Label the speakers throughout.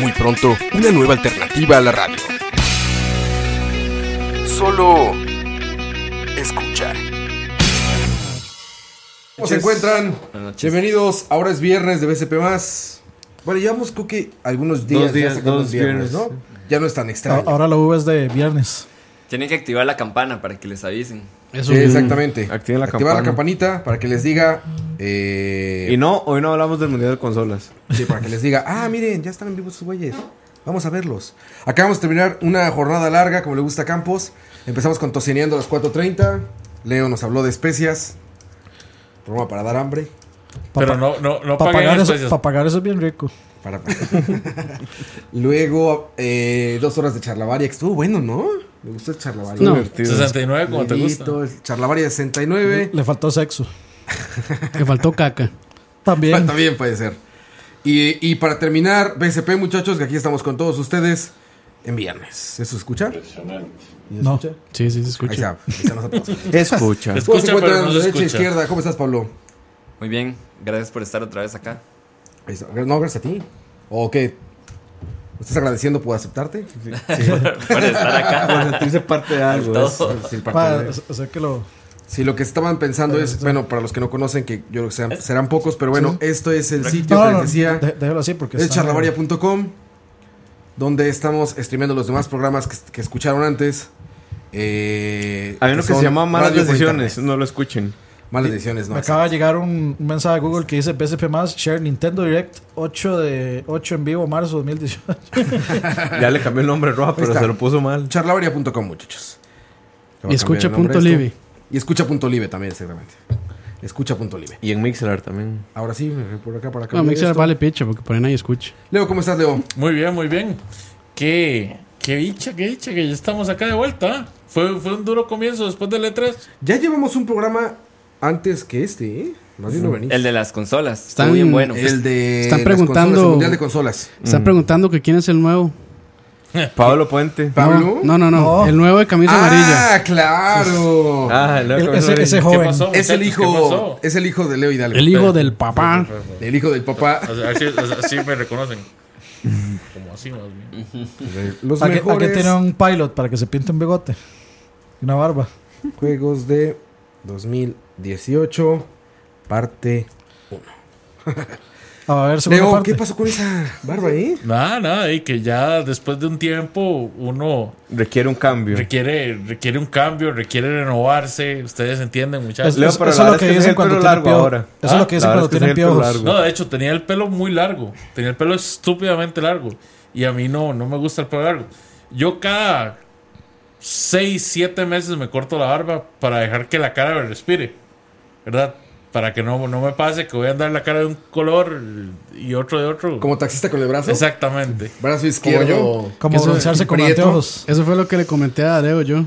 Speaker 1: Muy pronto, una nueva alternativa a la radio. Solo escucha.
Speaker 2: ¿Cómo se encuentran? Bienvenidos, ahora es viernes de BCP más. Bueno, llevamos creo que algunos días,
Speaker 3: Dos días,
Speaker 2: ya sacamos
Speaker 3: dos
Speaker 2: viernes,
Speaker 3: viernes,
Speaker 2: ¿no? Ya no es tan extraño.
Speaker 4: Ah,
Speaker 5: Ahora la U es de viernes.
Speaker 6: Tienen que activar la campana para que les avisen.
Speaker 5: Eso.
Speaker 2: Sí, exactamente.
Speaker 3: Activen la
Speaker 2: Activar la
Speaker 3: campana.
Speaker 2: campanita para que les diga. eh,
Speaker 3: Y no, hoy no hablamos del mundial de consolas.
Speaker 2: sí, para que les diga, ah, miren, ya están en vivo estos güeyes. Vamos a verlos. Acabamos de terminar una jornada larga, como le gusta a Campos. Empezamos con Tocineando a las 4.30. Leo nos habló de especias. Programa para dar hambre.
Speaker 5: Para
Speaker 4: Pero no, no, no
Speaker 5: pa-
Speaker 4: paguen
Speaker 5: pagar,
Speaker 4: las
Speaker 5: eso,
Speaker 4: precios.
Speaker 5: pa' pagar eso es bien rico.
Speaker 2: Para- Luego, eh, dos horas de charlavaria, que estuvo bueno, ¿no? Me gustó el charlavaria.
Speaker 7: No.
Speaker 3: Divertido.
Speaker 4: 69 como te gusta.
Speaker 2: Leguito, el charlavaria 69.
Speaker 5: Le faltó sexo.
Speaker 7: Que faltó caca.
Speaker 5: También.
Speaker 2: También puede ser. Y, y para terminar, BCP, muchachos, que aquí estamos con todos ustedes en viernes. ¿Eso se escucha?
Speaker 5: No.
Speaker 7: Sí, sí, se
Speaker 2: Ahí
Speaker 7: escucha.
Speaker 2: está, ahí está nosotros.
Speaker 3: Escucha.
Speaker 2: ¿Cómo se
Speaker 4: Escucha, pero
Speaker 2: encuentran
Speaker 4: no se
Speaker 2: derecha e
Speaker 4: escucha.
Speaker 2: izquierda? ¿Cómo estás, Pablo?
Speaker 6: Muy bien, gracias por estar otra vez acá.
Speaker 2: Ahí está. No, gracias a ti. ¿O qué? ¿Me ¿Estás agradeciendo por aceptarte? Sí.
Speaker 6: Por estar acá.
Speaker 3: Para sentirse parte de algo. es-
Speaker 6: Todo.
Speaker 2: Sí,
Speaker 5: Pa-
Speaker 2: parte de-
Speaker 5: o sea Ah, que lo.
Speaker 2: Sí, lo que estaban pensando es, bueno, para los que no conocen, que yo creo que sean- serán pocos, pero bueno, esto es el sitio
Speaker 5: No,
Speaker 2: que
Speaker 5: no,
Speaker 2: les decía,
Speaker 5: dé- déjalo así porque.
Speaker 2: es
Speaker 5: está-
Speaker 2: charlavaria.com, donde estamos streameando los demás programas que, que escucharon antes. Eh,
Speaker 3: Hay uno que se
Speaker 2: son
Speaker 3: llama Malas
Speaker 2: Radio por
Speaker 3: Decisiones,
Speaker 2: Internet.
Speaker 3: no lo escuchen.
Speaker 2: Malas decisiones, no.
Speaker 5: Me acaba de llegar un un mensaje de Google que dice PSP más Share Nintendo Direct 8 de 8 en vivo marzo 2018.
Speaker 3: Ya le cambió el nombre a Roa, pero
Speaker 2: está.
Speaker 3: se lo puso mal.
Speaker 2: Charlavaria.com, muchachos.
Speaker 7: Y
Speaker 2: Cambiar el nombre
Speaker 7: escucha punto
Speaker 2: a esto.
Speaker 7: live.
Speaker 2: Y escucha.live también, exactamente. Escucha.live.
Speaker 3: Y en Mixelar también.
Speaker 2: Ahora sí, por acá, para acá.
Speaker 7: No, Mixer vale picha porque por ahí nadie escucha.
Speaker 2: Leo, ¿cómo estás, Leo?
Speaker 4: Muy bien, muy bien. Qué, qué dicha, qué dicha, que ya estamos acá de vuelta. ¿eh? Fue, fue un duro comienzo después E de letras.
Speaker 2: Ya llevamos un programa antes que este, ¿eh? Más bien no venís.
Speaker 6: El de las consolas. Está
Speaker 7: Mm. Están-
Speaker 6: bien bueno. Pues,
Speaker 2: El de
Speaker 7: Están
Speaker 2: las
Speaker 7: preguntando-
Speaker 2: consolas, el mundial de consolas.
Speaker 5: Mm.
Speaker 7: Están preguntando que quién es el nuevo.
Speaker 3: Pablo Puente.
Speaker 2: Pablo.
Speaker 7: No, no, no.
Speaker 5: No.
Speaker 7: El nuevo de camisa
Speaker 2: ah,
Speaker 7: amarilla. Pues,
Speaker 2: claro.
Speaker 3: Ah, el nuevo
Speaker 5: El-
Speaker 3: campeón
Speaker 5: ese,
Speaker 3: de-
Speaker 5: ese
Speaker 4: ¿Qué
Speaker 5: joven.
Speaker 4: pasó?
Speaker 2: es el
Speaker 4: muchachos?
Speaker 2: hijo, es el hijo de Leo Hidalgo.
Speaker 7: El hijo del papá.
Speaker 2: El hijo del papá.
Speaker 4: ¿Qué pasó? Así, así me reconocen. Como así más bien.
Speaker 2: Los
Speaker 5: ¿A que, a que
Speaker 2: mejores
Speaker 5: tiene un pilot para que se pinte un bigote? Y Una barba.
Speaker 2: juegos de 2018, parte.
Speaker 5: Ah, A ver, segunda
Speaker 2: Leo,
Speaker 5: parte.
Speaker 2: ¿qué pasó con esa barba ahí?
Speaker 4: Nada, nada, y que ya después de un tiempo uno
Speaker 3: Requiere un cambio.
Speaker 4: requiere, requiere un cambio, requiere renovarse. Ustedes entienden, muchachos.
Speaker 5: Es-
Speaker 3: Leo,
Speaker 5: es-
Speaker 3: pero
Speaker 5: eso
Speaker 3: la
Speaker 5: es
Speaker 3: verdad
Speaker 5: lo
Speaker 3: es
Speaker 5: que
Speaker 3: que
Speaker 5: dicen
Speaker 3: tiene
Speaker 5: cuando
Speaker 3: el
Speaker 5: tienen
Speaker 3: pelo largo
Speaker 5: piojos.
Speaker 3: ahora.
Speaker 5: Eso es
Speaker 3: Ah,
Speaker 5: lo que dicen
Speaker 3: la
Speaker 5: cuando
Speaker 3: verdad es que
Speaker 5: tienen
Speaker 3: tiene el pelo
Speaker 5: piojos.
Speaker 3: largo.
Speaker 4: No, de hecho, tenía el pelo muy largo. Tenía el pelo estúpidamente largo. Y a mí no, no me gusta el pelo largo. Yo cada 6, 7 meses me corto la barba para dejar que la cara me respire. ¿Verdad? Para que no, no me pase que voy a andar la cara de un color y otro de otro.
Speaker 2: Como taxista con el brazo.
Speaker 4: Exactamente.
Speaker 2: Brazo izquierdo.
Speaker 5: Como
Speaker 7: Eso-
Speaker 5: broncearse con
Speaker 2: Prieto.
Speaker 5: anteojos.
Speaker 7: Eso fue lo que le comenté a Areo yo.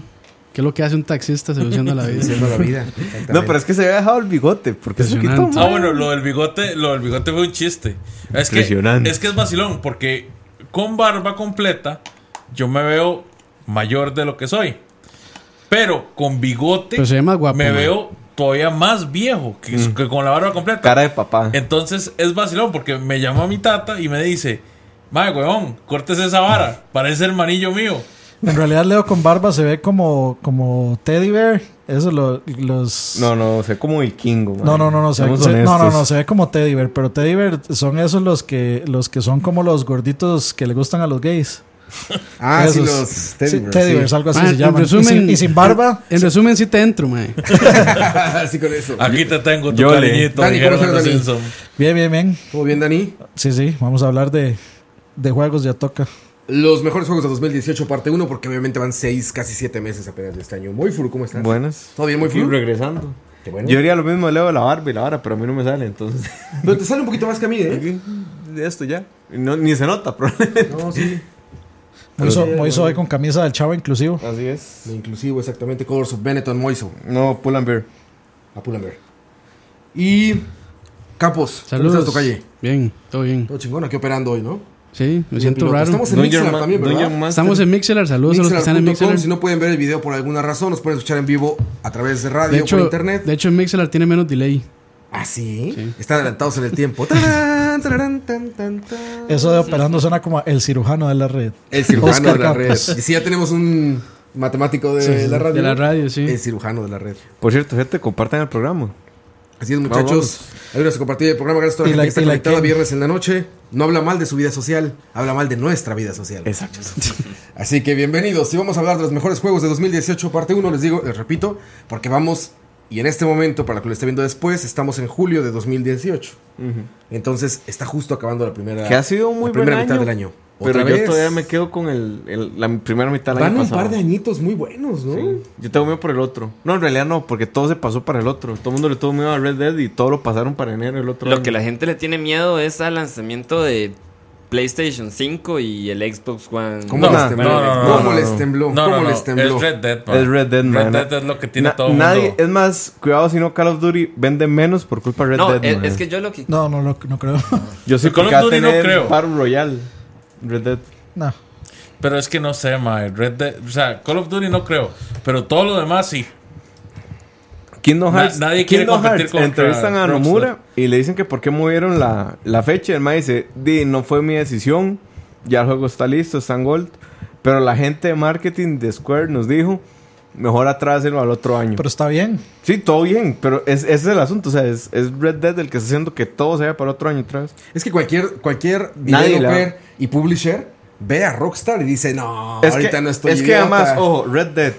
Speaker 7: Que es lo que hace un taxista solucionando la vida.
Speaker 2: Haciendo la vida.
Speaker 3: No, pero es que se había dejado el bigote. Porque es un poquito
Speaker 7: Impresionante.
Speaker 4: Ah, bueno, lo del bigote, lo del bigote fue un chiste. Es que,
Speaker 3: Impresionante.
Speaker 4: es que es vacilón, porque con barba completa yo me veo mayor de lo que soy. Pero con bigote
Speaker 7: Pero se ve más guapo,
Speaker 4: me
Speaker 7: man.
Speaker 4: veo todavía más viejo que, que con la barba completa.
Speaker 3: Mm. Cara de papá.
Speaker 4: Entonces es vacilón porque me llama mi tata y me dice, madre, weón, cortes esa vara, parece hermanillo mío.
Speaker 5: En realidad Leo con barba se ve como, como Teddy Bear. Eso lo- los...
Speaker 3: No, no, sé como vikingo. man.
Speaker 5: No, no, no, no, se ve,
Speaker 3: Seamos
Speaker 5: se- no, no,
Speaker 3: honestos.
Speaker 5: no, se ve como Teddy Bear, pero Teddy Bear son esos los que, los que son como los gorditos que le gustan a los gays.
Speaker 2: Ah, sí,
Speaker 5: Esos.
Speaker 2: los
Speaker 5: Sí,
Speaker 2: Teddy Bears, sí.
Speaker 5: Bears, algo así
Speaker 7: Man,
Speaker 5: se llama. Y sin, y sin barba,
Speaker 7: En, en resumen, sí te entro, mae.
Speaker 2: Así con eso.
Speaker 4: Aquí te tengo tu
Speaker 3: Yo le-
Speaker 4: cariñito,
Speaker 2: Dani,
Speaker 4: dijeron
Speaker 2: ¿cómo se
Speaker 4: los
Speaker 2: llama, Dani?
Speaker 4: Simpson.
Speaker 5: bien, bien, bien.
Speaker 2: ¿Todo bien, Dani?
Speaker 5: Sí, sí, vamos a hablar de, de juegos ya toca.
Speaker 2: Los mejores juegos de 2018, parte 1, porque obviamente van 6, casi 7 meses apenas de este año. Moifuru, ¿cómo estás?
Speaker 3: Buenas.
Speaker 2: ¿Todo bien,
Speaker 3: Fui
Speaker 2: Moifuru?
Speaker 3: regresando.
Speaker 2: Qué bueno.
Speaker 3: Yo haría lo mismo de Leo de la barba y la vara, pero a mí no me sale, entonces.
Speaker 2: Pero te sale un poquito más que a mí, ¿eh?
Speaker 3: de esto ya. Y no- ni se nota, probablemente.
Speaker 2: No, sí.
Speaker 5: Moiso, Moiso hoy con camisa del chavo inclusivo.
Speaker 3: Así es.
Speaker 2: Lo inclusivo, exactamente. Colors of Benetton Moiso.
Speaker 3: No, pull and bear.
Speaker 2: A Pull&Bear. Y. Campos, ¿cómo
Speaker 7: Saludos.
Speaker 2: estás, Tocalle?
Speaker 7: Bien, todo bien.
Speaker 2: Todo chingón, aquí operando hoy, ¿no?
Speaker 7: Sí, me
Speaker 2: Bien,
Speaker 7: siento
Speaker 2: piloto.
Speaker 7: raro.
Speaker 2: Estamos
Speaker 7: Estamos
Speaker 2: en Mixer también, ¿verdad?
Speaker 7: en Mixelar, saludos a los que están en
Speaker 2: Mixlr.com.
Speaker 7: Mixelar.
Speaker 2: Si no pueden ver el video por alguna razón, nos pueden escuchar en vivo a través de radio
Speaker 7: De hecho,
Speaker 2: por internet.
Speaker 7: de hecho, en Mixelar tiene menos delay.
Speaker 2: Ah, ¿sí? Están adelantados en el tiempo. Tarán, tararán, tan, tan, tan.
Speaker 5: Eso de operando suena como el cirujano de la red.
Speaker 2: El cirujano
Speaker 5: Oscar
Speaker 2: de la red.
Speaker 5: Campos.
Speaker 2: Y si ya tenemos un matemático de la radio.
Speaker 7: de la radio, sí.
Speaker 2: El cirujano de la red.
Speaker 3: Por cierto, gente, compartan el programa.
Speaker 2: Así es, muchachos. Ayúdenos a compartir el programa. Gracias a toda la
Speaker 5: Y
Speaker 2: gente
Speaker 5: la-
Speaker 2: que está
Speaker 5: y la
Speaker 2: conectada
Speaker 5: que-
Speaker 2: viernes en la noche. No habla mal de su vida social, habla mal de nuestra vida social.
Speaker 3: Exacto.
Speaker 2: Así que bienvenidos. Y vamos a hablar de los mejores juegos de 2018, parte 1. Les digo, les repito, porque vamos. Y en este momento, para lo que lo esté viendo después, estamos en julio de 2018. Entonces está justo acabando la primera.
Speaker 3: Que ha sido un
Speaker 2: la
Speaker 3: muy buen
Speaker 2: primera
Speaker 3: año.
Speaker 2: mitad del año.
Speaker 3: Pero
Speaker 2: Otra
Speaker 3: yo
Speaker 2: vez.
Speaker 3: todavía me quedo con el, el- la primera mitad del
Speaker 2: Van
Speaker 3: año
Speaker 2: un
Speaker 3: pasado.
Speaker 2: par de añitos muy buenos, ¿no?
Speaker 3: Sí. Yo tengo miedo por el otro. No, en realidad no, porque todo se pasó para el otro. Todo el mundo le tuvo miedo a Red Dead y todo lo pasaron para enero el otro
Speaker 6: Lo
Speaker 3: año.
Speaker 6: que la gente le tiene miedo es al lanzamiento de PlayStation 5 y el Xbox One.
Speaker 2: ¿Cómo
Speaker 4: No,
Speaker 2: les
Speaker 4: no,
Speaker 2: tembló?
Speaker 4: no, no,
Speaker 2: ¿Cómo
Speaker 3: no,
Speaker 2: les
Speaker 3: no.
Speaker 2: tembló?
Speaker 4: No,
Speaker 2: ¿Cómo
Speaker 4: no, no.
Speaker 2: les tembló?
Speaker 4: Es Red Dead, man.
Speaker 3: Es Red Dead, man.
Speaker 4: Dead es lo que tiene
Speaker 3: Na-
Speaker 4: todo el
Speaker 3: nadie,
Speaker 4: mundo.
Speaker 3: Es más, cuidado si no Call of Duty vende menos por culpa de Red
Speaker 6: No,
Speaker 3: Dead.
Speaker 6: es,
Speaker 3: man.
Speaker 6: es que yo lo que.
Speaker 5: No, no, no, no creo.
Speaker 3: yo sí
Speaker 4: Call of
Speaker 3: porque va a
Speaker 4: Duty no
Speaker 3: tener
Speaker 4: creo.
Speaker 3: Battle Royale. Red Dead.
Speaker 5: No.
Speaker 4: Pero es que no sé, mae. Red Dead, o sea, Call of Duty no creo. Pero todo lo demás sí.
Speaker 3: Kingdom
Speaker 4: Na-
Speaker 3: Hearts.
Speaker 4: nadie quiere
Speaker 3: Kingdom
Speaker 4: competir
Speaker 3: Hearts.
Speaker 4: contra
Speaker 3: Entrevistan a
Speaker 4: Rockstar.
Speaker 3: Nomura y le dicen que por qué movieron la, la fecha. El mae dice, "Di, no fue mi decisión. Ya el juego está listo, está en Gold. Pero la gente de marketing de Square nos dijo, mejor atrásenlo al otro año.
Speaker 5: Pero está bien.
Speaker 3: sí, todo bien, pero es, ese es el asunto. O sea, es, es Red Dead el que está haciendo que todo se vaya para otro año otra vez.
Speaker 2: Es que cualquier, cualquier
Speaker 3: Nadie la-
Speaker 2: developer y publisher ve a Rockstar y dice, no,
Speaker 3: es
Speaker 2: ahorita
Speaker 3: que,
Speaker 2: no estoy
Speaker 3: Es que
Speaker 2: idiota".
Speaker 3: además, ojo, Red Dead,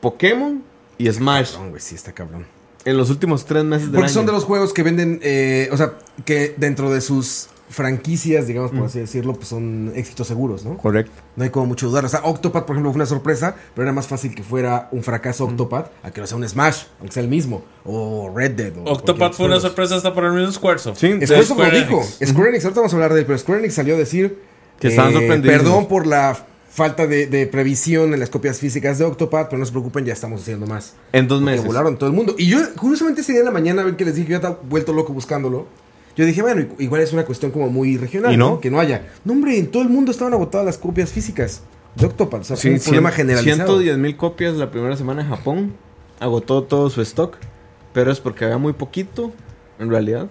Speaker 3: Pokémon y Smash
Speaker 2: Cabrón, güey, sí está cabrón.
Speaker 3: en los últimos tres meses del
Speaker 2: Porque
Speaker 3: año.
Speaker 2: son de los juegos que venden, eh, o sea, que dentro de sus franquicias, digamos
Speaker 4: Mm.
Speaker 2: por así decirlo, pues son éxitos seguros, ¿no?
Speaker 3: Correcto.
Speaker 2: No hay como mucho dudar. O sea, Octopath, por ejemplo, fue una sorpresa, pero era más fácil que fuera un fracaso
Speaker 4: Mm.
Speaker 2: Octopath a que no sea un Smash, aunque sea el mismo, o Red Dead. o cualquier
Speaker 4: Octopath fue una
Speaker 2: juego.
Speaker 4: sorpresa hasta para el mismo Squaresoft.
Speaker 3: Sí,
Speaker 2: Square
Speaker 4: Entonces,
Speaker 2: Enix lo
Speaker 4: Square
Speaker 2: dijo.
Speaker 4: Enix.
Speaker 2: Square Enix, ahorita vamos a hablar de él, pero Square Enix salió a decir eh,
Speaker 3: Que estaban sorprendidos.
Speaker 2: Perdón por la falta de, de previsión en las copias físicas de Octopath, pero no se preocupen, ya estamos haciendo más.
Speaker 3: En dos
Speaker 2: Porque
Speaker 3: meses.
Speaker 2: volaron todo el mundo. Y yo, curiosamente, ese día en la mañana, ven que les dije que yo estaba vuelto loco buscándolo. Yo dije, bueno, igu- igual es una cuestión como muy regional,
Speaker 3: ¿Y no?
Speaker 2: Que no haya. No, hombre, en todo el mundo estaban agotadas las copias físicas de Octopath. O sea, fue
Speaker 3: Sí,
Speaker 2: un problema
Speaker 3: cien-
Speaker 2: generalizado.
Speaker 3: 110 mil copias la primera semana en Japón. Agotó todo su stock. Pero es porque había muy poquito, en realidad.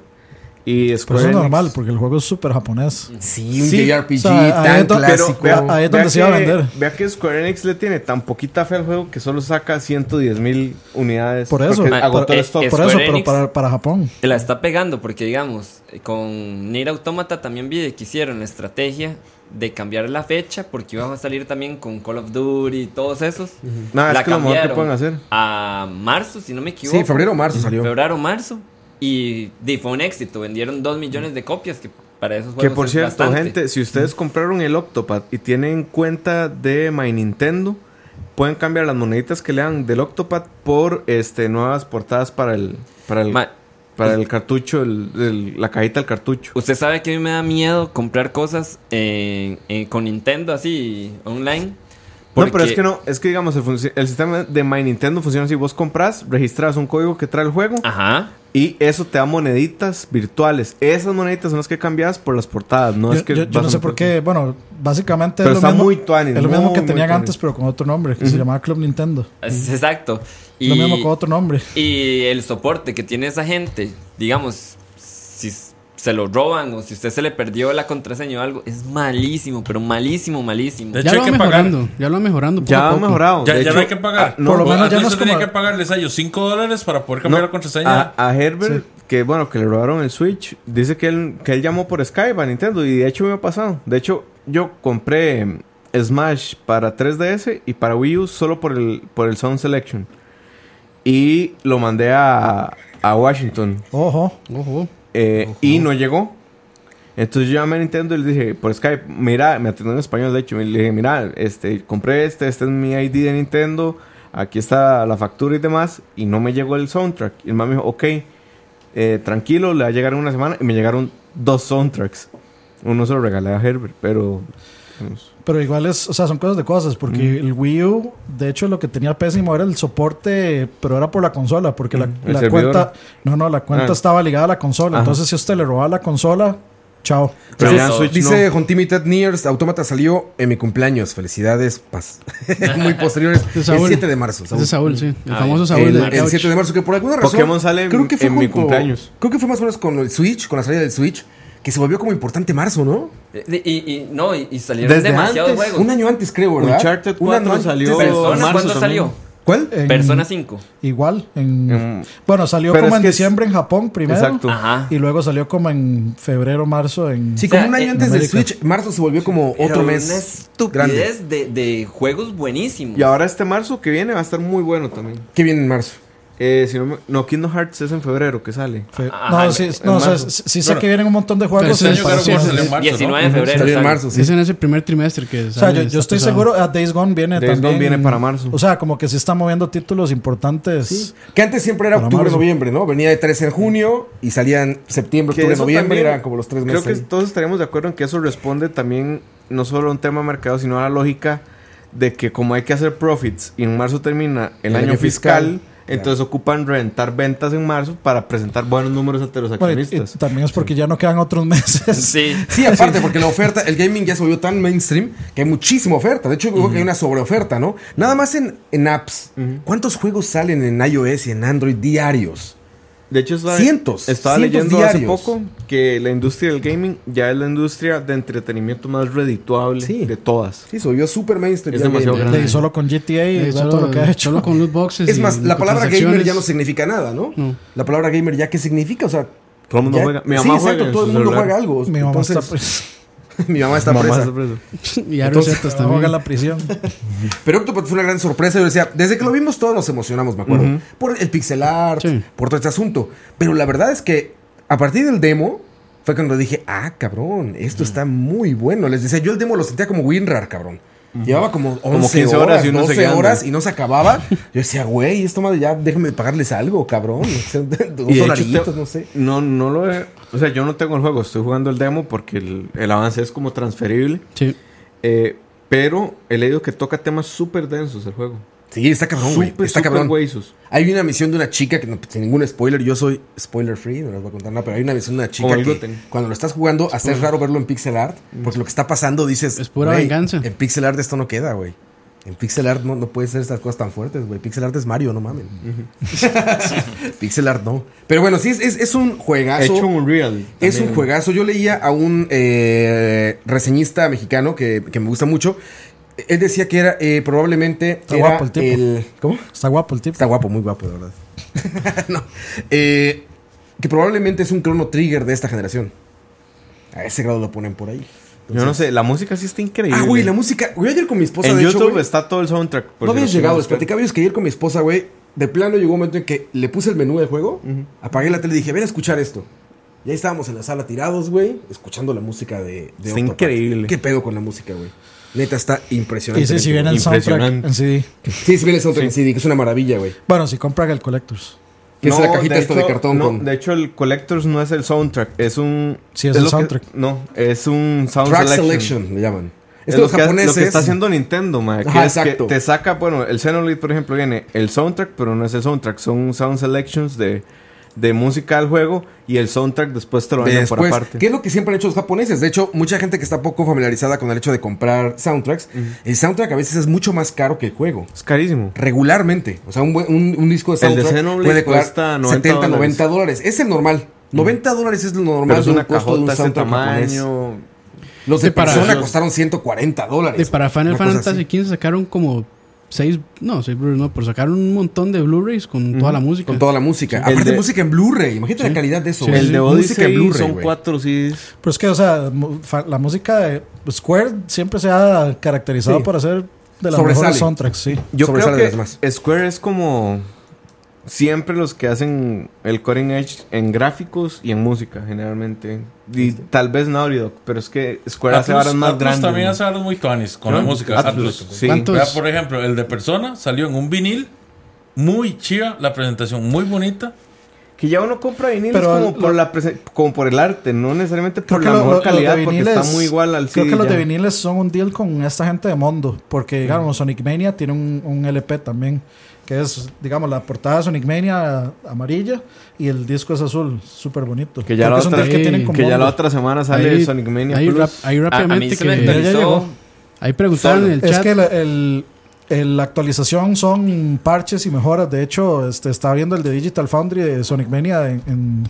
Speaker 3: Y Pues Square
Speaker 5: Pero eso es
Speaker 3: Enix-
Speaker 5: normal, porque el juego es súper japonés.
Speaker 2: Sí, un
Speaker 3: Sí, ah,
Speaker 2: JRPG
Speaker 5: o sea, ahí
Speaker 2: tan
Speaker 5: es do- pero
Speaker 2: clásico.
Speaker 5: vea- ahí es donde se iba a
Speaker 3: que-
Speaker 5: vender.
Speaker 3: Vea que Square Enix le tiene tan poquita fe al juego que solo saca 110 mil unidades.
Speaker 5: Por eso.
Speaker 3: porque
Speaker 6: Ah,
Speaker 3: Agotó el
Speaker 6: eh,
Speaker 3: stock.
Speaker 6: es-
Speaker 5: Por eso,
Speaker 6: Square
Speaker 5: pero
Speaker 6: Enix.
Speaker 5: para, para Japón.
Speaker 6: La está pegando porque, digamos, eh, con Nier Automata también vi que hicieron la estrategia de cambiar la fecha porque iban a salir también con Call of Duty y todos esos.
Speaker 3: Nada, es
Speaker 6: la
Speaker 3: que lo mejor que
Speaker 6: cambiaron
Speaker 3: pueden hacer.
Speaker 6: A marzo, si no me equivoco.
Speaker 2: Sí, febrero o marzo salió.
Speaker 6: Febrero o marzo. Y, di, fue un éxito. Vendieron 2 millones de copias que para esos
Speaker 3: Que
Speaker 6: juegos.
Speaker 3: por
Speaker 6: es
Speaker 3: cierto,
Speaker 6: bastante.
Speaker 3: gente, si ustedes compraron el Octopad y tienen cuenta de My Nintendo, pueden cambiar las moneditas que le dan del Octopad por este nuevas portadas para el para el,
Speaker 6: Ma-
Speaker 3: para el cartucho, el- el- la cajita del cartucho.
Speaker 6: Usted sabe que a mí me da miedo comprar cosas en- en- con Nintendo así online.
Speaker 3: No, pero es
Speaker 6: porque-
Speaker 3: que no, es que digamos el, funci- el sistema de My Nintendo funciona así, vos compras, registras un código que trae el juego
Speaker 6: Ajá.
Speaker 3: y eso te da moneditas virtuales. Esas moneditas son las que cambias por las portadas, no
Speaker 5: yo,
Speaker 3: es que
Speaker 5: yo- yo
Speaker 3: vas
Speaker 5: no
Speaker 3: a
Speaker 5: sé
Speaker 3: una
Speaker 5: por
Speaker 3: cosa.
Speaker 5: qué. Bueno, básicamente
Speaker 3: Pero
Speaker 5: es lo
Speaker 3: está
Speaker 5: mismo,
Speaker 3: muy tuanis,
Speaker 5: es lo mismo
Speaker 3: muy,
Speaker 5: que
Speaker 3: muy
Speaker 5: tenían
Speaker 3: tuanis.
Speaker 5: antes, pero con otro nombre, que se llamaba Club Nintendo.
Speaker 6: Es- Exacto. Y,
Speaker 5: Lo mismo con otro nombre.
Speaker 6: y el soporte que tiene esa gente, digamos, si s- se lo roban o si usted se le perdió la contraseña o algo, es malísimo, pero malísimo, malísimo.
Speaker 4: De
Speaker 7: Ya
Speaker 4: hecho,
Speaker 7: lo
Speaker 4: hay
Speaker 7: va
Speaker 4: que pagar.
Speaker 7: mejorando, ya lo va mejorando. poco
Speaker 3: Ya
Speaker 7: a
Speaker 3: ha
Speaker 7: poco.
Speaker 3: mejorado.
Speaker 4: Ya,
Speaker 3: de
Speaker 4: ya
Speaker 3: hecho,
Speaker 4: no hay que pagar.
Speaker 3: ah, no,
Speaker 5: Por lo menos ya no
Speaker 4: Antes
Speaker 5: es
Speaker 4: usted tenía
Speaker 5: como-
Speaker 4: que pagarles a ellos 5 dólares para poder cambiar la contraseña.
Speaker 3: A, a Herbert, que bueno, que le robaron el Switch, dice que él, que él llamó por Skype a Nintendo y de hecho me ha pasado. De hecho, yo compré mm, Smash para 3DS y para Wii U solo por el, por el Sound Selection. Y lo mandé a, a Washington
Speaker 5: Ojo.
Speaker 7: Ojo.
Speaker 3: eh, y no llegó. Entonces yo llamé a Nintendo y le dije por Skype, mira, me atendió en español de hecho, y le dije, mira, este, compré este, este es mi ID de Nintendo, aquí está la factura y demás, y no me llegó el soundtrack. Y el man me dijo, ok, eh, tranquilo, le va a llegar en una semana, y me llegaron dos soundtracks. Uno se lo regalé a Herbert, pero. digamos,
Speaker 5: Pero igual es, o sea, son cosas de cosas, porque el Wii U, de hecho, lo que tenía pésimo era el soporte, pero era por la consola, porque la,
Speaker 3: el
Speaker 5: la
Speaker 3: servidor.
Speaker 5: cuenta, no, no, la cuenta
Speaker 3: Ah.
Speaker 5: estaba ligada a la consola.
Speaker 3: Ajá.
Speaker 5: Entonces, si usted le robaba la consola, chao.
Speaker 3: Pero
Speaker 6: Sí,
Speaker 3: ya en
Speaker 6: eso.
Speaker 3: Switch
Speaker 2: Dice Jontimitat Nears, Autómata salió en mi cumpleaños. Felicidades, paz. Muy posteriores.
Speaker 7: De
Speaker 2: El
Speaker 7: Saúl.
Speaker 2: 7 de marzo.
Speaker 7: Ese es Saúl, sí. El
Speaker 6: Ah,
Speaker 7: famoso
Speaker 2: El,
Speaker 7: Saúl de la
Speaker 2: el
Speaker 7: couch.
Speaker 2: 7 de marzo, que por alguna razón.
Speaker 3: Pokémon sale en- en mi cumpleaños.
Speaker 2: Creo que fue más o menos con el Switch, con la salida del Switch, que se volvió como importante marzo, ¿no?
Speaker 6: Y, Eh, y- y- no, y, y salieron
Speaker 3: Desde
Speaker 6: demasiados
Speaker 3: antes,
Speaker 6: juegos.
Speaker 2: Un año antes, creo, ¿verdad?
Speaker 3: Uncharted
Speaker 2: Un año
Speaker 3: 4
Speaker 2: antes.
Speaker 3: salió-
Speaker 6: Persona,
Speaker 3: marzo
Speaker 6: ¿cuándo
Speaker 3: también.
Speaker 6: salió?
Speaker 2: ¿Cuál?
Speaker 5: En-
Speaker 6: Persona 5.
Speaker 5: Igual. En,
Speaker 3: En-
Speaker 5: bueno, salió
Speaker 3: pero
Speaker 5: como
Speaker 3: es
Speaker 5: en
Speaker 3: que es-
Speaker 5: diciembre en Japón primero.
Speaker 3: Exacto. Ah.
Speaker 6: Ajá.
Speaker 5: Y luego salió como en febrero, marzo en...
Speaker 2: Sí,
Speaker 6: O sea,
Speaker 2: como un año
Speaker 6: en
Speaker 2: antes del
Speaker 5: América.
Speaker 2: Switch, marzo se volvió como
Speaker 6: Pero
Speaker 2: otro
Speaker 6: Una
Speaker 2: mes. grande.
Speaker 6: estupidez de, de juegos buenísimos.
Speaker 3: Y ahora este marzo que viene va a estar muy bueno también.
Speaker 2: ¿Qué viene en marzo?
Speaker 3: Eh, si no, me- no, Kingdom Hearts es en febrero que sale.
Speaker 5: fe-
Speaker 6: Ajá,
Speaker 5: no, sí,
Speaker 6: en
Speaker 5: no, o sea,
Speaker 3: ah, marzo.
Speaker 5: sí, sí sé
Speaker 4: Bueno,
Speaker 5: que vienen un montón de
Speaker 7: pero
Speaker 5: juegos.
Speaker 7: ese año
Speaker 5: para-
Speaker 7: creo que
Speaker 5: para-
Speaker 7: salió en
Speaker 4: marzo,
Speaker 6: 19 de
Speaker 4: ¿no?
Speaker 6: febrero.
Speaker 2: Salió en
Speaker 6: sale.
Speaker 2: marzo, sí.
Speaker 7: Es en ese primer trimestre que
Speaker 5: O sea,
Speaker 7: sale,
Speaker 5: yo, yo
Speaker 7: está
Speaker 5: estoy
Speaker 7: pesado.
Speaker 5: seguro, a Days Gone viene
Speaker 3: Days Gone
Speaker 5: también.
Speaker 3: viene para marzo.
Speaker 5: O sea, como que se están moviendo títulos importantes.
Speaker 2: Que antes siempre era
Speaker 5: Para
Speaker 2: octubre,
Speaker 5: marzo.
Speaker 2: noviembre, ¿no? Venía de 13 en junio y salían septiembre,
Speaker 3: Que
Speaker 2: octubre,
Speaker 3: eso
Speaker 2: noviembre,
Speaker 3: también-
Speaker 2: eran como los tres meses.
Speaker 3: Creo que
Speaker 2: ahí.
Speaker 3: todos estaríamos de acuerdo en que eso responde también no solo a un tema de mercado, sino a la lógica de que como hay que hacer profits y en marzo termina el, año, fiscal, entonces ocupan reventar ventas en marzo para presentar buenos números ante los
Speaker 5: Bueno, y- y
Speaker 3: accionistas.
Speaker 5: también es porque ya no quedan otros meses.
Speaker 6: Sí.
Speaker 2: Sí, aparte, porque la oferta, el gaming ya se volvió tan mainstream que hay muchísima oferta. De hecho, creo que hay una sobreoferta, ¿no? Nada más en, en apps. ¿Cuántos juegos salen en iOS y en Android diarios?
Speaker 3: de hecho, estaba,
Speaker 2: cientos,
Speaker 3: estaba
Speaker 2: cientos
Speaker 3: leyendo hace
Speaker 2: diarios.
Speaker 3: poco que la industria del gaming ya es la industria de entretenimiento más redituable
Speaker 2: Sí.
Speaker 3: de todas.
Speaker 2: Sí, se volvió súper mainstream.
Speaker 3: Es
Speaker 2: ya el
Speaker 3: demasiado
Speaker 2: gaming.
Speaker 3: grande.
Speaker 5: Y solo con GTA y
Speaker 7: Eh,
Speaker 5: vea todo lo que ha hecho.
Speaker 7: solo con loot boxes.
Speaker 2: Es
Speaker 7: y
Speaker 2: más, la palabra gamer
Speaker 7: microtransacciones.
Speaker 2: ya no significa nada, ¿no?
Speaker 7: No.
Speaker 2: La palabra gamer ya, ¿qué significa? O sea...
Speaker 3: Todo el mundo
Speaker 2: ya-
Speaker 3: juega. Mi
Speaker 2: sí,
Speaker 3: mamá juega
Speaker 2: exacto,
Speaker 3: en
Speaker 2: todo el
Speaker 3: su
Speaker 2: mundo
Speaker 3: celular.
Speaker 2: juega algo.
Speaker 5: Mi mamá está pues,
Speaker 2: Entonces, mi mamá está
Speaker 3: Mamá
Speaker 2: presa.
Speaker 3: está presa.
Speaker 7: Y hay
Speaker 2: Entonces,
Speaker 7: recetas
Speaker 5: ahoga en
Speaker 7: también.
Speaker 5: la prisión.
Speaker 2: Pero Octopath fue una gran sorpresa. Yo decía, desde que lo vimos todos nos emocionamos, me acuerdo. Por el pixel art,
Speaker 7: Sí.
Speaker 2: por todo este asunto. Pero la verdad es que a partir del demo fue cuando dije, ah, cabrón, esto está muy bueno. Les decía, yo el demo lo sentía como WinRAR, cabrón. Llevaba como 11
Speaker 3: 15 horas
Speaker 2: horas,
Speaker 3: y uno
Speaker 2: 12
Speaker 3: seguía andando.
Speaker 2: horas y no se acababa. Yo decía, güey, esto madre ya, déjame pagarles algo, cabrón. O sea,
Speaker 3: Y
Speaker 2: Dos
Speaker 3: de hecho,
Speaker 2: dolaritos,
Speaker 3: te-
Speaker 2: no sé.
Speaker 3: No, no lo he- O sea, yo no tengo el juego, estoy jugando el demo porque el, el avance es como transferible.
Speaker 7: Sí.
Speaker 3: Eh, pero he leído que toca temas súper densos el juego.
Speaker 2: Sí, está cabrón, güey.
Speaker 3: Súper,
Speaker 2: Está
Speaker 3: súper
Speaker 2: cabrón.
Speaker 3: huesos.
Speaker 2: Hay una misión de una chica que, no- pues, sin ningún spoiler, yo soy spoiler free, no les voy a contar nada, pero hay una misión de una chica
Speaker 3: Como el
Speaker 2: que
Speaker 3: gluten. Mm.
Speaker 2: cuando lo estás jugando, hasta es raro verlo en pixel art, porque lo que está pasando dices.
Speaker 7: Es pura
Speaker 2: "Güey,
Speaker 7: venganza".
Speaker 2: En pixel art esto no queda, güey. En pixel art no, no puede ser estas cosas tan fuertes, güey. Pixel art es Mario, no mamen. pixel art no. Pero bueno, sí, es, es, es un juegazo.
Speaker 3: Hecho un real.
Speaker 2: Es un juegazo. Yo leía a un eh, reseñista mexicano que, que me gusta mucho. Él decía que era eh, probablemente
Speaker 5: Está
Speaker 2: era
Speaker 5: guapo el tipo.
Speaker 2: el. ¿Cómo?
Speaker 5: Está guapo el tipo.
Speaker 2: Está guapo, muy guapo, de verdad. No. Eh, que probablemente es un crono trigger de esta generación. A ese grado lo ponen por ahí.
Speaker 3: Yo no sé, la música sí está increíble.
Speaker 2: Ah, güey, la música. Güey, ayer con mi esposa,
Speaker 3: en
Speaker 2: de hecho,
Speaker 3: YouTube
Speaker 2: güey,
Speaker 3: está todo el soundtrack. por
Speaker 2: no
Speaker 3: si
Speaker 2: habías llegado.
Speaker 3: lo
Speaker 2: Les
Speaker 3: quieren buscar.
Speaker 2: platicaba ellos que ayer con mi esposa, güey, de plano llegó un momento en que le puse el menú de juego, apagué la tele y dije, ven a escuchar esto. Y ahí estábamos en la sala tirados, güey, escuchando la música de, de
Speaker 3: Está
Speaker 2: Octopath.
Speaker 3: increíble.
Speaker 2: ¿Qué pedo con la música, güey? Neta, está impresionante.
Speaker 5: Y sí, si viene
Speaker 3: vienen-
Speaker 5: el soundtrack
Speaker 3: Impresionante.
Speaker 5: en CD.
Speaker 2: Sí, sí, viene el soundtrack en CD, que es una maravilla, güey.
Speaker 5: Bueno, si compra el Collectors.
Speaker 2: Que es
Speaker 3: No,
Speaker 2: la cajita esta de
Speaker 3: hecho,
Speaker 2: cartón
Speaker 3: no,
Speaker 2: con...
Speaker 3: De hecho, el Collectors no es el soundtrack, es un.
Speaker 5: Sí, es el
Speaker 3: lo que-
Speaker 5: soundtrack.
Speaker 3: no, es un sound
Speaker 2: Track
Speaker 3: selection.
Speaker 2: selection, le llaman. Es
Speaker 3: Es
Speaker 2: que
Speaker 3: lo,
Speaker 2: los
Speaker 3: que,
Speaker 2: japoneses.
Speaker 3: lo que está haciendo Nintendo, mae, que
Speaker 2: Ajá,
Speaker 3: es que
Speaker 2: exacto.
Speaker 3: te saca, bueno, el Xenoblade, por ejemplo, viene el soundtrack, pero no es el soundtrack, son sound selections de, de música al juego y el soundtrack después te lo venden por
Speaker 2: después,
Speaker 3: aparte.
Speaker 2: ¿Qué es lo que siempre han hecho los japoneses? De hecho, mucha gente que está poco familiarizada con el hecho de comprar soundtracks, el soundtrack a veces es mucho más caro que el juego.
Speaker 3: Es carísimo.
Speaker 2: Regularmente. O sea, un, buen- un- un disco de
Speaker 3: El de
Speaker 2: soundtrack puede
Speaker 3: Xenoblade
Speaker 2: costar
Speaker 3: cuesta 90
Speaker 2: 70,
Speaker 3: dólares.
Speaker 2: 90 dólares. Es el normal. 90 dólares es lo normal
Speaker 3: Pero es
Speaker 2: de un
Speaker 3: una
Speaker 2: costo de un
Speaker 3: cajota de ese
Speaker 2: soundtrack japonés.
Speaker 3: tamaño.
Speaker 2: Los de
Speaker 7: Sí, para-
Speaker 2: Persona costaron 140 dólares.
Speaker 7: Y para Final
Speaker 2: Una cosa
Speaker 7: Fantasy
Speaker 2: así.
Speaker 7: XV sacaron como seis, no, seis Blu-rays, no, pero sacaron un montón de Blu-rays con toda la música.
Speaker 2: Con toda la música.
Speaker 3: El
Speaker 2: Aparte,
Speaker 3: de-
Speaker 2: música en Blu-ray. Imagínate la calidad de eso. güey.
Speaker 3: El de
Speaker 2: música en
Speaker 3: Odyssey
Speaker 2: Blu-ray,
Speaker 3: son
Speaker 2: güey.
Speaker 3: cuatro CDs.
Speaker 5: Pero es que, o sea, mu- fa- la música de Square siempre se ha caracterizado
Speaker 2: Sí.
Speaker 5: por hacer de las
Speaker 2: Sobresale.
Speaker 5: mejores soundtracks, sí.
Speaker 3: Yo creo
Speaker 2: Sobresale de
Speaker 3: que
Speaker 2: las demás.
Speaker 3: Square es como siempre los que hacen el cutting edge en gráficos y en música, generalmente. Y tal vez Naughty Dog, pero es que Square hace
Speaker 4: Atlus-
Speaker 3: varas más
Speaker 4: Atlus
Speaker 3: grandes.
Speaker 4: también
Speaker 3: ¿no?
Speaker 4: hace varas muy tuanis con la
Speaker 3: ¿No?
Speaker 5: Ah,
Speaker 4: música.
Speaker 3: Atlus,
Speaker 5: pues,
Speaker 4: Atlus.
Speaker 3: sí.
Speaker 7: ¿Cuántos?
Speaker 4: Vea, por ejemplo, el de Persona salió en un vinil muy chiva, la presentación muy bonita.
Speaker 3: Que ya uno compra viniles
Speaker 5: Pero
Speaker 3: como,
Speaker 5: el-
Speaker 3: por
Speaker 5: lo-
Speaker 3: la prese- como por el arte, no necesariamente
Speaker 5: Creo
Speaker 3: por
Speaker 5: que
Speaker 3: la
Speaker 5: lo-
Speaker 3: mejor
Speaker 5: lo- los de
Speaker 3: calidad, porque está
Speaker 5: viniles-
Speaker 3: muy igual al
Speaker 5: Creo
Speaker 3: CD
Speaker 5: que los
Speaker 3: ya.
Speaker 5: de viniles son un deal con esta gente de Mondo. Porque, digamos, Sonic Mania tiene un, un LP también. Que es, digamos, la portada de Sonic Mania amarilla y el disco es azul. Súper bonito.
Speaker 3: Que ya
Speaker 5: Creo
Speaker 3: la
Speaker 5: que es un
Speaker 3: otra-
Speaker 5: deal que
Speaker 7: sí,
Speaker 5: tienen con
Speaker 3: Que ya la
Speaker 5: Mondo.
Speaker 3: otra semana sale
Speaker 7: Ahí-
Speaker 3: Sonic Mania
Speaker 7: Ahí,
Speaker 3: Plus.
Speaker 7: rap- ahí
Speaker 6: A, a mí
Speaker 7: rápidamente
Speaker 6: se me
Speaker 7: que...
Speaker 5: Ya
Speaker 6: actualizó.
Speaker 5: llegó.
Speaker 7: Ahí preguntaban en el
Speaker 5: Es
Speaker 7: chat.
Speaker 5: que la el- el- la actualización son parches y mejoras. De hecho, este, estaba viendo el de Digital Foundry de Sonic Mania en, en-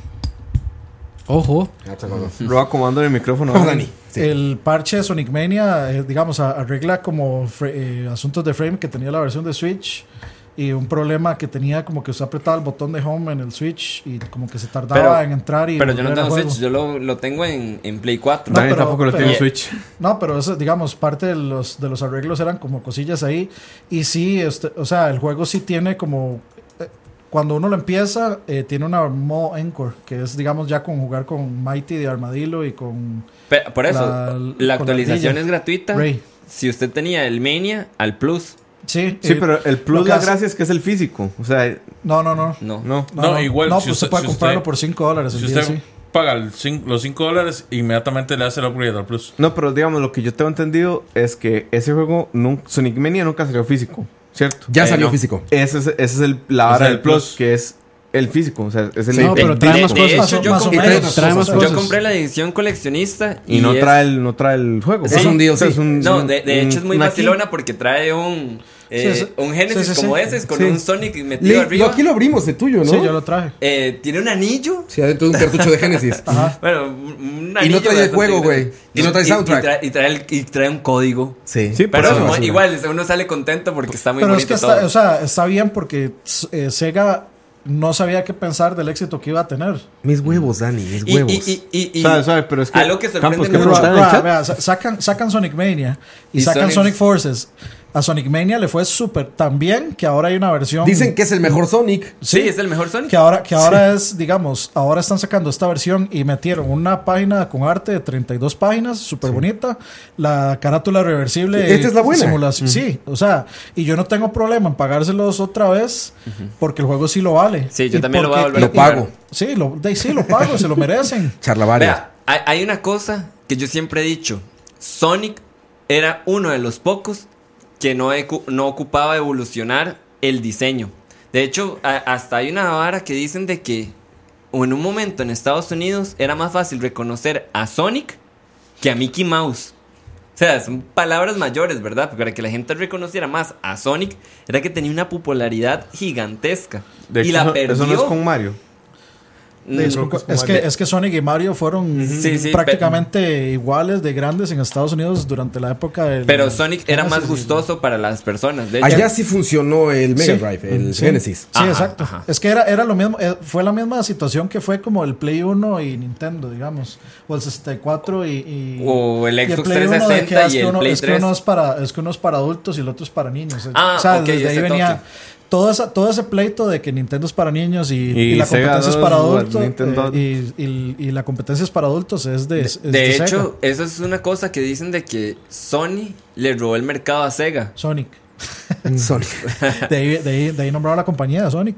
Speaker 7: Ojo.
Speaker 2: Ah, pues, no, no.
Speaker 3: Lo acomodando en el micrófono.
Speaker 2: No, Dani. Sí.
Speaker 5: El parche de Sonic Mania, eh, digamos, a- arregla como fra- eh, asuntos de frame que tenía la versión de Switch y un problema que tenía como que usted apretaba el botón de home en el Switch y como que se tardaba
Speaker 6: Pero-
Speaker 5: en entrar y
Speaker 6: Pero yo no
Speaker 5: volver al
Speaker 6: tengo
Speaker 5: juego.
Speaker 6: Switch, yo lo, lo tengo en, en Play 4.
Speaker 5: No,
Speaker 3: Dani
Speaker 5: pero-
Speaker 3: tampoco lo
Speaker 5: pero- eh,
Speaker 3: tiene en
Speaker 6: Yeah.
Speaker 3: Switch.
Speaker 5: No, pero eso, digamos, parte de los, de los arreglos eran como cosillas ahí. Y sí, este, o sea, el juego sí tiene como. eh, Cuando uno lo empieza, eh, tiene una Mo Encore, que es, digamos, ya con jugar con Mighty de Armadillo y con
Speaker 6: Pe- por eso,
Speaker 5: La-
Speaker 6: la,
Speaker 5: con la
Speaker 6: actualización
Speaker 5: ardilla.
Speaker 6: es gratuita.
Speaker 5: Ray.
Speaker 6: Si usted tenía el Mania al Plus,
Speaker 5: Sí,
Speaker 3: Sí,
Speaker 5: eh,
Speaker 3: pero el
Speaker 5: lo
Speaker 3: plus,
Speaker 5: que
Speaker 3: la
Speaker 5: hace-
Speaker 3: gracia es que es el físico. O sea,
Speaker 5: No, no, no.
Speaker 6: no. Eh,
Speaker 3: no.
Speaker 4: No, igual,
Speaker 5: No,
Speaker 4: si
Speaker 5: pues
Speaker 4: usted-
Speaker 5: usted puede
Speaker 4: si
Speaker 5: comprarlo
Speaker 4: usted-
Speaker 5: por 5 dólares.
Speaker 4: Si
Speaker 5: el día,
Speaker 4: usted
Speaker 5: sí.
Speaker 4: paga el cin- los 5 dólares, inmediatamente le hace el upgrade al Plus.
Speaker 3: No, pero digamos, lo que yo tengo entendido es que ese juego, nun- Sonic Mania nunca salió físico, ¿cierto?
Speaker 2: Ya
Speaker 6: Eh,
Speaker 2: salió
Speaker 6: no.
Speaker 2: físico.
Speaker 3: Ese es, ese es el, la
Speaker 4: Ese
Speaker 3: vara
Speaker 4: es
Speaker 3: del
Speaker 4: el
Speaker 3: plus,
Speaker 4: plus.
Speaker 3: que es el físico. O sea, es el
Speaker 2: Sí,
Speaker 7: No,
Speaker 3: límite.
Speaker 7: pero
Speaker 6: de-
Speaker 7: trae
Speaker 6: de-
Speaker 7: más
Speaker 6: de
Speaker 7: cosas.
Speaker 6: hecho, yo
Speaker 5: más o
Speaker 6: compré-
Speaker 5: menos.
Speaker 7: Trae más
Speaker 5: Yo
Speaker 6: Yo
Speaker 7: cosas.
Speaker 6: compré la edición coleccionista y,
Speaker 3: Y no
Speaker 6: es-
Speaker 3: trae, el, no trae el juego.
Speaker 2: Sí. Es un DLC.
Speaker 3: es un-
Speaker 6: No,
Speaker 3: un-
Speaker 6: de, de hecho es muy
Speaker 3: un aquí.
Speaker 6: vacilona porque trae un, eh,
Speaker 5: Sí, sí.
Speaker 6: un Genesis
Speaker 5: Sí, sí, sí.
Speaker 6: como ese, con
Speaker 2: Sí.
Speaker 6: un Sonic
Speaker 2: Le-
Speaker 6: metido
Speaker 2: lo-
Speaker 6: arriba.
Speaker 2: aquí lo abrimos, el tuyo, ¿no?
Speaker 5: Sí, yo lo traje.
Speaker 6: Eh, tiene un anillo.
Speaker 2: Sí, adentro de un cartucho de Genesis.
Speaker 5: Ajá.
Speaker 6: Bueno, un
Speaker 2: no
Speaker 6: anillo.
Speaker 2: trae el
Speaker 6: bastante
Speaker 2: juego, güey.
Speaker 6: grande.
Speaker 2: Y no trae soundtrack.
Speaker 6: Y trae, y trae el- y trae un código.
Speaker 2: Sí.
Speaker 3: Sí, por
Speaker 6: Pero
Speaker 3: eso.
Speaker 6: mo- igual, uno sale contento porque está muy
Speaker 5: Pero es
Speaker 6: bonito
Speaker 5: que
Speaker 6: todo.
Speaker 5: está, o sea, está bien porque eh, Sega no sabía qué pensar del éxito que iba a tener.
Speaker 2: Mis huevos, Dani, mis
Speaker 6: y,
Speaker 2: huevos.
Speaker 6: y, y, y, y-
Speaker 3: Sabe, sabe, pero es que-
Speaker 6: algo que sorprende
Speaker 3: Campos, ¿qué
Speaker 6: mucho-
Speaker 3: preguntaron? ¿Está en el
Speaker 5: Vea,
Speaker 3: chat?
Speaker 5: vea, ah, sa- sacan, sacan Sonic Mania y,
Speaker 6: Y
Speaker 5: sacan
Speaker 6: Sonic-
Speaker 5: Sonic... Forces. A Sonic Mania le fue súper tan bien que ahora hay una versión.
Speaker 2: Dicen que es el mejor Sonic.
Speaker 6: Sí, es el mejor Sonic.
Speaker 5: que ahora, que ahora es, digamos, ahora están sacando esta versión y metieron una página con arte de 32 páginas, súper bonita, la carátula reversible.
Speaker 2: Sí, esta es la buena.
Speaker 5: simulación- Sí, o sea, y yo no tengo problema en pagárselos otra vez porque el juego sí lo vale.
Speaker 6: Sí, yo
Speaker 5: Y
Speaker 6: también lo voy a
Speaker 5: porque-
Speaker 6: volver a
Speaker 2: Lo pago.
Speaker 5: Sí, lo, de- sí, lo pago, se lo merecen.
Speaker 2: Charlavaria.
Speaker 6: Vea, hay, hay una cosa que yo siempre he dicho. Sonic era uno de los pocos que no, ecu- no ocupaba evolucionar el diseño. De hecho, a- hasta hay una vara que dicen de que en un momento en Estados Unidos era más fácil reconocer a Sonic que a Mickey Mouse. O sea, son palabras mayores, ¿verdad? Porque para que la gente reconociera más a Sonic era que tenía una popularidad gigantesca.
Speaker 3: De
Speaker 6: y
Speaker 3: hecho,
Speaker 6: la
Speaker 3: eso-
Speaker 6: perdió.
Speaker 3: Eso no es con Mario.
Speaker 6: Mm,
Speaker 3: creo que es
Speaker 5: es,
Speaker 3: como
Speaker 5: que,
Speaker 3: de-
Speaker 5: es que Sonic y Mario fueron
Speaker 6: Sí, sí,
Speaker 5: prácticamente iguales de grandes en Estados Unidos durante la época del.
Speaker 6: Pero Sonic era más
Speaker 5: Genesis.
Speaker 6: gustoso para las personas.
Speaker 3: Ah,
Speaker 6: De hecho,
Speaker 2: Allá sí funcionó el Mega
Speaker 5: Sí.
Speaker 2: Drive, el
Speaker 5: Sí. Ah,
Speaker 2: Genesis.
Speaker 5: Sí,
Speaker 6: Ajá,
Speaker 5: exacto.
Speaker 6: ajá.
Speaker 5: Es que era, era lo mismo, eh, fue la misma situación que fue como el Play 1 y Nintendo, digamos. O el 64 y. y
Speaker 6: O el
Speaker 5: y
Speaker 6: Xbox
Speaker 5: Play 1 de
Speaker 6: 360
Speaker 5: que, ah, es
Speaker 6: y
Speaker 5: que
Speaker 6: el
Speaker 5: uno,
Speaker 6: Play
Speaker 5: es que
Speaker 6: 3.
Speaker 5: uno es para, es que uno es para adultos y el otro es para niños.
Speaker 6: Ah,
Speaker 5: o sea,
Speaker 6: ok,
Speaker 5: desde ahí
Speaker 6: ese
Speaker 5: venía.
Speaker 6: toque.
Speaker 5: Todo, esa- todo ese pleito de que Nintendo es para niños y,
Speaker 3: Y
Speaker 5: y la
Speaker 3: Sega
Speaker 5: competencia es
Speaker 3: 2,
Speaker 5: para
Speaker 3: o el
Speaker 5: adultos.
Speaker 3: Nintendo-
Speaker 5: eh, y, y- y la competencia es para adultos es de. es
Speaker 6: de, de
Speaker 5: Sega.
Speaker 6: hecho, eso es una cosa que dicen de que Sony le robó el mercado a Sega.
Speaker 5: Sonic.
Speaker 2: Mm. Sonic.
Speaker 5: De ahí, de ahí, de ahí nombraron la compañía de Sonic.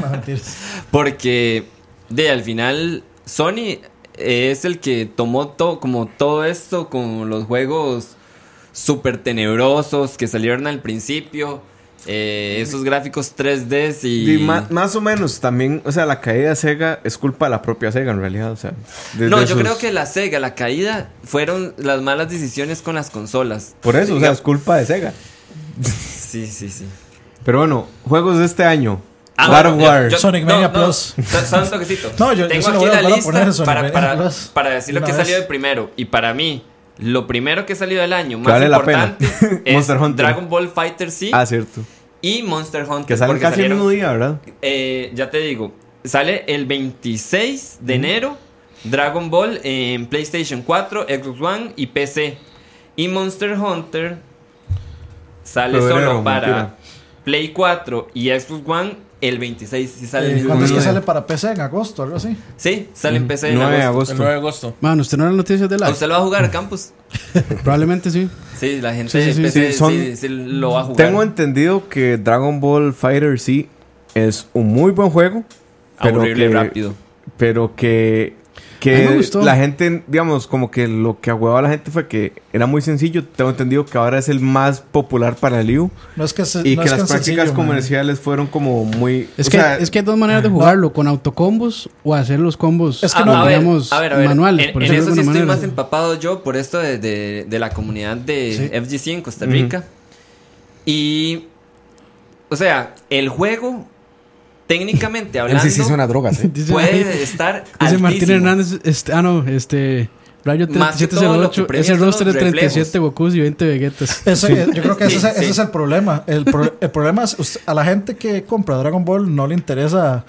Speaker 5: No, mentiras.
Speaker 6: Porque de al final Sony es el que tomó to- como todo esto con los juegos súper tenebrosos que salieron al principio. eh, esos gráficos 3D y...
Speaker 3: Y ma- más o menos también, o sea, la caída de Sega es culpa de la propia Sega en realidad. O sea, desde
Speaker 6: no, yo
Speaker 3: sus-
Speaker 6: creo que la Sega, la caída, fueron las malas decisiones con las consolas.
Speaker 3: Por eso, o sea, es culpa de Sega.
Speaker 6: Sí, sí, sí.
Speaker 3: Pero bueno, juegos de este año.
Speaker 6: Ah,
Speaker 3: God
Speaker 6: bueno,
Speaker 3: of
Speaker 6: yo-
Speaker 3: War.
Speaker 6: yo-
Speaker 5: Sonic Mania Plus.
Speaker 6: so- Solo un toquecito.
Speaker 5: No, yo- yo
Speaker 6: Tengo
Speaker 5: se lo
Speaker 6: aquí
Speaker 5: voy a
Speaker 6: la
Speaker 5: volver a
Speaker 6: lista
Speaker 5: poner, Sonic
Speaker 6: para,
Speaker 5: Mania
Speaker 6: para-
Speaker 5: Plus.
Speaker 6: para decir lo
Speaker 5: Una
Speaker 6: que
Speaker 5: vez.
Speaker 6: salió de primero. Y para mí, lo primero que salió del año,
Speaker 3: Que
Speaker 6: más
Speaker 3: vale la
Speaker 6: importante,
Speaker 3: pena.
Speaker 6: es
Speaker 3: Monster Hunter.
Speaker 6: Dragon Ball Fighter C
Speaker 3: Ah, cierto.
Speaker 6: y Monster Hunter.
Speaker 3: Que salen
Speaker 6: porque
Speaker 3: casi el
Speaker 6: salieron-
Speaker 3: mismo día, ¿verdad?
Speaker 6: eh, ya te digo, sale el 26 de enero Dragon Ball en PlayStation 4, Xbox One y PC. Y Monster Hunter sale
Speaker 3: Febrero,
Speaker 6: solo para
Speaker 3: mentira.
Speaker 6: Play 4 y Xbox One el 26. Si sale el
Speaker 5: Eh,
Speaker 6: mismo
Speaker 5: ¿Cuándo es que
Speaker 6: día.
Speaker 5: sale para PC? En agosto, algo así.
Speaker 6: Sí, sale en PC en
Speaker 3: 9 de
Speaker 6: agosto.
Speaker 4: El
Speaker 3: agosto.
Speaker 4: 9 de agosto.
Speaker 7: Mano, usted no era noticias de
Speaker 6: ¿A
Speaker 7: la.
Speaker 6: ¿Usted lo va a jugar, Campus?
Speaker 7: Probablemente sí.
Speaker 6: Sí, la gente
Speaker 7: Sí, sí,
Speaker 6: de
Speaker 7: sí,
Speaker 6: PC
Speaker 3: sí, son-
Speaker 6: sí- sí lo va a jugar.
Speaker 3: Tengo entendido que Dragon Ball Fighter Z es un muy buen juego, Pero
Speaker 6: aburrirle
Speaker 3: que-
Speaker 6: rápido.
Speaker 3: Pero que,
Speaker 7: A mí
Speaker 3: que
Speaker 7: me gustó.
Speaker 3: la gente, digamos, como que lo que ahuevaba a la gente fue que era muy sencillo. Tengo entendido que ahora es el más popular para el IU.
Speaker 5: No es que se-
Speaker 3: Y
Speaker 5: no
Speaker 3: que
Speaker 5: es
Speaker 3: las
Speaker 5: tan sencillo,
Speaker 3: prácticas
Speaker 5: man.
Speaker 3: comerciales fueron como muy...
Speaker 7: Es
Speaker 3: o
Speaker 7: que,
Speaker 3: sea,
Speaker 7: es que hay dos maneras de jugarlo, con autocombos o hacer los combos
Speaker 5: Es que
Speaker 6: Ah,
Speaker 5: no,
Speaker 6: a, ver,
Speaker 7: digamos,
Speaker 6: a ver, a ver.
Speaker 7: manuales.
Speaker 6: en,
Speaker 7: por
Speaker 6: en
Speaker 7: decirlo
Speaker 6: eso
Speaker 7: de
Speaker 6: sí
Speaker 7: alguna
Speaker 6: estoy
Speaker 7: manera.
Speaker 6: más empapado yo por esto de, de- de la comunidad de FGC en Costa Rica. Y, o sea, el juego, técnicamente
Speaker 2: Él
Speaker 6: hablando,
Speaker 2: sí, sí suena a drogas, ¿eh?
Speaker 7: Dice,
Speaker 6: puede estar
Speaker 7: dice Martín
Speaker 6: altísimo.
Speaker 7: Hernández, este, ah no, este Rayo
Speaker 6: Más que todo lo que
Speaker 7: 3708,
Speaker 6: premia
Speaker 7: ese
Speaker 6: son los
Speaker 7: roster de
Speaker 6: reflejos.
Speaker 7: 37 Gokus y 20 Vegetas.
Speaker 5: Eso- eh, Yo creo que ese,
Speaker 6: Sí,
Speaker 5: es, ese
Speaker 6: sí.
Speaker 5: es el problema. El, pro- el problema es us- a la gente que compra Dragon Ball no le interesa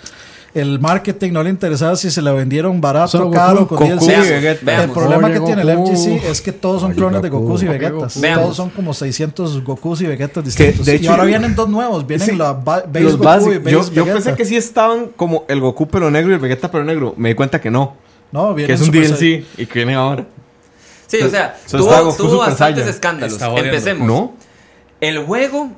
Speaker 5: el marketing, no le interesa si se la vendieron barato,
Speaker 7: Solo Goku,
Speaker 5: caro, con
Speaker 3: Goku y
Speaker 5: 10.
Speaker 3: Vegeta.
Speaker 5: El
Speaker 6: Veamos.
Speaker 5: problema
Speaker 7: Oye,
Speaker 5: que tiene el
Speaker 7: Goku.
Speaker 5: FGC es que todos son
Speaker 2: Oye,
Speaker 5: clones de
Speaker 2: Goku.
Speaker 5: Gokus y
Speaker 7: Oye,
Speaker 5: Vegetas.
Speaker 6: Goku.
Speaker 5: Todos son como 600 Gokus y Vegetas
Speaker 3: de
Speaker 5: distintos. y
Speaker 3: hecho-
Speaker 5: ahora vienen dos nuevos. Vienen
Speaker 3: Sí.
Speaker 5: la ba- Base
Speaker 3: los
Speaker 5: Goku y
Speaker 3: básicos.
Speaker 5: Base
Speaker 3: Yo, yo
Speaker 5: Vegeta.
Speaker 3: pensé que sí estaban como el Goku pero negro y el Vegeta pero negro. Me di cuenta que no.
Speaker 5: no, vienen
Speaker 3: Que es un
Speaker 5: Super
Speaker 3: DLC
Speaker 5: Saiyan.
Speaker 3: y que viene ahora.
Speaker 6: Sí, o sea,
Speaker 3: Se está
Speaker 6: tuvo,
Speaker 3: Goku
Speaker 6: tuvo
Speaker 3: Super
Speaker 6: bastantes
Speaker 3: Saiyan.
Speaker 6: escándalos.
Speaker 4: Está jodiendo.
Speaker 6: Empecemos.
Speaker 3: ¿No?
Speaker 6: El juego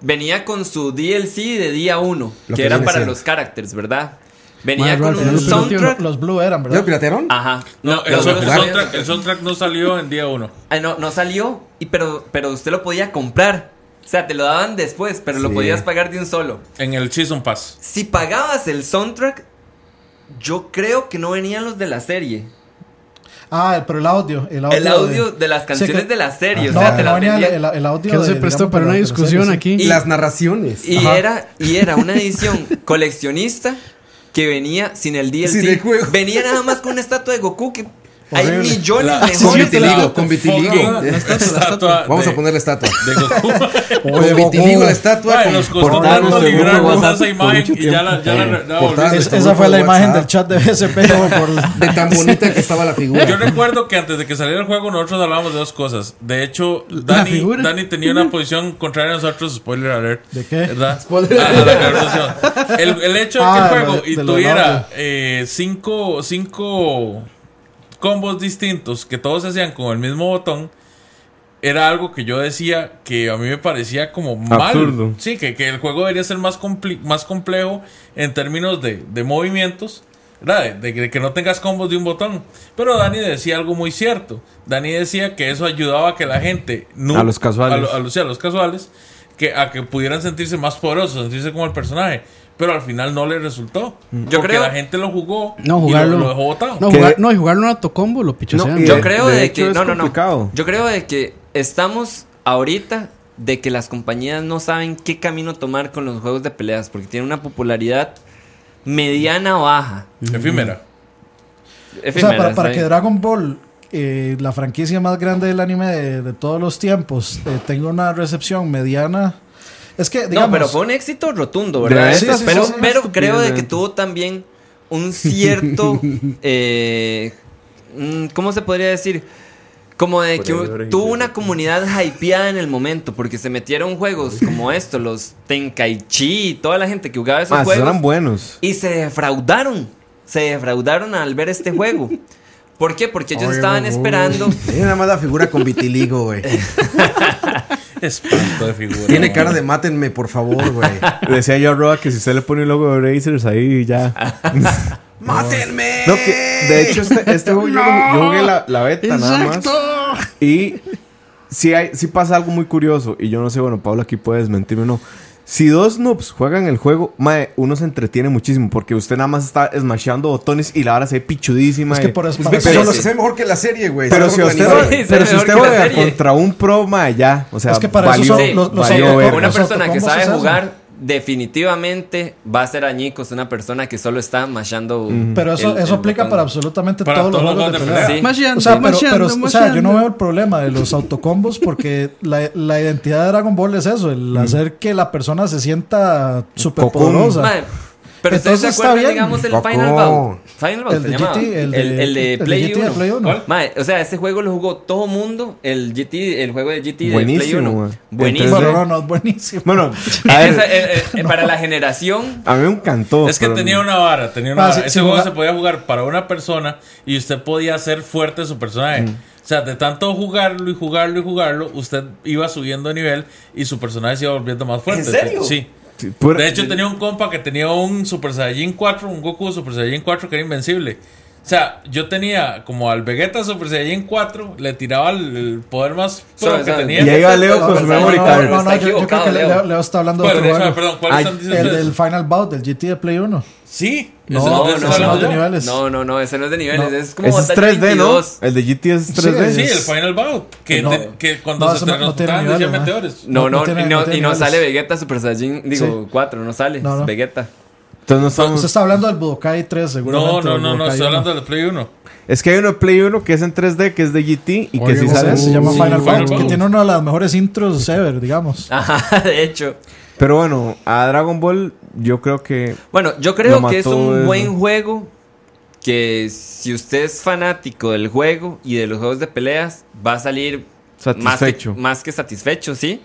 Speaker 6: venía con su DLC de día 1,
Speaker 2: Lo
Speaker 6: que,
Speaker 2: que
Speaker 6: era
Speaker 2: viene
Speaker 6: para
Speaker 2: siendo.
Speaker 6: los characters, ¿verdad? Venía
Speaker 7: Madre, Ralph,
Speaker 6: con
Speaker 7: no
Speaker 6: un
Speaker 7: lo pirateó, no.
Speaker 6: soundtrack.
Speaker 5: Los Blue eran,
Speaker 2: ¿Ya lo
Speaker 5: ¿verdad?
Speaker 2: piratearon?
Speaker 6: Ajá. No,
Speaker 4: El,
Speaker 6: los-
Speaker 4: son-
Speaker 6: los-
Speaker 4: el soundtrack, el soundtrack no salió en día uno.
Speaker 6: Ah, no, no salió, y pero, pero usted lo podía comprar. O sea, te lo daban después, pero lo
Speaker 2: Sí.
Speaker 6: podías pagar de un solo.
Speaker 4: En el Season Pass.
Speaker 6: Si pagabas el soundtrack, yo creo que no venían los de la serie.
Speaker 5: Ah, pero el audio. El audio,
Speaker 6: El audio de las
Speaker 5: Sí,
Speaker 6: canciones
Speaker 5: que-
Speaker 6: de la serie.
Speaker 5: No,
Speaker 6: o sea, te
Speaker 5: no
Speaker 6: las
Speaker 5: venía el,
Speaker 6: vendían.
Speaker 5: el- el audio.
Speaker 7: Que no
Speaker 5: de-
Speaker 7: se prestó
Speaker 5: digamos, de
Speaker 7: para una
Speaker 5: la- de la
Speaker 7: discusión
Speaker 5: serie, sí.
Speaker 7: aquí.
Speaker 6: Y-
Speaker 2: Las narraciones.
Speaker 6: Y
Speaker 2: Ajá.
Speaker 6: era, y era una edición coleccionista que venía sin el DLC.
Speaker 2: Sin el juego.
Speaker 6: Venía nada más con una estatua de Goku que hay
Speaker 5: Horrible.
Speaker 6: millones
Speaker 4: La-
Speaker 6: de
Speaker 4: sí,
Speaker 2: Con
Speaker 6: mejores.
Speaker 4: sí,
Speaker 2: vitiligo,
Speaker 4: la-
Speaker 2: con vitiligo.
Speaker 4: fucking
Speaker 2: La
Speaker 4: estatua
Speaker 2: Vamos
Speaker 4: de-
Speaker 2: a poner la estatua.
Speaker 4: de Goku.
Speaker 2: Con vitiligo la estatua.
Speaker 4: Ay,
Speaker 2: con-
Speaker 4: nos costó
Speaker 3: portaron
Speaker 4: tanto
Speaker 3: este grupo
Speaker 4: librarnos
Speaker 3: de
Speaker 4: de
Speaker 3: WhatsApp
Speaker 4: esa imagen y ya la, ya
Speaker 2: tiempo.
Speaker 4: la, la
Speaker 2: Portaron
Speaker 4: volvimos.
Speaker 5: Es-
Speaker 2: Está
Speaker 5: esa
Speaker 2: muy
Speaker 5: fue la
Speaker 2: por
Speaker 5: imagen
Speaker 2: WhatsApp.
Speaker 5: del chat de BSP. como por-
Speaker 2: De tan bonita que estaba la figura.
Speaker 4: Yo recuerdo que antes de que saliera el juego nosotros hablábamos de dos cosas. De hecho, Dani,
Speaker 7: figura.
Speaker 4: Dani tenía una posición contraria a nosotros, spoiler alert.
Speaker 5: ¿De qué?
Speaker 4: ¿Verdad?
Speaker 2: Spoiler
Speaker 4: Ah, la conversación. El, el hecho de que
Speaker 5: Ah,
Speaker 4: el juego
Speaker 5: de- de
Speaker 4: y
Speaker 5: lo del
Speaker 4: tuviera eh, cinco, cinco combos distintos que todos hacían con el mismo botón. Era algo que yo decía que a mí me parecía como mal.
Speaker 3: Absurdo.
Speaker 4: Sí, que, que el juego debería ser más, compli- más complejo en términos de, de movimientos, ¿verdad? De, de que no tengas combos de un botón. Pero Dani decía algo muy cierto. Dani decía que eso ayudaba a que la gente... nu-
Speaker 3: A los casuales.
Speaker 4: A, lo- a los, sí, a los casuales. Que, a que pudieran sentirse más poderosos, sentirse como el personaje. Pero al final no le resultó.
Speaker 3: Mm.
Speaker 6: Yo
Speaker 4: porque
Speaker 6: creo-
Speaker 4: la gente lo jugó
Speaker 7: No,
Speaker 4: y
Speaker 7: jugarlo.
Speaker 4: lo, lo dejó botado.
Speaker 7: No,
Speaker 3: Que-
Speaker 7: jugar, no, y jugarlo en autocombo lo pichosean.
Speaker 3: No, y
Speaker 6: Yo
Speaker 5: eh,
Speaker 3: de-
Speaker 6: creo
Speaker 3: de
Speaker 6: de,
Speaker 3: hecho
Speaker 6: que
Speaker 3: es
Speaker 6: no, no, no.
Speaker 3: complicado.
Speaker 6: Yo creo de que estamos ahorita de que las compañías no saben qué camino tomar con los juegos de peleas porque tienen una popularidad mediana o baja.
Speaker 3: Mm.
Speaker 4: Efímera.
Speaker 5: O sea,
Speaker 6: Efímera,
Speaker 5: para, para
Speaker 6: ¿saben?
Speaker 5: que Dragon Ball, eh, la franquicia más grande del anime de, de todos los tiempos, eh, tenga una recepción mediana. Es que, digamos.
Speaker 6: no, pero fue un éxito rotundo, ¿verdad?
Speaker 3: De Sí,
Speaker 5: estas sí,
Speaker 6: pero
Speaker 5: sí, sí.
Speaker 6: pero creo de que
Speaker 3: Estupidez,
Speaker 6: tuvo también un cierto. eh, mm, ¿Cómo se podría decir? Como de que tuvo una comunidad hypeada en el momento, porque se metieron juegos como estos, los Tenkaichi, toda la gente que jugaba esos
Speaker 3: Ah,
Speaker 6: juegos.
Speaker 3: eran buenos.
Speaker 6: Y se defraudaron. Se defraudaron al ver este juego. ¿Por qué? Porque ellos estaban esperando.
Speaker 2: Tiene una mala figura con vitiligo, güey.
Speaker 4: Espanto de figura.
Speaker 2: Tiene
Speaker 4: ¿no?
Speaker 2: cara de mátenme, por favor, güey.
Speaker 3: Le decía yo a Roa que si usted le pone el logo de Brazers ahí ya.
Speaker 2: ¡Mátenme!
Speaker 3: No, que de hecho este, este juego yo, lo ju- yo jugué la, la beta nada más. Y si hay, si pasa algo muy curioso, y yo no sé, bueno, Pablo aquí puede desmentirme o no. Si dos noobs juegan el juego, mae, uno se entretiene muchísimo porque usted nada más está smashando botones y la hora se ve pichudísima.
Speaker 5: Es que
Speaker 3: eh.
Speaker 5: por eso-
Speaker 2: Pero,
Speaker 5: pero-
Speaker 2: se ve mejor que la serie, güey.
Speaker 3: Pero
Speaker 2: Se
Speaker 3: si
Speaker 2: ve
Speaker 3: usted,
Speaker 2: organizado.
Speaker 6: Sí, se
Speaker 3: pero
Speaker 6: ve
Speaker 3: si usted
Speaker 6: mejor que la
Speaker 3: juega
Speaker 6: serie.
Speaker 3: contra un pro, mae, ya. O sea,
Speaker 5: Es que para eso
Speaker 3: valió-
Speaker 5: son
Speaker 6: Sí,
Speaker 5: los- los
Speaker 3: valió
Speaker 5: autocombos.
Speaker 3: verga.
Speaker 6: una persona que
Speaker 5: autocombos
Speaker 6: sabe
Speaker 5: es eso.
Speaker 6: jugar definitivamente va a ser añicos una persona que solo está machando
Speaker 5: Pero eso,
Speaker 6: el-
Speaker 5: eso
Speaker 6: el
Speaker 5: aplica
Speaker 6: botón.
Speaker 5: para absolutamente
Speaker 4: Para
Speaker 5: todos los juegos de pelea.
Speaker 6: Sí.
Speaker 7: Macheando,
Speaker 5: O sea, pero,
Speaker 7: macheando,
Speaker 5: pero, o sea,
Speaker 7: macheando.
Speaker 5: yo no veo el problema de los autocombos porque la, la identidad de Dragon Ball es eso, el
Speaker 3: Mm.
Speaker 5: hacer que la persona se sienta súper
Speaker 6: Madre,
Speaker 5: poderosa.
Speaker 6: pero ustedes se
Speaker 5: Entonces está
Speaker 6: acuerdan,
Speaker 5: bien.
Speaker 6: digamos, del
Speaker 2: Bacó.
Speaker 6: Final Bout. Final Bout
Speaker 5: El
Speaker 6: se
Speaker 5: de
Speaker 6: llamaba.
Speaker 5: GT, el
Speaker 6: el,
Speaker 5: de-
Speaker 6: el de
Speaker 5: el de
Speaker 6: Play
Speaker 5: GT de
Speaker 6: 1.
Speaker 5: Play uno. ¿Cuál?
Speaker 6: Madre, o sea, ese juego lo jugó todo mundo. El GT, el juego de GT de Play
Speaker 3: Buenísimo,
Speaker 6: 1.
Speaker 3: güey.
Speaker 6: Buenísimo.
Speaker 5: Bueno, no, no, es buenísimo.
Speaker 3: Bueno, a
Speaker 6: Esa-
Speaker 3: ver,
Speaker 6: eh, eh, Para la generación.
Speaker 3: a mí me
Speaker 5: Oh,
Speaker 3: encantó.
Speaker 4: Es que
Speaker 3: pero-
Speaker 4: tenía una vara, tenía una
Speaker 5: Ah, sí,
Speaker 4: vara. Ese
Speaker 5: sí,
Speaker 4: juego
Speaker 5: jugar-
Speaker 4: se podía jugar para una persona y usted podía hacer fuerte su personaje.
Speaker 5: Mm.
Speaker 4: O sea, de tanto jugarlo y jugarlo y jugarlo, usted iba subiendo de nivel y su personaje se iba volviendo más fuerte.
Speaker 6: ¿En serio?
Speaker 4: Sí.
Speaker 3: Pura-
Speaker 4: De hecho, tenía un compa que tenía un Super Saiyajin 4, un Goku Super Saiyajin 4 que era invencible. O sea, yo tenía como al Vegeta Super Saiyajin 4, le tiraba el, el poder más pro
Speaker 6: Sabe,
Speaker 4: que
Speaker 6: sabe.
Speaker 4: tenía.
Speaker 3: y ahí va Leo
Speaker 6: No,
Speaker 3: con su
Speaker 6: pero-
Speaker 3: memory
Speaker 6: no,
Speaker 3: card.
Speaker 6: no, está
Speaker 5: yo, yo creo
Speaker 6: equivocado,
Speaker 5: que Leo,
Speaker 6: Leo.
Speaker 5: Leo está hablando de
Speaker 4: Bueno,
Speaker 5: otro
Speaker 4: déjame,
Speaker 5: juego.
Speaker 4: perdón, Mm. ¿cuáles
Speaker 3: Ay,
Speaker 4: están
Speaker 5: El
Speaker 4: diciendo?
Speaker 5: del Final Bout, del GT de Play 1.
Speaker 4: Sí,
Speaker 5: No,
Speaker 4: eso-
Speaker 5: no,
Speaker 4: eso
Speaker 5: no,
Speaker 4: hablamos
Speaker 5: no,
Speaker 4: yo.
Speaker 5: niveles.
Speaker 6: No, no, no, ese no es de niveles, es como
Speaker 3: Ese es
Speaker 6: batalla
Speaker 3: 3D,
Speaker 6: 22.
Speaker 3: ¿no? El de GT es 3D.
Speaker 4: Sí,
Speaker 5: Pues es-
Speaker 4: el Final Bout. Que,
Speaker 5: No.
Speaker 4: te- que cuando
Speaker 5: No,
Speaker 4: se
Speaker 5: eso no- no tiene
Speaker 4: transportaban decían
Speaker 5: niveles, ¿no?
Speaker 4: meteores.
Speaker 6: No,
Speaker 5: No,
Speaker 6: no,
Speaker 5: no tiene-
Speaker 6: y no,
Speaker 5: no tiene
Speaker 6: y no
Speaker 5: niveles.
Speaker 6: sale Vegeta Super Saiyajin, digo, 4, no sale,
Speaker 5: No, no.
Speaker 6: es Vegeta.
Speaker 3: Entonces no
Speaker 5: Usted
Speaker 3: estamos...
Speaker 5: está hablando del Budokai 3, seguramente.
Speaker 4: No, no,
Speaker 5: del
Speaker 4: no, no,
Speaker 5: Budokai
Speaker 4: estoy
Speaker 5: 1.
Speaker 4: hablando del Play 1.
Speaker 3: Es que hay uno de Play 1 que es en 3D, que es de GT y que
Speaker 2: Oye,
Speaker 3: sí
Speaker 2: vos
Speaker 3: sale.
Speaker 2: sabes,
Speaker 5: Se llama
Speaker 4: Sí,
Speaker 5: Final
Speaker 4: Final
Speaker 5: Bout, que
Speaker 4: Bout.
Speaker 5: tiene una de las mejores intros ever, digamos.
Speaker 6: Ajá, de hecho.
Speaker 3: Pero bueno, a Dragon Ball yo creo que...
Speaker 6: Bueno, yo
Speaker 3: Lo
Speaker 6: creo
Speaker 3: mató
Speaker 6: que es un
Speaker 3: eso.
Speaker 6: buen juego. Que si usted es fanático del juego y de los juegos de peleas, va a salir más que-
Speaker 3: Satisfecho.
Speaker 6: Más que, satisfecho, ¿sí?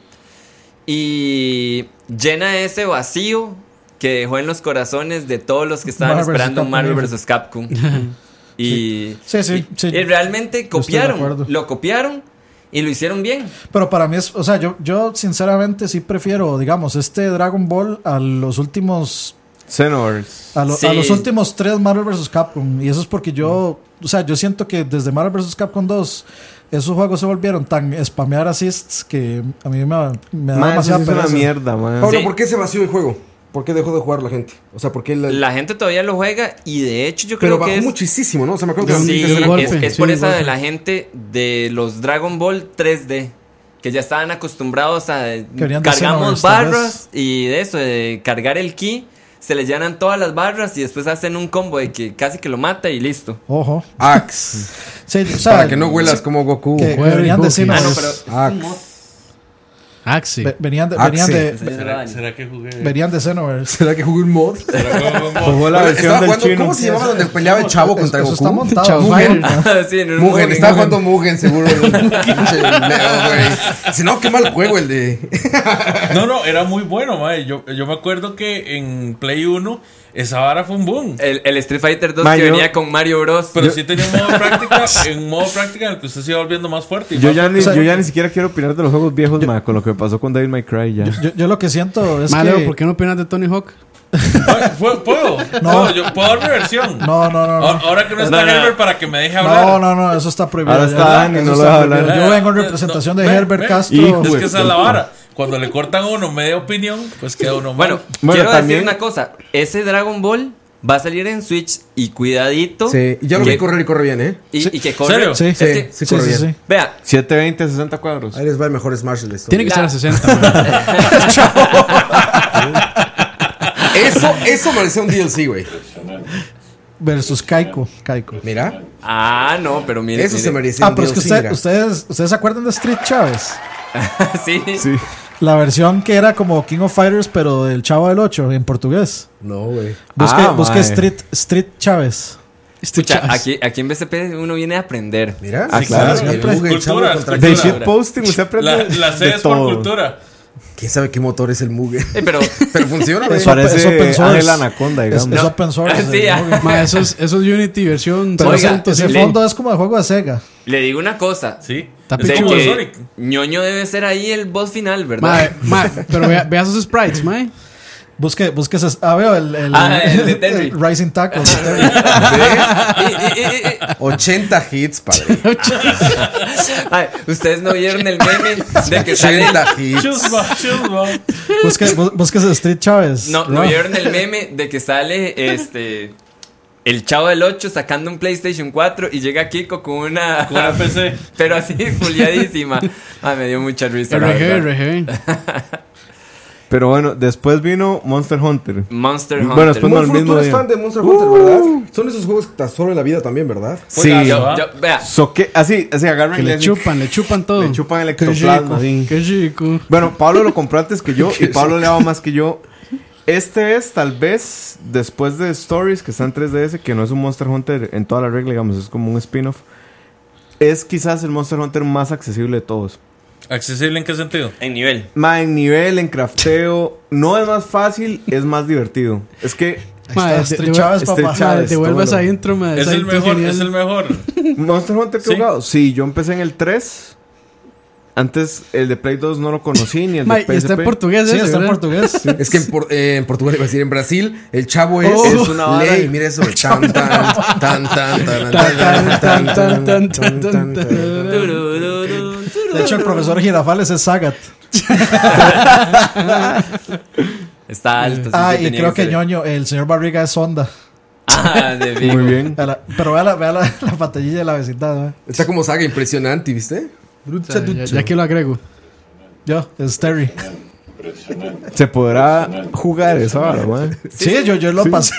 Speaker 6: Y llena ese vacío que dejó en los corazones de todos los que estaban
Speaker 5: Marvel
Speaker 6: esperando
Speaker 5: vs.
Speaker 6: un Marvel
Speaker 5: Capcom.
Speaker 6: vs. Capcom. y,
Speaker 5: Sí, sí,
Speaker 6: y-
Speaker 5: sí.
Speaker 6: y realmente
Speaker 5: Yo estoy de acuerdo.
Speaker 6: copiaron, lo copiaron y lo hicieron bien.
Speaker 5: Pero para mí es, o sea, yo, yo sinceramente sí prefiero, digamos, este Dragon Ball a los últimos
Speaker 3: Xenoverse.
Speaker 5: A, lo-
Speaker 6: Sí.
Speaker 5: a los últimos tres Marvel vs. Capcom. Y eso es porque yo, o sea, yo siento que desde Marvel vs. Capcom 2, esos juegos se volvieron tan spamear assists que a mí me, me da
Speaker 3: Man, eso sí
Speaker 5: demasiada
Speaker 3: es una
Speaker 5: pereza.
Speaker 3: mierda, man.
Speaker 2: Pablo,
Speaker 6: Sí.
Speaker 2: ¿por qué se vació el juego? ¿Por qué dejó de jugar la gente? O sea, ¿por qué la-
Speaker 6: La gente todavía lo juega y de hecho yo
Speaker 2: Pero
Speaker 6: creo
Speaker 2: bajó
Speaker 6: que es...
Speaker 2: muchísimo, ¿no? O sea, me acuerdo que
Speaker 6: Sí,
Speaker 2: antes
Speaker 7: un
Speaker 6: es,
Speaker 2: era-
Speaker 7: golpe,
Speaker 6: es
Speaker 7: sí,
Speaker 6: por
Speaker 7: un
Speaker 6: esa
Speaker 7: golpe.
Speaker 6: de la gente de los Dragon Ball 3D, que ya estaban acostumbrados a
Speaker 5: Querían de Xenoverse,
Speaker 6: cargamos
Speaker 5: tal vez.
Speaker 6: barras y de eso, de cargar el ki, se les llenan todas las barras y después hacen un combo de que casi que lo mata y listo.
Speaker 5: Ojo.
Speaker 2: Axe.
Speaker 5: Sí, o sea,
Speaker 2: Para que no huelas como Goku.
Speaker 5: que
Speaker 7: Huele
Speaker 5: venían de
Speaker 7: cookies.
Speaker 6: Ah, no,
Speaker 5: Cinnamon.
Speaker 7: Pues,
Speaker 6: pero
Speaker 2: Axe.
Speaker 7: Axi.
Speaker 5: Ve- Venían de,
Speaker 2: Ah,
Speaker 5: venían
Speaker 2: sí.
Speaker 5: de,
Speaker 4: ¿Será, será que jugué?
Speaker 5: venían de Xenoverse.
Speaker 2: ¿Será que jugué un mod?
Speaker 4: Será que jugué un mod.
Speaker 3: Jugó la
Speaker 2: Estaba
Speaker 3: versión del
Speaker 2: jugando-
Speaker 3: chino.
Speaker 2: ¿Cómo se llamaba donde peleaba el chavo contra
Speaker 5: eso
Speaker 2: Goku?
Speaker 5: está montado.
Speaker 7: Chao,
Speaker 5: Mugen.
Speaker 7: Fire.
Speaker 6: sí, en un
Speaker 2: Mugen,
Speaker 6: momento-
Speaker 2: estaba jugando Mugen, seguro. Pinche video, güey. Si no, qué mal juego el de.
Speaker 4: No, no, era muy bueno, mae. Yo, yo me acuerdo que en Play 1 esa vara fue un boom.
Speaker 5: Eh,
Speaker 6: el, el Street Fighter 2
Speaker 3: Ma,
Speaker 6: que
Speaker 3: yo-
Speaker 6: venía con Mario Bros.
Speaker 4: Pero sí tenía un modo práctica, en modo práctica en el que usted se iba volviendo más fuerte. y
Speaker 3: Yo
Speaker 4: más
Speaker 3: ya, ni,
Speaker 5: O sea,
Speaker 3: yo ya ni siquiera quiero opinar de los juegos viejos, man, con lo que pasó con David May Cry ya.
Speaker 5: Yo, yo lo que siento es
Speaker 7: Malo,
Speaker 5: que...
Speaker 7: ¿por qué no opinas de Tony Hawk?
Speaker 4: fuerte. ¿Puedo? ¿Puedo? ¿Puedo? Yo- ¿Puedo dar mi versión?
Speaker 5: No, no, no.
Speaker 4: Ahora
Speaker 5: No,
Speaker 4: ahora que no está
Speaker 6: No, no.
Speaker 4: Herbert para que me deje hablar.
Speaker 5: no, no, no, eso está prohibido.
Speaker 3: Ahora
Speaker 5: ya.
Speaker 3: está Dani,
Speaker 5: Eso
Speaker 3: no lo
Speaker 5: está
Speaker 3: deja hablar.
Speaker 5: prohibido. Yo
Speaker 4: No,
Speaker 5: vengo en
Speaker 4: no,
Speaker 5: representación de
Speaker 4: ven,
Speaker 5: Herbert
Speaker 4: ven.
Speaker 5: Castro.
Speaker 3: Hijo
Speaker 4: Es que
Speaker 3: Güey,
Speaker 4: esa es la vara. Cuando le cortan a uno media opinión, pues queda uno mal.
Speaker 6: Bueno,
Speaker 3: Bueno,
Speaker 6: quiero
Speaker 3: también-
Speaker 6: decir una cosa, ese Dragon Ball va a salir en Switch y cuidadito.
Speaker 2: Sí, y ya lo
Speaker 6: que-
Speaker 2: vi correr y corre bien, ¿eh?
Speaker 6: y, y que
Speaker 4: ¿Serio?
Speaker 6: corre.
Speaker 5: Sí,
Speaker 6: Es que-
Speaker 2: sí corre bien.
Speaker 6: Vea,
Speaker 3: 720, 60 cuadros.
Speaker 2: Ahí les va el mejor Smash de la historia.
Speaker 7: Tiene que ser a 60. man.
Speaker 2: Eso, eso merecía un DLC, güey.
Speaker 5: Versus Kaiko. Kaiko.
Speaker 2: Mira,
Speaker 6: ah, no, pero mire.
Speaker 2: eso se
Speaker 6: mire.
Speaker 2: merecía
Speaker 5: Ah,
Speaker 2: un
Speaker 5: pero es que
Speaker 2: DLC,
Speaker 5: usted-
Speaker 2: mira.
Speaker 5: ustedes, ustedes se acuerdan de Street Chávez.
Speaker 6: sí.
Speaker 3: Sí.
Speaker 5: La versión que era como King of Fighters, pero del Chavo del 8 en portugués.
Speaker 2: No, güey.
Speaker 5: Busque,
Speaker 3: Ah,
Speaker 5: busque
Speaker 3: mae.
Speaker 5: Street, Street Chávez.
Speaker 7: Este
Speaker 6: Escucha, aquí, aquí en BCP uno viene a aprender.
Speaker 2: Mira,
Speaker 3: Ah,
Speaker 2: sí,
Speaker 3: claro.
Speaker 2: el
Speaker 4: Siempre.
Speaker 2: Mugen, chavo
Speaker 4: Cultura,
Speaker 2: contra-
Speaker 3: De
Speaker 4: cultura.
Speaker 3: shitposting, usted aprende
Speaker 4: La, la C
Speaker 3: de
Speaker 4: es por
Speaker 3: todo.
Speaker 4: cultura.
Speaker 2: ¿Quién sabe qué motor es el Mugen?
Speaker 6: Eh, pero
Speaker 2: Pero funciona, güey.
Speaker 5: Eso- es open
Speaker 3: Parece
Speaker 5: source.
Speaker 3: Ángel Anaconda,
Speaker 5: Es,
Speaker 3: digamos.
Speaker 5: es open source.
Speaker 6: Sí,
Speaker 5: eh,
Speaker 6: ah.
Speaker 5: muy bien.
Speaker 7: Ma, eso, es, eso es Unity versión
Speaker 5: Pero
Speaker 6: Oiga,
Speaker 5: ese, ese
Speaker 6: le-
Speaker 5: fondo es como de juego de Sega.
Speaker 6: le digo una cosa.
Speaker 4: Sí. eh,
Speaker 7: Está
Speaker 4: Es
Speaker 6: Sé
Speaker 4: como
Speaker 7: pichudo.
Speaker 4: el
Speaker 6: que
Speaker 4: Sonic.
Speaker 6: ñoño debe ser ahí el boss final,
Speaker 7: Ma,
Speaker 6: ¿verdad?
Speaker 7: ma, pero vea, vea esos sprites, mae.
Speaker 5: Busque, busque ese- Ah, veo el, el,
Speaker 6: Ah, el de Terry.
Speaker 5: el Rising Tackle.
Speaker 6: Y- y- y- y-
Speaker 2: 80 hits, padre.
Speaker 6: ay, Ustedes no vieron el meme de que sale.
Speaker 2: 80 hits.
Speaker 4: Chusma, chusma.
Speaker 5: busque, bu- busque ese Street Chávez.
Speaker 6: No, no vieron el meme de que sale este. El chavo del 8 sacando un PlayStation 4 y llega Kiko con una.
Speaker 4: Con la PC.
Speaker 6: Pero así, fuliadísima. Ah, me dio mucha risa. la
Speaker 7: RG,
Speaker 6: verdad.
Speaker 7: RG.
Speaker 3: Pero bueno, después vino Monster Hunter.
Speaker 6: Monster Hunter.
Speaker 3: Bueno, después-
Speaker 2: Monfru,
Speaker 3: el mismo
Speaker 2: tú eres
Speaker 3: día.
Speaker 2: fan de Monster Hunter, ¿verdad? Son esos juegos que te absorben la vida también, ¿verdad?
Speaker 3: Sí.
Speaker 6: Yo- yo- vea,
Speaker 3: So que- así, así agarran
Speaker 7: Que
Speaker 3: y
Speaker 7: le
Speaker 3: así-
Speaker 7: chupan, le chupan todo.
Speaker 3: le chupan el
Speaker 7: Qué
Speaker 3: ectoplasma. así.
Speaker 7: rico. Qué rico.
Speaker 3: Bueno, Pablo lo compró antes que yo y Pablo le daba más que yo. Este es tal vez después de Stories, que está en 3DS, que no es un Monster Hunter en toda la regla, digamos, es como un spin-off. Es quizás el Monster Hunter más accesible de todos.
Speaker 4: ¿Accesible en qué sentido?
Speaker 6: en nivel.
Speaker 3: Ma, en nivel, en crafteo, no es más fácil, es más divertido. Es que
Speaker 7: Ma,
Speaker 5: está,
Speaker 7: de-
Speaker 5: Street
Speaker 7: devuel-
Speaker 5: Chávez,
Speaker 7: Ma,
Speaker 5: papá.
Speaker 3: Chávez,
Speaker 7: devuelve
Speaker 3: tómalo.
Speaker 7: esa intro, mae.
Speaker 4: Es
Speaker 7: esa
Speaker 4: el
Speaker 7: intro
Speaker 4: mejor,
Speaker 7: genial.
Speaker 4: es el mejor.
Speaker 3: Monster Hunter que he
Speaker 4: Sí.
Speaker 3: jugado. Sí, yo empecé en el 3. Antes el de Play 2 no lo conocí ni el
Speaker 7: Ma,
Speaker 3: de
Speaker 7: y está en
Speaker 3: PSP.
Speaker 7: portugués,
Speaker 5: Sí,
Speaker 7: ese,
Speaker 5: está en
Speaker 7: ¿verdad?
Speaker 5: portugués.
Speaker 2: Es que en, por- eh, en Portugal iba a decir, en Brasil, el chavo es,
Speaker 7: Oh.
Speaker 2: es
Speaker 7: Es
Speaker 2: una
Speaker 7: una vara.
Speaker 2: ley. Mira eso. Tan, tan, tan, tan, tan,
Speaker 7: Tan, tan, tan, tan, tan,
Speaker 2: tan.
Speaker 7: tan, tan.
Speaker 5: De hecho, el profesor Girafales es Zagat.
Speaker 6: Está alto. sí,
Speaker 5: Ah,
Speaker 6: sí
Speaker 5: y
Speaker 6: tenía
Speaker 5: creo que
Speaker 6: ser.
Speaker 5: ñoño, el señor Barriga es Honda.
Speaker 6: Ah, de Vigo.
Speaker 3: Muy bien.
Speaker 5: A la- Pero vea la, vea la, la pantallilla de la vecindad, ¿eh?
Speaker 2: Está como saga impresionante, ¿viste?
Speaker 7: O sea, ya, ya que lo agrego.
Speaker 5: Yo, es Terry.
Speaker 3: Se podrá jugar esa vara, man.
Speaker 5: Sí, yo, yo lo pasé.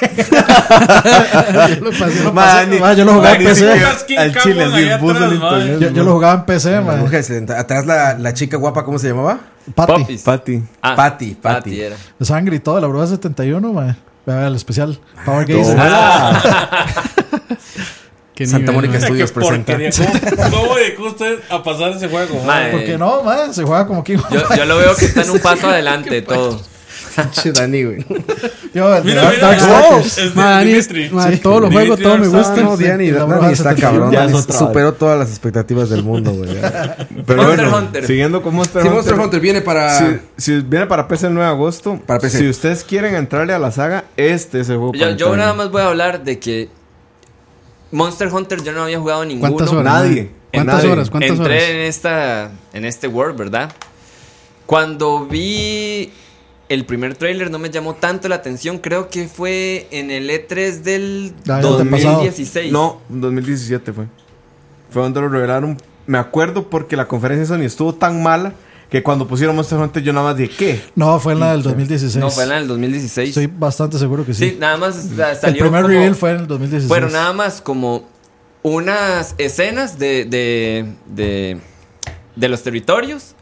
Speaker 3: Ma,
Speaker 5: ma, yo lo jugaba
Speaker 3: ma,
Speaker 5: en
Speaker 3: ni
Speaker 5: PC.
Speaker 3: siquiera Al chile,
Speaker 4: Allá
Speaker 3: así, el bus
Speaker 4: atrás,
Speaker 3: del
Speaker 4: ma.
Speaker 3: internet,
Speaker 5: Yo, yo lo jugaba en PC,
Speaker 2: La
Speaker 5: man.
Speaker 2: mujer accidental. Atrás la, la chica guapa, ¿cómo se llamaba?
Speaker 5: Patty.
Speaker 6: Popis.
Speaker 3: Pati.
Speaker 6: Ah,
Speaker 2: Patty, Patty.
Speaker 6: era.
Speaker 5: Los han gritado de la Bruja 71, man. Vea, vea, el especial. Power Ah, Gaze.
Speaker 7: Qué
Speaker 2: Santa
Speaker 7: nivel,
Speaker 2: Mónica
Speaker 7: ma.
Speaker 2: Estudios
Speaker 4: Qué
Speaker 2: presenta.
Speaker 4: porquería. ¿Cómo, cómo dedicó usted a pasar ese juego? ma?
Speaker 6: Mae,
Speaker 5: ¿Por qué no, man? Se juega como que.
Speaker 6: Yo, yo lo veo que está en un paso adelante de todo.
Speaker 2: Che, Dani, güey.
Speaker 5: Yo, el de
Speaker 4: Mira, mira,
Speaker 5: Darkstalkers.
Speaker 4: es de
Speaker 7: Ma, Dani,
Speaker 4: Dimitri.
Speaker 7: ma, todo lo juego,
Speaker 4: Dimitri
Speaker 7: todo me
Speaker 4: Darkstalkers.
Speaker 7: gusta.
Speaker 2: Ah, no, Dani,
Speaker 5: La
Speaker 2: Dani
Speaker 5: Bruja
Speaker 2: está
Speaker 5: 71.
Speaker 2: cabrón.
Speaker 3: Ya
Speaker 2: Dani
Speaker 3: es otra
Speaker 2: superó todas las expectativas del mundo, güey.
Speaker 3: Pero
Speaker 6: Monster
Speaker 3: bueno,
Speaker 6: Hunter.
Speaker 3: siguiendo con Monster
Speaker 2: Si
Speaker 3: Hunter.
Speaker 2: Monster Hunter viene para.
Speaker 3: Si, si viene para PC el 9 de agosto,
Speaker 2: Para PC.
Speaker 3: si ustedes quieren entrarle a la saga, este es el juego.
Speaker 6: Yo,
Speaker 3: para
Speaker 6: yo
Speaker 3: entrarle.
Speaker 6: nada más voy a hablar de que Monster Hunter yo no había jugado ninguno.
Speaker 7: ¿Cuántas horas?
Speaker 3: Nadie.
Speaker 7: ma? ¿Cuántas
Speaker 3: Nadie.
Speaker 7: horas? ¿Cuántas
Speaker 6: Entré
Speaker 7: horas?
Speaker 6: en esta en este world, ¿verdad? Cuando vi el primer tráiler no me llamó tanto la atención, creo que fue en el E3 del
Speaker 5: Ah, el antepasado.
Speaker 6: 2016.
Speaker 3: No, 2017 fue. Fue cuando lo revelaron. Me acuerdo porque la conferencia de Sony estuvo tan mala que cuando pusieron Monster Hunter yo nada más dije, ¿qué?
Speaker 5: No, fue en la del 2016.
Speaker 6: No, fue en el 2016.
Speaker 5: Estoy bastante seguro que sí.
Speaker 6: sí, nada más sa-
Speaker 5: el
Speaker 6: salió
Speaker 5: primer
Speaker 6: como-
Speaker 5: reveal fue en el 2016.
Speaker 6: Bueno, nada más como unas escenas de, de, de, de los territorios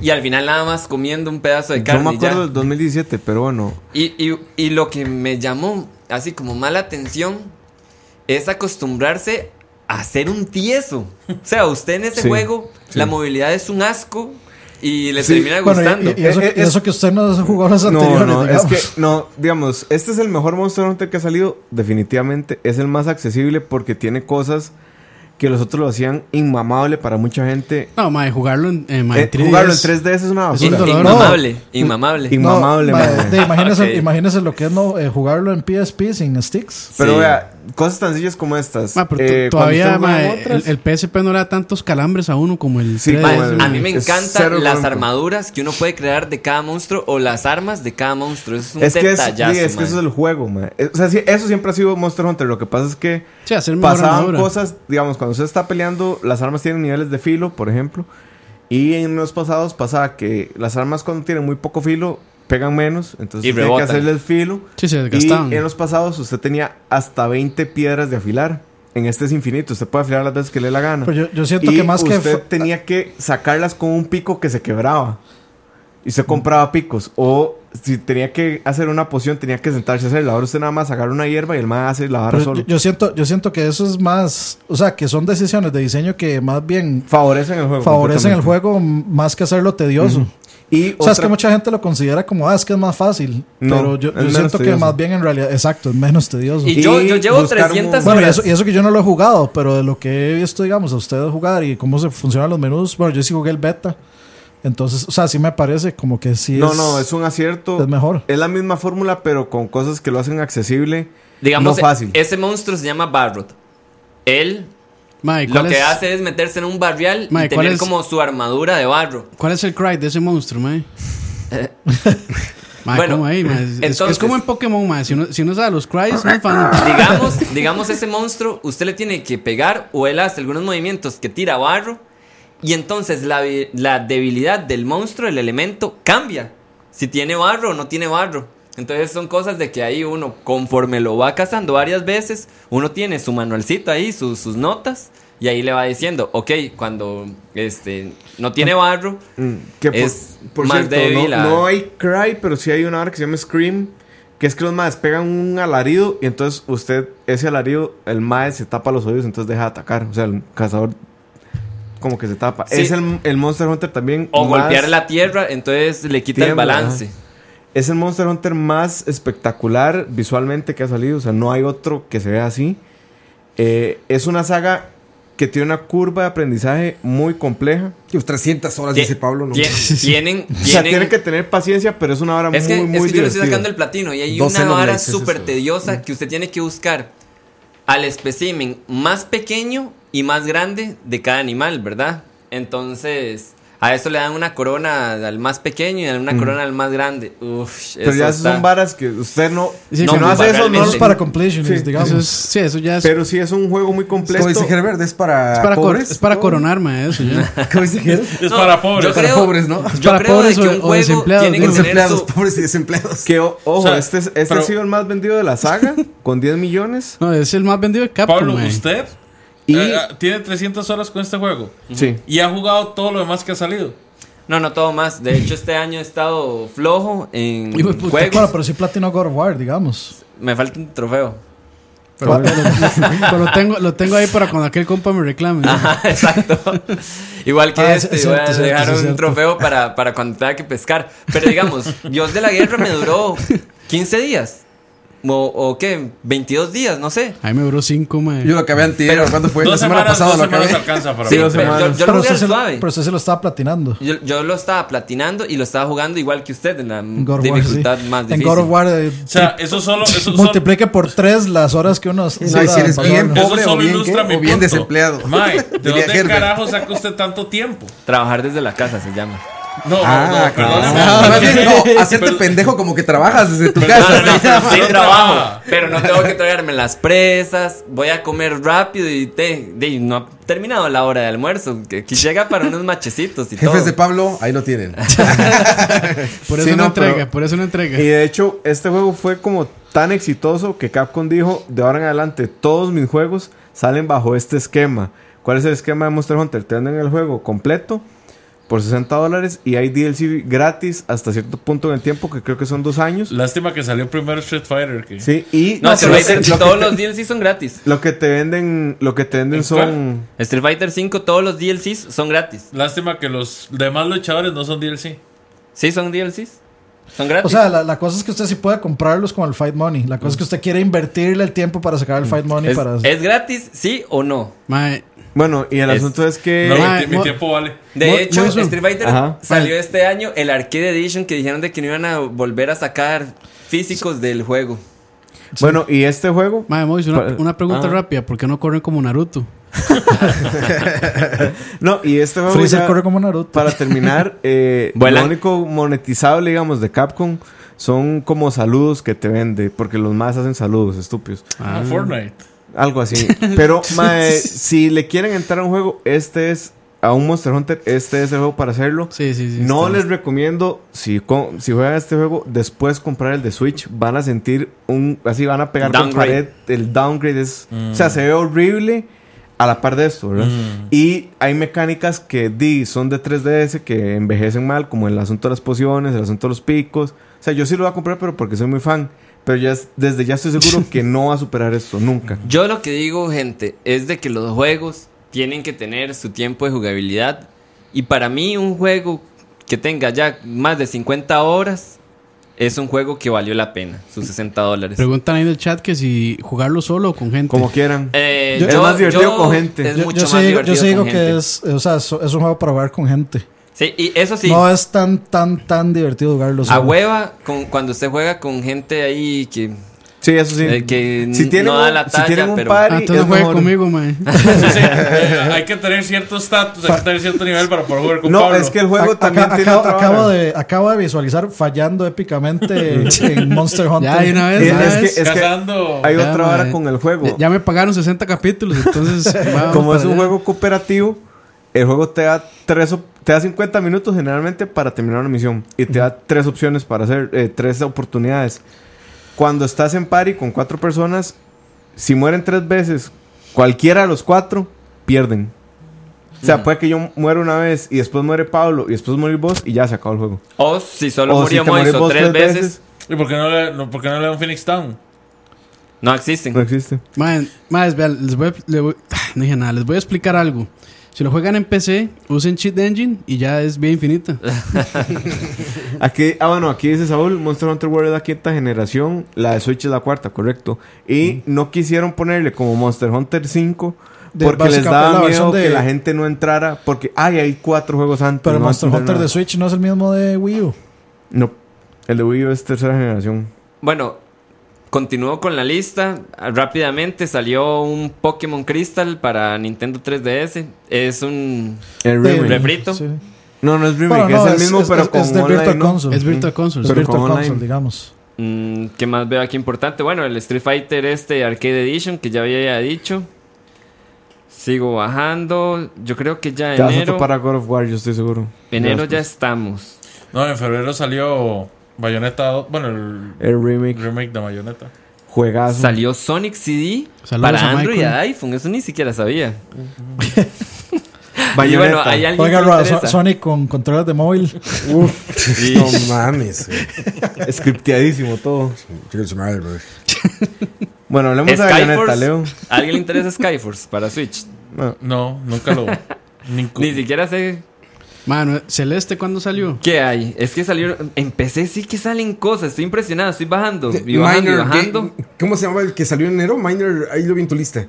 Speaker 6: y al final nada más comiendo un pedazo de
Speaker 3: Yo
Speaker 6: carne.
Speaker 3: me
Speaker 6: y ya.
Speaker 3: acuerdo del 2017, pero bueno.
Speaker 6: Y, y- y lo que me llamó así como mala atención es acostumbrarse a ser un tieso. O sea, usted en ese
Speaker 3: Sí,
Speaker 6: juego
Speaker 3: sí.
Speaker 6: la movilidad es un asco y le
Speaker 3: Sí,
Speaker 6: termina
Speaker 5: Bueno, y-
Speaker 6: gustando.
Speaker 5: y, y eso,
Speaker 3: Eh, eh,
Speaker 5: y eso que usted no jugó las
Speaker 3: No,
Speaker 5: anteriores.
Speaker 3: no,
Speaker 5: digamos.
Speaker 3: es que, no, digamos, este es el mejor Monster Hunter que ha salido, definitivamente. Es el más accesible porque tiene cosas que los otros lo hacían inmamable para mucha gente.
Speaker 7: No, ma, jugarlo en, eh, ma, en
Speaker 3: Eh, jugarlo en
Speaker 7: 3DS.
Speaker 3: 3DS es una
Speaker 7: Es un
Speaker 3: basura.
Speaker 6: In-
Speaker 7: dolor,
Speaker 6: inmamable, inmamable.
Speaker 3: Y- inmamable,
Speaker 5: ma,
Speaker 3: madre.
Speaker 5: de- imagínese,
Speaker 6: Ok.
Speaker 5: imagínese lo que es no eh, jugarlo en PSP sin sticks.
Speaker 3: Pero
Speaker 6: Sí.
Speaker 3: vea, cosas tan sencillas como estas.
Speaker 7: Ma, pero
Speaker 3: eh,
Speaker 7: to-
Speaker 3: cuando
Speaker 7: todavía
Speaker 3: usted juega
Speaker 7: ma,
Speaker 3: en
Speaker 7: el,
Speaker 3: otras-
Speaker 7: el PSP no le da tantos calambres a uno como el
Speaker 3: Sí,
Speaker 7: 3DS.
Speaker 6: Ma,
Speaker 3: como el-
Speaker 7: ma.
Speaker 6: a mí me
Speaker 3: es
Speaker 6: encantan
Speaker 3: cero
Speaker 6: las
Speaker 3: bronco.
Speaker 6: armaduras que uno puede crear de cada monstruo o las armas de cada monstruo. Eso es un
Speaker 3: Es que, es, sí,
Speaker 6: detallazo.
Speaker 3: es que
Speaker 6: mae.
Speaker 3: eso es el juego, man. O sea, sí, eso siempre ha sido Monster Hunter. Lo que pasa es que
Speaker 7: Sí, hacer mejor
Speaker 3: pasaban
Speaker 7: armadura.
Speaker 3: cosas, digamos, cuando usted está peleando, las armas tienen niveles de filo, por ejemplo. Y en los pasados pasaba que las armas cuando tienen muy poco filo pegan menos, entonces usted
Speaker 6: Y
Speaker 3: tiene que
Speaker 6: rebotan.
Speaker 3: hacerle el filo.
Speaker 7: Sí, se
Speaker 3: y
Speaker 7: desgastaban.
Speaker 3: en los pasados usted tenía hasta 20 piedras de afilar. En este es infinito, usted puede afilar las veces que le dé la gana.
Speaker 5: Pero yo- yo siento que más que
Speaker 3: usted
Speaker 5: fa-
Speaker 3: tenía que sacarlas con un pico que se quebraba. Y usted compraba picos. O si tenía que hacer una poción, tenía que sentarse a hacerla. Ahora usted nada más sacar una hierba y el más hace la barra
Speaker 5: Pero
Speaker 3: Ah, solo.
Speaker 5: yo, yo siento, yo siento que eso es más. O sea, que son decisiones de diseño que más bien
Speaker 3: Favorecen el juego.
Speaker 5: favorecen el
Speaker 3: Ah, completamente.
Speaker 5: juego m- más que hacerlo tedioso.
Speaker 3: Y
Speaker 5: O sea, es
Speaker 3: otra-
Speaker 5: que mucha gente lo considera como, ah, es que es más fácil.
Speaker 3: No,
Speaker 5: pero yo,
Speaker 3: es
Speaker 5: yo
Speaker 3: menos
Speaker 5: siento que
Speaker 3: tedioso.
Speaker 5: más bien en realidad, exacto, es menos tedioso.
Speaker 6: Y yo,
Speaker 3: Y
Speaker 6: yo llevo
Speaker 3: buscar un-
Speaker 6: 300
Speaker 5: Bueno, y
Speaker 6: horas.
Speaker 5: eso, y eso que yo no lo he jugado, pero de lo que he visto, digamos, a ustedes jugar y cómo se funcionan los menús, bueno, yo sí jugué el beta. Entonces, o sea, sí me parece como que sí
Speaker 3: No,
Speaker 5: es,
Speaker 3: no, es un acierto.
Speaker 5: es mejor.
Speaker 3: Es la misma fórmula, pero con cosas que lo hacen accesible.
Speaker 6: Digamos,
Speaker 3: no fácil.
Speaker 6: ese monstruo se llama Barrot. Él
Speaker 7: Ma, ¿y
Speaker 6: lo
Speaker 7: cuál
Speaker 6: que
Speaker 7: es-
Speaker 6: hace es meterse en un barrial
Speaker 7: Ma,
Speaker 6: y
Speaker 7: ¿y cuál
Speaker 6: tener
Speaker 7: es?
Speaker 6: como su armadura de barro.
Speaker 7: ¿Cuál es el cry de ese monstruo, mae? mae,
Speaker 6: Bueno,
Speaker 7: ¿cómo ahí, mae? Es- Es,
Speaker 6: entonces-
Speaker 7: es como en Pokémon, mae. Si uno, si uno sabe los cries, no es fan.
Speaker 6: Digamos, digamos ese monstruo, usted le tiene que pegar o él hace algunos movimientos que tira barro y entonces la, vi- la debilidad del monstruo, el elemento, cambia. Si tiene barro o no tiene barro. Entonces son cosas de que ahí uno, conforme lo va cazando varias veces, uno tiene su manualcito ahí, su- sus notas, y ahí le va diciendo, ok, cuando este, no tiene barro,
Speaker 3: Mm, que por,
Speaker 6: Es
Speaker 3: por
Speaker 6: más
Speaker 3: cierto,
Speaker 6: débil
Speaker 3: no,
Speaker 6: a-
Speaker 3: no hay cry, pero sí hay una hora que se llama scream. Que es que los maes pegan un alarido y entonces usted, ese alarido, el mae se tapa los oídos, entonces deja de atacar. O sea, el cazador como que se tapa.
Speaker 6: Sí.
Speaker 3: Es el, el Monster Hunter también.
Speaker 6: o
Speaker 3: más-
Speaker 6: golpear la tierra, entonces le quita
Speaker 3: Tiembla,
Speaker 6: el balance.
Speaker 3: ajá. Es el Monster Hunter más espectacular visualmente que ha salido. O sea, no hay otro que se vea así. Eh, es una saga que tiene una curva de aprendizaje muy compleja.
Speaker 2: Pues 300 horas,
Speaker 6: Tie-
Speaker 2: dice Pablo. ¿no?
Speaker 6: tie- Tienen,
Speaker 3: O sea,
Speaker 6: tienen-
Speaker 3: tienen que tener paciencia, pero es una hora
Speaker 6: es que,
Speaker 3: muy,
Speaker 6: es
Speaker 3: muy
Speaker 6: que yo le estoy
Speaker 3: divertida.
Speaker 6: sacando el platino y hay
Speaker 2: 12
Speaker 6: una vara
Speaker 2: noblezas,
Speaker 6: súper
Speaker 2: eso.
Speaker 6: tediosa que usted tiene que buscar al espécimen más pequeño y más grande de cada animal, ¿verdad? Entonces, a eso le dan una corona al más pequeño y a una corona al más grande. Uf,
Speaker 3: Pero
Speaker 6: eso
Speaker 3: ya esas
Speaker 6: está-
Speaker 3: son varas que usted no...
Speaker 7: Sí,
Speaker 3: si
Speaker 7: como
Speaker 3: no hace eso, no...
Speaker 6: realmente.
Speaker 5: es para completionists,
Speaker 3: Sí,
Speaker 5: digamos.
Speaker 7: Eso es, sí, eso ya es,
Speaker 3: Pero sí es un juego muy complejo.
Speaker 2: Como dice Herbert, es para.
Speaker 7: es para, cor-
Speaker 2: pobres.
Speaker 7: es para coronar, mae, eso ya.
Speaker 2: Como dice Herbert.
Speaker 4: Es
Speaker 6: No,
Speaker 4: para pobres.
Speaker 6: yo creo-
Speaker 2: pobres, ¿no?
Speaker 6: Yo
Speaker 7: para
Speaker 6: creo
Speaker 7: pobres
Speaker 6: de que
Speaker 7: o-
Speaker 6: un
Speaker 7: o
Speaker 6: juego
Speaker 7: desempleados,
Speaker 6: tiene que
Speaker 7: ¿no?
Speaker 6: tener
Speaker 2: Desempleados,
Speaker 6: su...
Speaker 2: pobres y desempleados.
Speaker 3: Que, o- ojo,
Speaker 4: O sea,
Speaker 3: este, es- este
Speaker 4: pero-
Speaker 3: ha sido el más vendido de la saga, con 10 millones.
Speaker 7: No, es el más vendido de Capcom,
Speaker 4: Pablo,
Speaker 7: mae.
Speaker 4: usted
Speaker 3: Y-
Speaker 4: eh, eh, tiene 300 horas con este juego
Speaker 3: Sí.
Speaker 4: y ha jugado todo lo demás que ha salido.
Speaker 6: No, no, todo más. De hecho, este año he estado flojo en
Speaker 7: Hijo de puta,
Speaker 6: juegos.
Speaker 5: Bueno, pero sí Platino God of War, digamos.
Speaker 6: Me falta un trofeo.
Speaker 7: Pero, pero lo, tengo, lo tengo ahí para cuando aquel compa me reclame.
Speaker 6: Ajá, exacto. Igual que
Speaker 5: Ah, es-
Speaker 6: este,
Speaker 5: es
Speaker 6: voy a
Speaker 5: cierto, es
Speaker 6: dejar
Speaker 5: cierto, es
Speaker 6: un
Speaker 5: cierto.
Speaker 6: trofeo para, para cuando tenga que pescar. Pero digamos, Dios de la Guerra me duró 15 días. O, o qué, 22 días, no sé.
Speaker 7: Ahí me duró cinco, mae.
Speaker 2: Yo lo acabé antier,
Speaker 6: Pero-
Speaker 2: ¿cuándo fue? La
Speaker 4: dos
Speaker 2: semana
Speaker 4: semanas,
Speaker 2: pasada
Speaker 4: dos
Speaker 2: lo
Speaker 4: semanas
Speaker 2: acabé.
Speaker 4: alcanza para
Speaker 6: Sí,
Speaker 4: mí.
Speaker 6: pero yo, yo lo
Speaker 5: pero,
Speaker 6: jugué
Speaker 5: usted
Speaker 6: al
Speaker 5: se lo,
Speaker 6: suave.
Speaker 5: pero usted se lo estaba platinando.
Speaker 6: Yo, yo lo estaba platinando y lo estaba jugando igual que usted en la
Speaker 5: En God of War,
Speaker 6: Mm, dificultad
Speaker 5: sí.
Speaker 6: más
Speaker 5: En
Speaker 6: difícil.
Speaker 5: God of War, eh,
Speaker 4: O sea, eso solo, eso solo,
Speaker 5: multiplique por tres las horas que uno.
Speaker 2: no, y si eres bien
Speaker 4: eso
Speaker 2: Pobre o
Speaker 4: solo
Speaker 2: bien,
Speaker 4: ilustra
Speaker 2: ¿qué?
Speaker 4: mi
Speaker 2: O bien
Speaker 4: punto.
Speaker 2: desempleado.
Speaker 4: Mae, ¿de
Speaker 2: Diría
Speaker 4: dónde
Speaker 2: Herbert.
Speaker 4: carajo saca usted tanto tiempo?
Speaker 6: Trabajar desde la casa se llama.
Speaker 4: No, no,
Speaker 2: Ah,
Speaker 4: no,
Speaker 2: cabrón.
Speaker 4: perdóname.
Speaker 2: Más bien, no, hacerte
Speaker 4: Perdón.
Speaker 2: pendejo como que trabajas desde tu
Speaker 4: Perdón,
Speaker 2: casa.
Speaker 4: no,
Speaker 2: ¿sí?
Speaker 4: pero sí.
Speaker 6: Sí trabajo, pero no tengo que traerme las presas, voy a comer rápido y te, de- no ha terminado la hora de almuerzo, que aquí llega para unos machecitos y
Speaker 2: Jefes
Speaker 6: todo.
Speaker 2: de Pablo, ahí lo tienen.
Speaker 7: por eso
Speaker 3: sí,
Speaker 7: no,
Speaker 3: no,
Speaker 7: entrega,
Speaker 3: pero-
Speaker 7: por eso no entrega.
Speaker 3: Y de hecho, este juego fue como tan exitoso que Capcom dijo, de ahora en adelante, todos mis juegos salen bajo este esquema. ¿Cuál es el esquema de Monster Hunter? Te venden el juego completo por 60 dólares y hay DLC gratis hasta cierto punto en el tiempo, que creo que son dos años.
Speaker 4: Lástima que salió primero Street Fighter que
Speaker 3: Sí, y
Speaker 6: No,
Speaker 3: lo,
Speaker 6: Street Fighter,
Speaker 3: que,
Speaker 6: todos los DLCs son gratis.
Speaker 3: lo que te venden, lo que te venden son...
Speaker 6: Street Fighter 5, todos los DLCs son gratis.
Speaker 4: Lástima que los demás luchadores no son DLC.
Speaker 6: Sí, son DLCs. Son gratis.
Speaker 5: O sea, la, la cosa es que usted sí puede comprarlos con el Fight Money. La cosa es que usted quiere invertirle el tiempo para sacar el Fight Money.
Speaker 6: es,
Speaker 5: para...
Speaker 6: ¿es gratis, sí o no?
Speaker 7: Mae,
Speaker 3: Bueno, y el
Speaker 6: Es-
Speaker 3: asunto es que...
Speaker 4: No, mi
Speaker 7: Mae,
Speaker 4: tie- mi
Speaker 7: mo-
Speaker 4: tiempo vale.
Speaker 6: De
Speaker 7: Muy-
Speaker 6: hecho,
Speaker 7: muy bien.
Speaker 6: Street Fighter
Speaker 3: Ajá.
Speaker 6: salió este año el Arcade Edition que dijeron de que no iban a volver a sacar físicos del juego.
Speaker 3: Bueno, y este juego...
Speaker 7: mae, Mois, una,
Speaker 3: Pa-
Speaker 7: una pregunta
Speaker 3: ah.
Speaker 7: rápida. ¿Por qué no corren como Naruto?
Speaker 3: No, y este juego...
Speaker 5: Freezer
Speaker 3: ya-
Speaker 5: corre como Naruto.
Speaker 3: Para terminar, eh,
Speaker 6: Vuelan.
Speaker 3: lo único monetizable, digamos, de Capcom son como saludos que te vende, porque los más hacen saludos, estúpidos.
Speaker 2: Ah.
Speaker 4: Como Ah, Fortnite.
Speaker 3: Algo así. Pero, mae, si le quieren entrar a un juego, este es, a un Monster Hunter, este es el juego para hacerlo.
Speaker 7: Sí, sí, sí.
Speaker 3: No
Speaker 7: está-
Speaker 3: les recomiendo, si, co- si juegan este juego, después comprar el de Switch. Van a sentir un. Así van a pegar con
Speaker 6: Downgrade. Mm.
Speaker 3: pared. El downgrade es. O sea, se ve horrible a la par de esto, ¿verdad? Y hay mecánicas que di, son de 3DS que envejecen mal, como el asunto de las pociones, el asunto de los picos. O sea, yo sí lo voy a comprar, pero porque soy muy fan. Pero ya es- desde ya estoy seguro que no va a superar esto nunca.
Speaker 6: Yo lo que digo, gente, es de que los juegos tienen que tener su tiempo de jugabilidad. Y para mí, un juego que tenga ya más de 50 horas es un juego que valió la pena, sus 60 dólares.
Speaker 7: Preguntan ahí en el chat que si jugarlo solo o con gente.
Speaker 3: Como quieran.
Speaker 6: Eh,
Speaker 3: Es más divertido con gente.
Speaker 6: Es
Speaker 5: Yo,
Speaker 6: mucho más
Speaker 5: yo sí digo, yo
Speaker 6: divertido
Speaker 5: sí digo
Speaker 6: con
Speaker 5: que
Speaker 6: gente.
Speaker 5: es, eh, o sea, es, es un juego para jugar con gente.
Speaker 6: Sí, y eso sí.
Speaker 5: No es tan, tan, tan divertido jugarlo
Speaker 6: a
Speaker 5: solo.
Speaker 6: hueva, con, cuando usted juega con gente ahí que.
Speaker 3: Sí, eso sí.
Speaker 6: eh, que
Speaker 3: si tienen
Speaker 6: no da
Speaker 3: un-
Speaker 6: la
Speaker 3: si tienen
Speaker 6: talla,
Speaker 3: un
Speaker 6: pero-
Speaker 3: party,
Speaker 7: Ah, entonces
Speaker 3: es
Speaker 7: juegue
Speaker 3: mejor.
Speaker 7: conmigo, mae.
Speaker 4: Sí, sí, eh, hay que tener cierto estatus, hay que tener cierto nivel para poder jugar con
Speaker 3: No,
Speaker 4: Pablo.
Speaker 3: es que el juego
Speaker 5: Ac-
Speaker 3: también
Speaker 5: acá-
Speaker 3: tiene
Speaker 5: acabo,
Speaker 3: otra
Speaker 5: acabo
Speaker 3: vara.
Speaker 5: de, acabo de visualizar fallando épicamente en Monster Hunter.
Speaker 7: Ya, de una vez.
Speaker 3: Eh,
Speaker 7: de una
Speaker 3: es que-
Speaker 7: vez.
Speaker 3: es que
Speaker 4: Cazando-
Speaker 3: hay
Speaker 7: Ya,
Speaker 3: otra vara
Speaker 7: mae.
Speaker 3: con el juego.
Speaker 7: Ya, ya me pagaron 60 capítulos, entonces. vamos
Speaker 3: Como
Speaker 7: para
Speaker 3: es un
Speaker 7: allá.
Speaker 3: juego cooperativo, el juego te da tres op- te da 50 minutos generalmente para terminar una misión y te da tres opciones para hacer eh, tres oportunidades. Cuando estás en party con cuatro personas, si mueren tres veces, cualquiera de los cuatro pierden. O sea, puede que yo muera una vez y después muere Pablo y después morir vos y ya se acabó el juego.
Speaker 6: O si solo
Speaker 3: O
Speaker 6: murió
Speaker 3: te morís
Speaker 6: Moiso
Speaker 3: vos
Speaker 6: tres veces,
Speaker 4: ¿Y por qué no le, no, por qué no le dan Phoenix Town?
Speaker 6: no existen.
Speaker 3: no existe.
Speaker 7: Mae, mae, vean, les voy, a- le voy- ah, no dije nada, les voy a explicar algo. Si lo juegan en PC, usen Cheat Engine y ya es bien infinita.
Speaker 3: Aquí, ah, bueno, aquí dice Saúl, Monster Hunter World es la quinta generación, la de Switch es la cuarta, correcto. Y no quisieron ponerle como Monster Hunter 5
Speaker 5: de
Speaker 3: porque les
Speaker 5: básica- es
Speaker 3: daba
Speaker 5: la
Speaker 3: miedo
Speaker 5: versión de-
Speaker 3: que la gente no entrara. Porque, ay, hay cuatro juegos antes.
Speaker 5: Pero
Speaker 3: no va a
Speaker 5: Monster
Speaker 3: entender
Speaker 5: Hunter
Speaker 3: nada.
Speaker 5: de Switch no es el mismo de Wii U.
Speaker 3: No, el de Wii U es tercera generación.
Speaker 6: Bueno, continúo con la lista. Ah, Rápidamente salió un Pokémon Crystal para Nintendo 3DS. Es un.
Speaker 3: El
Speaker 5: De-
Speaker 3: remake.
Speaker 6: Refrito.
Speaker 5: Sí.
Speaker 3: No, no es remake,
Speaker 5: Bueno, no,
Speaker 3: es el mismo, pero
Speaker 5: es-
Speaker 3: con
Speaker 5: es de
Speaker 3: online,
Speaker 5: Virtual
Speaker 3: ¿no?
Speaker 5: Console.
Speaker 7: Es Virtual Console.
Speaker 5: Es
Speaker 3: Pero
Speaker 5: Virtual
Speaker 3: con
Speaker 5: Console,
Speaker 3: online.
Speaker 5: digamos.
Speaker 6: mm, ¿Qué más veo aquí importante? Bueno, el Street Fighter este Arcade Edition que ya había dicho. Sigo bajando. Yo creo que ya
Speaker 3: Te vas a
Speaker 6: enero.
Speaker 3: topar a God of War, yo estoy seguro.
Speaker 6: Enero ya estamos.
Speaker 4: No, en febrero salió Bayonetta 2. Bueno, el
Speaker 3: El remake.
Speaker 4: remake de Bayonetta.
Speaker 3: Juegazo.
Speaker 6: Salió Sonic CD
Speaker 7: Saludos
Speaker 6: para
Speaker 7: a
Speaker 6: Android y
Speaker 7: Michael.
Speaker 6: a iPhone. Eso ni siquiera sabía. Y
Speaker 3: Bayonetta.
Speaker 6: bueno, hay alguien
Speaker 5: Oiga,
Speaker 6: que le
Speaker 5: Ra-
Speaker 6: interesa?
Speaker 5: So- Sonic con controles de móvil.
Speaker 6: Sí.
Speaker 2: No mames. güey.
Speaker 3: Scripteadísimo todo.
Speaker 2: Chingue su madre, güey.
Speaker 3: Bueno, hablemos de Bayonetta,
Speaker 6: Skyforce.
Speaker 3: Leo.
Speaker 6: ¿A alguien le interesa Skyforce para Switch?
Speaker 3: No.
Speaker 4: No, nunca lo. nincu-
Speaker 6: Ni siquiera sé
Speaker 7: Mano, Celeste, ¿cuándo salió?
Speaker 6: ¿Qué hay? Es que salieron. Empecé, sí que salen cosas. Estoy impresionado. Estoy bajando. Pues, Y bajando y
Speaker 2: Minor
Speaker 6: bajando.
Speaker 2: Ga- ¿Cómo se llamaba el que salió en enero? Miner, ahí lo vi en tu lista.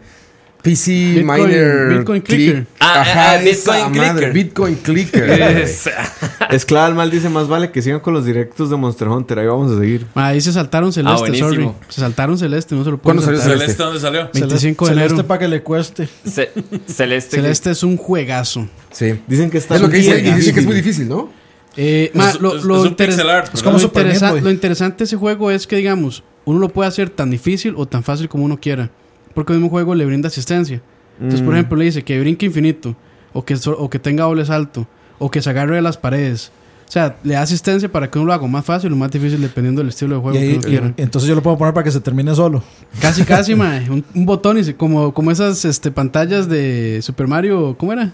Speaker 2: PC
Speaker 7: Bitcoin-
Speaker 2: Miner
Speaker 7: Bitcoin Clicker.
Speaker 6: Ah, ah, ah,
Speaker 2: esa
Speaker 6: Bitcoin
Speaker 2: madre,
Speaker 6: Clicker.
Speaker 2: Bitcoin Clicker. güey.
Speaker 6: Es-
Speaker 3: Esclava del Mal dice: Más vale que sigan con los directos de Monster Hunter. Ahí vamos a seguir.
Speaker 7: Ma, ahí se
Speaker 3: Ah,
Speaker 7: saltaron Celeste,
Speaker 6: buenísimo.
Speaker 7: sorry. Se saltaron Celeste, no se lo
Speaker 2: ¿Cuándo
Speaker 7: puedo
Speaker 2: salió
Speaker 7: saltar.
Speaker 2: Celeste?
Speaker 4: Celeste, ¿dónde salió?
Speaker 7: 25 de
Speaker 5: Celeste
Speaker 7: enero.
Speaker 5: para que le cueste.
Speaker 6: Ce- Celeste.
Speaker 7: Celeste es un juegazo.
Speaker 2: Sí.
Speaker 3: Dicen que está.
Speaker 2: Es lo que dice,
Speaker 7: bien
Speaker 2: y dice que es
Speaker 7: difícil.
Speaker 2: muy difícil, ¿no?
Speaker 7: Eh, ma,
Speaker 4: Es-
Speaker 7: lo,
Speaker 4: es-
Speaker 7: lo
Speaker 4: es un
Speaker 7: interes-
Speaker 4: pixel art,
Speaker 7: lo
Speaker 4: ¿verdad?
Speaker 5: como Super
Speaker 7: interesa-
Speaker 5: Meat Boy.
Speaker 7: lo interesante de ese juego es que, digamos, uno lo puede hacer tan difícil o tan fácil como uno quiera. Porque el mismo juego le brinda asistencia. Entonces, por ejemplo, le dice que brinque infinito, o que, so- o que tenga doble salto, o que se agarre de las paredes. O sea, le da asistencia para que uno lo haga más fácil o más difícil dependiendo del estilo de
Speaker 5: Y
Speaker 7: juego
Speaker 5: ahí-
Speaker 7: que uno quiera.
Speaker 5: entonces yo lo puedo poner para que se termine solo.
Speaker 7: Casi, casi, mae. Un, un botón y se- como, como esas este, pantallas de Super Mario, ¿cómo era?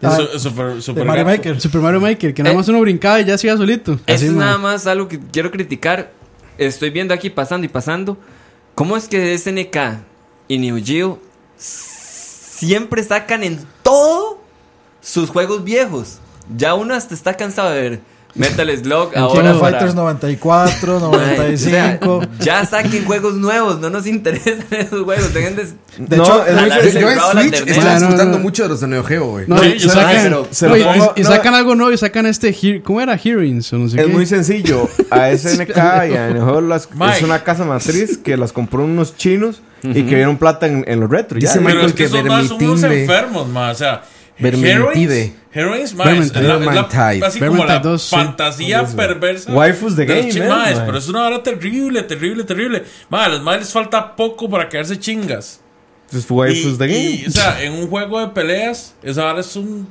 Speaker 5: Ah,
Speaker 4: Su- super, super
Speaker 5: de Mario
Speaker 4: gato.
Speaker 5: Maker.
Speaker 7: Super Mario Maker, que nada
Speaker 6: Eh.
Speaker 7: más uno brincaba y ya se iba solito.
Speaker 6: Eso
Speaker 7: Así,
Speaker 6: es
Speaker 7: mae.
Speaker 6: nada más algo que quiero criticar. Estoy viendo aquí pasando y pasando. ¿Cómo es que SNK y New Geo siempre sacan en todo sus juegos viejos? Ya uno hasta está cansado de ver Metal Slug
Speaker 5: King
Speaker 6: ahora.
Speaker 5: of
Speaker 6: para-
Speaker 5: Fighters 94,
Speaker 6: Ay, o sea,
Speaker 5: 95.
Speaker 6: ya saquen juegos nuevos, no nos interesan esos juegos. Dejen de-
Speaker 5: De
Speaker 3: No,
Speaker 5: hecho,
Speaker 3: es-
Speaker 6: a Ah, la vez
Speaker 2: Yo, yo en
Speaker 6: entrado a la
Speaker 2: Switch
Speaker 6: internet.
Speaker 2: estoy
Speaker 7: No, no,
Speaker 2: disfrutando
Speaker 7: no.
Speaker 2: mucho de los de Neo Geo, güey.
Speaker 7: No,
Speaker 4: Sí,
Speaker 7: y
Speaker 4: yo sé,
Speaker 7: sacan,
Speaker 4: pero-
Speaker 7: no,
Speaker 3: pero
Speaker 7: y-
Speaker 3: pongo-
Speaker 7: y- y
Speaker 3: no.
Speaker 7: sacan algo nuevo y sacan este. Hear- ¿Cómo era? Hearings o no sé
Speaker 3: Es
Speaker 7: qué.
Speaker 3: muy sencillo. A SNK y a NJ las- es
Speaker 4: Mike.
Speaker 3: una casa matriz que las compró unos chinos y que vieron plata en, en los retros. Ya,
Speaker 2: Dice
Speaker 3: güey.
Speaker 4: Pero es
Speaker 2: Michael
Speaker 4: que
Speaker 2: que
Speaker 4: son más son unos
Speaker 2: Vermintide.
Speaker 4: enfermos, más. O sea,
Speaker 2: Vermintide.
Speaker 4: Heroines, Heroines, más. Es la,
Speaker 7: Vermintide.
Speaker 4: es la,
Speaker 2: Vermintide.
Speaker 4: así como la
Speaker 7: Vermintide dos, sí.
Speaker 4: fantasía perversa.
Speaker 3: Waifus de
Speaker 4: los
Speaker 3: game,
Speaker 4: chi-
Speaker 3: eh,
Speaker 4: maes,
Speaker 3: mae.
Speaker 4: Pero es una hora terrible, terrible, terrible. Más, a los más les falta poco para quedarse chingas.
Speaker 3: Entonces, waifus
Speaker 4: Y-
Speaker 3: de game.
Speaker 4: y, o sea, en un juego de peleas, esa hora es un.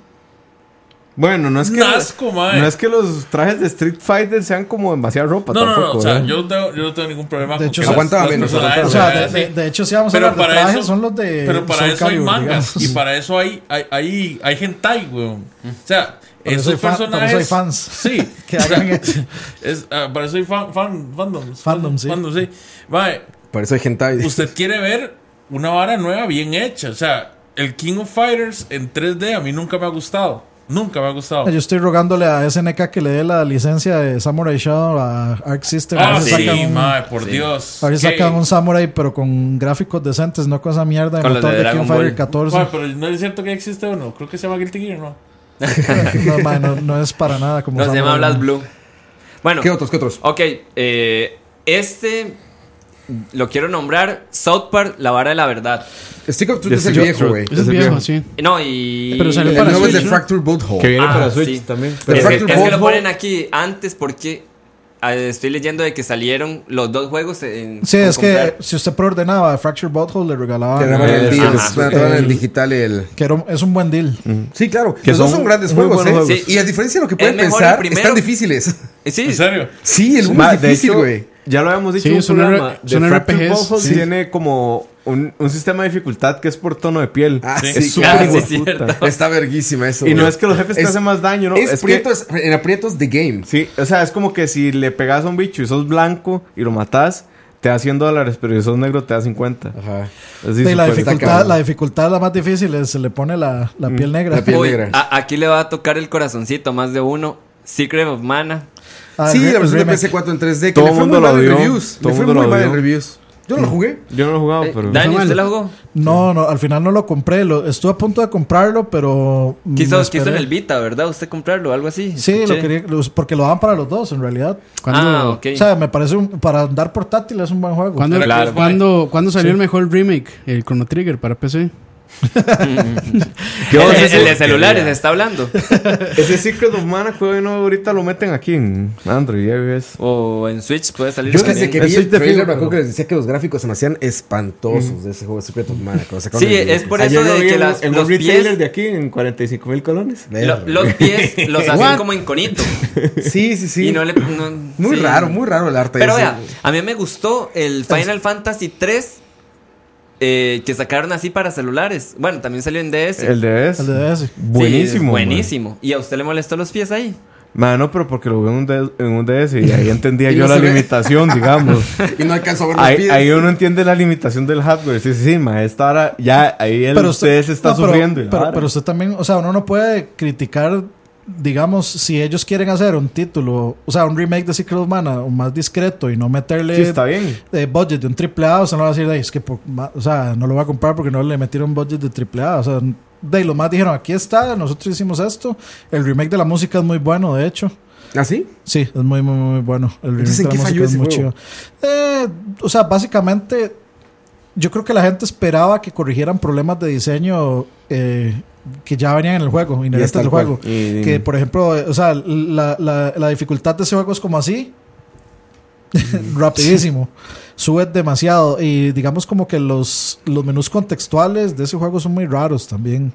Speaker 3: Bueno, no es que.
Speaker 4: Un asco, mae.
Speaker 3: No es que los trajes de Street Fighter sean como demasiada ropa
Speaker 4: No, no, no.
Speaker 3: tampoco.
Speaker 4: O sea,
Speaker 3: ¿verdad?
Speaker 4: yo no tengo, yo no tengo ningún problema
Speaker 5: De hecho,
Speaker 4: que
Speaker 2: aguantaba
Speaker 4: las- las
Speaker 2: menos,
Speaker 4: personas-
Speaker 2: aguantaba
Speaker 5: o sea, de,
Speaker 4: sí.
Speaker 5: de- de hecho, si vamos a
Speaker 4: Pero
Speaker 5: hablar de
Speaker 4: para
Speaker 5: trajes,
Speaker 4: eso,
Speaker 5: Eh, son los de.
Speaker 4: pero para
Speaker 5: Soul
Speaker 4: eso hay
Speaker 5: Calibur,
Speaker 4: mangas
Speaker 5: digamos.
Speaker 4: y para eso hay hay hay, hay hentai, weón. O sea,
Speaker 5: Por eso
Speaker 4: esos
Speaker 5: hay fan- por eso
Speaker 4: personajes
Speaker 5: hay fans.
Speaker 4: Sí,
Speaker 5: Que
Speaker 4: o sea,
Speaker 5: hagan-
Speaker 4: es, ah, para eso hay fan, fan fandoms.
Speaker 5: Fandom, sí.
Speaker 4: Fandom, sí. Mae,
Speaker 2: Por eso hay hentai.
Speaker 4: usted quiere ver una vara nueva bien hecha, o sea, el King of Fighters en 3D a mí nunca me ha gustado. Nunca me ha gustado.
Speaker 5: Yo estoy rogándole a SNK que le dé la licencia de Samurai Shadow a Arc System. a
Speaker 4: Ah,
Speaker 5: ver si
Speaker 4: sí,
Speaker 5: sacan un-
Speaker 4: mae, por Dios.
Speaker 5: a ver si
Speaker 4: ¿Qué?
Speaker 5: sacan un Samurai, pero con gráficos decentes, no con esa mierda de
Speaker 6: Con los
Speaker 5: motor
Speaker 6: de
Speaker 5: de,
Speaker 6: Dragon
Speaker 5: King Fighter
Speaker 6: Ball.
Speaker 5: 14.
Speaker 4: Mae, pero no es cierto que existe uno. Creo que se llama Guilty Gear, ¿no? pues,
Speaker 5: no, mae, no, no es para nada como
Speaker 6: No, se llama
Speaker 5: Samurai,
Speaker 6: Blast
Speaker 5: mae.
Speaker 6: Blue. Bueno,
Speaker 2: ¿Qué otros? ¿Qué otros?
Speaker 6: ok. eh, este lo quiero nombrar South Park, la vara de la verdad.
Speaker 2: Stick of Truth
Speaker 3: De
Speaker 2: es el
Speaker 3: Stick of
Speaker 2: viejo,
Speaker 3: Truth.
Speaker 2: güey.
Speaker 7: Ese es viejo, sí.
Speaker 6: Eh, No, y.
Speaker 7: Pero salió
Speaker 2: El
Speaker 7: para
Speaker 2: nuevo es de
Speaker 7: Switch, ¿no?
Speaker 2: Fractured Butthole.
Speaker 3: Que viene
Speaker 6: Ah,
Speaker 3: para
Speaker 6: sí.
Speaker 3: Switch también.
Speaker 2: Pero
Speaker 6: es, que,
Speaker 2: Fracture
Speaker 6: es que lo
Speaker 2: Butthole-
Speaker 6: ponen aquí antes porque ah, estoy leyendo de que salieron los dos juegos en.
Speaker 5: Sí,
Speaker 6: con
Speaker 5: es que
Speaker 6: comprar.
Speaker 5: si usted preordenaba Fracture Butthole, le regalaban.
Speaker 2: Te daban
Speaker 5: el-
Speaker 2: el, disc,
Speaker 6: Ajá.
Speaker 2: te daban el digital el...
Speaker 5: que era un- es un buen deal.
Speaker 2: Sí, claro. Los dos
Speaker 3: son
Speaker 2: son grandes
Speaker 3: muy
Speaker 2: juegos, ¿eh?
Speaker 3: buenos
Speaker 6: juegos.
Speaker 2: Sí, Y a diferencia de lo que
Speaker 6: Es
Speaker 2: pueden
Speaker 6: mejor el
Speaker 2: pensar,
Speaker 6: primero.
Speaker 2: están difíciles.
Speaker 6: Eh, Sí,
Speaker 4: ¿En serio?
Speaker 2: Sí, el uno
Speaker 3: Ma,
Speaker 2: es
Speaker 3: de
Speaker 2: difícil,
Speaker 3: hecho,
Speaker 2: güey.
Speaker 3: Ya lo habíamos dicho
Speaker 7: Sí,
Speaker 3: en un
Speaker 7: son R-
Speaker 3: programa. de
Speaker 7: son
Speaker 3: Fractured
Speaker 7: RPGs,
Speaker 3: Butthole
Speaker 7: sí.
Speaker 3: tiene como un, un sistema de dificultad que es por tono de piel.
Speaker 2: Ah, sí,
Speaker 3: es súper
Speaker 6: claro, sí,
Speaker 3: hijueputa.
Speaker 6: cierto.
Speaker 2: Está verguísima eso,
Speaker 3: Y no
Speaker 2: güey.
Speaker 3: es que los jefes te
Speaker 2: Es-
Speaker 3: hacen más daño, ¿no?
Speaker 2: Es,
Speaker 3: Es que-
Speaker 2: prietos- en aprietos de game.
Speaker 3: Sí, o sea, es como que si le pegas a un bicho y sos blanco y lo matás, te da 100 dólares, pero si sos negro te da 50.
Speaker 2: Ajá.
Speaker 3: Así,
Speaker 5: Sí, la
Speaker 3: súper-
Speaker 5: dificultad, la dificultad la más difícil es se le pone la, la piel negra.
Speaker 2: la piel
Speaker 6: Uy,
Speaker 2: negra.
Speaker 6: a- aquí le va a tocar el corazoncito a más de uno. Secret of Mana.
Speaker 5: Ah,
Speaker 2: Sí,
Speaker 5: el re-
Speaker 2: la versión
Speaker 5: el
Speaker 2: de
Speaker 5: remake.
Speaker 2: PS4 en 3D. Que
Speaker 3: Todo
Speaker 2: le fue
Speaker 3: mundo
Speaker 2: muy
Speaker 3: lo
Speaker 2: mal en
Speaker 3: vio,
Speaker 2: reviews.
Speaker 3: todo
Speaker 2: Le fue
Speaker 3: mundo
Speaker 2: muy
Speaker 3: lo
Speaker 2: mal en
Speaker 3: vio.
Speaker 2: reviews. Yo no lo jugué.
Speaker 3: Yo no lo he jugado, pero.
Speaker 6: Dani,
Speaker 7: mal.
Speaker 6: ¿usted la jugó?
Speaker 5: No, no, al final no lo compré. Lo, estuve a punto de comprarlo, pero. me
Speaker 6: Quiso, quiso en
Speaker 5: esperé.
Speaker 6: el Vita, ¿verdad? ¿Usted comprarlo o algo así?
Speaker 5: Sí, lo
Speaker 6: Escuché.
Speaker 5: quería, los- porque lo daban para los dos, en realidad.
Speaker 6: Ah, ok.
Speaker 5: O sea, me parece un- para andar portátil es un buen juego.
Speaker 7: ¿Cuándo,
Speaker 4: Pero claro.
Speaker 7: ¿cuándo- cuándo salió el mejor remake? El Chrono Trigger para PC.
Speaker 6: El,
Speaker 3: vos
Speaker 6: el-
Speaker 3: ese-
Speaker 6: el de celulares, está hablando.
Speaker 3: Ese Secret of Mana que hoy no, ahorita lo meten aquí en Android y iOS.
Speaker 6: O en Switch puede salir.
Speaker 2: Yo desde
Speaker 6: también.
Speaker 2: que vi
Speaker 3: Eso
Speaker 2: el
Speaker 3: es de
Speaker 2: trailer,
Speaker 3: fijo,
Speaker 2: me acuerdo
Speaker 3: pero-
Speaker 2: que les decía que los gráficos se me hacían espantosos de ese juego de Secret of Mana. cuando sacaron
Speaker 6: Sí,
Speaker 2: el-
Speaker 6: es por eso
Speaker 3: Ayer lo
Speaker 6: de
Speaker 3: vi
Speaker 6: que
Speaker 3: en-
Speaker 6: las-
Speaker 3: en
Speaker 6: los
Speaker 3: un retailer
Speaker 6: pies.
Speaker 3: de aquí en 45 mil colones.
Speaker 6: lo-
Speaker 2: Verga.
Speaker 6: los pies los hacen
Speaker 7: What?
Speaker 6: como en conito.
Speaker 2: Sí, sí, sí.
Speaker 6: Y no le. no-
Speaker 2: Muy
Speaker 6: sí.
Speaker 2: raro, muy raro el arte.
Speaker 6: Pero
Speaker 2: ese.
Speaker 6: vea, a mí me gustó el Final Fantasy 3 que sacaron así para celulares. Bueno, también salió en DS.
Speaker 3: El de
Speaker 5: El de DS.
Speaker 6: Sí, es
Speaker 3: Eh, Buenísimo.
Speaker 6: buenísimo. ¿Y a usted le molestó los pies ahí?
Speaker 3: Mano, pero porque lo veo en un, DS en un DS y ahí entendía
Speaker 2: Y
Speaker 3: yo
Speaker 2: no
Speaker 3: la
Speaker 2: se ve.
Speaker 3: limitación, digamos.
Speaker 2: Y no alcanzo a ver los
Speaker 3: Ahí,
Speaker 2: pies.
Speaker 3: ahí uno entiende la limitación del hardware. Sí, sí, sí, maestra. Ahora ya ahí el
Speaker 5: Pero
Speaker 3: usted se está
Speaker 5: no, pero-
Speaker 3: sufriendo. y la
Speaker 5: Pero,
Speaker 3: vara.
Speaker 5: pero usted también, o sea, uno no puede criticar, digamos, si ellos quieren hacer un título, o sea, un remake de Secret of Mana, o más discreto y no meterle.
Speaker 3: sí, está bien.
Speaker 5: de budget de un triple A, o sea, no va a decir, "Ay, es que, por ma- o sea, no lo voy a comprar porque no le metieron budget de triple A, o sea, de lo más dijeron, aquí está, nosotros hicimos esto, el remake de la música es muy bueno, de hecho,
Speaker 2: ¿Ah, sí?
Speaker 5: sí, es muy, muy, muy bueno, el remake
Speaker 2: Entonces,
Speaker 5: de
Speaker 2: ¿en
Speaker 5: la
Speaker 2: qué
Speaker 5: música
Speaker 2: falló
Speaker 5: es
Speaker 2: ese
Speaker 5: muy
Speaker 2: juego?
Speaker 5: chido. Eh, o sea, básicamente, yo creo que la gente esperaba que corrigieran problemas de diseño eh, que ya venían en el juego, inherentes
Speaker 2: está
Speaker 5: al
Speaker 2: el juego.
Speaker 5: juego.
Speaker 3: Y-
Speaker 5: Que por ejemplo, eh, o sea, la, la- la dificultad de ese juego es como así.
Speaker 3: Mm.
Speaker 5: Rapidísimo. Sube demasiado. Y digamos como que los, los menús contextuales de ese juego son muy raros también.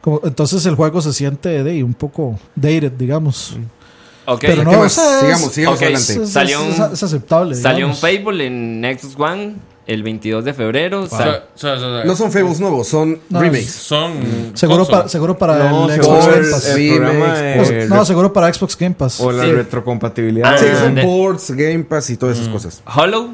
Speaker 5: Como, entonces el juego se siente de, ahí, un poco dated, digamos.
Speaker 3: Mm.
Speaker 6: Ok.
Speaker 5: Pero no,
Speaker 2: ¿Qué más?
Speaker 5: o sea, es-
Speaker 2: Sigamos, sigamos
Speaker 6: Ok,
Speaker 2: adelante.
Speaker 5: Es, es-
Speaker 6: Salió
Speaker 5: es-
Speaker 6: un-
Speaker 5: es aceptable.
Speaker 6: Salió un
Speaker 5: digamos.
Speaker 6: Fable en Nexus One el 22 de febrero.
Speaker 4: O
Speaker 6: Sal-
Speaker 4: sea, o sea, o sea,
Speaker 2: No son fables nuevos, son
Speaker 5: No,
Speaker 2: remakes.
Speaker 4: son.
Speaker 5: Seguro,
Speaker 4: console.
Speaker 5: para seguro para
Speaker 3: No,
Speaker 5: el
Speaker 3: seguro
Speaker 5: Xbox
Speaker 2: Boards,
Speaker 5: Game Pass.
Speaker 3: el
Speaker 2: sí,
Speaker 3: programa
Speaker 2: remakes,
Speaker 3: de-
Speaker 5: no, seguro para Xbox Game Pass.
Speaker 3: O la
Speaker 6: Sí.
Speaker 3: retrocompatibilidad.
Speaker 6: Ah,
Speaker 2: Sí, son
Speaker 6: de-
Speaker 2: boards, Game Pass y todas
Speaker 6: Mm.
Speaker 2: esas cosas.
Speaker 6: Hollow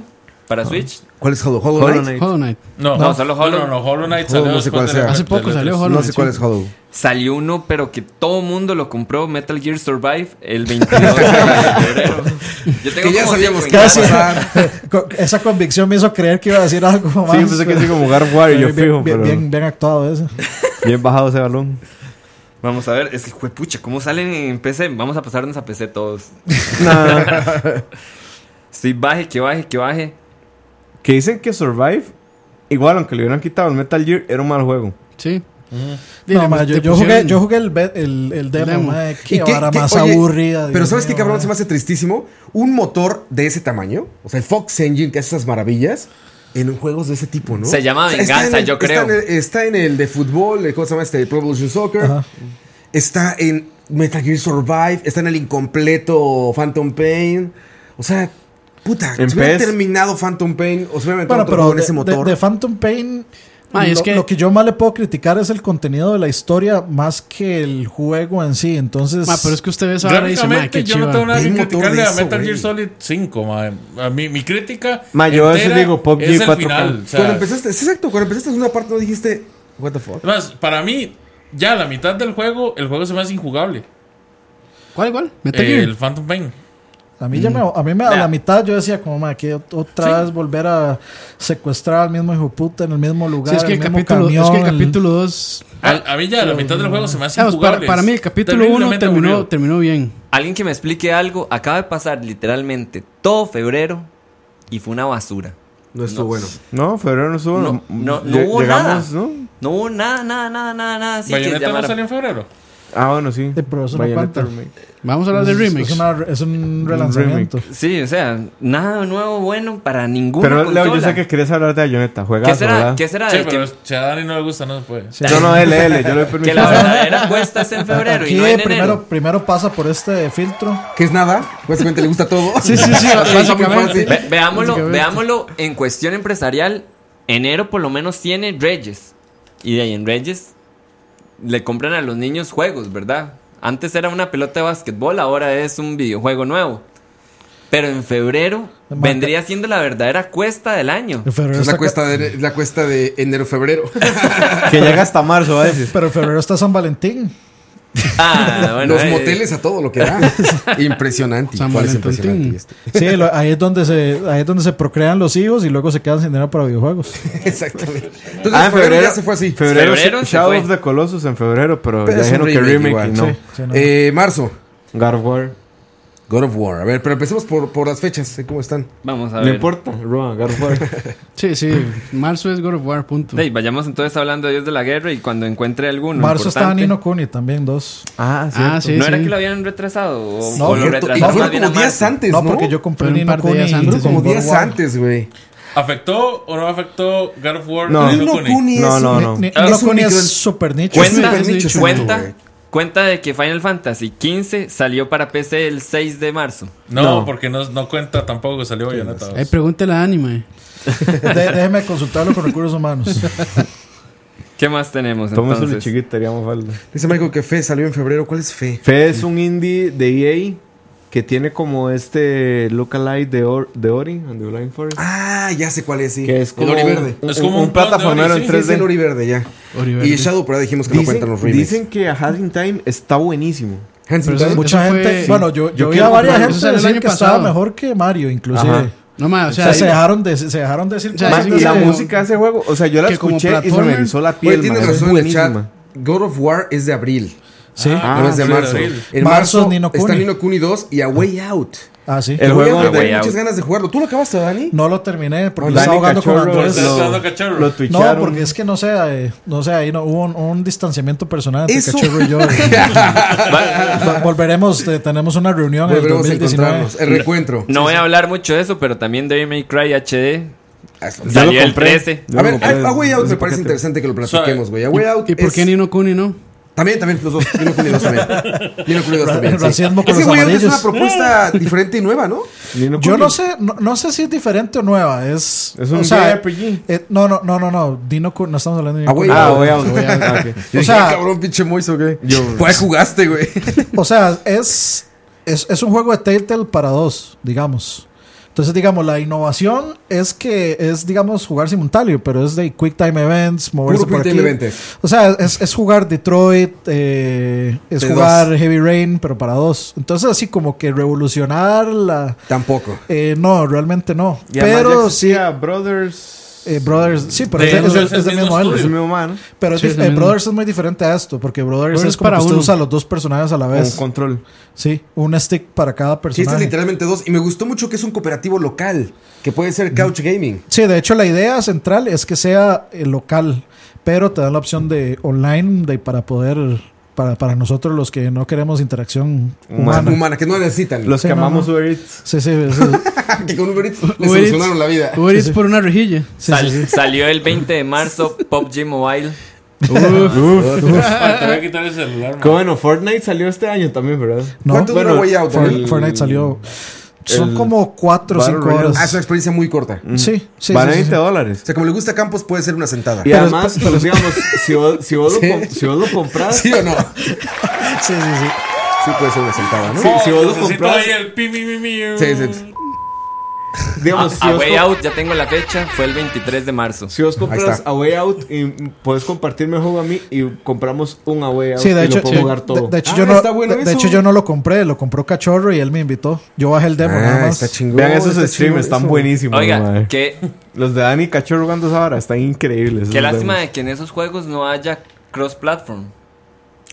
Speaker 6: para Switch.
Speaker 2: ¿Cuál es Hollow? Hollow
Speaker 3: Hollow
Speaker 2: Knight?
Speaker 3: Knight.
Speaker 7: Hollow Knight.
Speaker 4: No,
Speaker 6: No,
Speaker 4: no,
Speaker 6: solo
Speaker 4: no,
Speaker 6: Hollow-
Speaker 4: no, no, Hollow Knight
Speaker 2: Hollow,
Speaker 4: salió
Speaker 2: no sé
Speaker 4: después
Speaker 2: cuál
Speaker 4: de la-
Speaker 2: sea.
Speaker 7: Hace poco
Speaker 4: de la-
Speaker 7: salió Hollow
Speaker 2: No
Speaker 7: Knight,
Speaker 2: sé cuál es Hollow.
Speaker 6: Salió uno, pero que todo mundo lo compró, Metal Gear Survive, el 22 de febrero. Yo tengo
Speaker 2: Que ya
Speaker 6: como
Speaker 2: sabíamos
Speaker 6: cinco en
Speaker 2: que iba a
Speaker 6: casa.
Speaker 2: pasar.
Speaker 5: Co- Esa convicción me hizo creer que iba a decir algo más.
Speaker 3: Sí, yo pensé que sí como jugar Warrior, yo
Speaker 5: Pero bien,
Speaker 3: fijo,
Speaker 5: bien-
Speaker 3: pero
Speaker 5: bien- bien actuado eso.
Speaker 3: bien bajado ese balón.
Speaker 6: Vamos a ver, es que juepucha, ¿cómo salen en PC? Vamos a pasarnos a PC todos. Sí, baje, que baje, que baje.
Speaker 3: Que dicen que Survive, igual aunque le hubieran quitado el Metal Gear, era un mal juego.
Speaker 7: Sí. Dile,
Speaker 5: No, ma,
Speaker 7: te
Speaker 5: yo, yo
Speaker 7: pusieron-
Speaker 5: jugué, yo jugué el, be- el, el demo,
Speaker 7: Demo.
Speaker 5: ma,
Speaker 2: ¿Y
Speaker 5: qué
Speaker 2: qué-
Speaker 5: vara
Speaker 2: qué-
Speaker 5: más
Speaker 2: oye,
Speaker 5: aburrida.
Speaker 2: Pero
Speaker 5: Dios
Speaker 2: ¿sabes qué
Speaker 5: mío,
Speaker 2: cabrón
Speaker 5: ma.
Speaker 2: se me hace tristísimo? Un motor de ese tamaño, o sea, el Fox Engine que hace esas maravillas, en juegos de ese tipo, ¿no?
Speaker 6: Se llama
Speaker 2: O sea, está
Speaker 6: venganza,
Speaker 2: en el-
Speaker 6: yo creo.
Speaker 2: Está en, el, está en el de fútbol, el- ¿cómo se llama este? Pro Evolution Soccer.
Speaker 5: Ajá.
Speaker 2: Está en Metal Gear Survive, está en el incompleto Phantom Pain. O sea, puta,
Speaker 3: En
Speaker 2: si hubiera
Speaker 3: PES.
Speaker 2: terminado Phantom Pain, o se hubiera metido
Speaker 5: Bueno,
Speaker 2: otro
Speaker 5: pero
Speaker 2: juego en
Speaker 5: de,
Speaker 2: ese
Speaker 5: de-
Speaker 2: motor.
Speaker 5: de Phantom Pain,
Speaker 7: Ma,
Speaker 5: lo,
Speaker 7: Ah, es que-
Speaker 5: lo que yo más le puedo criticar es el contenido de la historia más que el juego en sí. Entonces,
Speaker 7: Ma, Ah, pero es que usted ve esa hora y dice, ma,
Speaker 4: Gráficamente,
Speaker 7: qué
Speaker 4: yo no
Speaker 7: chiva.
Speaker 4: tengo nada
Speaker 2: Es
Speaker 4: que
Speaker 2: motor
Speaker 4: criticarle
Speaker 2: de
Speaker 4: a
Speaker 2: eso,
Speaker 4: Metal Gear
Speaker 2: güey.
Speaker 4: Solid 5, madre. A mí, mi crítica.
Speaker 3: Ma, yo a veces
Speaker 4: entera
Speaker 3: digo, PUBG
Speaker 4: es el
Speaker 3: 4K.
Speaker 4: final. o sea,
Speaker 2: cuando empezaste, es exacto, cuando empezaste es una parte no dijiste, what the fuck.
Speaker 4: es más, para mí, ya a la mitad del juego, el juego se me hace injugable.
Speaker 7: ¿Cuál, cuál? Metal
Speaker 4: Eh,
Speaker 7: Gear.
Speaker 4: el Phantom Pain.
Speaker 5: a mí, ya
Speaker 7: Mm.
Speaker 5: me, a, mí me- a la mitad yo decía, como, ma, que ot- otra vez volver a secuestrar al mismo hijo puta en el mismo lugar.
Speaker 7: Sí, es que el
Speaker 5: el mismo
Speaker 7: capítulo, es que el
Speaker 5: camión, el-
Speaker 7: capítulo 2.
Speaker 4: A, a mí ya a la mitad del juego se me hace
Speaker 7: para,
Speaker 4: injugable.
Speaker 7: para mí, el
Speaker 4: es
Speaker 7: capítulo 1
Speaker 4: terriblemente
Speaker 7: terminó,
Speaker 4: aburrido.
Speaker 7: terminó bien.
Speaker 6: Alguien que me explique algo, acaba de pasar literalmente todo febrero y fue una basura.
Speaker 2: No estuvo
Speaker 6: No.
Speaker 2: bueno.
Speaker 3: No, febrero no estuvo.
Speaker 6: No, no, no
Speaker 3: Lle-
Speaker 6: hubo
Speaker 3: llegamos,
Speaker 6: nada.
Speaker 3: ¿no?
Speaker 6: No hubo nada, nada, nada, nada, nada. Así que
Speaker 4: Bayonetta no
Speaker 6: llamara-
Speaker 4: salió en febrero.
Speaker 3: Ah, bueno, sí.
Speaker 5: Sí, pero eso no
Speaker 3: Bayonetta
Speaker 5: cuenta.
Speaker 3: remake.
Speaker 7: Vamos a hablar de
Speaker 5: es-
Speaker 7: remakes.
Speaker 5: Es, una- es un relanzamiento.
Speaker 6: Sí, o sea, nada nuevo bueno para ninguna
Speaker 3: Pero
Speaker 6: consola.
Speaker 3: Leo, yo sé que querías hablar de Bayonetta. Juegazo,
Speaker 6: ¿Qué será?
Speaker 3: ¿verdad?
Speaker 6: ¿Qué será
Speaker 4: Sí,
Speaker 6: de que,
Speaker 4: pero si a Dani no le gusta, no se puede.
Speaker 3: Yo no, LL, yo le he permitido.
Speaker 6: que la verdadera cuesta es en febrero
Speaker 5: Aquí
Speaker 6: y no en
Speaker 5: primero,
Speaker 6: enero?
Speaker 5: primero pasa por este filtro.
Speaker 2: ¿Qué es nada? Básicamente le gusta todo.
Speaker 7: Sí, sí, sí,
Speaker 2: Pasa muy
Speaker 7: básicamente.
Speaker 2: fácil.
Speaker 6: Ve- veámoslo,
Speaker 7: Básicamente.
Speaker 6: veámoslo en cuestión empresarial. Enero por lo menos tiene Reyes. Y de ahí en Reyes le compran a los niños juegos, ¿verdad? Antes era una pelota de básquetbol, ahora es un videojuego nuevo. Pero en febrero
Speaker 5: Marca-
Speaker 6: vendría siendo la verdadera cuesta del año.
Speaker 5: En febrero
Speaker 2: Es la
Speaker 5: está-
Speaker 2: cuesta de, la cuesta de enero-febrero.
Speaker 3: Que llega hasta marzo a veces.
Speaker 5: Pero en febrero está San Valentín.
Speaker 6: Ah, bueno.
Speaker 2: Los
Speaker 6: eh,
Speaker 2: moteles a todo lo que da. impresionante.
Speaker 7: San
Speaker 2: ¿Cuál es
Speaker 7: Valentín.
Speaker 2: impresionante? Este?
Speaker 5: Sí, lo- ahí, es donde se, ahí es donde se procrean los hijos y luego se quedan sin dinero para videojuegos.
Speaker 2: Exactamente. Entonces,
Speaker 3: Ah,
Speaker 2: febrero,
Speaker 3: en febrero
Speaker 2: ya se fue así.
Speaker 3: Febrero,
Speaker 6: Febrero se
Speaker 3: Shadow
Speaker 6: fue.
Speaker 3: of the Colossus en febrero, pero,
Speaker 2: Pero
Speaker 3: ya
Speaker 2: es un
Speaker 3: dijeron que
Speaker 2: remake
Speaker 3: remake,
Speaker 2: igual,
Speaker 3: y no.
Speaker 5: sí, sí, no.
Speaker 2: Eh, marzo,
Speaker 3: God of War.
Speaker 2: God of War. A ver, pero empecemos por, por las fechas. ¿eh? ¿Cómo están?
Speaker 6: Vamos a
Speaker 3: No
Speaker 6: ver.
Speaker 3: importa. Roa, God of War.
Speaker 7: Sí, sí. Marzo es God of War, punto.
Speaker 6: Ey, vayamos entonces hablando de Dios de la Guerra y cuando encuentre alguno.
Speaker 5: Marzo está
Speaker 6: importante.
Speaker 5: Nino Kuni también, dos.
Speaker 3: ah, sí.
Speaker 7: Ah, sí,
Speaker 6: ¿No
Speaker 7: sí.
Speaker 6: era que lo habían retrasado? ¿O,
Speaker 5: No,
Speaker 6: o lo
Speaker 5: cierto.
Speaker 2: y
Speaker 6: retrasaron
Speaker 2: fueron
Speaker 6: más bien a
Speaker 2: como días
Speaker 6: marzo?
Speaker 2: antes,
Speaker 5: no,
Speaker 2: ¿no?
Speaker 5: porque yo compré
Speaker 7: Fueron un
Speaker 5: Nino
Speaker 7: par de
Speaker 5: Kuni.
Speaker 7: días
Speaker 5: y-
Speaker 2: Fueron
Speaker 7: antes,
Speaker 2: como
Speaker 7: God of
Speaker 2: días
Speaker 7: War.
Speaker 2: antes, güey.
Speaker 4: ¿Afectó o no afectó God of War?
Speaker 3: No.
Speaker 4: Ni
Speaker 2: Ni no
Speaker 4: Kuni?
Speaker 2: Kuni
Speaker 3: No,
Speaker 2: es
Speaker 3: no,
Speaker 2: un-
Speaker 3: no.
Speaker 5: Ni-
Speaker 2: Ah,
Speaker 5: Nino
Speaker 2: es un
Speaker 5: Kuni
Speaker 2: micro-
Speaker 5: es super nicho.
Speaker 6: Cuenta,
Speaker 2: súper nicho ese
Speaker 6: cuenta,
Speaker 2: mundo,
Speaker 6: cuenta de que Final Fantasy XV salió para PC el 6 de marzo.
Speaker 4: No,
Speaker 3: No.
Speaker 4: porque no, no cuenta tampoco que salió Bayonetta.
Speaker 7: Ahí
Speaker 4: dos.
Speaker 7: pregúntale a Anime.
Speaker 5: De- déjeme consultarlo con recursos humanos.
Speaker 6: ¿Qué más tenemos
Speaker 3: Toma eso de
Speaker 6: entonces?
Speaker 3: chiquita, haríamos falta.
Speaker 2: Dice Michael que Fe salió en febrero. ¿Cuál es Fe?
Speaker 3: Fe es un indie de EA que tiene como este lookalike de, Or- de Ori and the Blind Forest.
Speaker 2: Ah, ya sé cuál es, sí.
Speaker 3: que es
Speaker 2: el
Speaker 3: como
Speaker 2: Ori Verde.
Speaker 3: un-
Speaker 4: Es como
Speaker 3: un,
Speaker 4: un pan de
Speaker 3: plataformero
Speaker 4: Ori,
Speaker 3: en
Speaker 4: sí,
Speaker 2: Sí, es el
Speaker 3: 3D.
Speaker 2: Ori Verde, ya.
Speaker 7: Ori
Speaker 2: Y
Speaker 7: Verde.
Speaker 2: Shadow, pero dijimos que no cuentan los
Speaker 3: Dicen,
Speaker 2: remakes.
Speaker 3: dicen que A Hard in Time está buenísimo.
Speaker 2: Hans Zimmer.
Speaker 7: Pero eso-
Speaker 5: Mucha
Speaker 7: fue-
Speaker 5: gente.
Speaker 7: sí.
Speaker 5: Bueno, yo, yo
Speaker 7: Yo
Speaker 5: vi
Speaker 7: quiero
Speaker 5: a varias gente
Speaker 7: comprarlo. Eso salió el
Speaker 5: decir
Speaker 7: año
Speaker 5: que estaba
Speaker 7: pasado.
Speaker 5: mejor que Mario, inclusive.
Speaker 3: Ajá.
Speaker 7: No más,
Speaker 5: O
Speaker 7: o
Speaker 5: sea,
Speaker 7: sea,
Speaker 5: se,
Speaker 7: ahí-
Speaker 5: dejaron de, se dejaron de decir
Speaker 7: sea,
Speaker 3: Ma,
Speaker 7: sí,
Speaker 3: y
Speaker 7: sí,
Speaker 3: la
Speaker 7: sí.
Speaker 3: música de ese juego, o sea, yo la
Speaker 7: Que como
Speaker 3: escuché y se me
Speaker 7: platformer-
Speaker 3: erizó la
Speaker 2: Oye,
Speaker 3: piel.
Speaker 2: tienes
Speaker 3: ma, es
Speaker 2: razón en el chat.
Speaker 3: buenísima.
Speaker 2: God of War es de abril.
Speaker 5: Sí.
Speaker 4: Ah,
Speaker 2: no es de
Speaker 4: sí,
Speaker 2: marzo.
Speaker 4: abril.
Speaker 2: En
Speaker 5: Marzo
Speaker 2: marzo,
Speaker 5: es Nino
Speaker 2: está
Speaker 5: Kuni.
Speaker 2: Nino Kuni 2 y A Way Out.
Speaker 5: Ah, sí.
Speaker 3: El
Speaker 2: Voy a-
Speaker 3: juego
Speaker 2: tengo
Speaker 6: de- Way
Speaker 2: muchas
Speaker 6: Out.
Speaker 2: ganas de jugarlo. ¿Tú lo acabaste, Dani?
Speaker 5: No lo terminé porque
Speaker 3: Dani
Speaker 5: estaba jugando con
Speaker 3: Cachorro
Speaker 5: Andrés.
Speaker 4: Estás
Speaker 3: lo-
Speaker 4: dando cachorro.
Speaker 3: Lo
Speaker 5: No,
Speaker 3: twitcharon.
Speaker 5: porque es que no sé, eh, no sé, ahí no hubo un, un distanciamiento personal entre
Speaker 2: Eso.
Speaker 5: Cachorro y yo. Va- Volveremos, eh, tenemos una reunión en el
Speaker 2: Volveremos a
Speaker 5: 2019.
Speaker 2: encontrarnos. El reencuentro.
Speaker 6: No voy a hablar mucho de eso, pero también de May Cry HD.
Speaker 2: Hazlo.
Speaker 6: Salió
Speaker 3: lo
Speaker 6: el
Speaker 3: compré.
Speaker 6: 13.
Speaker 3: Yo
Speaker 2: A
Speaker 3: lo
Speaker 2: ver,
Speaker 3: compré
Speaker 2: a, a Way
Speaker 3: en
Speaker 2: Out
Speaker 3: ese
Speaker 2: me parece
Speaker 3: paquete.
Speaker 2: interesante que lo
Speaker 4: sea,
Speaker 2: platiquemos, güey. A Way Out.
Speaker 7: ¿Y por
Speaker 2: es-
Speaker 7: qué Nino Kuni no?
Speaker 2: También, también, los dos. Nino Kuni 2 también. Nino Kuni 2 también. sí.
Speaker 5: Racismo con
Speaker 2: Es que
Speaker 5: los
Speaker 2: Way Out es
Speaker 5: amarillos.
Speaker 2: una propuesta diferente y nueva, ¿no?
Speaker 3: Nino
Speaker 5: Yo
Speaker 3: Kuni.
Speaker 5: no sé, no, no sé si es diferente o nueva. Es,
Speaker 3: Es
Speaker 5: o
Speaker 3: un
Speaker 5: sea,
Speaker 3: JRPG.
Speaker 5: eh, no, no, no, no, no. Dino Kun- no estamos hablando de
Speaker 2: Ah,
Speaker 5: Dino Kun.
Speaker 2: güey.
Speaker 3: Ah, voy a Ah, ok.
Speaker 2: Yo dije,
Speaker 5: sea-
Speaker 2: "Ah, cabrón, pinche Moiso, ¿qué?
Speaker 3: Yo-
Speaker 2: ¿Cuál jugaste, güey?
Speaker 5: O sea, es, es, es un juego de Telltale para dos, digamos. Entonces, digamos, la innovación es que es, digamos, jugar simultáneo, pero es de Quick Time Events, moverse
Speaker 2: Puro
Speaker 5: por
Speaker 2: Quick
Speaker 5: aquí.
Speaker 2: Time Events.
Speaker 5: O sea, es, es jugar Detroit, eh, es
Speaker 2: De
Speaker 5: jugar
Speaker 2: dos.
Speaker 5: Heavy Rain, pero para dos. Entonces, así como que revolucionar la...
Speaker 2: Tampoco.
Speaker 5: eh, no, realmente no.
Speaker 3: Y además ya
Speaker 5: pero sí...
Speaker 3: existía Brothers.
Speaker 5: eh, Brothers, sí, pero
Speaker 4: De-
Speaker 5: es, de- es de-
Speaker 4: es el
Speaker 5: es del
Speaker 4: mismo
Speaker 5: mismo
Speaker 4: estudio.
Speaker 3: Es
Speaker 5: él.
Speaker 3: mi mamá, ¿no?
Speaker 5: Pero
Speaker 7: Sí,
Speaker 5: es
Speaker 7: es
Speaker 5: dif-
Speaker 7: el
Speaker 5: eh,
Speaker 7: mismo.
Speaker 5: Brothers es muy diferente a esto, porque Brothers,
Speaker 7: Brothers
Speaker 5: es como
Speaker 7: para
Speaker 5: que usted
Speaker 7: uno.
Speaker 5: usa los dos personajes a la
Speaker 3: Con
Speaker 5: vez.
Speaker 3: control.
Speaker 5: Sí, un stick para cada
Speaker 2: Sí, este es
Speaker 5: personaje. Sí,
Speaker 2: literalmente dos. Y me gustó mucho que es un cooperativo local, que puede ser Couch Gaming.
Speaker 5: de hecho la idea central es que sea eh, local, pero te dan la opción de online de, para poder, para, para nosotros los que no queremos interacción humana.
Speaker 3: Humana.
Speaker 2: Humana, que no necesitan.
Speaker 3: Los
Speaker 5: Sí,
Speaker 3: que
Speaker 5: no,
Speaker 3: amamos
Speaker 5: no.
Speaker 3: Uber Eats.
Speaker 5: Sí, sí, sí,
Speaker 2: que con Uber Eats le
Speaker 7: Uber Eats.
Speaker 2: solucionaron la vida.
Speaker 7: Uber Eats por una rejilla.
Speaker 5: sí,
Speaker 6: Sal-
Speaker 5: sí, sí.
Speaker 6: Salió el 20 de marzo PUBG Mobile.
Speaker 4: Ah, te voy a quitar el celular.
Speaker 3: Que
Speaker 4: man.
Speaker 3: bueno, Fortnite salió este año también, ¿verdad?
Speaker 5: No,
Speaker 2: ¿Cuánto dura
Speaker 3: bueno,
Speaker 2: Way Out?
Speaker 5: For-
Speaker 2: Daniel?
Speaker 3: el-
Speaker 5: Fortnite salió. Son
Speaker 3: el
Speaker 5: como 4 o
Speaker 3: Battle
Speaker 5: 5
Speaker 3: Royale.
Speaker 5: horas.
Speaker 2: Ah, es una experiencia muy corta.
Speaker 5: Sí, sí, sí,
Speaker 3: Vale
Speaker 5: sí,
Speaker 3: 20
Speaker 5: sí.
Speaker 2: O
Speaker 3: dólares.
Speaker 2: sea, como le gusta a Campos, puede ser una sentada.
Speaker 3: Y además, pero digamos, si vos, si vos,
Speaker 2: Sí.
Speaker 3: lo, com- si vos lo compras,
Speaker 2: ¿Sí o no?
Speaker 5: Sí, sí, sí.
Speaker 2: Sí, puede ser una sentada, ¿no?
Speaker 3: Sí. si vos lo
Speaker 4: necesito
Speaker 3: compras-
Speaker 4: ahí el pi, mi, mi, mi.
Speaker 2: Sí, sí, sí.
Speaker 3: digamos, si
Speaker 6: A
Speaker 3: vos,
Speaker 6: Way
Speaker 3: com-
Speaker 6: Out, ya tengo la fecha, fue el 23 de marzo.
Speaker 3: si vos compras
Speaker 2: está.
Speaker 3: a Way Out y mm, podés compartirme el juego a mí y compramos un a Way Out
Speaker 5: Sí, de
Speaker 3: y
Speaker 5: hecho,
Speaker 3: lo puedo
Speaker 5: sí.
Speaker 3: jugar todo.
Speaker 5: De, de hecho
Speaker 2: Ah,
Speaker 5: yo no,
Speaker 2: está bueno
Speaker 5: de, de
Speaker 2: eso.
Speaker 5: hecho, yo no lo compré, lo compró Cachorro y él me invitó. Yo bajé el demo nada
Speaker 2: Ah,
Speaker 5: más.
Speaker 2: está chingón.
Speaker 3: Vean esos
Speaker 2: está
Speaker 3: streams,
Speaker 2: chingón
Speaker 3: están
Speaker 2: eso.
Speaker 3: buenísimos.
Speaker 6: Oiga,
Speaker 3: mae.
Speaker 6: qué,
Speaker 3: Los de Dani Cachorro jugando esa vara están increíbles.
Speaker 6: qué
Speaker 3: esos
Speaker 6: lástima
Speaker 3: demos.
Speaker 6: de que en esos juegos no haya cross-platform.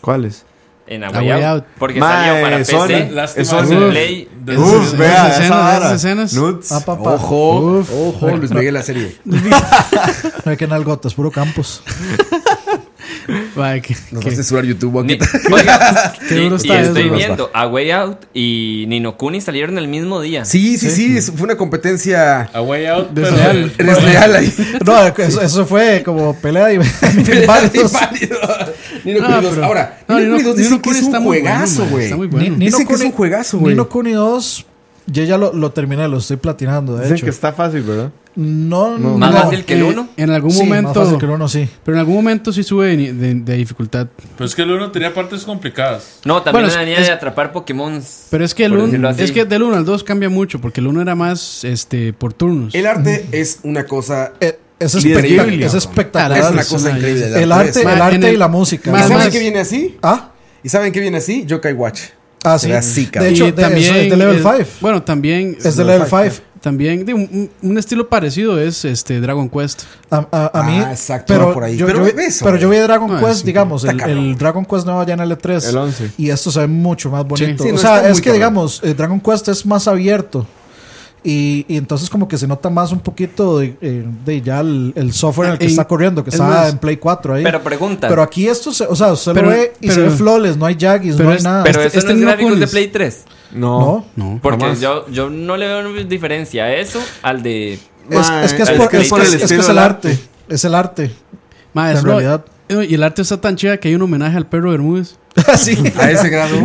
Speaker 3: ¿Cuáles?
Speaker 6: En A
Speaker 7: A
Speaker 6: Way
Speaker 7: Way
Speaker 6: Out.
Speaker 7: Out.
Speaker 6: Porque
Speaker 3: Mae,
Speaker 6: salió para
Speaker 3: Sony,
Speaker 6: PC,
Speaker 4: Lástima
Speaker 3: Eso
Speaker 4: de-
Speaker 7: es-
Speaker 6: Play,
Speaker 4: de-
Speaker 3: Uf,
Speaker 7: esas
Speaker 3: vea,
Speaker 7: escenas,
Speaker 3: esa
Speaker 7: esas
Speaker 3: vara.
Speaker 7: escenas.
Speaker 3: Nuts.
Speaker 5: Ah, papá.
Speaker 2: Ojo, ojo, Luis Miguel la serie.
Speaker 5: No hay que nalgotas, puro campos.
Speaker 7: Vaya, que-
Speaker 2: Nos
Speaker 7: que-
Speaker 2: va a censurar YouTube
Speaker 6: Ni-
Speaker 2: aquí.
Speaker 6: Oiga,
Speaker 7: Qué
Speaker 6: y,
Speaker 7: duro
Speaker 6: y
Speaker 7: está eso,
Speaker 6: estoy
Speaker 7: ¿no?
Speaker 6: viendo A Way Out y Nino Kuni salieron el mismo día.
Speaker 2: Sí, sí, sí, es- fue una competencia
Speaker 4: A Way Out, pero.
Speaker 7: Desleal.
Speaker 5: Este,
Speaker 2: desleal ahí.
Speaker 5: No, eso, eso fue como pelea y mil varios. Ah,
Speaker 2: Inválido. Nino
Speaker 7: No,
Speaker 2: Kuni dos.
Speaker 7: pero-
Speaker 2: Ahora,
Speaker 7: no,
Speaker 2: Nino
Speaker 7: Nino-
Speaker 2: Kuni dos
Speaker 7: Nino
Speaker 2: dicen que
Speaker 7: Kuni
Speaker 2: es un
Speaker 7: está muy bueno,
Speaker 2: juegazo,
Speaker 7: man,
Speaker 2: güey.
Speaker 7: está muy bueno.
Speaker 5: Ni-
Speaker 7: Dicen
Speaker 5: Nino
Speaker 2: que es
Speaker 5: Kuni-
Speaker 2: un juegazo, güey.
Speaker 5: Nino Kuni 2, yo ya lo, lo terminé, lo estoy platinando, de
Speaker 3: Dicen
Speaker 5: hecho.
Speaker 3: que está fácil, ¿verdad?
Speaker 5: No, no.
Speaker 6: Más fácil que el
Speaker 7: eh,
Speaker 6: uno.
Speaker 7: En algún
Speaker 5: Sí, Más
Speaker 7: momento.
Speaker 5: fácil que el uno, sí.
Speaker 7: Pero en algún momento sí sube de, de- de dificultad.
Speaker 4: Pero pues es que el uno tenía partes complicadas.
Speaker 6: No, también
Speaker 7: Bueno, es-
Speaker 6: venía
Speaker 7: es-
Speaker 6: de atrapar Pokémon.
Speaker 7: Pero es que el
Speaker 6: Por
Speaker 7: uno-
Speaker 6: decirlo así.
Speaker 7: es que del 1 al 2 cambia mucho, porque el 1 era más este por turnos.
Speaker 2: El arte es una cosa.
Speaker 5: Eh, Es,
Speaker 3: Diez
Speaker 5: espectac-
Speaker 3: Ghibli,
Speaker 5: es
Speaker 3: cabrón.
Speaker 2: Es
Speaker 5: espectacular.
Speaker 2: una
Speaker 7: es
Speaker 2: cosa
Speaker 7: una-
Speaker 2: increíble.
Speaker 5: el
Speaker 2: arte es-
Speaker 5: arte,
Speaker 7: Ma,
Speaker 5: el arte
Speaker 7: en el-
Speaker 5: y la música.
Speaker 7: Ma,
Speaker 2: ¿Y
Speaker 7: Además-
Speaker 2: sabes qué viene así?
Speaker 5: Ah,
Speaker 2: ¿Y saben qué viene así? Yokai Watch.
Speaker 5: Ah,
Speaker 2: Se
Speaker 5: sí.
Speaker 2: ve así,
Speaker 5: de
Speaker 2: cabrón.
Speaker 5: hecho,
Speaker 7: Y
Speaker 5: de- eso es de level
Speaker 7: el-
Speaker 5: 5.
Speaker 7: Bueno, también.
Speaker 5: Es de level
Speaker 2: Level
Speaker 5: 5.
Speaker 7: También de un, un- un estilo parecido es este Dragon Quest.
Speaker 5: A, a- a mí.
Speaker 2: Ah, exacto, va
Speaker 5: Pero,
Speaker 2: por ahí.
Speaker 5: Yo,
Speaker 2: Pero
Speaker 5: yo vi-
Speaker 2: ve eso, eh.
Speaker 5: pero yo vi Dragon
Speaker 7: Ah,
Speaker 5: Quest,
Speaker 7: sí,
Speaker 5: digamos,
Speaker 2: está
Speaker 5: el,
Speaker 2: cabrón.
Speaker 5: el Dragon Quest nuevo allá en el E3.
Speaker 3: El 11.
Speaker 5: Y esto se ve mucho más bonito.
Speaker 7: Sí,
Speaker 2: no,
Speaker 5: o
Speaker 2: está
Speaker 5: sea, es
Speaker 2: muy
Speaker 5: que,
Speaker 2: cabrón.
Speaker 5: digamos, eh, Dragon Quest es más abierto. Y, y entonces, como que se nota más un poquito de, eh, de ya el, el software en el que
Speaker 7: En-
Speaker 5: está corriendo, que
Speaker 7: Eh, es
Speaker 5: está
Speaker 7: más-
Speaker 5: en Play 4 ahí.
Speaker 6: Pero pregunta.
Speaker 5: Pero aquí esto, se- o sea, usted
Speaker 7: Pero-
Speaker 5: lo ve y se
Speaker 7: pero-
Speaker 5: ve flawless, no hay jaggies,
Speaker 7: pero
Speaker 5: no hay
Speaker 7: es-
Speaker 5: nada.
Speaker 6: Pero
Speaker 7: este-
Speaker 6: eso
Speaker 7: este
Speaker 6: no es
Speaker 7: no
Speaker 6: gráficos de
Speaker 7: pones.
Speaker 6: Play 3.
Speaker 5: no.
Speaker 7: No.
Speaker 6: Porque
Speaker 3: Jamás.
Speaker 6: yo, yo no le veo diferencia a eso al de.
Speaker 5: Es,
Speaker 3: Ma,
Speaker 5: es que es,
Speaker 6: es
Speaker 5: por,
Speaker 6: que
Speaker 5: es
Speaker 6: es
Speaker 5: que
Speaker 6: por el
Speaker 5: es- es que
Speaker 3: estilo
Speaker 5: es
Speaker 3: del
Speaker 5: el arte. Es el arte.
Speaker 7: Ma,
Speaker 5: En
Speaker 7: es
Speaker 5: realidad.
Speaker 7: lo- eh, y el arte está tan chida que hay un homenaje al perro Bermúdez.
Speaker 5: sí.
Speaker 2: Ah, A ese grado.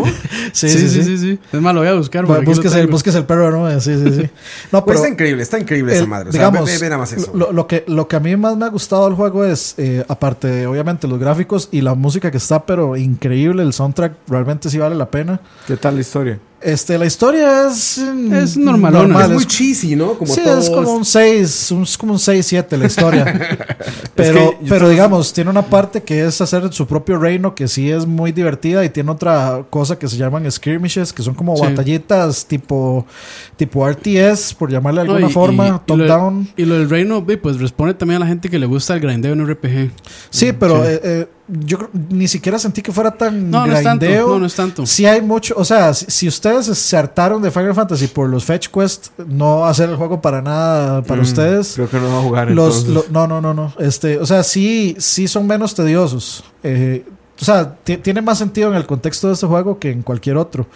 Speaker 5: Sí, sí, sí.
Speaker 7: sí. Es más, lo voy a buscar.
Speaker 5: Bu-
Speaker 7: porque aquí lo
Speaker 5: Búsquese, el-
Speaker 7: tengo.
Speaker 5: búsquese el perro, ¿no? Sí, sí, sí. No,
Speaker 2: Pero
Speaker 5: pero.
Speaker 2: Pues está increíble, está increíble
Speaker 5: el-
Speaker 2: esa madre. O sea,
Speaker 5: digamos,
Speaker 2: ve, ve- ve nada más eso.
Speaker 5: Lo, lo que, lo que a mí más me ha gustado del juego es, eh, aparte de obviamente los gráficos y la música que está, pero increíble, el soundtrack realmente sí vale la pena.
Speaker 3: ¿Qué tal la historia?
Speaker 5: Este, la historia es... mm,
Speaker 7: Es normalona.
Speaker 2: es
Speaker 7: es-
Speaker 2: muy cheesy, ¿no? Como
Speaker 5: sí,
Speaker 2: todo
Speaker 5: es como un 6, un- es como un 6-7 la historia. pero,
Speaker 3: Es que yo
Speaker 5: pero
Speaker 3: te-
Speaker 5: digamos, tiene una parte que es hacer su propio reino, que sí es muy divertida, y tiene otra cosa que se llaman skirmishes, que son como
Speaker 7: Sí.
Speaker 5: batallitas tipo, tipo RTS, por llamarle de
Speaker 7: No,
Speaker 5: alguna
Speaker 7: y- y-
Speaker 5: forma,
Speaker 7: y lo-
Speaker 5: top-down.
Speaker 7: Y lo del reino, ve, pues responde también a la gente que le gusta el grindeo en RPG. Mm,
Speaker 5: Sí, pero eh, eh, yo creo- ni siquiera sentí que fuera tan
Speaker 7: No, no es tanto.
Speaker 5: grindeo.
Speaker 7: No, no es tanto.
Speaker 5: Sí hay mucho, o sea, si, si ustedes se hartaron de Final Fantasy por los fetch quest, no va a ser el juego para nada para
Speaker 3: Mm,
Speaker 5: ustedes.
Speaker 3: Creo que no va a jugar
Speaker 5: Los,
Speaker 3: entonces.
Speaker 5: lo- no, no, no, no. Este, o sea, sí, sí son menos tediosos. Eh, o sea, ti- tiene más sentido en el contexto de este juego que en cualquier otro.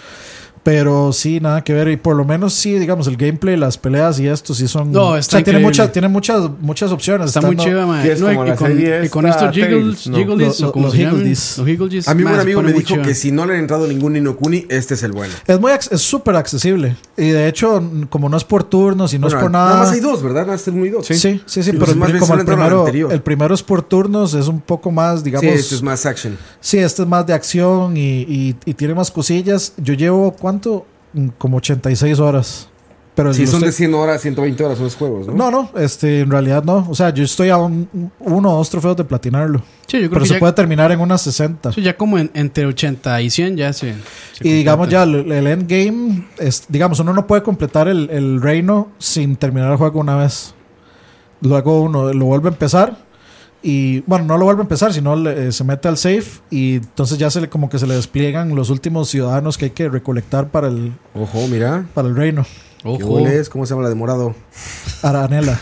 Speaker 5: Pero sí, nada que ver. Y por lo menos sí, digamos, el gameplay, las peleas y esto sí son...
Speaker 7: No, está
Speaker 5: o sea, tiene,
Speaker 7: increíble.
Speaker 5: mucha- tiene muchas, muchas opciones.
Speaker 7: Está
Speaker 5: Está
Speaker 7: muy
Speaker 5: no-
Speaker 7: chiva, ma.
Speaker 3: que es
Speaker 7: No,
Speaker 3: como
Speaker 7: y,
Speaker 3: la
Speaker 7: y con,
Speaker 3: serie
Speaker 7: y con
Speaker 3: esta,
Speaker 7: estos jiggles,
Speaker 3: Tails, no.
Speaker 7: jiggles,
Speaker 5: Lo-
Speaker 7: o como
Speaker 5: los
Speaker 7: se llaman,
Speaker 5: jigglees.
Speaker 7: los jiggles,
Speaker 2: A mí
Speaker 7: ma,
Speaker 2: un
Speaker 7: se
Speaker 2: amigo
Speaker 7: pone
Speaker 2: me
Speaker 7: muy
Speaker 2: dijo
Speaker 7: chiva.
Speaker 2: que si no le han entrado ningún Ninokuni, este es el bueno.
Speaker 5: Es muy ac- es súper accesible. Y de hecho, n- como no es por turnos y no es
Speaker 2: Bueno,
Speaker 5: por nada.
Speaker 2: más hay dos, ¿verdad? Nada más hay uno y dos.
Speaker 5: Sí, sí, sí,
Speaker 2: Los
Speaker 5: pero el
Speaker 2: demás
Speaker 5: pri-
Speaker 2: bien
Speaker 5: como
Speaker 2: solo
Speaker 5: el
Speaker 2: entraron al
Speaker 5: primero,
Speaker 2: anterior.
Speaker 5: el primero es por turnos, es un poco más, digamos.
Speaker 2: Sí, este es más action.
Speaker 5: Sí, este es más de acción y, y- y tiene más cosillas. Yo llevo, ¿cuánto? Mm, Como 86 horas. Pero
Speaker 2: Sí,
Speaker 5: lo
Speaker 2: son de
Speaker 5: estoy-
Speaker 2: 100 horas, 120 horas unos juegos, ¿no?
Speaker 5: No, no, este, en realidad no. O sea, yo estoy a un- uno o dos trofeos de platinarlo.
Speaker 7: Sí, yo creo
Speaker 5: Pero
Speaker 7: que
Speaker 5: se
Speaker 7: ya,
Speaker 5: puede terminar en unas 60.
Speaker 7: eso ya como en- entre 80 y 100 ya se. se
Speaker 5: Y digamos
Speaker 7: completa.
Speaker 5: ya, el, el endgame, es, digamos, uno no puede completar el, el reino sin terminar el juego una vez. Luego uno lo vuelve a empezar y, bueno, no lo vuelve a empezar, sino le- eh, se mete al safe y entonces ya se le, como que se le despliegan los últimos ciudadanos que hay que recolectar para el,
Speaker 2: Ojo, mira.
Speaker 5: para el reino.
Speaker 2: ¿Qué
Speaker 7: Ojo.
Speaker 2: goles? ¿Cómo se llama la de morado?
Speaker 5: Aranela.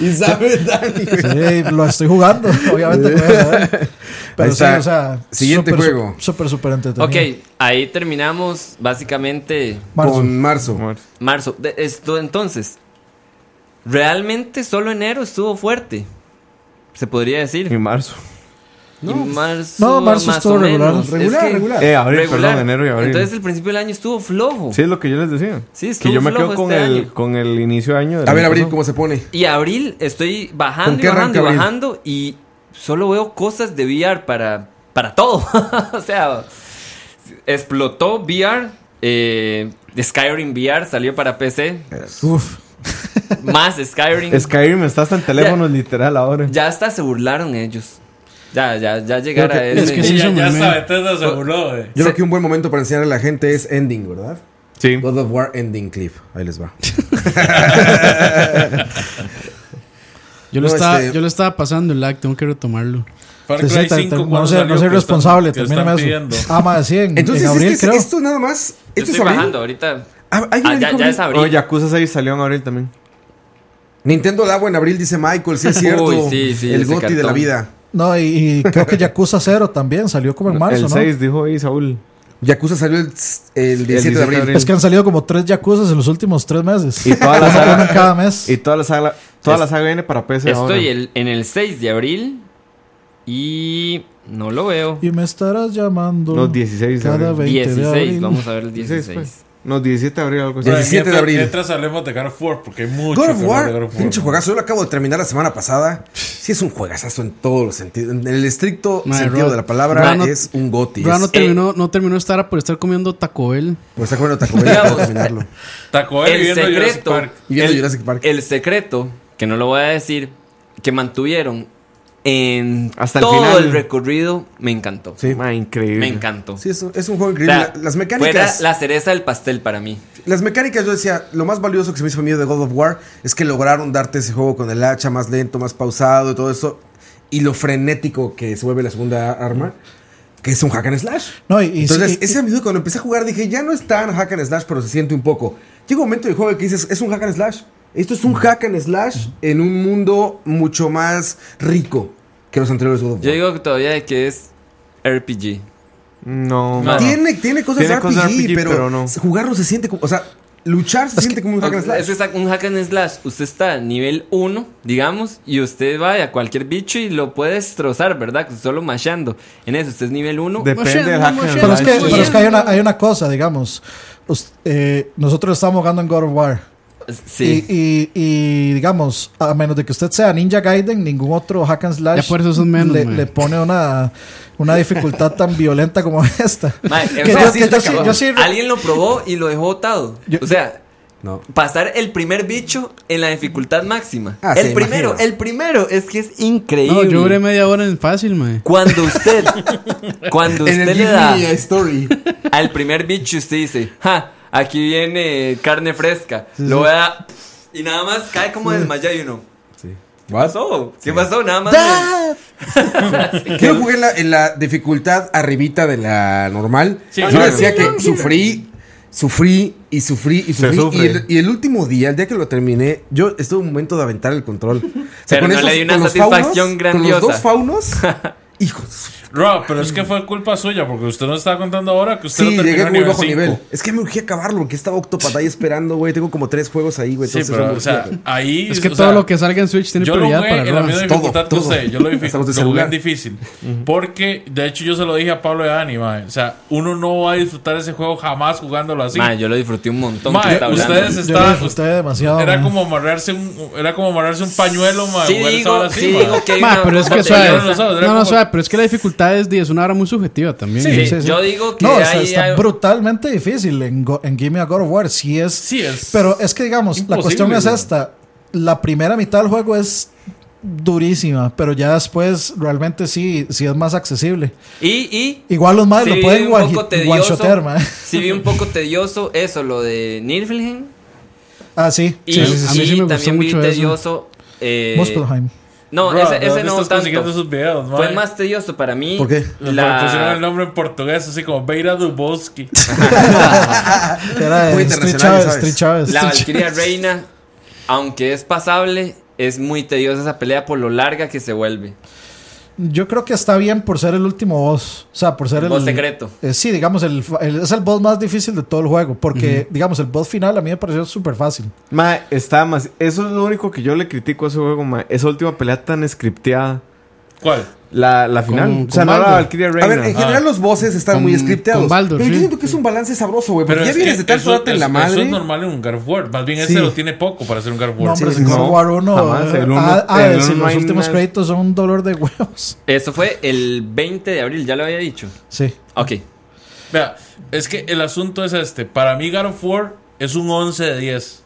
Speaker 2: y sabe Dani. güey.
Speaker 5: Sí, lo estoy jugando, obviamente. lo voy a saber.
Speaker 2: Ahí
Speaker 5: Pero sí,
Speaker 2: está.
Speaker 5: o sea,
Speaker 2: Siguiente
Speaker 5: súper,
Speaker 2: juego.
Speaker 5: Súper, súper entretenido.
Speaker 6: Ok, ahí terminamos básicamente
Speaker 5: Marzo.
Speaker 2: Con marzo.
Speaker 3: Vamos a ver.
Speaker 6: marzo. De- esto, entonces, realmente solo enero estuvo fuerte. Se podría
Speaker 3: En
Speaker 6: decir.
Speaker 3: marzo.
Speaker 6: Y marzo,
Speaker 5: No, marzo
Speaker 6: más
Speaker 5: estuvo
Speaker 6: o
Speaker 5: regular,
Speaker 6: menos. Es
Speaker 2: Regular,
Speaker 6: que-
Speaker 2: regular.
Speaker 3: Eh, abril,
Speaker 6: regular.
Speaker 3: perdón, enero y abril.
Speaker 6: Entonces el principio del año estuvo flojo.
Speaker 3: sí, es lo que yo les decía.
Speaker 6: Sí, estuvo
Speaker 3: que yo me quedo
Speaker 6: flojo
Speaker 3: con,
Speaker 6: este
Speaker 3: el,
Speaker 6: año.
Speaker 3: con el inicio de año. del
Speaker 2: A ver,
Speaker 3: año
Speaker 2: Abril,
Speaker 3: pasado.
Speaker 2: ¿cómo se pone?
Speaker 6: Y abril estoy
Speaker 2: ¿Con
Speaker 6: bajando
Speaker 2: qué
Speaker 6: y bajando
Speaker 2: arranca
Speaker 6: y
Speaker 2: abril?
Speaker 6: bajando y solo veo cosas de VR para, para todo. o sea, explotó VR. eh, Skyrim VR salió para PC.
Speaker 5: Uf.
Speaker 6: Más Skyrim.
Speaker 3: Skyrim está hasta en teléfonos, literal, ahora.
Speaker 6: ya hasta se burlaron ellos. Ya, ya, ya llegar
Speaker 7: Creo
Speaker 6: a
Speaker 7: que- es
Speaker 6: ese.
Speaker 7: que sí.
Speaker 4: ya, ya
Speaker 7: meme.
Speaker 4: sabe, Tesla se burló, eh.
Speaker 2: Yo creo que un buen momento para enseñarle a la gente es Ending, ¿verdad?
Speaker 3: Sí.
Speaker 2: God of War Ending Clip. Ahí les va.
Speaker 7: Yo, lo
Speaker 2: No,
Speaker 7: estaba,
Speaker 2: este-
Speaker 7: yo lo estaba pasando el lag, tengo que retomarlo.
Speaker 4: Far
Speaker 5: pues, Sí, sí,
Speaker 4: Cry
Speaker 5: te- te-
Speaker 4: 5
Speaker 5: no
Speaker 4: cuando
Speaker 5: sé,
Speaker 4: salió,
Speaker 5: no soy
Speaker 4: que están-
Speaker 5: responsable,
Speaker 4: que
Speaker 5: termíname
Speaker 4: están
Speaker 5: eso.
Speaker 4: pidiendo.
Speaker 5: Ah, ma, sí, en,
Speaker 2: Entonces,
Speaker 5: en abril
Speaker 2: este,
Speaker 5: creo.
Speaker 2: es- esto nada más.
Speaker 6: Yo
Speaker 2: Este
Speaker 6: estoy
Speaker 2: es abril.
Speaker 6: bajando ahorita.
Speaker 2: Ah, alguien
Speaker 6: Ah, ya,
Speaker 2: dijo
Speaker 6: ya
Speaker 2: abril.
Speaker 6: es abril.
Speaker 3: No, Yakuza 6 salió en abril también.
Speaker 2: Nintendo da en abril, dice Michael. Sí, es cierto.
Speaker 6: Uy, sí, sí,
Speaker 2: el
Speaker 6: ese
Speaker 2: goti de la
Speaker 6: cartón.
Speaker 2: vida.
Speaker 5: No, y, y creo que Yakuza 0 también salió como en marzo,
Speaker 3: el
Speaker 5: ¿no?
Speaker 3: 6, dijo ahí Saúl.
Speaker 2: Yakuza salió el, el 17 de
Speaker 3: 17 de
Speaker 2: abril.
Speaker 3: abril.
Speaker 5: Es que han salido como tres Yakuzas en los últimos tres meses.
Speaker 3: Y toda la
Speaker 5: Uno-
Speaker 3: saga-
Speaker 5: uno en cada mes.
Speaker 3: Y toda la saga, toda
Speaker 6: Es-
Speaker 3: la saga viene para PC ahora.
Speaker 6: Estoy el- en el 6 de abril y no lo veo.
Speaker 5: Y me estarás llamando.
Speaker 3: No, 16 de
Speaker 5: Cada
Speaker 3: abril.
Speaker 5: 20 de
Speaker 6: 16,
Speaker 5: abril.
Speaker 6: vamos a ver el
Speaker 3: 16 fue.
Speaker 6: 16.
Speaker 3: pues. No, 17 de abril, algo así.
Speaker 4: Bueno,
Speaker 2: 17 de
Speaker 4: mientras-
Speaker 2: abril.
Speaker 4: Mientras hablemos de God of War, porque hay mucho
Speaker 2: God of
Speaker 4: que hablar de God
Speaker 2: War,
Speaker 4: of War.
Speaker 2: pinche juegazo. Yo lo acabo de terminar la semana pasada. Sí, es un juegazazo en todos los sentidos. En el estricto
Speaker 7: Madre,
Speaker 2: sentido
Speaker 7: Rod-
Speaker 2: de la palabra,
Speaker 7: Rod no-
Speaker 2: es un goti.
Speaker 7: Ra
Speaker 5: Eh.
Speaker 7: no
Speaker 2: es-
Speaker 7: terminó, no terminó estar por estar comiendo Taco Bell.
Speaker 2: Por estar comiendo Taco Bell, acabo de
Speaker 6: Digamos,
Speaker 2: terminarlo.
Speaker 4: Taco Bell
Speaker 6: El
Speaker 4: viviendo Jurassic
Speaker 6: secreto,
Speaker 4: Park.
Speaker 2: Y viendo
Speaker 6: el-
Speaker 2: Jurassic Park.
Speaker 6: el secreto, que no lo voy a decir, que mantuvieron en
Speaker 3: Hasta el
Speaker 6: todo el,
Speaker 3: final.
Speaker 6: recorrido me encantó.
Speaker 2: Sí.
Speaker 3: Ma, increíble.
Speaker 6: Me encantó.
Speaker 2: Sí, es un, es un juego
Speaker 6: O
Speaker 2: increíble.
Speaker 6: sea,
Speaker 2: La- las mecánicas.
Speaker 6: Fuera la cereza del pastel para mí.
Speaker 2: Las mecánicas, yo decía, lo más valioso que se me hizo a mí de God of War es que lograron darte ese juego con el hacha más lento, más pausado y todo eso. Y lo frenético que se vuelve la segunda arma, que es un hack and slash.
Speaker 5: No, y- y
Speaker 2: Entonces,
Speaker 5: sí, y-
Speaker 2: ese amigo, cuando empecé a jugar, dije, ya no es tan hack and slash, pero se siente un poco. Llega un momento del juego que dices, es un hack and slash. Esto es un hack and slash en un mundo mucho más rico que los anteriores God of War.
Speaker 6: Yo digo que todavía que es RPG.
Speaker 3: No,
Speaker 6: No.
Speaker 3: ma.
Speaker 2: Tiene, tiene cosas
Speaker 3: Tiene
Speaker 2: RPG,
Speaker 3: cosas RPG,
Speaker 2: pero,
Speaker 3: pero no.
Speaker 2: jugarlo se siente como. O sea, luchar se siente como un hack and slash.
Speaker 6: Es que sa- un hack and slash. Usted está a nivel 1, digamos, y usted va a cualquier bicho y lo puede destrozar, ¿verdad? Solo mashando. En eso, usted es nivel 1.
Speaker 3: Depende del hack and
Speaker 5: Pero es que,
Speaker 3: slash.
Speaker 5: pero es que hay, una, hay una cosa, digamos. Us- eh, nosotros estamos jugando en God of War.
Speaker 6: Sí.
Speaker 5: Y, y- y, digamos, a menos de que usted sea Ninja Gaiden, ningún otro hack and slash
Speaker 7: Ya por eso son menos,
Speaker 5: le,
Speaker 7: mae.
Speaker 5: le pone una, una dificultad tan violenta como esta.
Speaker 6: Mae, o
Speaker 5: Que
Speaker 6: sea,
Speaker 5: yo-
Speaker 6: sí
Speaker 5: que
Speaker 6: está
Speaker 5: yo sí-
Speaker 6: cabrón.
Speaker 5: yo sí-
Speaker 6: Alguien lo probó y lo dejó botado. o sea,
Speaker 2: No.
Speaker 6: pasar el primer bicho en la dificultad máxima.
Speaker 2: Ah,
Speaker 6: el
Speaker 2: sí,
Speaker 6: primero,
Speaker 2: imagino.
Speaker 6: el primero. Es que es
Speaker 7: No,
Speaker 6: increíble.
Speaker 7: yo duré media hora en fácil, mae.
Speaker 6: Cuando usted, cuando
Speaker 2: En el
Speaker 6: usted le
Speaker 2: Give
Speaker 6: da
Speaker 2: Me a Story.
Speaker 6: al primer bicho, usted dice, ja, aquí viene carne fresca. lo voy a dar", y nada más cae como desmayado y uno. ¿Qué pasó? ¿Qué pasó? Nada más.
Speaker 5: ¡Ah!
Speaker 2: Yo jugué en la, en la dificultad arribita de la normal.
Speaker 4: Sí,
Speaker 2: yo
Speaker 4: claro.
Speaker 2: decía que sufrí, sufrí y sufrí y
Speaker 3: Se
Speaker 2: sufrí.
Speaker 3: sufre.
Speaker 2: Y el, y el último día, el día que lo terminé, yo estuve un momento de aventar el control. O sea,
Speaker 6: Pero no le di una
Speaker 2: los
Speaker 6: satisfacción
Speaker 2: Con
Speaker 6: grandiosa.
Speaker 2: los dos faunos, hijos.
Speaker 4: Rob, pero es que fue culpa suya, porque usted nos está contando ahora que usted
Speaker 2: Sí,
Speaker 4: lo
Speaker 2: llegué muy
Speaker 4: terminó en nivel
Speaker 2: bajo
Speaker 4: 5.
Speaker 2: nivel. Es que me urgía acabarlo porque estaba Octopath ahí esperando, güey. Tengo como tres juegos ahí, güey.
Speaker 4: Sí,
Speaker 2: Entonces,
Speaker 4: pero,
Speaker 2: me
Speaker 4: o sea,
Speaker 2: urgía.
Speaker 4: ahí.
Speaker 7: Es que
Speaker 4: o
Speaker 7: todo
Speaker 4: sea,
Speaker 7: lo que salga en Switch tiene
Speaker 4: yo lo jugué
Speaker 7: prioridad para
Speaker 4: en la misma
Speaker 7: Roa.
Speaker 2: Todo,
Speaker 4: dificultad que
Speaker 2: todo.
Speaker 4: usted. Yo lo, dific-
Speaker 2: Hasta los de
Speaker 4: lo jugué
Speaker 2: celular.
Speaker 4: en difícil. Porque, de hecho, yo se lo dije a Pablo y a Dani, mae. O sea, uno no va a disfrutar ese juego jamás jugándolo así.
Speaker 6: Ma, yo lo disfruté un montón.
Speaker 4: Mae,
Speaker 6: que está hablando.
Speaker 4: ustedes
Speaker 5: Yo lo
Speaker 4: estaban.
Speaker 5: disfruté demasiado.
Speaker 4: Era
Speaker 5: mae.
Speaker 4: como amarrarse un, era como amarrarse un pañuelo, mae.
Speaker 6: Sí
Speaker 4: jugar esa
Speaker 6: digo,
Speaker 4: vara así,
Speaker 6: sí
Speaker 4: mae.
Speaker 6: digo que hay
Speaker 7: Ma,
Speaker 6: una-
Speaker 7: pero es
Speaker 6: una
Speaker 7: que
Speaker 4: suave.
Speaker 6: peleona.
Speaker 4: Yo no sé, era
Speaker 7: suave. No,
Speaker 4: como-
Speaker 7: no, suave, pero es que la dificultad es, di, es una hora muy subjetiva también.
Speaker 4: Sí.
Speaker 5: Sí, sí.
Speaker 6: Yo digo que
Speaker 5: No, está,
Speaker 6: hay,
Speaker 5: está
Speaker 6: hay-
Speaker 5: brutalmente difícil en, Go- en Give Me a God of War. Sí es.
Speaker 4: Sí es.
Speaker 5: Pero es que, digamos, la
Speaker 4: Imposible,
Speaker 5: cuestión es
Speaker 4: güey.
Speaker 5: esta. La primera mitad del juego es durísima, pero ya después realmente sí, sí es más accesible.
Speaker 6: y, y
Speaker 5: Igual los
Speaker 7: Ah,
Speaker 5: madres
Speaker 6: sí
Speaker 5: lo
Speaker 6: vi
Speaker 5: pueden
Speaker 6: un
Speaker 5: one-
Speaker 6: poco
Speaker 5: one-shotear,
Speaker 6: tedioso.
Speaker 5: man.
Speaker 6: Sí vi un poco tedioso eso, lo de Nilfheim.
Speaker 5: Ah, sí.
Speaker 6: Y,
Speaker 7: Sí, sí, sí. A mí sí
Speaker 6: y
Speaker 7: me gustó
Speaker 6: también vi
Speaker 7: mucho eso.
Speaker 6: tedioso. eh,
Speaker 5: Muspelheim.
Speaker 6: no,
Speaker 4: Bro,
Speaker 6: ese,
Speaker 4: ¿de
Speaker 6: ese
Speaker 4: dónde
Speaker 6: no
Speaker 4: estás consiguiendo
Speaker 6: tanto.
Speaker 4: esos videos, mae?
Speaker 6: Fue más tedioso para mí.
Speaker 2: ¿Por qué?
Speaker 6: la-
Speaker 4: Pusieron el nombre en portugués, así como Beira Duboski.
Speaker 5: Era
Speaker 2: Muy
Speaker 5: de Street
Speaker 2: internacional,
Speaker 5: Chávez,
Speaker 2: ¿sabes?
Speaker 5: Street Chávez.
Speaker 6: La
Speaker 5: Street
Speaker 6: Valkyria Reina, aunque es pasable, es muy tediosa esa pelea por lo larga que se vuelve.
Speaker 5: Chávez. Yo creo que está bien por ser el último boss. O sea, por ser
Speaker 6: El
Speaker 5: el.
Speaker 6: boss secreto.
Speaker 5: Eh, sí, digamos, el, fa- el- es el boss más difícil de todo el juego. Porque, digamos, el boss final a mí me pareció súper fácil.
Speaker 3: Ma, está más. Eso es lo único que yo le critico a ese juego, ma. Esa última pelea tan scripteada.
Speaker 4: ¿Cuál?
Speaker 3: La, la final.
Speaker 7: Con-
Speaker 3: o sea,
Speaker 7: con
Speaker 3: no la
Speaker 7: Baldur.
Speaker 3: Valkyria
Speaker 2: A
Speaker 3: Reina.
Speaker 2: ver, en general los bosses están
Speaker 7: Con-
Speaker 2: muy scripteados.
Speaker 7: con Baldur,
Speaker 2: pero yo
Speaker 7: sí.
Speaker 2: siento que es un balance sabroso, güey. Porque ya
Speaker 4: es
Speaker 2: vienes
Speaker 4: que
Speaker 2: de tal
Speaker 4: eso-
Speaker 2: suerte en la
Speaker 4: eso-
Speaker 2: madre.
Speaker 4: Eso es normal en un God of War. Más bien
Speaker 2: Sí.
Speaker 4: ese lo tiene poco para ser un God of War.
Speaker 5: No, hombre,
Speaker 3: sí,
Speaker 5: en God
Speaker 3: no,
Speaker 5: of War 1.
Speaker 3: jamás, el uno-
Speaker 5: ah, ah,
Speaker 3: el
Speaker 5: si
Speaker 3: uno no
Speaker 5: los
Speaker 3: hay
Speaker 5: últimos
Speaker 3: nada.
Speaker 5: créditos son un dolor de huevos.
Speaker 6: Eso fue el 20 de abril, ya lo había dicho.
Speaker 5: Sí.
Speaker 6: Ok.
Speaker 4: Vea, es que el asunto es este. Para mí, God of War es un 11 de 10.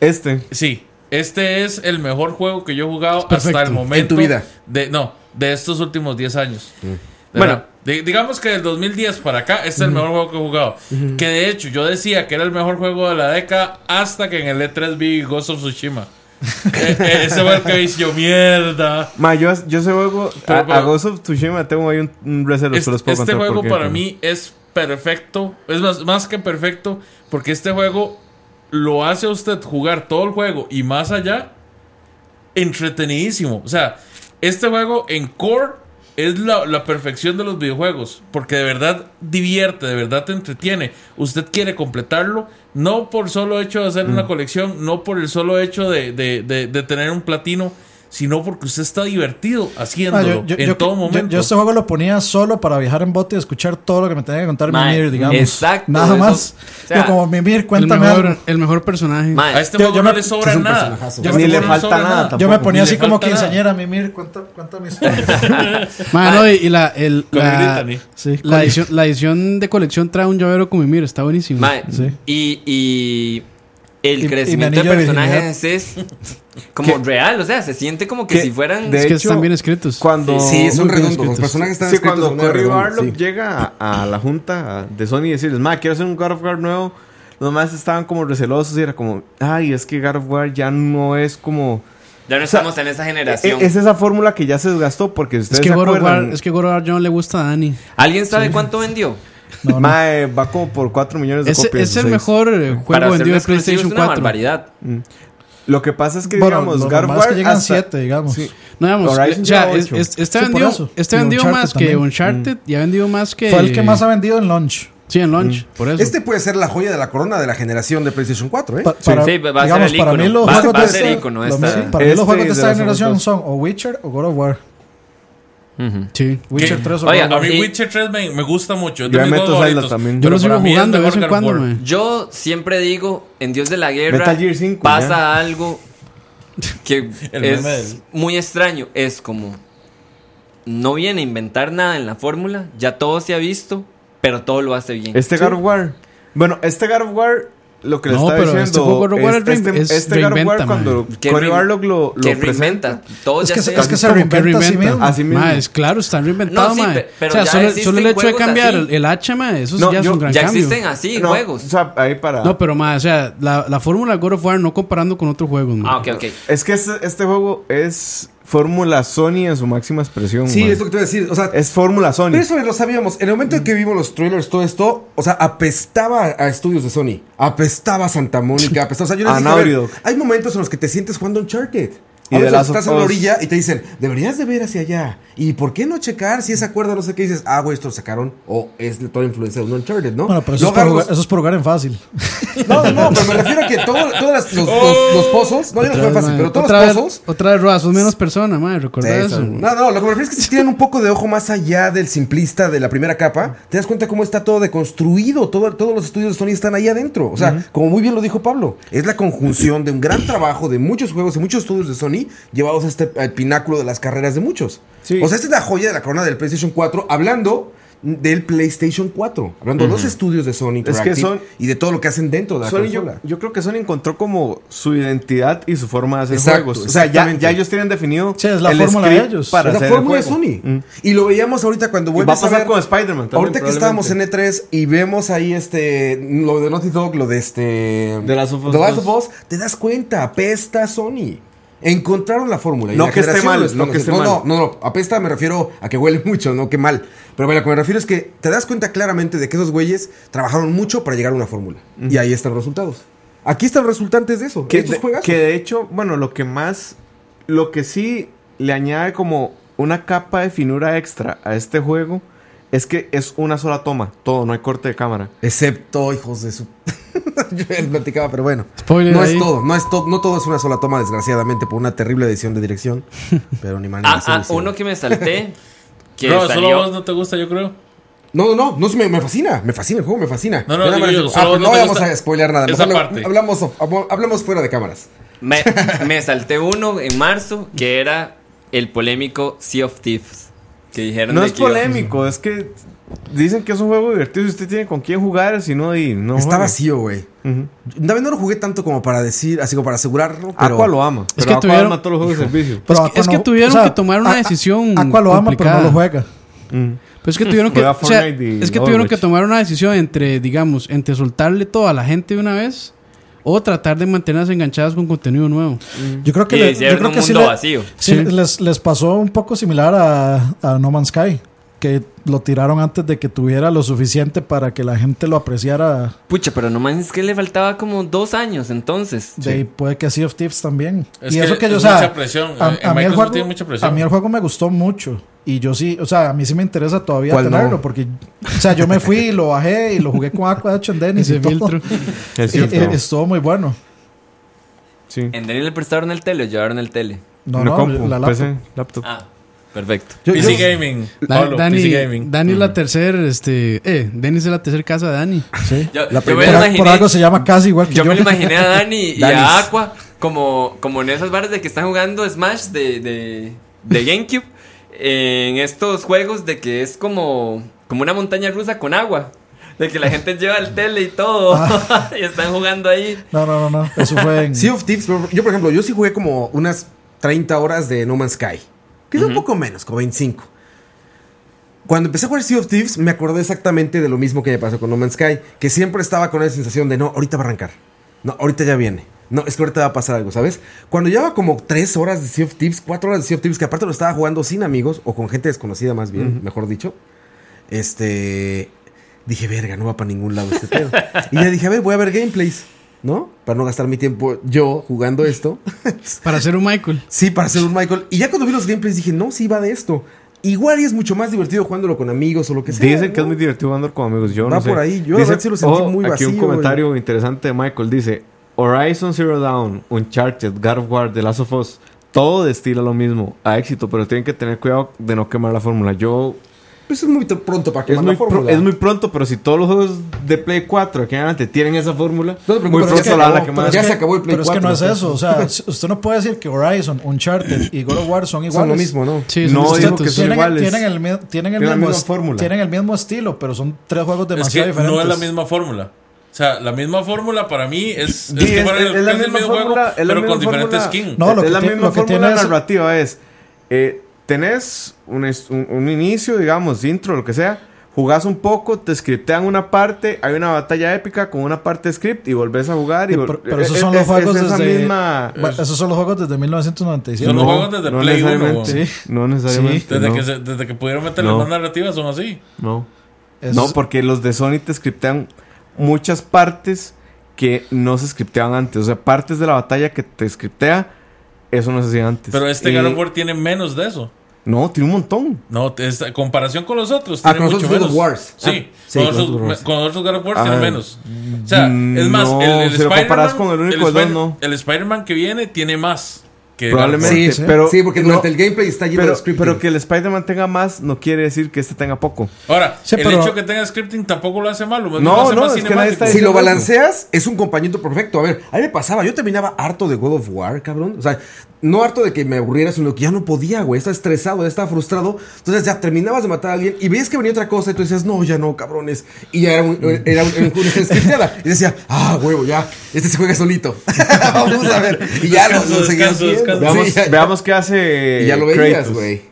Speaker 3: Este.
Speaker 4: Sí, este es el mejor juego que yo he jugado
Speaker 7: perfecto,
Speaker 4: hasta el momento.
Speaker 2: en tu vida. Mm.
Speaker 4: De, no, de estos últimos 10 años. Bueno, digamos que del 2010 para acá, este es el mejor juego que he jugado. Que de hecho, yo decía que era el mejor juego de la década hasta que en el E3 vi Ghost of Tsushima. Eh, eh, ese fue el que dije yo, mierda.
Speaker 3: Ma, yo, yo ese juego.
Speaker 4: Pero,
Speaker 3: a,
Speaker 4: pero-
Speaker 3: a Ghost of Tsushima tengo ahí un, un reserva.
Speaker 4: Este,
Speaker 3: se los puedo
Speaker 4: este
Speaker 3: contar
Speaker 4: juego
Speaker 3: porque-
Speaker 4: para mí es perfecto. Es más, más que perfecto. Porque este juego lo hace a usted jugar todo el juego y más allá. Entretenidísimo. O sea, este juego en core es la, la perfección de los videojuegos. Porque de verdad divierte, de verdad te entretiene. Usted quiere completarlo. No por solo hecho de hacer
Speaker 5: Mm.
Speaker 4: una colección. No por el solo hecho de, de- de- de tener un platino. Sino porque usted está divertido
Speaker 5: Ah,
Speaker 4: haciéndolo en todo
Speaker 5: yo-
Speaker 4: momento.
Speaker 5: yo este juego lo ponía solo para viajar en bote y escuchar todo lo que me tenía que contar
Speaker 6: Mae,
Speaker 5: Mimir, digamos.
Speaker 6: exacto,
Speaker 5: Nada
Speaker 6: eso-
Speaker 5: más.
Speaker 6: o sea,
Speaker 5: yo como Mimir,
Speaker 7: El
Speaker 5: cuéntame algo.
Speaker 7: mejor, el mejor personaje.
Speaker 6: Ma,
Speaker 4: A este
Speaker 5: Yo-
Speaker 4: juego
Speaker 5: yo
Speaker 4: no
Speaker 5: me-
Speaker 4: le sobra
Speaker 2: es un
Speaker 4: nada.
Speaker 2: personajazo.
Speaker 4: Yo
Speaker 3: Ni
Speaker 4: creo
Speaker 3: le
Speaker 4: que no
Speaker 3: falta
Speaker 4: sobra
Speaker 3: nada tampoco.
Speaker 5: Yo me ponía
Speaker 4: Ni
Speaker 5: así
Speaker 4: le
Speaker 5: como
Speaker 4: falta nada.
Speaker 5: quinceañera, Mimir, cuenta, cuenta mi historia.
Speaker 7: Ma, no, y, y la, el-
Speaker 4: Con
Speaker 7: la-
Speaker 4: Brittany.
Speaker 7: sí, la edición, la edición de colección trae un llavero con Mimir, está buenísimo.
Speaker 6: Mae,
Speaker 5: Sí.
Speaker 6: y, y el
Speaker 5: Y- y
Speaker 6: crecimiento de
Speaker 5: anillo de
Speaker 6: personajes es como real, o sea, se siente como que
Speaker 3: que
Speaker 6: si fueran...
Speaker 3: de
Speaker 7: Es que
Speaker 3: hecho,
Speaker 7: están bien escritos.
Speaker 3: Cuando,
Speaker 2: Sí, son
Speaker 7: Muy
Speaker 2: redondos.
Speaker 7: bien
Speaker 2: Los
Speaker 7: escritos.
Speaker 2: personajes están
Speaker 3: Sí,
Speaker 2: escritos de
Speaker 3: cuando
Speaker 2: manera
Speaker 3: Cory
Speaker 2: redonda,
Speaker 3: Barlow
Speaker 2: sí.
Speaker 3: llega a, a la junta de Sony y decirles, ma, quiero hacer un God of War nuevo, los más estaban como recelosos y era como, ay, es que God of War ya no es como...
Speaker 6: Ya no
Speaker 3: o sea,
Speaker 6: estamos en esa
Speaker 3: E-
Speaker 6: generación.
Speaker 3: Es esa fórmula que ya se desgastó porque
Speaker 7: Es
Speaker 3: ustedes
Speaker 7: que,
Speaker 3: se
Speaker 7: God of War,
Speaker 3: acuerdan...
Speaker 7: es que God of War ya no le gusta a Dani.
Speaker 6: ¿Alguien sabe cuánto vendió?
Speaker 3: Mae, eh, va como por 4 millones de
Speaker 7: Es,
Speaker 3: copias.
Speaker 7: es el
Speaker 3: o seis.
Speaker 7: mejor eh,
Speaker 6: Para
Speaker 7: juego vendido de
Speaker 6: hacerlo exclusivo es
Speaker 7: PlayStation
Speaker 6: una
Speaker 7: 4.
Speaker 6: barbaridad.
Speaker 3: Lo que pasa es que,
Speaker 5: Bueno,
Speaker 3: digamos,
Speaker 5: lo
Speaker 3: God of
Speaker 5: normal es
Speaker 3: War...
Speaker 5: que llegan
Speaker 3: hasta-
Speaker 5: 7, digamos.
Speaker 3: Sí.
Speaker 7: No, digamos,
Speaker 3: Horizon
Speaker 7: o sea,
Speaker 3: ya
Speaker 7: es-
Speaker 3: ocho.
Speaker 7: es- este
Speaker 5: Sí, por
Speaker 7: vendido,
Speaker 5: eso.
Speaker 7: este
Speaker 5: Y
Speaker 7: vendido
Speaker 5: Uncharted
Speaker 7: más que
Speaker 5: también.
Speaker 7: Uncharted y ha vendido más que.
Speaker 5: Fue el que más ha vendido en launch.
Speaker 7: Sí, en launch,
Speaker 6: Mm.
Speaker 7: por eso.
Speaker 2: Este puede ser la joya de la corona de la generación de PlayStation 4, ¿eh?
Speaker 5: Pa-
Speaker 6: Sí, va a ser el
Speaker 5: para mí
Speaker 6: ícono.
Speaker 5: los
Speaker 6: Va-
Speaker 5: juegos
Speaker 6: va a
Speaker 5: de
Speaker 6: ser
Speaker 5: esta-
Speaker 6: ícono
Speaker 5: lo-
Speaker 6: esta.
Speaker 5: sí, para mí
Speaker 3: Este
Speaker 5: los juegos
Speaker 3: y
Speaker 5: de
Speaker 3: de
Speaker 5: esta
Speaker 3: las
Speaker 5: generación
Speaker 3: otras.
Speaker 5: son o Witcher o God of War.
Speaker 6: Ujú.
Speaker 7: Mm. Sí.
Speaker 5: Witcher
Speaker 4: Que-
Speaker 5: 3 o
Speaker 6: Oiga,
Speaker 5: God of
Speaker 4: A
Speaker 5: War.
Speaker 4: mí
Speaker 6: Y-
Speaker 4: Witcher 3 me, me gusta mucho. es de
Speaker 3: Yo
Speaker 4: mis
Speaker 3: me
Speaker 4: juegos
Speaker 3: meto Zelda
Speaker 4: favoritos.
Speaker 3: también.
Speaker 7: Yo
Speaker 3: Pero
Speaker 7: lo sigo
Speaker 4: para mí es
Speaker 7: jugando de
Speaker 4: mejor
Speaker 7: vez en
Speaker 4: God of
Speaker 7: cuando,
Speaker 4: War.
Speaker 7: mae.
Speaker 6: Yo siempre digo, en Dios de la Guerra
Speaker 3: Metal Gear 5,
Speaker 6: pasa
Speaker 3: ya.
Speaker 6: algo que
Speaker 4: El
Speaker 6: es
Speaker 4: meme del-
Speaker 6: muy extraño. Es como, no viene a inventar nada en la fórmula, ya todo se ha visto, pero todo lo hace bien.
Speaker 3: Este God of War. Bueno, este God of War, lo que le
Speaker 7: No,
Speaker 3: estaba
Speaker 7: pero
Speaker 3: diciendo.
Speaker 7: este juego God of War
Speaker 3: este,
Speaker 7: es rein- es
Speaker 3: este, este God of
Speaker 7: reinventa,
Speaker 3: War, cuando
Speaker 6: Que
Speaker 3: Cory
Speaker 6: re-
Speaker 3: Barlog lo, lo
Speaker 6: que
Speaker 3: presenta.
Speaker 6: reinventa, todo
Speaker 5: Es
Speaker 6: ya
Speaker 5: que
Speaker 6: se
Speaker 5: se- es que
Speaker 6: hace.
Speaker 5: se
Speaker 7: Como
Speaker 5: reinventa,
Speaker 7: que
Speaker 5: a sí mismo.
Speaker 3: Así mismo.
Speaker 7: Mae, es claro, está reinventado,
Speaker 6: No, sí,
Speaker 7: mae.
Speaker 6: pe- pero
Speaker 7: o sea,
Speaker 6: ya
Speaker 7: solo,
Speaker 6: existen
Speaker 7: solo el hecho de
Speaker 6: juegos
Speaker 7: cambiar
Speaker 6: así.
Speaker 7: el hacha, mae, eso es-
Speaker 3: No,
Speaker 7: ya es
Speaker 3: yo-
Speaker 7: un gran
Speaker 6: Ya
Speaker 7: cambio.
Speaker 6: existen así
Speaker 3: No,
Speaker 6: juegos.
Speaker 3: O sea, ahí para.
Speaker 7: No, pero mae, o sea, la, la fórmula God of War no comparando con otros juegos, mae.
Speaker 6: ah, ok, ok.
Speaker 3: Es que este, este juego es fórmula Sony en su máxima expresión.
Speaker 2: Sí,
Speaker 3: man.
Speaker 2: es lo que te voy a decir. O sea,
Speaker 3: Es fórmula Sony.
Speaker 2: Pero eso lo sabíamos. En el momento en que vimos los trailers, todo esto, o sea, apestaba a estudios de Sony. Apestaba a Santa Mónica. Apestaba. O sea, yo les
Speaker 3: A
Speaker 2: dije, a ver,
Speaker 3: Naughty Dog.
Speaker 2: hay momentos en los que te sientes jugando Uncharted.
Speaker 3: Y
Speaker 2: Y
Speaker 3: The Last of
Speaker 2: estás en la
Speaker 3: Us.
Speaker 2: orilla y te dicen, deberías de ver hacia allá. ¿Y por qué no checar si esa cuerda no sé qué? Y dices, ah, güey, esto lo sacaron. O es toda influencia de un Uncharted, ¿no?
Speaker 5: Bueno, pero eso,
Speaker 2: Yo
Speaker 5: es por
Speaker 2: agarro
Speaker 5: jugar,
Speaker 2: los-
Speaker 5: eso es por jugar en fácil.
Speaker 2: No, no, no, pero me refiero a que todos los, los- los pozos, no, yo no
Speaker 7: Otra
Speaker 2: jugué
Speaker 7: vez,
Speaker 2: fácil,
Speaker 7: mae,
Speaker 2: pero todos
Speaker 7: otra
Speaker 2: los
Speaker 7: vez,
Speaker 2: pozos
Speaker 7: Otra vez, Roa, sos menos persona, mae, recordá
Speaker 2: Sí,
Speaker 7: eso.
Speaker 2: son- No,
Speaker 7: mae.
Speaker 2: no, lo que me refiero es que si tienen un poco de ojo más allá del simplista de la primera capa, te das cuenta cómo está todo deconstruido, todo, todos los estudios de Sony están ahí adentro. O sea, como muy bien lo dijo Pablo, es la conjunción de un gran trabajo de muchos juegos y muchos estudios de Sony llevados hasta el pináculo de las carreras de muchos.
Speaker 3: Sí.
Speaker 2: O sea, esta es la joya de la corona del PlayStation 4, hablando del PlayStation 4, hablando de los estudios de Sony
Speaker 3: Es que
Speaker 2: Interactive
Speaker 3: son-
Speaker 2: y de todo lo que hacen dentro de la
Speaker 3: Sony, yo,
Speaker 2: consola.
Speaker 3: yo creo que Sony encontró como su identidad y su forma de hacer
Speaker 2: Exacto,
Speaker 3: juegos. O sea, ya,
Speaker 2: exactamente.
Speaker 3: ya ellos tienen definido
Speaker 5: Sí, es la fórmula de
Speaker 3: script
Speaker 5: ellos.
Speaker 3: Para
Speaker 2: Es la
Speaker 3: hacer el
Speaker 2: Pues, fórmula de
Speaker 3: juego.
Speaker 2: Sony.
Speaker 3: Mm.
Speaker 2: Y lo veíamos ahorita cuando
Speaker 3: Y
Speaker 2: vuelves
Speaker 3: va a pasar
Speaker 2: ver-
Speaker 3: con Spider-Man también,
Speaker 2: Ahorita que estábamos en
Speaker 3: probablemente.
Speaker 2: E3 y vemos ahí este lo de Naughty Dog, lo de este
Speaker 3: The Last of Us
Speaker 2: The Last of
Speaker 3: 2.
Speaker 2: Us, te das cuenta, apesta Sony. Encontraron la fórmula. y
Speaker 3: No
Speaker 2: la
Speaker 3: que esté
Speaker 2: generación
Speaker 3: mal,
Speaker 2: lo está
Speaker 3: no que esté
Speaker 2: haciendo.
Speaker 3: mal.
Speaker 2: No, no, no, apesta me refiero a que huele mucho, no que mal. Pero bueno, lo que me refiero es que te das cuenta claramente de que esos güeyes trabajaron mucho para llegar a una fórmula. Y ahí están los resultados. Aquí están los resultantes de eso.
Speaker 3: Que
Speaker 2: estos
Speaker 3: de,
Speaker 2: juegazos.
Speaker 3: que de hecho, bueno, lo que más. Lo que sí le añade como una capa de finura extra a este juego es que es una sola toma, todo, no hay corte de cámara.
Speaker 2: Excepto, hijos de su. Yo ya les platicaba, pero bueno.
Speaker 7: Spoiler
Speaker 2: no es
Speaker 7: ahí.
Speaker 2: todo, no es todo, no todo es una sola toma, desgraciadamente, por una terrible edición de dirección. Pero ni manera.
Speaker 6: Ah,
Speaker 2: sí,
Speaker 6: ah,
Speaker 2: sí.
Speaker 6: uno que me salté, que
Speaker 4: No, solo
Speaker 6: salió...
Speaker 4: vos no te gusta, yo creo.
Speaker 2: No, no, no, no, sí, me, me fascina, me fascina el juego, me fascina.
Speaker 4: No, no,
Speaker 2: Yo nada
Speaker 4: digo
Speaker 2: más-
Speaker 4: yo,
Speaker 2: ah,
Speaker 4: solo
Speaker 2: pero
Speaker 4: no
Speaker 2: no
Speaker 4: te
Speaker 2: vamos
Speaker 4: gusta
Speaker 2: a spoilear nada.
Speaker 4: esa
Speaker 2: mejor lo-
Speaker 4: parte.
Speaker 2: hablamos, of- hab- hablamos fuera de cámaras.
Speaker 6: Me, me salté uno en marzo que era el polémico Sea of Thieves. Que dijeron
Speaker 3: No
Speaker 6: de
Speaker 3: es
Speaker 6: que iba-
Speaker 3: polémico, es que dicen que es un juego divertido y usted tiene con quién jugar, si no, y no.
Speaker 2: Está
Speaker 3: juegue.
Speaker 2: vacío, güey.
Speaker 3: Ujú.
Speaker 2: David no lo jugué tanto como para decir, así como para asegurarlo. Pero...
Speaker 3: Aqua lo ama.
Speaker 7: Es
Speaker 3: pero
Speaker 7: que
Speaker 3: Aqua
Speaker 7: tuvieron-
Speaker 3: ama todos los juegos de servicio.
Speaker 5: Pero
Speaker 7: es que-
Speaker 5: Aqua
Speaker 7: es que
Speaker 5: no-
Speaker 7: tuvieron que tomar una
Speaker 5: a- a-
Speaker 7: decisión
Speaker 5: Aqua lo ama, pero no lo
Speaker 7: complicada.
Speaker 5: juega.
Speaker 3: Mm.
Speaker 7: Pues es que tuvieron que,
Speaker 3: Juega
Speaker 7: o sea,
Speaker 3: Fortnite y
Speaker 7: es que tuvieron
Speaker 3: Overwatch.
Speaker 7: que tomar una decisión entre, digamos, entre soltarle todo a la gente de una vez o tratar de mantenerlas enganchadas con contenido nuevo.
Speaker 5: Yo creo que,
Speaker 6: Y
Speaker 5: le- yo
Speaker 6: hicieron
Speaker 5: creo
Speaker 6: un
Speaker 5: que sí,
Speaker 6: mundo
Speaker 5: le-
Speaker 6: vacío.
Speaker 5: sí,
Speaker 7: Sí.
Speaker 5: les, les pasó un poco similar a, a No Man's Sky, que lo tiraron antes de que tuviera lo suficiente para que la gente lo apreciara.
Speaker 6: Pucha, pero no manches que le faltaba como dos años entonces.
Speaker 5: De ahí puede que Sea of Thieves también.
Speaker 4: Es
Speaker 5: y
Speaker 4: que
Speaker 5: eso que
Speaker 4: es
Speaker 5: yo, o
Speaker 4: mucha
Speaker 5: sea,
Speaker 4: presión.
Speaker 5: A, a
Speaker 4: En
Speaker 5: mí el
Speaker 4: Microsoft
Speaker 5: juego,
Speaker 4: tiene mucha presión.
Speaker 5: a mí el juego me gustó mucho. Y yo sí, o sea, a mí sí me interesa todavía
Speaker 2: ¿Cuál no?
Speaker 5: tenerlo. Porque, o sea, yo me fui y lo bajé y lo jugué con Aqua Action Dennis y
Speaker 7: Ese
Speaker 5: todo.
Speaker 7: filtro.
Speaker 3: Es
Speaker 5: Y-
Speaker 3: cierto.
Speaker 5: y- estuvo muy bueno.
Speaker 3: sí.
Speaker 6: ¿En Daniel le prestaron el tele o llevaron el tele?
Speaker 5: No,
Speaker 3: Una
Speaker 5: no,
Speaker 3: compu, pues,
Speaker 5: la laptop.
Speaker 3: PC, laptop.
Speaker 6: Ah, perfecto.
Speaker 2: Yo-
Speaker 4: PC
Speaker 2: yo-
Speaker 4: Gaming.
Speaker 7: Da-
Speaker 4: Pablo,
Speaker 7: Dani,
Speaker 4: PC Gaming.
Speaker 7: Dani es la tercer, este, eh, Denis es la tercer casa de Dani.
Speaker 6: Yo,
Speaker 2: La
Speaker 6: yo me
Speaker 5: Por,
Speaker 6: lo
Speaker 5: a-
Speaker 6: imaginé,
Speaker 5: por algo se llama casi igual que
Speaker 6: yo
Speaker 5: yo.
Speaker 6: me lo imaginé a Dani y
Speaker 2: Danis.
Speaker 6: a Aqua como, como en esas barras de que están jugando Smash de, de, de GameCube. En estos juegos de que es como, como una montaña rusa con agua. De que la gente lleva el tele y todo. y están jugando ahí.
Speaker 5: No, no, no, no. Eso fue en.
Speaker 2: Sea of Thieves, por- yo por ejemplo, yo sí jugué como unas 30 horas de No Man's Sky. Quizá un poco menos, como 25. Cuando empecé a jugar Sea of Thieves, me acordé exactamente de lo mismo que me pasó con No Man's Sky. Que siempre estaba con esa sensación de, no, ahorita va a arrancar. No, ahorita ya viene. No, es que ahorita va a pasar algo, ¿sabes? Cuando llevaba como 3 horas de Sea of Thieves, 4 horas de Sea of Thieves, que aparte lo estaba jugando sin amigos, o con gente desconocida más bien, mejor dicho. Este... Dije, verga, no va para ningún lado este pedo. y ya dije, a ver, voy a ver gameplays, ¿no? Para no gastar mi tiempo yo jugando esto.
Speaker 7: Para ser un Michael.
Speaker 2: Sí, para ser un Michael. Y ya cuando vi los gameplays dije, no, sí va de esto. Igual y es mucho más divertido jugándolo con amigos o lo que sea.
Speaker 3: Dicen que
Speaker 2: ¿no?
Speaker 3: es muy divertido andar con amigos. Yo
Speaker 2: Va
Speaker 3: no sé. oh,
Speaker 2: por ahí. Yo la verdad sí lo sentí muy
Speaker 3: Aquí un
Speaker 2: vacío,
Speaker 3: comentario interesante de Michael. Dice: Horizon Zero Dawn, Uncharted, God of War, The Last of Us. Todo destila lo mismo a éxito, pero tienen que tener cuidado de no quemar la fórmula. Yo.
Speaker 2: Pues es muy t- pronto para
Speaker 3: Es
Speaker 2: quemar
Speaker 3: muy,
Speaker 2: la
Speaker 3: pro-
Speaker 2: fórmula.
Speaker 3: es muy pronto, pero si todos los juegos de Play 4 aquí en adelante tienen esa fórmula,
Speaker 2: No te
Speaker 3: muy
Speaker 2: preocupes,
Speaker 3: pronto
Speaker 2: ya se
Speaker 3: la van a
Speaker 2: acabó,
Speaker 3: quemar.
Speaker 2: pero Ya se acabó el Play
Speaker 5: Pero es que
Speaker 2: 4,
Speaker 5: no es
Speaker 2: entonces.
Speaker 5: eso. O sea, s- usted no puede decir que Horizon, Uncharted y God of War son iguales.
Speaker 2: Son lo mismo, ¿no?
Speaker 7: Sí,
Speaker 3: No,
Speaker 7: son
Speaker 3: digo
Speaker 7: distintos.
Speaker 3: que son
Speaker 5: Tienen,
Speaker 3: iguales.
Speaker 5: tienen el, mi- tienen el
Speaker 3: Tienen la
Speaker 5: mismo
Speaker 3: misma
Speaker 5: est-
Speaker 3: fórmula.
Speaker 5: tienen el mismo estilo, pero son tres juegos
Speaker 4: Es
Speaker 5: demasiado
Speaker 4: que
Speaker 5: diferentes.
Speaker 4: no es la misma fórmula. O sea, la misma fórmula para mí es, es
Speaker 3: Sí,
Speaker 4: que
Speaker 3: es-
Speaker 4: fuera
Speaker 3: es- es la
Speaker 4: casi el
Speaker 3: misma
Speaker 4: mismo juego,
Speaker 3: fórmula, es la
Speaker 4: pero
Speaker 3: misma
Speaker 4: con diferentes
Speaker 3: fórmula.
Speaker 4: skins.
Speaker 5: No, lo
Speaker 3: es
Speaker 5: que
Speaker 3: la
Speaker 5: tiene-
Speaker 3: misma
Speaker 5: lo que
Speaker 3: fórmula
Speaker 5: tiene es-
Speaker 3: narrativa. Es. eh, tenés un, es- un- un inicio, digamos, intro, lo que sea. Jugás un poco, te scriptean una parte. Hay una batalla épica con una parte script y volvés a jugar. Y
Speaker 5: Sí,
Speaker 3: vol-
Speaker 5: pero- pero
Speaker 3: eh,
Speaker 5: esos
Speaker 3: eh,
Speaker 5: son los
Speaker 3: es-
Speaker 5: juegos
Speaker 3: es esa
Speaker 5: desde-
Speaker 3: misma-
Speaker 5: Bueno, esos son los juegos desde 1997.
Speaker 4: Son los juegos desde Play uno,
Speaker 3: necesariamente.
Speaker 4: weón.
Speaker 3: No necesariamente.
Speaker 4: Desde,
Speaker 3: no.
Speaker 4: que se- desde que pudieron meter
Speaker 3: No.
Speaker 4: las más narrativas son así.
Speaker 3: No.
Speaker 5: Es-
Speaker 3: No, porque los de Sony te scriptean muchas partes que no se scripteaban antes. O sea, partes de la batalla que te scriptea, eso no se hacía antes.
Speaker 4: Pero este
Speaker 3: Y-
Speaker 4: God of War tiene menos de eso.
Speaker 3: No, tiene un montón.
Speaker 4: No, es- en comparación con los otros.
Speaker 2: Ah,
Speaker 4: tiene
Speaker 2: con los
Speaker 4: mucho
Speaker 2: otros God
Speaker 4: menos.
Speaker 2: of Wars.
Speaker 4: Sí,
Speaker 2: Ah, sí,
Speaker 4: con,
Speaker 2: con
Speaker 4: los otros,
Speaker 2: los otros.
Speaker 4: me- con los otros God of War
Speaker 3: Ah,
Speaker 4: tiene menos. O sea, es más,
Speaker 3: no,
Speaker 4: el, el
Speaker 3: si lo comparas
Speaker 4: Spider-Man-
Speaker 3: con el único de dos,
Speaker 4: Spider-
Speaker 3: no.
Speaker 4: el Spider-Man que viene tiene más. que
Speaker 3: Probablemente.
Speaker 2: Sí,
Speaker 3: Sí, pero-
Speaker 2: sí, porque
Speaker 3: no.
Speaker 2: durante el gameplay está lleno
Speaker 3: Pero,
Speaker 2: de scripting.
Speaker 3: pero que el Spider-Man tenga más no quiere decir que este tenga poco.
Speaker 4: Ahora,
Speaker 5: Sí,
Speaker 4: el
Speaker 5: pero-
Speaker 4: hecho que tenga scripting tampoco lo hace malo.
Speaker 3: No,
Speaker 4: más bien lo hace
Speaker 3: no,
Speaker 4: más
Speaker 3: es que nadie
Speaker 4: cinemático.
Speaker 3: está
Speaker 2: si lo
Speaker 3: diciendo
Speaker 2: balanceas, es un compañero perfecto. A ver, a mí me pasaba. Yo terminaba harto de God of War, cabrón. O sea, no harto de que me aburriera, sino que ya no podía, güey. Estaba estresado, ya estaba frustrado. Entonces ya terminabas de matar a alguien y veías que venía otra cosa y tú decías, no, ya no, cabrones. Y ya era, un, era, un- era una scripteada. Y decía, ah, huevo, ya. Este se juega solito. Vamos a ver. Y ya lo,
Speaker 4: Descanso,
Speaker 2: lo seguías
Speaker 4: descanso,
Speaker 2: viendo.
Speaker 4: descanso.
Speaker 2: Sí,
Speaker 3: Veamos,
Speaker 2: ya-
Speaker 3: veamos qué hace.
Speaker 2: y ya lo
Speaker 3: Eh, Kratos.
Speaker 2: veías, güey.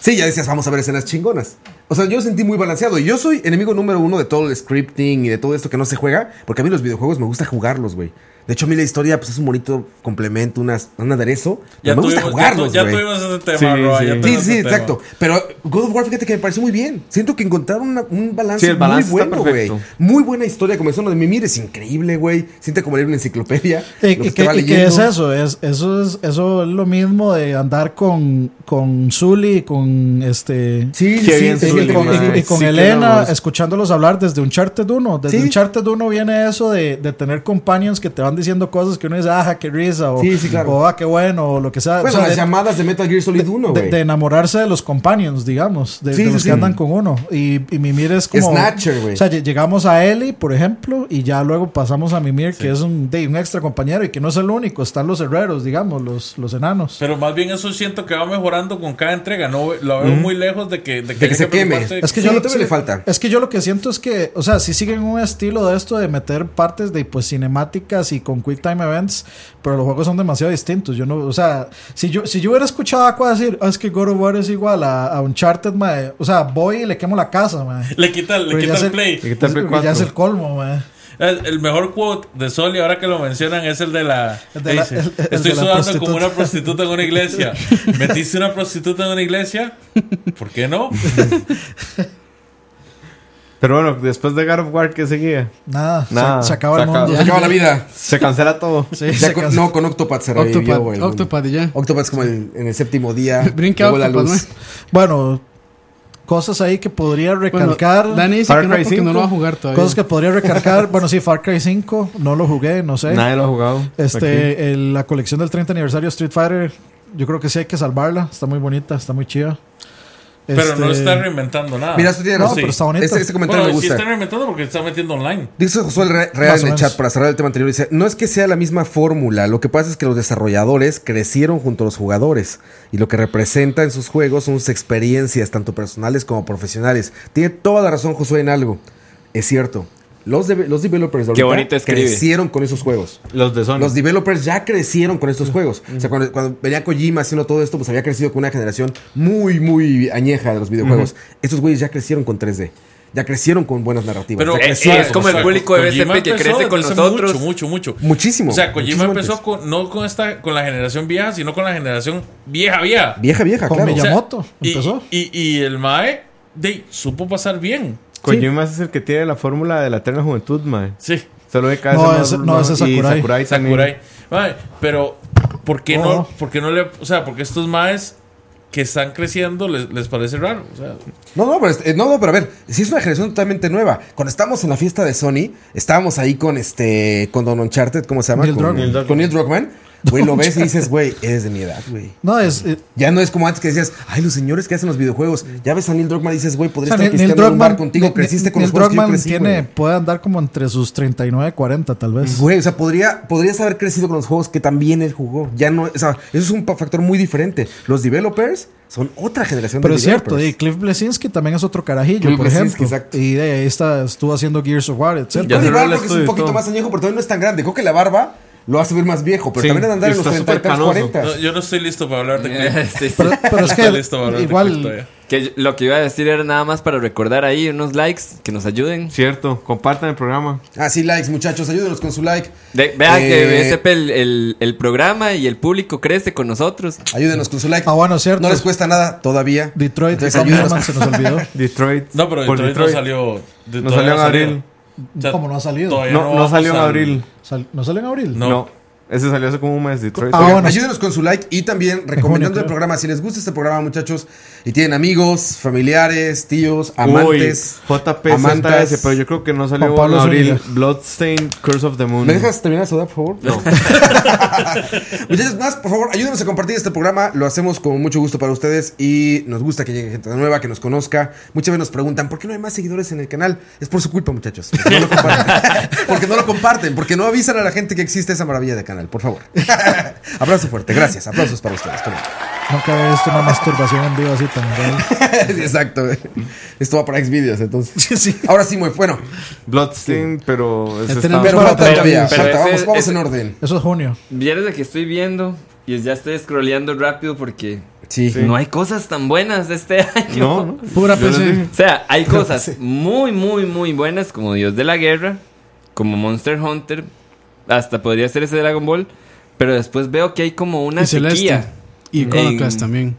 Speaker 2: Sí, ya decías, vamos a ver escenas chingonas. O sea, yo lo sentí muy balanceado. Y yo soy enemigo número uno de todo el scripting y de todo esto que no se juega. Porque a mí los videojuegos me gusta jugarlos, güey. De hecho, a mí la historia pues, es un bonito complemento, unas, un aderezo.
Speaker 4: Ya
Speaker 2: me gusta
Speaker 4: tuvimos- ya tu-
Speaker 2: jugarlos,
Speaker 4: Ya,
Speaker 2: güey.
Speaker 4: tuvimos ese tema,
Speaker 3: Sí,
Speaker 4: Roa,
Speaker 3: sí.
Speaker 4: ya
Speaker 3: Sí,
Speaker 2: Sí,
Speaker 4: tuvimos
Speaker 2: sí,
Speaker 4: ese tema.
Speaker 2: exacto. Pero God of War, fíjate que me pareció muy bien. Siento que encontraron una- un balance,
Speaker 3: Sí, el balance
Speaker 2: muy
Speaker 3: está
Speaker 2: bueno, güey.
Speaker 3: perfecto.
Speaker 2: Muy buena historia, como eso, lo de Mimir es increíble, güey. Siente como leer una enciclopedia.
Speaker 5: Eh,
Speaker 2: lo
Speaker 5: ¿Y, y
Speaker 2: que
Speaker 5: qué,
Speaker 2: te va
Speaker 5: y qué
Speaker 2: leyendo.
Speaker 5: es eso? Es, eso, es, eso es lo mismo de andar con, con Zully, con este.
Speaker 2: Sí, sí,
Speaker 3: Qué
Speaker 2: sí,
Speaker 3: bien,
Speaker 2: te
Speaker 5: y-
Speaker 3: Zully,
Speaker 2: siente
Speaker 5: y,
Speaker 2: como-
Speaker 5: con- y- y con
Speaker 3: Sí, que
Speaker 5: Elena,
Speaker 3: no, es-
Speaker 5: escuchándolos hablar desde Uncharted 1. Desde
Speaker 2: Sí.
Speaker 5: Uncharted 1 viene eso de, de tener companions que te van diciendo cosas que uno dice, ajá, qué risa, o,
Speaker 2: Sí, sí, claro.
Speaker 5: o ah, qué bueno, o lo que sea.
Speaker 2: Bueno,
Speaker 5: O sea,
Speaker 2: las
Speaker 5: de-
Speaker 2: llamadas de Metal Gear Solid 1,
Speaker 5: de,
Speaker 2: güey.
Speaker 5: de enamorarse de los companions, digamos, de,
Speaker 2: Sí,
Speaker 5: de
Speaker 2: sí,
Speaker 5: los
Speaker 2: sí.
Speaker 5: que andan con uno. Y, y Mimir es como.
Speaker 2: Snatcher, güey.
Speaker 5: O sea, lle- llegamos a Eli, por ejemplo, y ya luego pasamos a Mimir, que es un, de, un extra compañero y que no es el único. Están los herreros, digamos, los, los enanos.
Speaker 4: Pero más bien eso siento que va mejorando con cada entrega. No ve- lo veo muy lejos de que, de que
Speaker 2: que
Speaker 4: haya
Speaker 2: se queme.
Speaker 4: preocuparse.
Speaker 5: Es que
Speaker 2: Sí,
Speaker 5: yo lo que
Speaker 2: todavía le falta.
Speaker 5: Es que yo lo que siento es que, o sea, si siguen un estilo de esto de meter partes de pues cinemáticas y con quick time events, pero los juegos son demasiado distintos. Yo no, o sea, si yo si yo hubiera escuchado a Aqua decir, "Ah, es que God of War es igual a, a Uncharted, mae", o sea, voy y le quemo la casa, mae.
Speaker 4: Le quita, le
Speaker 5: Pero ya
Speaker 4: quita
Speaker 5: es
Speaker 4: el play.
Speaker 3: Le quita el Play
Speaker 5: es- Ya es
Speaker 3: 4.
Speaker 5: el colmo, mae.
Speaker 4: El, el mejor quote de Soli, ahora que lo mencionan, es el de la.
Speaker 5: El de la-
Speaker 4: dice,
Speaker 5: el- el
Speaker 4: Estoy
Speaker 5: de la
Speaker 4: sudando
Speaker 5: prostituta".
Speaker 4: como una prostituta en una iglesia. ¿Metiste una prostituta en una iglesia? ¿Por qué no?
Speaker 3: Pero bueno, después de God of War, ¿qué seguía?
Speaker 5: Nada, se-
Speaker 3: Nada,
Speaker 5: se, acaba
Speaker 3: se
Speaker 5: el
Speaker 3: acaba.
Speaker 5: mundo.
Speaker 2: Se acaba la vida.
Speaker 3: Se cancela todo.
Speaker 5: Sí,
Speaker 2: Ya
Speaker 5: se
Speaker 2: con-
Speaker 5: cansa.
Speaker 2: no, con Octopath se revivió,
Speaker 7: Octopath,
Speaker 2: güey, el mundo.
Speaker 7: Octopath y ya.
Speaker 2: Octopath es como el- en el séptimo día.
Speaker 7: Brinca
Speaker 2: llegó la
Speaker 7: Octopath,
Speaker 2: luz.
Speaker 5: Bueno, cosas ahí que podría
Speaker 7: Bueno,
Speaker 5: recalcar.
Speaker 7: Dani dice
Speaker 3: Far
Speaker 7: que no
Speaker 3: Cry
Speaker 7: porque no
Speaker 3: 5.
Speaker 7: lo va a jugar todavía.
Speaker 5: Cosas que podría recalcar, bueno, sí, Far Cry 5, no lo jugué, no sé.
Speaker 3: Nadie lo ha jugado. Aquí.
Speaker 5: Este, el- la colección del 30 aniversario Street Fighter, yo creo que sí hay que salvarla. Está muy bonita, está muy chida.
Speaker 4: Pero no
Speaker 5: Este,
Speaker 4: está reinventando nada.
Speaker 2: Mira, tú tienes
Speaker 5: No,
Speaker 2: razón.
Speaker 5: pero está bonito.
Speaker 2: Este, este comentario
Speaker 4: Bueno,
Speaker 2: me
Speaker 4: sí
Speaker 2: gusta.
Speaker 4: está reinventando porque está metiendo online.
Speaker 2: Dice Josué Re- Real
Speaker 5: Más o
Speaker 2: en el
Speaker 5: menos.
Speaker 2: chat para cerrar el tema anterior. Dice: No es que sea la misma fórmula. Lo que pasa es que los desarrolladores crecieron junto a los jugadores. Y lo que representa en sus juegos son sus experiencias, tanto personales como profesionales. Tiene toda la razón Josué en algo. Es cierto. Los, deve- los developers de
Speaker 6: Qué
Speaker 2: ahorita
Speaker 6: bonito escribe.
Speaker 2: crecieron con esos juegos.
Speaker 3: Los de Sony.
Speaker 2: Los developers ya crecieron con estos juegos. O sea, cuando, cuando venía Kojima haciendo todo esto, pues había crecido con una generación muy, muy añeja de los videojuegos. Estos güeyes ya crecieron con 3D. Ya crecieron con buenas narrativas.
Speaker 4: Pero
Speaker 2: ya
Speaker 6: eh,
Speaker 2: crecieron
Speaker 6: es
Speaker 2: con
Speaker 6: como el
Speaker 2: juegos.
Speaker 6: público de
Speaker 4: Kojima
Speaker 6: BSP que
Speaker 4: empezó
Speaker 6: crece con
Speaker 4: desde hace
Speaker 6: nosotros.
Speaker 4: Mucho, mucho, mucho.
Speaker 2: Muchísimo,
Speaker 4: O sea, Kojima
Speaker 2: muchísimo
Speaker 4: empezó
Speaker 2: antes.
Speaker 4: con, no con esta, con la generación vieja, sino con la generación vieja, vieja.
Speaker 2: Vieja, vieja,
Speaker 5: Con
Speaker 2: claro.
Speaker 4: O sea,
Speaker 5: Miyamoto
Speaker 4: y-
Speaker 5: empezó.
Speaker 4: Y, y el Mae de, supo pasar bien.
Speaker 3: Kojima es el que tiene la fórmula de la eterna juventud, mae.
Speaker 4: Sí.
Speaker 3: Solo de cabeza
Speaker 5: No,
Speaker 3: más
Speaker 5: ese- no,
Speaker 3: rulón.
Speaker 5: ese es
Speaker 3: Y
Speaker 5: Sakurai.
Speaker 3: Sakurai también.
Speaker 4: Sakurai. Mae, pero, ¿por qué,
Speaker 5: No.
Speaker 4: no, ¿por qué no le.? O sea, porque estos Maes que están creciendo les, les parece raro. O sea,
Speaker 2: No, no, pero, este- no, no, pero a ver, si es una generación totalmente nueva. Cuando estábamos en la fiesta de Sony, estábamos ahí con este, con Don Uncharted, ¿cómo se llama?
Speaker 5: Neil
Speaker 2: con,
Speaker 5: Druckmann.
Speaker 2: Neil con Neil Druckmann. Güey, lo ves y dices, güey, eres de mi edad, güey.
Speaker 5: No, es. eh,
Speaker 2: Ya no es como antes que decías, ay, los señores que hacen los videojuegos. Ya ves a Neil Druckmann y dices, güey,
Speaker 5: Mm. o
Speaker 2: podría
Speaker 5: sea,
Speaker 2: estar
Speaker 5: Neil Neil
Speaker 2: pisteando en un bar
Speaker 5: Druckmann.
Speaker 2: contigo.
Speaker 5: Neil-
Speaker 2: creciste con
Speaker 5: Neil
Speaker 2: los juegos que yo
Speaker 5: Druckmann
Speaker 2: crecí,
Speaker 5: tiene,
Speaker 2: güey.
Speaker 5: puede andar como entre sus 39 y 40, tal vez.
Speaker 2: Güey, o sea, podría, podrías haber crecido con los juegos que también él jugó. Ya no, o sea, eso es un pa- factor muy diferente. Los developers son otra generación
Speaker 5: Pero
Speaker 2: de
Speaker 5: es cierto, y
Speaker 2: developers.
Speaker 5: Cliff Blesinski también es otro carajillo,
Speaker 2: Cliff
Speaker 5: por
Speaker 2: Blesinski,
Speaker 5: ejemplo.
Speaker 2: exacto.
Speaker 5: Y de ahí está, estuvo haciendo Gears of War, etc.
Speaker 3: Ya
Speaker 2: Cody
Speaker 3: cerró el
Speaker 2: Barber, que es un
Speaker 3: estudio y
Speaker 2: poquito
Speaker 3: todo.
Speaker 2: más añejo, pero todavía no es tan grande. Creo que la barba lo hace ver más viejo, pero
Speaker 3: Sí,
Speaker 2: también han de andar en los 30
Speaker 3: está
Speaker 2: y
Speaker 3: súper
Speaker 2: tantos,
Speaker 3: canoso.
Speaker 2: 40.
Speaker 4: no, yo no estoy listo para hablar de Cliff.
Speaker 6: Sí, sí.
Speaker 5: Pero, pero es
Speaker 4: Estoy listo para
Speaker 5: que
Speaker 4: hablar de Cliff
Speaker 5: igual,
Speaker 4: todavía.
Speaker 6: Que yo- lo que iba a decir era nada más para recordar ahí unos likes que nos ayuden.
Speaker 3: Cierto, compartan el programa.
Speaker 2: Ah, sí, likes, muchachos, ayúdenos con su like.
Speaker 6: De- vean
Speaker 2: Eh,
Speaker 6: que BSP el, el- el programa y el público crece con nosotros.
Speaker 2: Ayúdenos con su like.
Speaker 5: Ah, bueno, cierto.
Speaker 2: No les cuesta nada todavía.
Speaker 5: Detroit,
Speaker 2: Entonces,
Speaker 5: Tom
Speaker 2: ayúdenos.
Speaker 5: Herman se nos olvidó.
Speaker 3: Detroit.
Speaker 4: No, pero
Speaker 3: Por
Speaker 4: Detroit, no salió. Detroit
Speaker 3: No salió en
Speaker 4: no salió.
Speaker 3: abril.
Speaker 4: O sea,
Speaker 5: ¿Cómo no ha salido?
Speaker 4: todavía
Speaker 3: No, no
Speaker 4: vamos
Speaker 3: salió en
Speaker 4: al-
Speaker 3: abril.
Speaker 5: Sal- ¿No sale en abril?
Speaker 3: No.
Speaker 4: No.
Speaker 3: Ese salió hace como un mes, Detroit.
Speaker 5: Ah,
Speaker 2: Oigan,
Speaker 5: bueno.
Speaker 2: Ayúdenos con su like y también
Speaker 5: junio,
Speaker 2: recomendando el
Speaker 5: creo.
Speaker 2: programa. Si les gusta este programa, muchachos, y tienen amigos, familiares, tíos,
Speaker 3: Uy,
Speaker 2: amantes.
Speaker 3: JP
Speaker 2: amantas.
Speaker 3: ZS, pero yo creo que no salió
Speaker 5: Juan
Speaker 3: en
Speaker 5: Pablo
Speaker 3: abril.
Speaker 5: Zúñiga.
Speaker 3: Bloodstained Curse of the Moon.
Speaker 2: ¿Me dejas terminar de saludar, por favor?
Speaker 3: No.
Speaker 2: Muchachos, más, por favor, ayúdenos a compartir este programa. Lo hacemos con mucho gusto para ustedes y nos gusta que llegue gente nueva, que nos conozca. Muchas veces nos preguntan, ¿por qué no hay más seguidores en el canal? Es por su culpa, muchachos. Porque no lo comparten, porque no, lo comparten, porque no avisan a la gente que existe esa maravilla de canal, por favor. Abrazo fuerte, gracias. Aplausos para ustedes. Come
Speaker 5: No cabe esto una masturbación en vivo así tan real.
Speaker 2: on. Sí, Exacto. güey. Esto va para Xvideos, entonces.
Speaker 5: Sí, sí.
Speaker 2: Ahora sí, muy bueno.
Speaker 3: Bloodstained, pero. ese
Speaker 7: Ya
Speaker 5: Este
Speaker 3: está-
Speaker 7: tenemos-
Speaker 2: Pero
Speaker 5: Bueno,
Speaker 2: falta
Speaker 5: pero-
Speaker 2: todavía.
Speaker 6: pero
Speaker 2: falta.
Speaker 6: ese-
Speaker 2: vamos vamos
Speaker 6: ese-
Speaker 2: en orden.
Speaker 5: Eso es junio.
Speaker 6: Vieres de que estoy viendo y ya estoy scrolleando rápido porque
Speaker 2: Sí.
Speaker 6: no hay cosas tan buenas de este año.
Speaker 3: No, no.
Speaker 7: Pura
Speaker 3: Yo les dije.
Speaker 7: PC.
Speaker 6: O sea, hay cosas muy, muy, muy buenas como Dios de la Guerra, como Monster Hunter, hasta podría ser ese Dragon Ball, pero después veo que hay como una
Speaker 7: Y Celeste.
Speaker 6: sequía.
Speaker 7: Y
Speaker 6: En-
Speaker 7: Iconoclast también.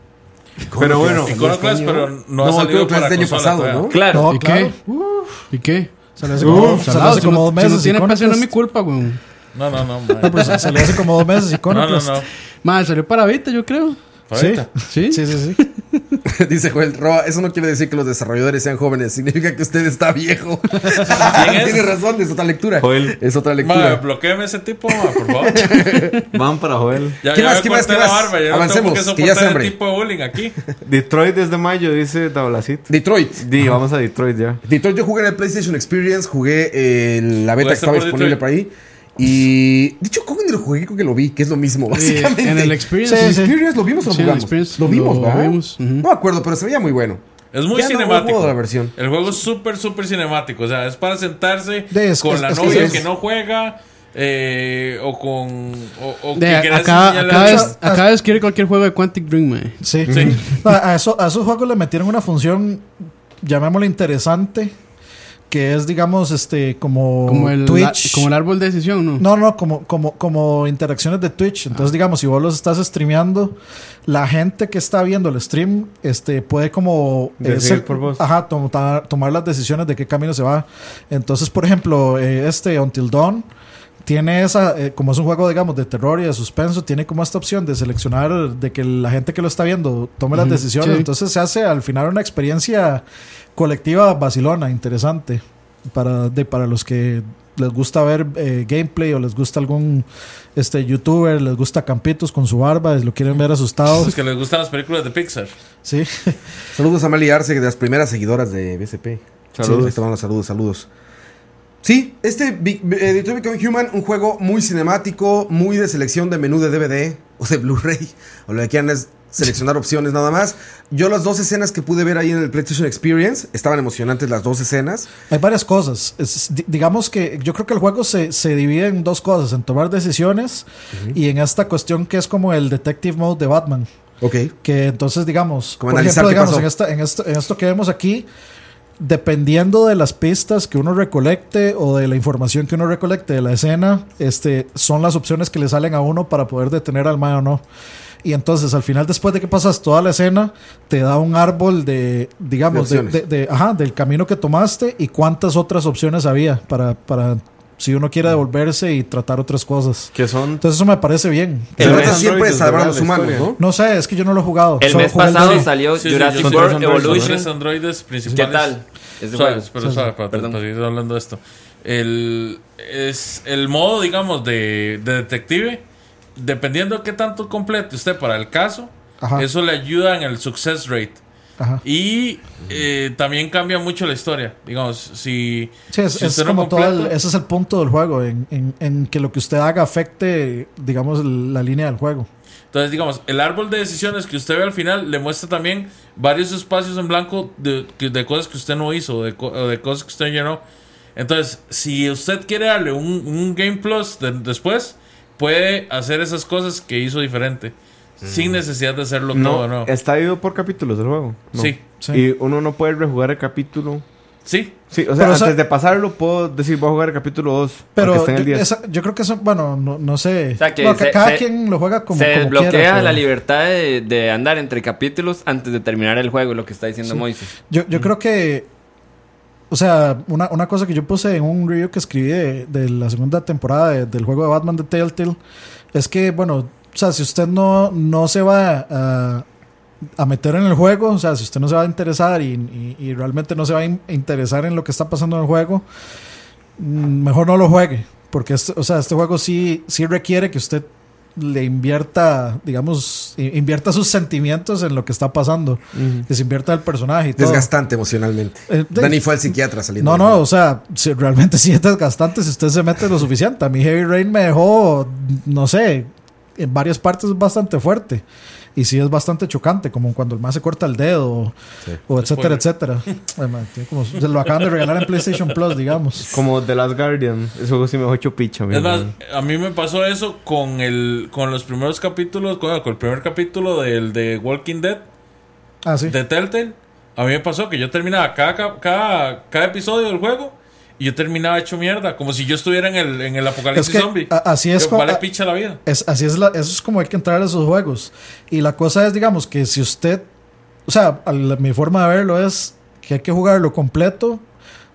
Speaker 3: Pero bueno.
Speaker 5: este
Speaker 4: Iconoclast, pero no, ha
Speaker 2: No,
Speaker 4: salido
Speaker 2: creo que es
Speaker 4: para
Speaker 2: del año
Speaker 4: consola
Speaker 2: pasado,
Speaker 4: todavía.
Speaker 2: ¿no?
Speaker 6: Claro,
Speaker 5: No,
Speaker 7: ¿Y
Speaker 5: Oh, claro.
Speaker 7: qué? ¿Y qué?
Speaker 5: Salió hace como,
Speaker 7: Uf,
Speaker 5: salió hace
Speaker 7: si
Speaker 5: como
Speaker 7: no-
Speaker 5: dos meses.
Speaker 7: Si no tiene
Speaker 5: Iconoclast.
Speaker 7: PC, no es mi culpa, weón.
Speaker 4: No, no,
Speaker 2: Ah,
Speaker 4: no.
Speaker 5: No,
Speaker 4: mae.
Speaker 5: pero sa- salió hace como dos meses.
Speaker 4: No, no,
Speaker 5: Iconoclast.
Speaker 2: este-
Speaker 4: no.
Speaker 7: Madre, salió para Vita, yo creo.
Speaker 5: Sí.
Speaker 4: Ahorita.
Speaker 7: Sí.
Speaker 5: sí, sí, sí.
Speaker 2: Dice Joel Roa, eso no quiere decir que los desarrolladores sean jóvenes, significa que usted está viejo.
Speaker 4: es?
Speaker 2: Tiene razón, es otra lectura.
Speaker 3: Joel.
Speaker 2: Es otra
Speaker 4: Mae,
Speaker 2: lectura.
Speaker 4: bloqueeme ese tipo, mae, por favor.
Speaker 3: Van para Joel.
Speaker 4: Ya,
Speaker 2: ¿Qué
Speaker 4: ya
Speaker 2: más,
Speaker 4: me
Speaker 2: qué más,
Speaker 4: corté
Speaker 2: qué
Speaker 4: la
Speaker 2: más?
Speaker 4: barba, ya
Speaker 2: Avancemos,
Speaker 4: no tengo por
Speaker 2: que
Speaker 4: qué
Speaker 2: ya
Speaker 4: soportar
Speaker 2: se abre.
Speaker 4: ese tipo de bullying aquí.
Speaker 3: Detroit desde mayo, dice Tablacito.
Speaker 2: Detroit.
Speaker 3: Di, vamos a Detroit ya.
Speaker 2: Detroit yo jugué en el PlayStation Experience, jugué eh, la beta que
Speaker 4: Jugaste
Speaker 2: estaba
Speaker 4: por
Speaker 2: disponible
Speaker 4: Detroit.
Speaker 2: para ahí. Y dicho, ¿cómo ni lo jugué? Creo que lo vi, que es lo mismo, básicamente.
Speaker 7: en el Experience,
Speaker 2: Sí,
Speaker 7: sí,
Speaker 2: el
Speaker 7: sí.
Speaker 2: Experience lo vimos o lo
Speaker 7: Sí, en el
Speaker 2: jugamos.
Speaker 7: Experience
Speaker 2: lo vimos,
Speaker 7: lo
Speaker 2: ¿verdad?
Speaker 7: vimos, ujú.
Speaker 2: No me acuerdo, pero se veía muy bueno.
Speaker 4: Es muy
Speaker 2: Ya no
Speaker 4: cinemático.
Speaker 2: juego la versión.
Speaker 4: El juego es súper, súper cinemático. O sea, es para sentarse
Speaker 5: De- es-
Speaker 4: con
Speaker 5: es-
Speaker 4: la
Speaker 5: es que
Speaker 4: novia
Speaker 5: es-
Speaker 4: que no juega. eh, o con. O, o
Speaker 7: De,
Speaker 4: que querés
Speaker 7: acá,
Speaker 4: enseñarle
Speaker 7: acá,
Speaker 4: a-
Speaker 7: es, acá es quiere cualquier juego de Quantic Dream, man.
Speaker 5: Sí.
Speaker 4: Sí.
Speaker 5: No, a, eso- a esos juegos le metieron una función, llamémosla interesante, que es, digamos, este, como,
Speaker 7: Como el,
Speaker 5: Twitch.
Speaker 7: como el árbol de decisión, ¿no?
Speaker 5: No, no, como, como, como interacciones de Twitch.
Speaker 3: Ah.
Speaker 5: Entonces, digamos, si vos los estás streameando, la gente que está viendo el stream este, puede como... eh,
Speaker 3: Decidir por vos.
Speaker 5: Ajá, tom- ta- tomar las decisiones de qué camino se va. Entonces, por ejemplo, eh, este Until Dawn tiene esa... eh, como es un juego, digamos, de terror y de suspenso, tiene como esta opción de seleccionar de que la gente que lo está viendo tome las
Speaker 7: Ujú,
Speaker 5: decisiones.
Speaker 7: sí.
Speaker 5: Entonces se hace al final una experiencia colectiva vacilona, interesante. Para, de, para los que les gusta ver eh, gameplay o les gusta algún este youtuber, les gusta Campitos con su barba, y lo quieren ver asustado.
Speaker 4: Los que les gustan las películas de Pixar.
Speaker 5: Sí.
Speaker 2: Saludos a Mali Arce, de las primeras seguidoras de BSP.
Speaker 3: Saludos.
Speaker 2: Sí, ahí te van los saludos, saludos. Sí, este Bi- Bi- eh, Detroit Become Human, un juego muy cinemático, muy de selección de menú de DVD o de Blu-ray, o lo que quieran, es seleccionar opciones nada más. Yo las dos escenas que pude ver ahí en el PlayStation Experience, estaban emocionantes las dos escenas.
Speaker 5: Hay varias cosas. Es- di- digamos que yo creo que el juego se, se divide en dos cosas, en tomar decisiones y en esta cuestión que es como el detective mode de Batman.
Speaker 2: Ok.
Speaker 5: Que entonces, digamos,
Speaker 2: Como
Speaker 5: por
Speaker 2: analizar
Speaker 5: ejemplo,
Speaker 2: qué
Speaker 5: digamos,
Speaker 2: pasó.
Speaker 5: en, esta, en, esto, en esto que vemos aquí, dependiendo de las pistas que uno recolecte o de la información que uno recolecte de la escena, este, son las opciones que le salen a uno para poder detener al man o no. Y entonces, al final, después de que pasas toda la escena, te da un árbol de, digamos,
Speaker 2: De
Speaker 5: de
Speaker 2: opciones.
Speaker 5: de- de- ajá, del camino que tomaste y cuántas otras opciones había para, para si uno quiere devolverse y tratar otras cosas.
Speaker 3: Que son.
Speaker 5: Entonces, eso me parece bien.
Speaker 2: Se
Speaker 3: Pero
Speaker 2: trata
Speaker 3: es
Speaker 2: siempre de
Speaker 3: Android,
Speaker 2: salvar a
Speaker 3: ¿verdad?
Speaker 2: los
Speaker 3: La
Speaker 2: humanos,
Speaker 3: historia.
Speaker 2: ¿no?
Speaker 5: No sé, es que yo no lo he jugado.
Speaker 6: El
Speaker 5: solo
Speaker 6: mes
Speaker 5: jugué
Speaker 6: pasado
Speaker 5: demo.
Speaker 6: salió
Speaker 4: Sí, sí,
Speaker 6: Jurassic
Speaker 4: yo sé,
Speaker 6: World
Speaker 4: los androides,
Speaker 6: Evolution.
Speaker 4: los androides
Speaker 6: ¿Qué
Speaker 4: principales.
Speaker 6: tal? Es de
Speaker 4: Suaves,
Speaker 6: juegos.
Speaker 4: pero suave, para,
Speaker 6: Perdón.
Speaker 4: para seguir hablando de esto. El, es el modo, digamos, de, de detective, dependiendo de qué tanto complete usted para el caso,
Speaker 5: Ajá.
Speaker 4: eso le ayuda en el success rate.
Speaker 5: Ajá.
Speaker 4: Y eh, también cambia mucho la historia. Digamos, si.
Speaker 5: Sí, es,
Speaker 4: si
Speaker 5: es
Speaker 4: usted no
Speaker 5: como todo el-
Speaker 4: completa-
Speaker 5: ese es el punto del juego, en, en- en que lo que usted haga afecte, digamos, el- la línea del juego.
Speaker 4: Entonces, digamos, el árbol de decisiones que usted ve al final le muestra también varios espacios en blanco de, que- de cosas que usted no hizo, de, co- o de cosas que usted llenó. Entonces, si usted quiere darle un, un Game Plus de- después, puede hacer esas cosas que hizo diferente, sin necesidad de hacerlo todo,
Speaker 3: No,
Speaker 4: ¿no?
Speaker 3: está ido por capítulos del juego. No.
Speaker 4: Sí.
Speaker 5: Sí.
Speaker 3: Y uno no puede rejugar el capítulo.
Speaker 4: Sí,
Speaker 3: Sí, o sea,
Speaker 5: Pero, o
Speaker 3: antes
Speaker 5: sea-
Speaker 3: de pasarlo, puedo decir, voy a jugar el capítulo 2.
Speaker 5: Pero
Speaker 3: está en el
Speaker 5: yo,
Speaker 3: 10.
Speaker 5: esa- yo creo que eso, bueno, no, no sé.
Speaker 6: sea, que
Speaker 5: No, ca-
Speaker 6: se-
Speaker 5: cada
Speaker 6: se-
Speaker 5: quien lo juega como,
Speaker 6: se
Speaker 5: como
Speaker 6: desbloquea
Speaker 5: quiera, pero
Speaker 6: la libertad de, de andar entre capítulos antes de terminar el juego, lo que está diciendo Moises.
Speaker 5: Yo, yo creo que, o sea, una, una cosa que yo puse en un review que escribí de, de la segunda temporada de- del juego de Batman de Telltale es que, bueno, o sea, si usted no, no se va a, a meter en el juego, o sea, si usted no se va a interesar y, y- y realmente no se va a in- interesar en lo que está pasando en el juego, mm, mejor no lo juegue. Porque, este- o sea, este juego sí, sí requiere que usted le invierta, digamos, i- invierta sus sentimientos en lo que está pasando. Que se invierta el personaje y todo.
Speaker 2: Desgastante emocionalmente.
Speaker 5: Eh, de-
Speaker 2: Dani fue al psiquiatra saliendo.
Speaker 5: No,
Speaker 2: del
Speaker 5: no,
Speaker 2: juego.
Speaker 5: o sea, si realmente sí es desgastante si usted se mete lo suficiente. A mí Heavy Rain me dejó, no sé, en varias partes bastante fuerte. Y sí es bastante chocante, como cuando el más se corta el dedo, o- o etcétera, etcétera. Ay, man, tiene como- se lo acaban de regalar en PlayStation Plus, digamos.
Speaker 3: Como The Last Guardian. Ese juego sí me dejó hecho picha, mi
Speaker 4: es más,
Speaker 3: hermano.
Speaker 4: a mí me pasó eso con el con los primeros capítulos, con, con el primer capítulo del de Walking Dead.
Speaker 5: Ah, sí.
Speaker 4: de Telltale, a mí me pasó que yo terminaba cada, ca- cada, cada episodio del juego y yo terminaba hecho mierda, como si yo estuviera en el, en el apocalipsis
Speaker 5: Es que,
Speaker 4: zombie.
Speaker 5: a- así es
Speaker 4: Yo,
Speaker 5: como-
Speaker 4: Vale
Speaker 5: a-
Speaker 4: picha la vida.
Speaker 5: Es, así es, la- eso es como hay que entrar a esos juegos. Y la cosa es, digamos, que si usted, o sea, a la- mi forma de verlo es que hay que jugarlo completo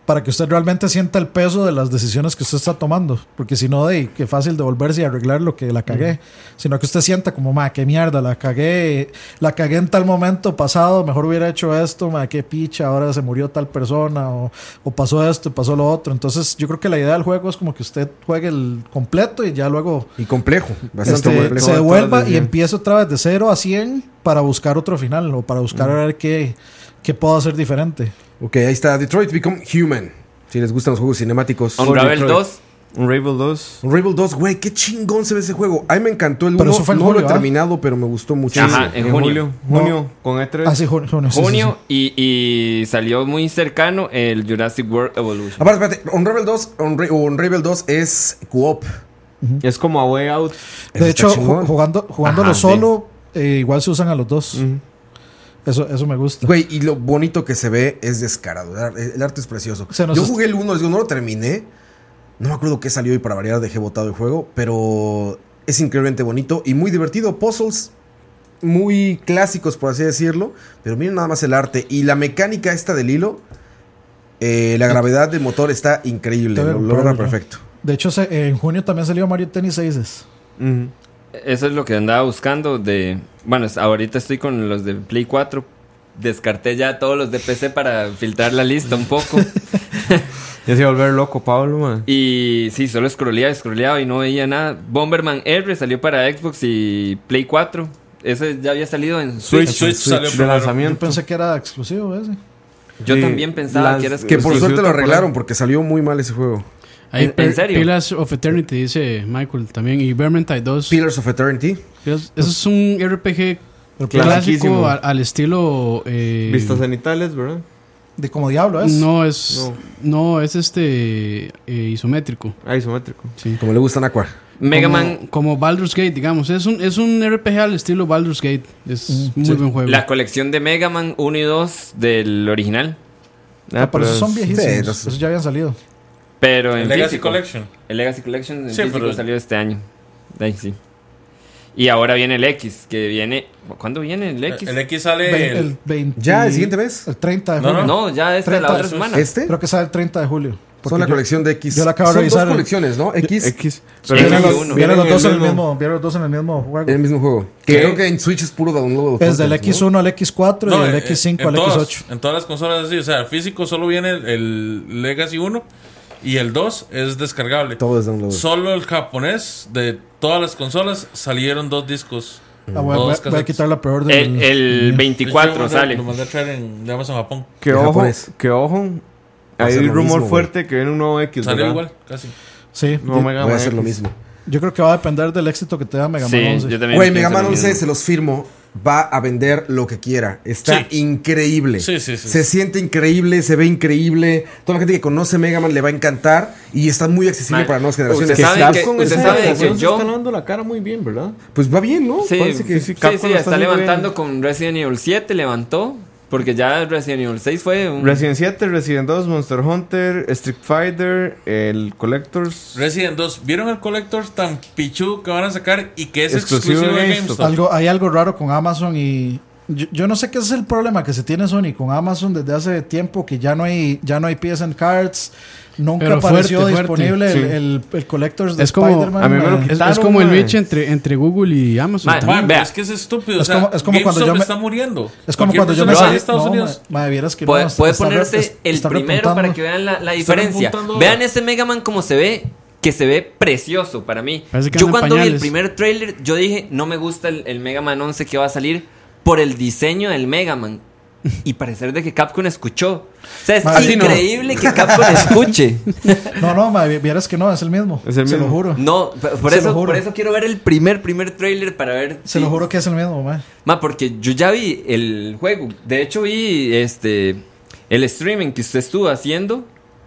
Speaker 5: para que usted realmente sienta el peso de las decisiones que usted está tomando. Porque si no, de qué fácil devolverse y arreglar lo que la cagué. Sino que usted sienta como, ma, qué mierda, la cagué, la cagué en tal momento pasado, mejor hubiera hecho esto, ma, qué picha, ahora se murió tal persona, o, o pasó esto, pasó lo otro. Entonces, yo creo que la idea del juego es como que usted juegue el completo y ya luego
Speaker 2: Y complejo. Bastante
Speaker 5: este,
Speaker 2: complejo.
Speaker 5: se
Speaker 3: todas las
Speaker 5: devuelva y
Speaker 3: decisiones.
Speaker 5: empieza otra vez de 0 a 100 para buscar otro final o para
Speaker 2: Mm.
Speaker 5: buscar a ver qué, qué puedo hacer diferente.
Speaker 2: Ok, ahí está. Detroit Become Human. Si les gustan los juegos cinemáticos.
Speaker 6: Unravel
Speaker 3: Detroit.
Speaker 6: 2,
Speaker 3: Unravel 2.
Speaker 2: Unravel 2, güey, qué chingón se ve ese juego. A mí me encantó el
Speaker 5: Pero
Speaker 2: 1.
Speaker 5: eso fue en
Speaker 2: no
Speaker 5: julio,
Speaker 2: lo he
Speaker 5: ¿ah?
Speaker 2: terminado, pero me gustó mucho.
Speaker 6: Ajá, en junio.
Speaker 3: Junio, con E E3.
Speaker 5: Ah, sí, junio. junio, sí, sí,
Speaker 6: junio, y, y salió muy cercano el Jurassic World Evolution.
Speaker 2: Aparte, espérate, Unravel 2, Unra- Unravel 2 es co-op.
Speaker 3: Es como A Way Out.
Speaker 5: sí. De
Speaker 2: Eso
Speaker 5: hecho,
Speaker 2: está chingón.
Speaker 5: ju- jugando, jugándolo
Speaker 6: Ajá, sí.
Speaker 5: solo, eh, igual se usan a los dos. Eso, eso me gusta.
Speaker 2: Mm. Güey, y lo bonito que se ve es descarado. El ar- El arte es precioso.
Speaker 5: Se nos
Speaker 2: Yo
Speaker 5: est-
Speaker 2: jugué el 1, no lo terminé. No me acuerdo qué salió y para variar dejé botado el juego, pero es increíblemente bonito y muy divertido. Puzzles muy clásicos, por así decirlo, pero miren nada más el arte y la mecánica esta del hilo. eh, la gravedad del motor está increíble,
Speaker 5: Tengo
Speaker 2: lo
Speaker 5: que
Speaker 2: logra
Speaker 5: comprarlo.
Speaker 2: perfecto.
Speaker 5: De hecho, se- en junio también salió Mario Tennis 6.
Speaker 3: Ujú.
Speaker 6: Eso es lo que andaba buscando de... Bueno, es- ahorita estoy con los de Play 4. Descarté ya todos los de PC para filtrar la lista un poco.
Speaker 3: Ya se iba a volver loco, Pablo, man.
Speaker 6: Y sí, solo scrolleaba, scrolleaba y no veía nada. Bomberman R salió para Xbox y Play 4. Ese ya había salido en Switch.
Speaker 4: Switch, Switch salió
Speaker 3: de
Speaker 4: primero.
Speaker 5: Yo
Speaker 3: lanzamiento.
Speaker 5: pensé que era exclusivo ese.
Speaker 6: Yo
Speaker 3: Sí,
Speaker 6: también pensaba
Speaker 3: las-
Speaker 6: que era
Speaker 2: Que por
Speaker 6: exclusivo.
Speaker 2: suerte lo
Speaker 3: temporal.
Speaker 2: arreglaron porque salió muy mal ese juego.
Speaker 7: Hay
Speaker 6: ¿En- en
Speaker 7: Pil-
Speaker 6: serio?
Speaker 7: Pillars of Eternity, dice Michael también. Y Vermintide 2.
Speaker 2: Pillars of Eternity.
Speaker 7: Pillars- eso es un RPG
Speaker 5: Pero
Speaker 3: Clasiquísimo.
Speaker 7: Clásico al, al estilo. eh,
Speaker 5: pues.
Speaker 3: Vistas cenitales, ¿verdad?
Speaker 5: De como diablo es.
Speaker 7: no es. No, es este. eh, isométrico.
Speaker 3: Ah, isométrico.
Speaker 2: Como le gusta a Aqua.
Speaker 6: Mega
Speaker 7: como,
Speaker 6: Man,
Speaker 7: Como Baldur's Gate, digamos. Es un, es un RPG al estilo Baldur's Gate. Es muy buen juego.
Speaker 6: la colección de Mega Man 1 y 2 del original,
Speaker 3: Ah,
Speaker 5: Por eso son
Speaker 3: es-
Speaker 5: viejísimos.
Speaker 2: Sí, los-
Speaker 5: Esos ya habían salido.
Speaker 6: pero en
Speaker 4: El Legacy
Speaker 6: físico.
Speaker 4: Collection.
Speaker 6: El Legacy Collection en
Speaker 4: Sí,
Speaker 6: físico
Speaker 4: pero-
Speaker 6: salió este año. Ahí sí. Y ahora viene el X, que viene. ¿Cuándo viene el X?
Speaker 4: El X sale
Speaker 5: Ve-
Speaker 4: el,
Speaker 5: el 20
Speaker 2: ¿Ya? ¿El siguiente mes?
Speaker 5: El 30 de
Speaker 4: No,
Speaker 5: julio.
Speaker 6: No, ya esta la
Speaker 5: 30,
Speaker 6: otra
Speaker 4: eso es-
Speaker 6: semana.
Speaker 2: ¿Este?
Speaker 5: Creo que sale el 30 de julio.
Speaker 2: Son la
Speaker 5: Porque yo-
Speaker 2: colección de X.
Speaker 5: yo la acabo de
Speaker 2: Son
Speaker 5: revisar.
Speaker 2: dos colecciones, ¿no? X.
Speaker 3: X.
Speaker 6: Pero
Speaker 5: Vienen
Speaker 6: viene
Speaker 5: los,
Speaker 6: uno.
Speaker 5: vienen los dos en el mismo,
Speaker 3: mismo.
Speaker 5: vienen los dos en el mismo juego.
Speaker 2: En el mismo juego.
Speaker 4: ¿Qué?
Speaker 2: Creo que en Switch es puro download.
Speaker 5: es del
Speaker 2: Entonces,
Speaker 5: X1 al X4
Speaker 4: No,
Speaker 5: y del
Speaker 4: en-
Speaker 5: X5
Speaker 4: en
Speaker 5: al
Speaker 4: todas-
Speaker 5: X8.
Speaker 4: En todas las consolas así, o sea, físico solo viene el, el Legacy 1 y el 2 es descargable.
Speaker 2: ¿no? Todo es download.
Speaker 4: Solo el japonés de todas las consolas salieron dos discos.
Speaker 5: Ah, voy,
Speaker 4: o
Speaker 5: voy-
Speaker 4: dos
Speaker 5: voy a
Speaker 4: cassettes.
Speaker 5: quitar la peor de
Speaker 6: El, el 24
Speaker 4: De hecho, yo lo mandé-
Speaker 6: sale.
Speaker 4: Lo mandé a traer en, de Amazon Japón.
Speaker 3: Que
Speaker 2: El
Speaker 3: ojo,
Speaker 2: japonés.
Speaker 3: que ojo.
Speaker 2: pues. Va a
Speaker 3: Hay
Speaker 2: ser lo
Speaker 3: rumor
Speaker 2: mismo, güey.
Speaker 3: fuerte que viene un nuevo X.
Speaker 4: Salió
Speaker 3: ¿verdad?
Speaker 4: igual, casi.
Speaker 5: Sí,
Speaker 3: No, Mega
Speaker 2: Voy a
Speaker 3: Man
Speaker 2: hacer lo
Speaker 3: X.
Speaker 2: mismo.
Speaker 5: yo creo que va a depender del éxito que te da Mega Man
Speaker 6: Sí,
Speaker 5: 11.
Speaker 6: yo también.
Speaker 2: Güey,
Speaker 6: pienso
Speaker 2: Mega Man
Speaker 6: lo
Speaker 2: 11,
Speaker 6: mismo.
Speaker 2: se los firmo, va a vender lo que quiera. Está
Speaker 4: Sí.
Speaker 2: increíble.
Speaker 4: Sí, sí, sí.
Speaker 2: Se siente increíble, se ve increíble. Toda la gente que conoce Mega Man le va a encantar y está muy accesible
Speaker 6: Man,
Speaker 2: para nuevas
Speaker 6: usted
Speaker 2: generaciones.
Speaker 6: Se sabe que-
Speaker 3: Capcom
Speaker 6: usted
Speaker 3: está-
Speaker 6: sabe que
Speaker 3: Capcom se
Speaker 6: yo-
Speaker 3: está dando la cara muy bien, ¿verdad?
Speaker 2: Pues va bien, ¿no?
Speaker 6: Sí,
Speaker 2: Parece que-
Speaker 6: sí, sí,
Speaker 3: Capcom lo está
Speaker 6: está
Speaker 3: haciendo
Speaker 6: levantando
Speaker 3: bien.
Speaker 6: con Resident Evil 7, levantó. Porque ya Resident Evil 6 fue un.
Speaker 3: Resident 7, Resident 2, Monster Hunter, Street Fighter, el Collectors.
Speaker 4: Resident 2. ¿Vieron el Collector tan pichu que van a sacar y que es
Speaker 3: Exclusivo
Speaker 4: exclusivo, de
Speaker 3: de GameStop.
Speaker 4: GameStop?
Speaker 5: Algo, hay algo raro con Amazon y yo, yo no sé qué es el problema que se tiene Sony con Amazon desde hace tiempo que ya no hay ya no hay PSN cards, nunca
Speaker 7: Pero fuerte,
Speaker 5: apareció
Speaker 7: fuerte,
Speaker 5: disponible el,
Speaker 3: sí.
Speaker 5: el, el collectors de
Speaker 7: Es como-
Speaker 5: Spider-Man.
Speaker 3: a mí me lo
Speaker 5: eh,
Speaker 3: quitaron,
Speaker 7: Es, es como el
Speaker 3: mae.
Speaker 7: match entre, entre Google y Amazon.
Speaker 6: Mae,
Speaker 7: también.
Speaker 4: Man,
Speaker 6: Vea.
Speaker 4: es que es estúpido.
Speaker 5: Es
Speaker 4: o sea,
Speaker 5: como- es como cuando
Speaker 4: GameStop
Speaker 5: yo me-
Speaker 4: está muriendo.
Speaker 5: Es como
Speaker 4: Cualquier
Speaker 5: cuando yo
Speaker 4: persona
Speaker 5: me
Speaker 6: lo
Speaker 4: que
Speaker 6: hace
Speaker 5: salí
Speaker 4: en Estados
Speaker 5: no,
Speaker 4: Unidos.
Speaker 5: ma- ma, vieras que
Speaker 6: Puede,
Speaker 5: no, está-
Speaker 6: puede
Speaker 5: está re-
Speaker 6: ponerse
Speaker 5: es-
Speaker 6: el
Speaker 5: está
Speaker 6: primero
Speaker 5: repuntando.
Speaker 6: para que vean la, la
Speaker 4: Está
Speaker 6: diferencia.
Speaker 4: repuntando.
Speaker 6: Vean ese Mega Man como se ve, que se ve precioso para mí.
Speaker 7: Parece que
Speaker 6: Yo
Speaker 7: anda en
Speaker 6: cuando vi el
Speaker 7: pañales.
Speaker 6: primer trailer, yo dije, no me gusta el, el Mega Man 11 que va a salir por el diseño del Mega Man. Y parecer de que Capcom escuchó. O sea, es
Speaker 5: Ma, sí,
Speaker 2: no.
Speaker 6: increíble que Capcom escuche.
Speaker 5: No, no, ma, vi- vieras que no, es el mismo.
Speaker 3: Es el
Speaker 5: se
Speaker 3: mismo.
Speaker 5: lo juro.
Speaker 6: No, p- por
Speaker 5: Se
Speaker 6: eso,
Speaker 5: lo juro.
Speaker 6: por eso quiero ver el primer, primer trailer para ver.
Speaker 5: Se
Speaker 6: si-
Speaker 5: lo juro que es el mismo, ma.
Speaker 6: Ma, porque yo ya vi el juego. De hecho, vi este el streaming que usted estuvo haciendo.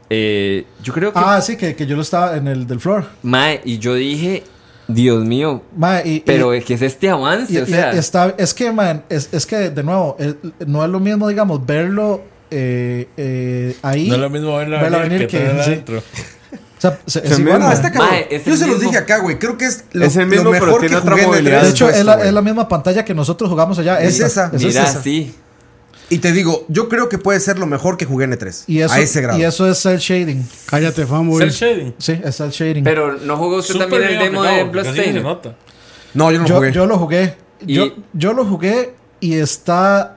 Speaker 6: Eh, yo creo que.
Speaker 5: Ah, sí, que, que yo lo estaba en el del floor.
Speaker 6: Mae, y yo dije, Dios mío,
Speaker 5: Ma, y, y-
Speaker 6: pero es que es este
Speaker 5: y-
Speaker 6: avance, o
Speaker 5: y
Speaker 6: sea,
Speaker 5: está- es que, man, es, es que de nuevo, eh, no es lo mismo, digamos, verlo eh, eh, ahí.
Speaker 4: No es lo mismo verla
Speaker 5: Verla
Speaker 4: venir
Speaker 5: venir
Speaker 4: que
Speaker 5: que-
Speaker 4: tenerla
Speaker 5: sí.
Speaker 4: adentro.
Speaker 5: O sea, se- es
Speaker 3: Se
Speaker 5: igual,
Speaker 3: me-
Speaker 2: Bueno,
Speaker 5: ma.
Speaker 2: está cabrón.
Speaker 6: Mae, es el
Speaker 2: Yo se los
Speaker 6: mismo.
Speaker 2: dije acá, güey. Creo que es lo,
Speaker 3: Es
Speaker 2: lo
Speaker 3: el mismo,
Speaker 2: mejor
Speaker 3: pero
Speaker 2: que
Speaker 3: tiene otra
Speaker 2: jugué en el
Speaker 3: movilidad.
Speaker 5: de
Speaker 2: E3
Speaker 5: hecho,
Speaker 2: fue
Speaker 5: es
Speaker 2: esto,
Speaker 5: la,
Speaker 2: güey.
Speaker 5: es la misma pantalla que nosotros jugamos allá.
Speaker 2: Es
Speaker 5: esa,
Speaker 2: esa.
Speaker 5: es
Speaker 6: mira,
Speaker 5: esa.
Speaker 6: sí.
Speaker 2: Y te digo, yo creo que puede ser lo mejor que jugué en E3.
Speaker 5: Y eso,
Speaker 2: a ese grado.
Speaker 5: y eso es el shading.
Speaker 7: Cállate, fanboy.
Speaker 4: Cell shading.
Speaker 5: Sí, es el shading.
Speaker 6: Pero no jugó usted
Speaker 4: Súper
Speaker 6: también el
Speaker 4: bien
Speaker 6: demo
Speaker 4: aplicado,
Speaker 6: de
Speaker 4: porque casi ni se
Speaker 6: Bloodstained.
Speaker 4: nota.
Speaker 2: No, yo no
Speaker 5: yo,
Speaker 2: jugué.
Speaker 5: yo lo jugué.
Speaker 6: Y-
Speaker 5: Yo, yo lo jugué y está.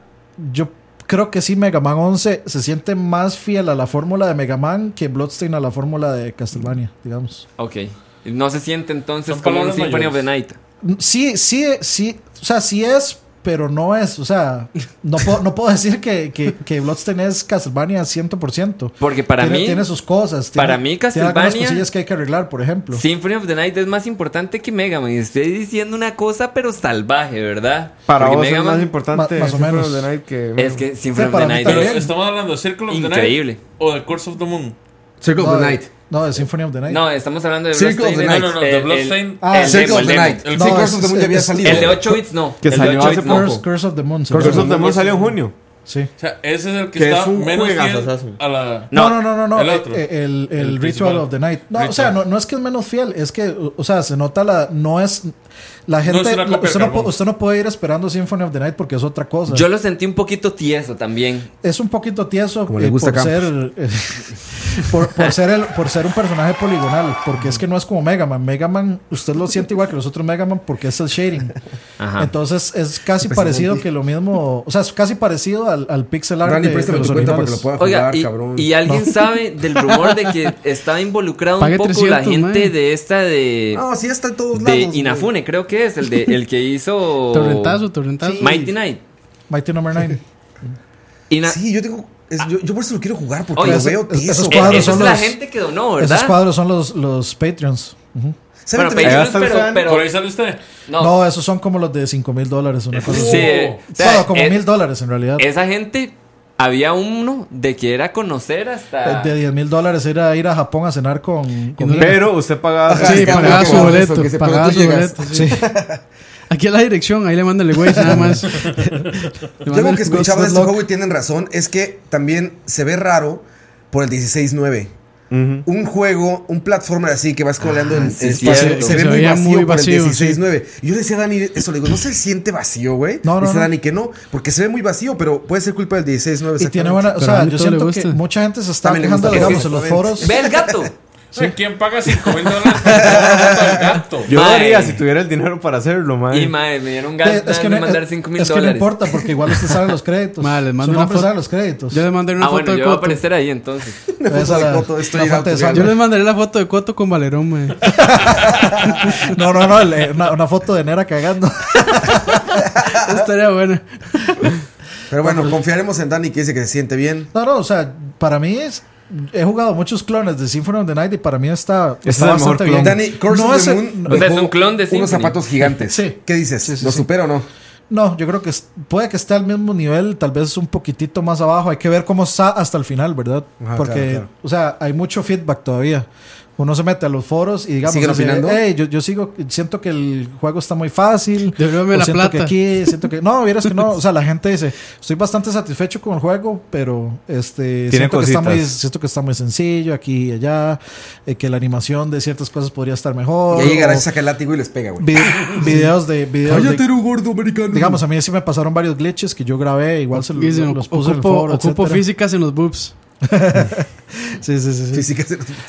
Speaker 5: Yo creo que sí, Mega Man 11 se siente más fiel a la fórmula de Mega Man que Bloodstained a la fórmula de Castlevania, digamos.
Speaker 6: Ok. No se siente entonces
Speaker 4: Son
Speaker 6: como un
Speaker 4: palabras
Speaker 6: Symphony of the Night.
Speaker 5: Sí, sí, sí. O sea, sí es, pero no es. O sea, no puedo, no puedo decir que, que, que Bloodstained es Castlevania 100%.
Speaker 6: Porque para
Speaker 5: tiene,
Speaker 6: mí,
Speaker 5: tiene sus cosas.
Speaker 6: para
Speaker 5: tiene-
Speaker 6: mí
Speaker 5: Tiene algunas
Speaker 6: Castlevania-
Speaker 5: cosillas que hay que arreglar, por ejemplo.
Speaker 6: Symphony of the Night es más importante que Mega Man. Estoy diciendo una cosa, pero salvaje, ¿verdad?
Speaker 3: Para
Speaker 6: Porque
Speaker 3: vos
Speaker 6: Mega
Speaker 3: es más
Speaker 6: Man-
Speaker 3: importante
Speaker 5: Ma- más o
Speaker 3: Symphony
Speaker 5: menos.
Speaker 3: of the Night que...
Speaker 6: Es que Symphony
Speaker 5: Sí,
Speaker 6: of
Speaker 5: para
Speaker 6: the
Speaker 5: mí
Speaker 6: Night
Speaker 4: Pero
Speaker 5: también.
Speaker 6: es-
Speaker 4: estamos hablando de Circle of
Speaker 6: Increíble.
Speaker 4: the Night o de Course of the Moon.
Speaker 2: Circle
Speaker 5: No,
Speaker 2: of the
Speaker 5: de-
Speaker 2: Night.
Speaker 5: No, de Symphony of the Night.
Speaker 6: No, estamos hablando de
Speaker 2: Circle of the
Speaker 6: Bloodstained.
Speaker 2: Night.
Speaker 4: No, no, no, de Bloodstained.
Speaker 5: Ah,
Speaker 6: el
Speaker 2: Circle
Speaker 6: demo,
Speaker 2: of the
Speaker 6: el demo.
Speaker 2: Night.
Speaker 4: El-
Speaker 2: sí,
Speaker 4: No,
Speaker 2: Curse of the
Speaker 5: es-
Speaker 2: Moon ya había
Speaker 5: es-
Speaker 2: salido.
Speaker 6: El de 8 bits no.
Speaker 3: Que
Speaker 6: el de
Speaker 3: salió
Speaker 6: 8
Speaker 3: hace
Speaker 6: bits no.
Speaker 3: poco.
Speaker 5: Curse, Curse of the Moon. se
Speaker 3: Curse of
Speaker 5: llama.
Speaker 3: the Moon salió en junio.
Speaker 5: Sí.
Speaker 4: O sea, ese es el que,
Speaker 3: Que es
Speaker 4: está
Speaker 3: un
Speaker 4: menos fiel
Speaker 3: juegazazazo.
Speaker 4: a la...
Speaker 5: No,
Speaker 6: No,
Speaker 5: no, no, no, no.
Speaker 4: el
Speaker 5: El,
Speaker 4: otro.
Speaker 5: el- el
Speaker 4: El
Speaker 5: Ritual
Speaker 4: principal.
Speaker 5: of the Night. No, o sea,
Speaker 4: Ritual.
Speaker 5: no, no es que es menos fiel, es que, o o sea, se nota la. No es. La gente.
Speaker 4: una
Speaker 5: la-
Speaker 4: copia
Speaker 5: usted,
Speaker 4: de
Speaker 5: no, pu-
Speaker 4: carbón.
Speaker 5: usted no puede ir esperando Symphony of the Night porque es otra cosa.
Speaker 6: Yo lo sentí un poquito tieso también.
Speaker 5: es un poquito tieso
Speaker 2: Como le
Speaker 5: eh,
Speaker 2: gusta
Speaker 5: por
Speaker 2: a
Speaker 5: ser. por, por ser el, por ser un personaje poligonal. Porque es que no es como Mega Man. Mega Man, usted lo siente igual que los otros Mega Man porque es el shading.
Speaker 6: Ajá.
Speaker 5: Entonces es casi parecido que lo mismo. O sea, es casi parecido al, al pixel art.
Speaker 2: Dani,
Speaker 5: de-
Speaker 2: préstame
Speaker 5: de los
Speaker 2: tu cuenta para que
Speaker 5: originales.
Speaker 2: lo pueda jugar,
Speaker 6: Oiga, y,
Speaker 2: cabrón.
Speaker 6: y alguien sabe del rumor de que estaba involucrado un
Speaker 7: Pague
Speaker 6: poco la
Speaker 7: 300,
Speaker 6: gente
Speaker 7: mae.
Speaker 6: de esta de,
Speaker 2: No, sí, está en todos
Speaker 6: de
Speaker 2: lados. Ah, güey.
Speaker 6: Inafune, creo que es, el de el que hizo
Speaker 7: Torrentazo, torrentazo.
Speaker 6: Mighty Knight.
Speaker 5: Mighty Number 9.
Speaker 6: Ina-
Speaker 2: Sí, yo tengo. es- yo, yo por eso lo quiero jugar porque
Speaker 6: Oye,
Speaker 2: lo
Speaker 6: ese-
Speaker 2: veo
Speaker 5: esos
Speaker 2: tieso.
Speaker 6: Eh,
Speaker 5: cuadros
Speaker 6: esa
Speaker 5: son
Speaker 6: es la
Speaker 5: los-
Speaker 6: gente que donó,
Speaker 5: Esos
Speaker 6: ¿verdad?
Speaker 5: cuadros son los, los Patreons. Ujú.
Speaker 6: Bueno,
Speaker 2: Seven
Speaker 6: Page
Speaker 2: Tremendous.
Speaker 6: Blues, pero, pero-
Speaker 4: Por ahí sale usted.
Speaker 6: no,
Speaker 5: No, esos son como los de 5 mil dólares. Una cosa
Speaker 6: sí,
Speaker 5: así.
Speaker 6: eh, o sea,
Speaker 5: Bueno, como
Speaker 6: eh,
Speaker 5: mil dólares en realidad.
Speaker 6: Esa gente, había uno de que era conocer hasta...
Speaker 5: De 10 mil dólares era ir a Japón a cenar con. con-
Speaker 3: Pero usted pagaba.
Speaker 2: Ajá,
Speaker 7: Sí,
Speaker 2: que hablan
Speaker 7: pagaba
Speaker 2: como
Speaker 7: su
Speaker 2: de
Speaker 7: boleto,
Speaker 2: eso, que se- pero
Speaker 7: pagaba
Speaker 2: tú
Speaker 7: su
Speaker 2: llegas.
Speaker 7: boleto, sí. Aquí a la dirección, ahí le mandan el güey, nada más. Yo
Speaker 2: Yo algo que escuchaba de este juego y tienen razón es que también se ve raro por el 16-9.
Speaker 3: Ujú.
Speaker 2: Un juego, un platformer así que vas coleando en
Speaker 6: sí,
Speaker 2: el
Speaker 6: sí,
Speaker 2: espacio,
Speaker 6: cierto.
Speaker 2: Ah, se ve
Speaker 7: Se
Speaker 2: muy
Speaker 7: veía
Speaker 2: vacío,
Speaker 7: muy
Speaker 2: por
Speaker 7: vacío,
Speaker 2: el 16-9. Y Yo le decía a Dani eso, le digo, ¿no se siente vacío, güey?
Speaker 5: No, no,
Speaker 2: Dice
Speaker 5: no.
Speaker 2: Dani que no, porque se ve muy vacío, pero puede ser culpa del 16-9.
Speaker 5: Y
Speaker 2: exactamente.
Speaker 5: tiene buena. O
Speaker 7: Pero
Speaker 5: sea,
Speaker 7: a mí
Speaker 5: yo
Speaker 7: todo le
Speaker 5: siento que
Speaker 7: gusta.
Speaker 5: mucha gente se está
Speaker 2: También le
Speaker 5: quejando,
Speaker 2: gusta,
Speaker 5: digamos, en los
Speaker 2: exactamente.
Speaker 5: foros.
Speaker 6: ¡Ve el gato!
Speaker 4: Ay, ¿Quién paga 5 mil dólares por una foto del gato?
Speaker 3: Yo lo
Speaker 6: Mae.
Speaker 3: haría si tuviera el dinero para hacerlo, man.
Speaker 6: Y madre, me dieron ganas
Speaker 5: Eh, Es que
Speaker 6: de
Speaker 5: no,
Speaker 6: mandar 5 mil
Speaker 5: es que no
Speaker 6: dólares.
Speaker 5: importa, porque igual usted sale los créditos.
Speaker 7: Ma, les mando
Speaker 5: Su
Speaker 7: una
Speaker 5: nombre
Speaker 7: foto.
Speaker 5: sale los créditos.
Speaker 7: Yo les mandaré una
Speaker 6: Ah, bueno,
Speaker 7: foto
Speaker 6: yo voy a
Speaker 7: de Coto.
Speaker 6: aparecer ahí entonces.
Speaker 2: Una foto
Speaker 5: Esa
Speaker 2: de
Speaker 5: la-
Speaker 2: Coto, estoy
Speaker 5: la foto de
Speaker 2: out,
Speaker 5: Sandra.
Speaker 7: Yo
Speaker 2: güey.
Speaker 7: les mandaré la foto de Coto con Valerón, güey.
Speaker 5: No, no, no, le- una, una foto de Nera cagando.
Speaker 7: Estaría buena.
Speaker 2: Pero bueno, confiaremos en Dani que dice que se siente bien.
Speaker 5: No, no, o sea, para mí es. He jugado muchos clones de Symphony of the Night y para mí está,
Speaker 7: Este
Speaker 3: el mejor clon.
Speaker 5: bien.
Speaker 2: Dani, Curse
Speaker 5: no,
Speaker 2: of
Speaker 5: es
Speaker 2: the
Speaker 5: el-
Speaker 2: Moon
Speaker 6: O sea, es
Speaker 2: dejó
Speaker 6: un clon de Symphony.
Speaker 2: Unos zapatos gigantes.
Speaker 5: Sí.
Speaker 2: ¿Qué dices?
Speaker 5: Sí, sí,
Speaker 2: ¿Lo
Speaker 5: sí.
Speaker 2: supera o no?
Speaker 5: no, yo creo que es- puede que esté al mismo nivel, tal vez un poquitito más abajo. Hay que ver cómo está hasta el final, ¿verdad?
Speaker 2: Ajá,
Speaker 5: Porque,
Speaker 2: Ah, claro, claro.
Speaker 5: o sea, hay mucho feedback todavía. Uno se mete a los foros y digamos,
Speaker 2: ¿Siguen
Speaker 5: así,
Speaker 2: opinando?
Speaker 5: "Ey, yo, yo sigo, siento que el juego está muy fácil.
Speaker 7: Devuélveme
Speaker 5: o
Speaker 7: la
Speaker 5: siento que
Speaker 7: plata.
Speaker 5: aquí, siento que. No, vieras que no. O sea, la gente dice, estoy bastante satisfecho con el juego, pero este
Speaker 3: Tiene
Speaker 5: siento que, está muy,
Speaker 3: cositas.
Speaker 5: siento que está muy sencillo aquí y allá. eh, que la animación de ciertas cosas podría estar mejor.
Speaker 2: Y ahí llegará,
Speaker 5: o
Speaker 2: saca el látigo y les pega, güey.
Speaker 5: vi- videos de. Videos de-
Speaker 2: un gordo americano.
Speaker 5: Digamos, a mí sí me pasaron varios glitches que yo grabé, igual se los,
Speaker 7: Dicen,
Speaker 5: los puse en el
Speaker 7: ocupo,
Speaker 5: foro,
Speaker 7: ocupo
Speaker 5: etcétera.
Speaker 7: físicas en los boobs.
Speaker 5: Sí, sí, sí. sí.
Speaker 2: Física.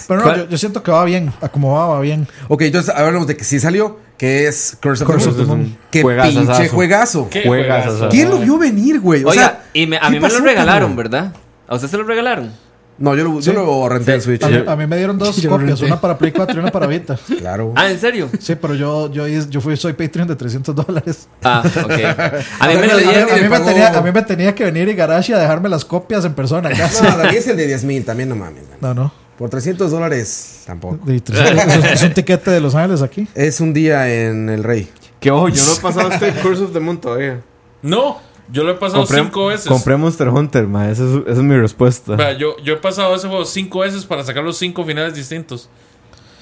Speaker 5: Pero no,
Speaker 6: ¿Cuál?
Speaker 5: yo, yo siento que va bien, acomodado, va bien.
Speaker 2: Ok, entonces hablamos de que sí salió, que es Curse of
Speaker 5: Curse
Speaker 2: the
Speaker 5: of the
Speaker 2: Moon.
Speaker 3: Moon.
Speaker 2: Qué
Speaker 3: Juegazazazo.
Speaker 2: pinche juegazo.
Speaker 4: ¿Qué
Speaker 3: Juegas,
Speaker 4: juegazo?
Speaker 3: o sea.
Speaker 2: ¿Quién lo vio venir, güey? O
Speaker 6: Oiga,
Speaker 2: sea,
Speaker 6: y me- a
Speaker 2: ¿qué
Speaker 6: mí me
Speaker 2: pasó,
Speaker 6: lo regalaron,
Speaker 2: cabrón?
Speaker 6: ¿verdad? ¿A usted se lo regalaron?
Speaker 2: No, yo lo, yo lo renté en Switch.
Speaker 5: A mí, a mí me dieron dos
Speaker 7: Yo lo
Speaker 5: copias,
Speaker 7: renté.
Speaker 5: una para Play 4 y una para Vita.
Speaker 2: Claro.
Speaker 6: Ah, ¿en serio?
Speaker 5: Sí, pero yo, yo, yo fui, soy Patreon de 300 dólares.
Speaker 6: Ah, ok. A mí me
Speaker 2: Pero
Speaker 6: lo
Speaker 5: A mí,
Speaker 2: ya
Speaker 6: dieron.
Speaker 5: a mí me
Speaker 2: pagó.
Speaker 5: tenía, a mí me tenía que venir y Garashi a dejarme las copias en persona. casi.
Speaker 2: No, Dani es el de 10 mil, también no mames. Dani.
Speaker 5: No, no.
Speaker 2: Por 300 dólares, tampoco.
Speaker 5: De 300, es, es un tiquete de Los Ángeles aquí.
Speaker 2: Es un día en el Rey.
Speaker 3: Que ojo, yo no he pasado este Curse of the Moon todavía.
Speaker 4: No, yo lo he pasado 5 veces.
Speaker 3: compré Monster Hunter, man. Esa es, esa es mi respuesta.
Speaker 4: Vea, yo, yo he pasado ese juego 5 veces para sacar los 5 finales distintos.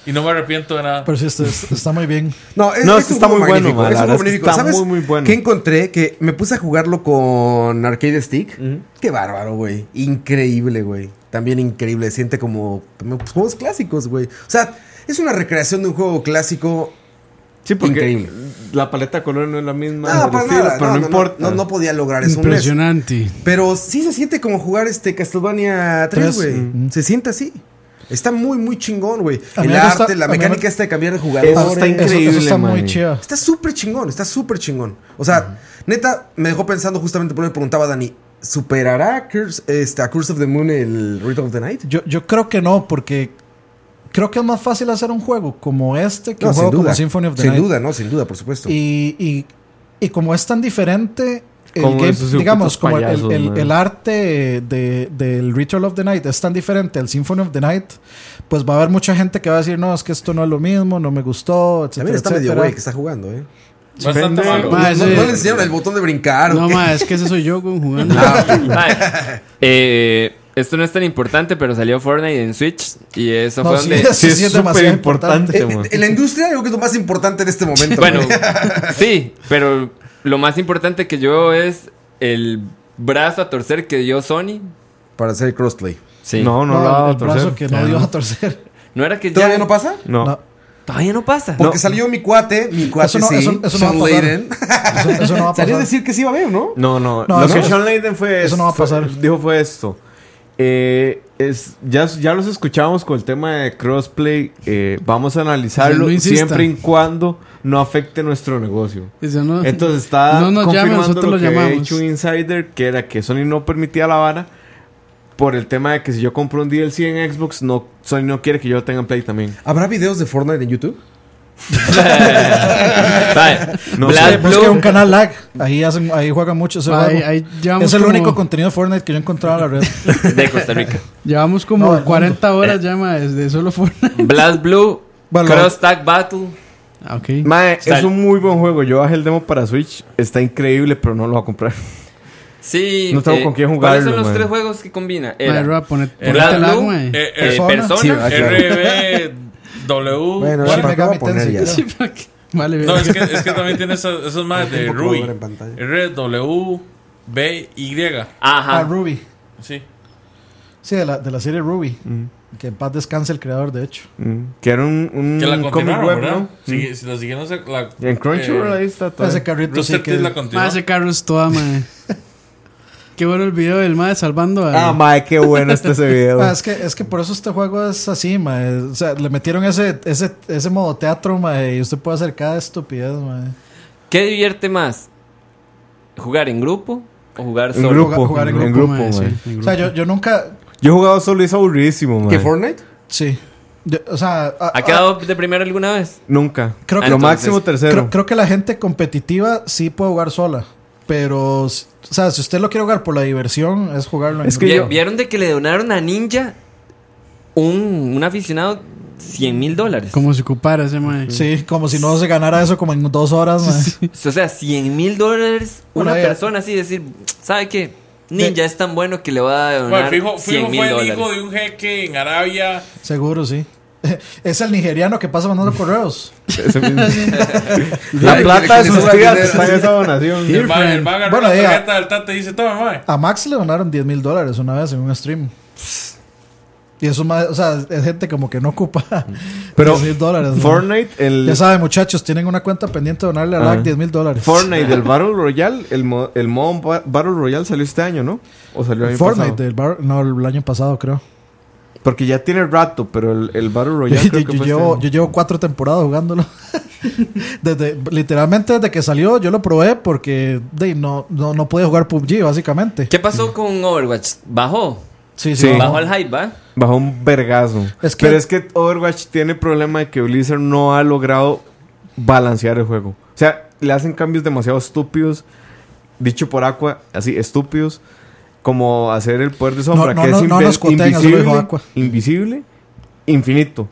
Speaker 4: Y no me arrepiento de nada.
Speaker 5: Pero sí, está, está muy bien.
Speaker 2: No, es,
Speaker 3: No,
Speaker 2: es
Speaker 3: sí
Speaker 2: un
Speaker 3: está
Speaker 2: juego
Speaker 3: muy bueno,
Speaker 2: magnífico,
Speaker 3: man,
Speaker 2: es un juego
Speaker 3: la verdad es que
Speaker 2: magnífico.
Speaker 3: está
Speaker 2: ¿Sabes
Speaker 3: muy, muy bueno.
Speaker 2: qué encontré? Que me puse a jugarlo con Arcade Stick. Qué bárbaro, güey. Increíble, güey. También increíble. Siente como como, pues, juegos clásicos, güey. O sea, es una recreación de un juego clásico.
Speaker 3: Sí, porque
Speaker 2: Increíble.
Speaker 3: la paleta de color no es la misma.
Speaker 2: no,
Speaker 3: el
Speaker 2: para
Speaker 3: estilo,
Speaker 2: nada.
Speaker 3: Ah, Pero no, importa.
Speaker 2: No, no podía lograr eso. un mes.
Speaker 7: Impresionante.
Speaker 2: Pero sí se siente como jugar este Castlevania 3,
Speaker 5: Tres,
Speaker 2: güey.
Speaker 5: mm.
Speaker 2: Se siente así. Está muy, muy chingón, güey.
Speaker 5: A mí
Speaker 2: El
Speaker 5: me gusta-
Speaker 2: arte, la
Speaker 5: a mí me-
Speaker 2: mecánica esta de cambiar de jugadores.
Speaker 3: Eso está
Speaker 5: Ah, Eso-
Speaker 3: Increíble,
Speaker 5: eso está
Speaker 3: mae.
Speaker 5: muy chido.
Speaker 2: Está súper chingón, está súper chingón. O sea, neta, me dejó pensando justamente por lo que preguntaba Dani. ¿Superará Curse, este, a Curse of the Moon el Rhythm of the Night?
Speaker 5: Yo, yo creo que no, porque creo que es más fácil hacer un juego como este que
Speaker 2: No,
Speaker 5: un
Speaker 2: sin
Speaker 5: juego
Speaker 2: duda.
Speaker 5: como Symphony of the
Speaker 2: sin
Speaker 5: Night.
Speaker 2: duda, no, sin duda, por supuesto.
Speaker 5: Y, y, y como es tan diferente, el
Speaker 3: Como
Speaker 5: game-
Speaker 3: esos
Speaker 5: digamos,
Speaker 3: putos
Speaker 5: como el-
Speaker 3: payasos,
Speaker 5: el,
Speaker 3: man.
Speaker 5: el arte de, del Ritual of the Night es tan diferente al Symphony of the Night, pues va a haber mucha gente que va a decir, no, es que esto no es lo mismo, no me gustó, etcétera,
Speaker 2: También está medio
Speaker 5: etcétera". Ah,
Speaker 2: güey que está jugando, ¿eh?
Speaker 4: Bastante malo.
Speaker 7: Ma,
Speaker 2: no, no-
Speaker 7: ese-
Speaker 2: no le enseñaron el botón de brincar. ¿o
Speaker 7: No,
Speaker 2: qué?
Speaker 7: ma, es que ese soy yo, güey, jugando.
Speaker 6: Mae, eh, esto no es tan importante, pero salió Fortnite en Switch y eso
Speaker 5: No,
Speaker 6: fue
Speaker 5: sí,
Speaker 6: donde...
Speaker 5: eso
Speaker 3: Sí,
Speaker 5: sí
Speaker 3: es
Speaker 5: es
Speaker 3: súper
Speaker 5: demasiado
Speaker 3: importante,
Speaker 2: Eh,
Speaker 3: man.
Speaker 2: en la industria creo que es lo más importante en este momento.
Speaker 6: Bueno,
Speaker 2: güey.
Speaker 6: sí, pero lo más importante que yo veo es el brazo a torcer que dio Sony.
Speaker 2: para hacer crossplay.
Speaker 6: Sí.
Speaker 3: No, no,
Speaker 5: No,
Speaker 3: lo ha dado
Speaker 5: el brazo
Speaker 3: tercero.
Speaker 5: que no
Speaker 3: Ya,
Speaker 5: dio
Speaker 3: no.
Speaker 5: a torcer.
Speaker 6: No era que
Speaker 2: ¿Todavía
Speaker 6: ya...
Speaker 2: no pasa?
Speaker 3: No.
Speaker 5: No.
Speaker 6: Todavía no pasa.
Speaker 2: Porque salió mi cuate, mi cuate
Speaker 5: no-
Speaker 2: sí,
Speaker 5: eso- eso no va a
Speaker 2: Sean
Speaker 5: pasar.
Speaker 2: Layden.
Speaker 5: Eso, eso no va a
Speaker 2: Salió a
Speaker 5: pasar.
Speaker 2: decir que sí iba a ver, ¿no?
Speaker 3: No, no.
Speaker 5: No,
Speaker 3: lo
Speaker 5: no.
Speaker 3: que Sean Layden fue.
Speaker 5: Eso no va a
Speaker 3: fue-
Speaker 5: pasar.
Speaker 3: dijo fue esto. Eh, es, ya, ya los escuchábamos con el tema de crossplay. eh, vamos a analizarlo
Speaker 7: No insista.
Speaker 3: siempre y cuando no afecte nuestro negocio.
Speaker 7: Dice, no,
Speaker 3: Entonces está
Speaker 7: No nos llamen,
Speaker 3: confirmando
Speaker 7: nosotros
Speaker 3: lo
Speaker 7: lo
Speaker 3: que había
Speaker 7: llamamos.
Speaker 3: dicho un insider, que era que Sony no permitía la vara por el tema de que si yo compro un DLC en Xbox, no, Sony no quiere que yo lo tenga en Play también.
Speaker 2: ¿Habrá videos de Fortnite en YouTube?
Speaker 6: Mae,
Speaker 3: No
Speaker 6: Black
Speaker 3: sé,
Speaker 6: Blue-
Speaker 5: Busque un canal lag. Ahí, hacen, ahí juegan mucho ese
Speaker 7: Ma, ahí-
Speaker 5: juego.
Speaker 7: ahí llevamos
Speaker 5: es el
Speaker 7: como-
Speaker 5: único contenido de Fortnite que yo he encontrado en la red.
Speaker 6: de Costa Rica.
Speaker 7: Llevamos
Speaker 5: No,
Speaker 7: como
Speaker 5: del
Speaker 6: Mm.
Speaker 7: 40 horas ya, ma, desde solo Fortnite.
Speaker 6: Blast Blue
Speaker 2: Bueno,
Speaker 6: Cross Tag Battle.
Speaker 7: Ah, ok.
Speaker 3: Mae, es
Speaker 6: Sal-
Speaker 3: un muy buen juego. Yo bajé el demo para Switch. Está increíble, pero no lo voy a comprar.
Speaker 6: Sí. eh,
Speaker 3: No tengo con quién jugarlo,
Speaker 6: ¿Cuáles son los
Speaker 3: man.
Speaker 6: tres juegos que combina?
Speaker 7: Mae,
Speaker 6: Era
Speaker 7: Roa, pone-
Speaker 6: Era
Speaker 7: ponete el
Speaker 6: Blue,
Speaker 7: agua, mae.
Speaker 4: eh, eh,
Speaker 6: eh,
Speaker 5: Persona.
Speaker 2: Sí,
Speaker 3: Ah,
Speaker 6: Persona,
Speaker 2: va, claro.
Speaker 4: RB,
Speaker 5: Uh,
Speaker 4: W.
Speaker 2: bueno,
Speaker 4: ¿cuál?
Speaker 2: ya me acabo de
Speaker 5: Megami
Speaker 2: poner
Speaker 5: Tensei,
Speaker 2: ya.
Speaker 5: creo.
Speaker 7: Sí, ¿para qué? Vale,
Speaker 4: No,
Speaker 7: bien.
Speaker 4: es que, es que también tiene esos, esos más de
Speaker 2: Tiempo que lo voy
Speaker 4: Rui.
Speaker 2: a ver en pantalla.
Speaker 4: R, W, B, Y.
Speaker 5: Ah,
Speaker 6: Ajá.
Speaker 5: Ruby.
Speaker 4: Sí.
Speaker 5: Sí, de la, de la serie Ruby. Que en paz descanse el creador, de hecho.
Speaker 3: Mm, Que era un, un
Speaker 4: Que la
Speaker 3: Mm, comic
Speaker 4: continuaron,
Speaker 3: web,
Speaker 4: ¿verdad?
Speaker 3: ¿no? Mm.
Speaker 4: Sí, si la siguieron, se- la.
Speaker 3: En Crunchyroll ahí
Speaker 4: eh,
Speaker 3: está todo.
Speaker 5: Ese carrito sí
Speaker 4: Rooster
Speaker 5: que.
Speaker 4: Teeth la
Speaker 7: Mae,
Speaker 4: continuó.
Speaker 7: ese carro es toda, mae. Qué bueno el video del mae salvando a.
Speaker 3: Ah, mae, qué bueno está ese video.
Speaker 5: Ah, es, que, es que por eso este juego es así, mae. O sea, le metieron ese, ese, ese modo teatro, mae. Y usted puede hacer cada estupidez, mae.
Speaker 6: ¿Qué divierte más? ¿Jugar en grupo o
Speaker 3: En
Speaker 6: jugar solo?
Speaker 3: grupo.
Speaker 5: jugar en
Speaker 3: en
Speaker 5: grupo,
Speaker 3: grupo,
Speaker 7: mae, sí,
Speaker 3: mae.
Speaker 7: en
Speaker 5: O
Speaker 7: grupo.
Speaker 5: sea, yo, yo nunca.
Speaker 3: Yo he jugado solo y es aburridísimo,
Speaker 2: ¿Qué,
Speaker 3: mae.
Speaker 2: Fortnite?
Speaker 5: Sí. Yo- o sea. a-
Speaker 6: ¿Ha quedado de primero alguna vez?
Speaker 3: Nunca. Creo
Speaker 5: Creo
Speaker 6: que-
Speaker 3: que
Speaker 6: Entonces,
Speaker 3: lo máximo
Speaker 5: a-
Speaker 3: tercero.
Speaker 5: creo, creo que la gente competitiva sí puede jugar sola. Pero, o sea, si usted lo quiere jugar por la diversión, es jugarlo en
Speaker 3: Es que
Speaker 6: Vi-
Speaker 5: grupo.
Speaker 3: yo-
Speaker 6: ¿Vieron de que le donaron a Ninja un, un aficionado 100 mil dólares?
Speaker 7: Como si ocupara ese mae.
Speaker 5: Sí, como si no se ganara eso como en dos horas, mae.
Speaker 6: O sea, 100 mil dólares una
Speaker 5: Bueno, ya-
Speaker 6: persona así decir, ¿sabe qué? Ninja es tan bueno que le va a
Speaker 4: Bueno,
Speaker 6: donar
Speaker 4: fijo, fijo
Speaker 6: 100
Speaker 4: fue
Speaker 6: mil
Speaker 4: el hijo
Speaker 6: dólares.
Speaker 4: de un jeque en Arabia.
Speaker 5: Seguro, sí. Es el nigeriano que pasa mandando correos.
Speaker 3: Ese mismo.
Speaker 2: Ya,
Speaker 3: la
Speaker 2: que le
Speaker 3: plata de
Speaker 2: quites
Speaker 3: sus
Speaker 2: esa
Speaker 3: tías
Speaker 2: dinero.
Speaker 3: está en esa donación.
Speaker 7: Sí.
Speaker 4: El va, el va a agarrar
Speaker 5: Bueno,
Speaker 4: la
Speaker 5: ya.
Speaker 4: tarjeta del Tata y dice: Toma, mae.
Speaker 5: A Max le donaron 10 mil dólares una vez en un stream. Y eso más, o sea, es gente como que no ocupa
Speaker 3: Pero
Speaker 5: 10 mil dólares. ¿no?
Speaker 3: Fortnite, el
Speaker 5: Ya saben, muchachos, tienen una cuenta pendiente de donarle a
Speaker 3: Ah.
Speaker 5: LAC 10 mil dólares.
Speaker 3: Fortnite del Battle Royale, el, mo- el modo ba- Battle Royale salió este año, ¿no? O salió el año
Speaker 5: Fortnite
Speaker 3: pasado.
Speaker 5: del bar- no, el año pasado creo.
Speaker 3: Porque ya tiene rato, pero el, el Battle
Speaker 5: Yo,
Speaker 3: Royale creo
Speaker 5: yo
Speaker 3: que fue
Speaker 5: llevo,
Speaker 3: este
Speaker 5: yo llevo cuatro temporadas jugándolo. desde, literalmente desde que salió yo lo probé porque de, no, no, no podía jugar PUBG básicamente.
Speaker 6: ¿Qué pasó con Overwatch? ¿Bajó?
Speaker 5: Sí,
Speaker 3: Sí.
Speaker 5: no.
Speaker 6: Bajó el hype, ¿va?
Speaker 3: año. Bajo un vergazo.
Speaker 5: Es que-
Speaker 3: Pero es que Overwatch tiene problema de que Blizzard no ha logrado balancear el juego. O sea, le hacen cambios demasiado estúpidos. Dicho por Aqua, así, estúpidos. Como hacer el poder de sombra,
Speaker 5: no,
Speaker 3: que
Speaker 5: no,
Speaker 3: es
Speaker 5: no
Speaker 3: inve-
Speaker 5: nos coten, así lo dijo
Speaker 3: invisible,
Speaker 5: Aqua.
Speaker 3: invisible, infinito.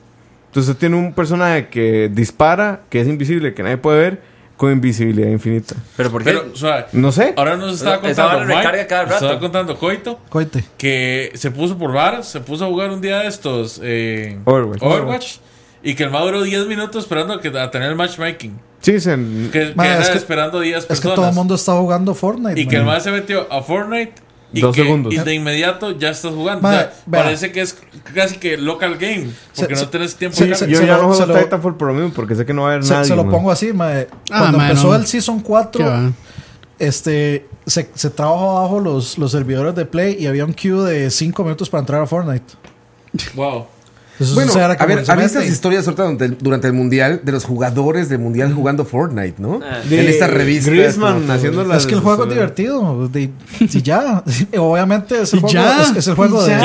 Speaker 3: Entonces tiene un personaje que dispara, que es invisible, que nadie puede ver, con invisibilidad infinita.
Speaker 6: ¿Pero por qué?
Speaker 4: Pero, o sea,
Speaker 3: No sé.
Speaker 4: ahora nos estaba
Speaker 6: Esa
Speaker 4: contando.
Speaker 6: vara recarga
Speaker 4: Mike,
Speaker 6: cada
Speaker 4: nos estaba
Speaker 6: rato.
Speaker 4: contando Coito.
Speaker 5: Coite.
Speaker 4: que se puso por varas, se puso a jugar un día de estos eh,
Speaker 3: Overwatch.
Speaker 4: y que el más duró 10 minutos esperando que, a tener el matchmaking.
Speaker 3: Sí, se-
Speaker 4: Que, que
Speaker 5: Ma,
Speaker 4: era
Speaker 5: es que-
Speaker 4: esperando 10
Speaker 5: Es
Speaker 4: personas.
Speaker 5: que todo el mundo está jugando Fortnite.
Speaker 4: y que el
Speaker 5: man.
Speaker 4: más se metió a Fortnite y,
Speaker 3: Dos
Speaker 4: que-
Speaker 3: segundos.
Speaker 4: y de inmediato ya estás jugando.
Speaker 5: Ma,
Speaker 4: O sea,
Speaker 5: vea.
Speaker 4: parece que es casi que local game, porque
Speaker 5: Se-
Speaker 4: no tenés tiempo
Speaker 5: se-
Speaker 4: de
Speaker 5: se-
Speaker 4: carga.
Speaker 3: yo
Speaker 5: se
Speaker 3: ya
Speaker 5: lo-
Speaker 3: no
Speaker 5: se
Speaker 3: juego
Speaker 5: lo-
Speaker 3: Titanfall por lo mismo, porque sé que no va a haber
Speaker 5: se,
Speaker 3: nadie.
Speaker 5: se lo
Speaker 3: man.
Speaker 5: pongo así, mae.
Speaker 7: Ah,
Speaker 5: Cuando
Speaker 7: mae,
Speaker 5: empezó
Speaker 7: no.
Speaker 5: el Season
Speaker 7: Qué
Speaker 5: 4,
Speaker 7: va.
Speaker 5: este, se, se trabajó abajo los, los servidores de Play y había un queue de 5 minutos para entrar a Fortnite.
Speaker 4: Wow.
Speaker 5: Eso
Speaker 2: Bueno,
Speaker 5: sucede ahora que
Speaker 2: a ver,
Speaker 5: se
Speaker 2: había
Speaker 5: mete.
Speaker 2: estas historias ahorita durante el, durante el Mundial de los jugadores del Mundial jugando Fortnite, ¿no?
Speaker 6: Ah.
Speaker 3: De
Speaker 2: en estas revistas.
Speaker 3: Griezmann
Speaker 2: como-
Speaker 3: haciendo la-
Speaker 5: Es que el juego es divertido. de- si ya. Obviamente es el
Speaker 7: Y
Speaker 5: juego,
Speaker 7: ya.
Speaker 5: Es, es el juego de.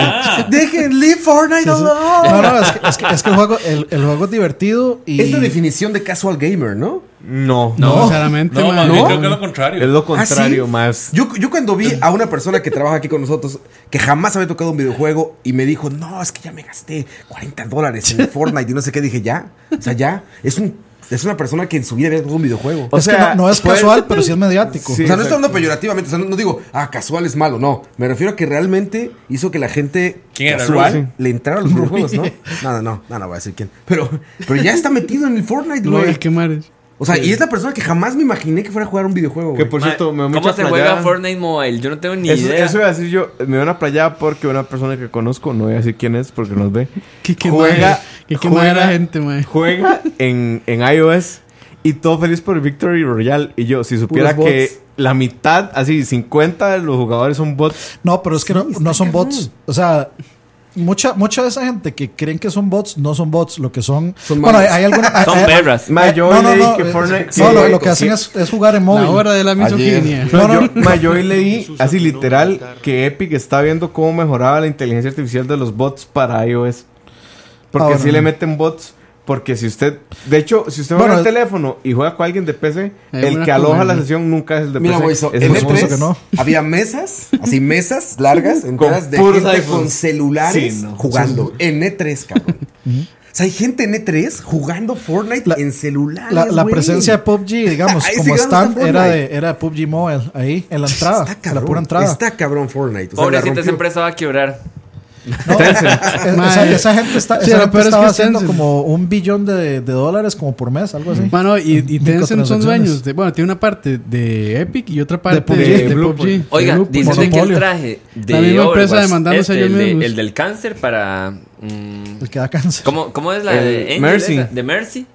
Speaker 2: Dejen, leave Fortnite alone.
Speaker 5: No, no, es que, es que- es que el, juego, el, el juego es divertido y.
Speaker 2: Es la definición de casual gamer, ¿no?
Speaker 3: No,
Speaker 7: No,
Speaker 5: No.
Speaker 7: claramente,
Speaker 4: No,
Speaker 7: mae.
Speaker 4: más bien creo que es lo contrario.
Speaker 3: Es lo
Speaker 2: ¿Ah, sí?
Speaker 3: contrario, más.
Speaker 2: Yo, yo cuando vi a una persona que trabaja aquí con nosotros que jamás había tocado un videojuego y me dijo, no, es que ya me gasté 40 dólares en Fortnite y no sé qué, dije, ya. O sea, ya. Es, un, es una persona que en su vida había tocado un videojuego.
Speaker 3: o
Speaker 5: es que
Speaker 3: sea,
Speaker 5: no, no es
Speaker 3: puede-
Speaker 5: casual, pero sí es mediático.
Speaker 3: Sí,
Speaker 2: o sea, no estoy
Speaker 3: exacto.
Speaker 2: hablando peyorativamente, o sea, no, no digo, ah, casual es malo, no. Me refiero a que realmente hizo que la gente
Speaker 4: ¿Quién era,
Speaker 2: casual
Speaker 4: Ruby?
Speaker 2: le entrara a los videojuegos, ¿no? No, no, no, no, no voy a decir quién. Pero, pero ya está metido en el Fortnite,
Speaker 7: Lo voy
Speaker 2: güey.
Speaker 7: a quemar.
Speaker 2: O sea, y es la persona que jamás me imaginé que fuera a jugar un videojuego.
Speaker 3: Que
Speaker 2: güey.
Speaker 3: por cierto, me dio
Speaker 6: ¿Cómo
Speaker 3: mucha
Speaker 6: se juega
Speaker 3: playada.
Speaker 6: Fortnite Mobile? Yo no tengo ni
Speaker 3: Eso,
Speaker 6: idea.
Speaker 3: eso iba a decir yo. Me dio una playada porque una persona que conozco, no voy a decir quién es porque nos ve.
Speaker 7: Que quemar.
Speaker 3: Juega-
Speaker 7: Que quemar a la
Speaker 3: juega-
Speaker 7: gente, mae.
Speaker 3: Juega en, en iOS y todo feliz por el Victory Royale. Y yo, si supiera
Speaker 2: Puros
Speaker 3: que
Speaker 2: bots.
Speaker 3: la mitad, así 50 de los jugadores son bots.
Speaker 5: No, pero es que no, no son bots. O sea, mucha, mucha de esa gente que creen que son bots no son bots. Lo que son.
Speaker 2: Son
Speaker 5: bueno, hay,
Speaker 2: malos.
Speaker 5: hay alguna. hay-
Speaker 6: Son
Speaker 5: hay-
Speaker 6: perras.
Speaker 3: Ma, yo
Speaker 5: no,
Speaker 3: hoy
Speaker 5: no,
Speaker 3: leí
Speaker 5: no,
Speaker 3: que
Speaker 5: eh,
Speaker 3: Fortnite.
Speaker 5: no,
Speaker 3: que-
Speaker 5: lo, lo que hacen es, es jugar en móvil.
Speaker 7: La hora de la misoginia.
Speaker 3: No,
Speaker 5: No, no.
Speaker 3: yo- ma, yo hoy leí así literal que Epic está viendo cómo mejoraba la inteligencia artificial de los bots para iOS. Porque
Speaker 5: Ah,
Speaker 3: si
Speaker 5: bueno.
Speaker 3: le meten bots, Porque si usted, de hecho, si usted
Speaker 5: Bueno,
Speaker 3: juega el
Speaker 5: es-
Speaker 3: teléfono y juega con alguien de PC,
Speaker 7: Hay
Speaker 3: el
Speaker 7: una
Speaker 3: que aloja la
Speaker 7: comunidad.
Speaker 3: sesión nunca es el de
Speaker 2: Mira,
Speaker 3: PC.
Speaker 2: güey, so,
Speaker 3: es
Speaker 2: en
Speaker 3: muy
Speaker 5: famoso
Speaker 2: E3
Speaker 5: que no.
Speaker 2: había mesas, así mesas largas, enteras de
Speaker 3: puros
Speaker 2: gente
Speaker 3: iPhones.
Speaker 2: con celulares
Speaker 6: Sí, no.
Speaker 2: jugando. En E3, cabrón. O sea, hay gente en E3 jugando Fortnite
Speaker 5: La-
Speaker 2: en celulares.
Speaker 5: La, la
Speaker 2: güey.
Speaker 5: presencia de PUBG, digamos,
Speaker 2: Ahí sí
Speaker 5: como
Speaker 2: ganó hasta
Speaker 5: stand, era
Speaker 2: Fortnite.
Speaker 5: de, era de PUBG Mobile, ahí, en la entrada,
Speaker 2: Está
Speaker 5: en la
Speaker 2: cabrón.
Speaker 5: pura entrada.
Speaker 2: Está cabrón Fortnite. O sea, la
Speaker 6: Pobrecita,
Speaker 2: rompió.
Speaker 6: esa empresa va a quebrar.
Speaker 5: No,
Speaker 3: Tencent.
Speaker 5: es- esa,
Speaker 7: Mae.
Speaker 5: esa gente, está,
Speaker 7: Sí,
Speaker 5: esa
Speaker 7: lo
Speaker 5: gente
Speaker 7: peor es que
Speaker 5: estaba
Speaker 7: es
Speaker 5: haciendo
Speaker 7: Tencent.
Speaker 5: como un billón de, de dólares como por mes, algo así.
Speaker 7: Mano, y, y Tencent son
Speaker 5: Microtransacciones.
Speaker 7: dueños. De, bueno, tiene una parte de Epic y otra parte
Speaker 5: PUBG.
Speaker 7: de, de
Speaker 3: De Blue
Speaker 7: PUBG.
Speaker 3: Point.
Speaker 6: Oiga,
Speaker 7: Blue Point.
Speaker 6: dicen de que el
Speaker 5: Monopolio.
Speaker 6: traje de
Speaker 7: La misma empresa
Speaker 6: Overwatch,
Speaker 7: demandándose
Speaker 6: este,
Speaker 7: ellos
Speaker 6: el, de-
Speaker 7: mismos.
Speaker 6: el del cáncer para... mm,
Speaker 5: El que da cáncer.
Speaker 6: ¿cómo, cómo es la
Speaker 3: El
Speaker 6: de Angel
Speaker 3: Mercy.
Speaker 6: esa? De Mercy.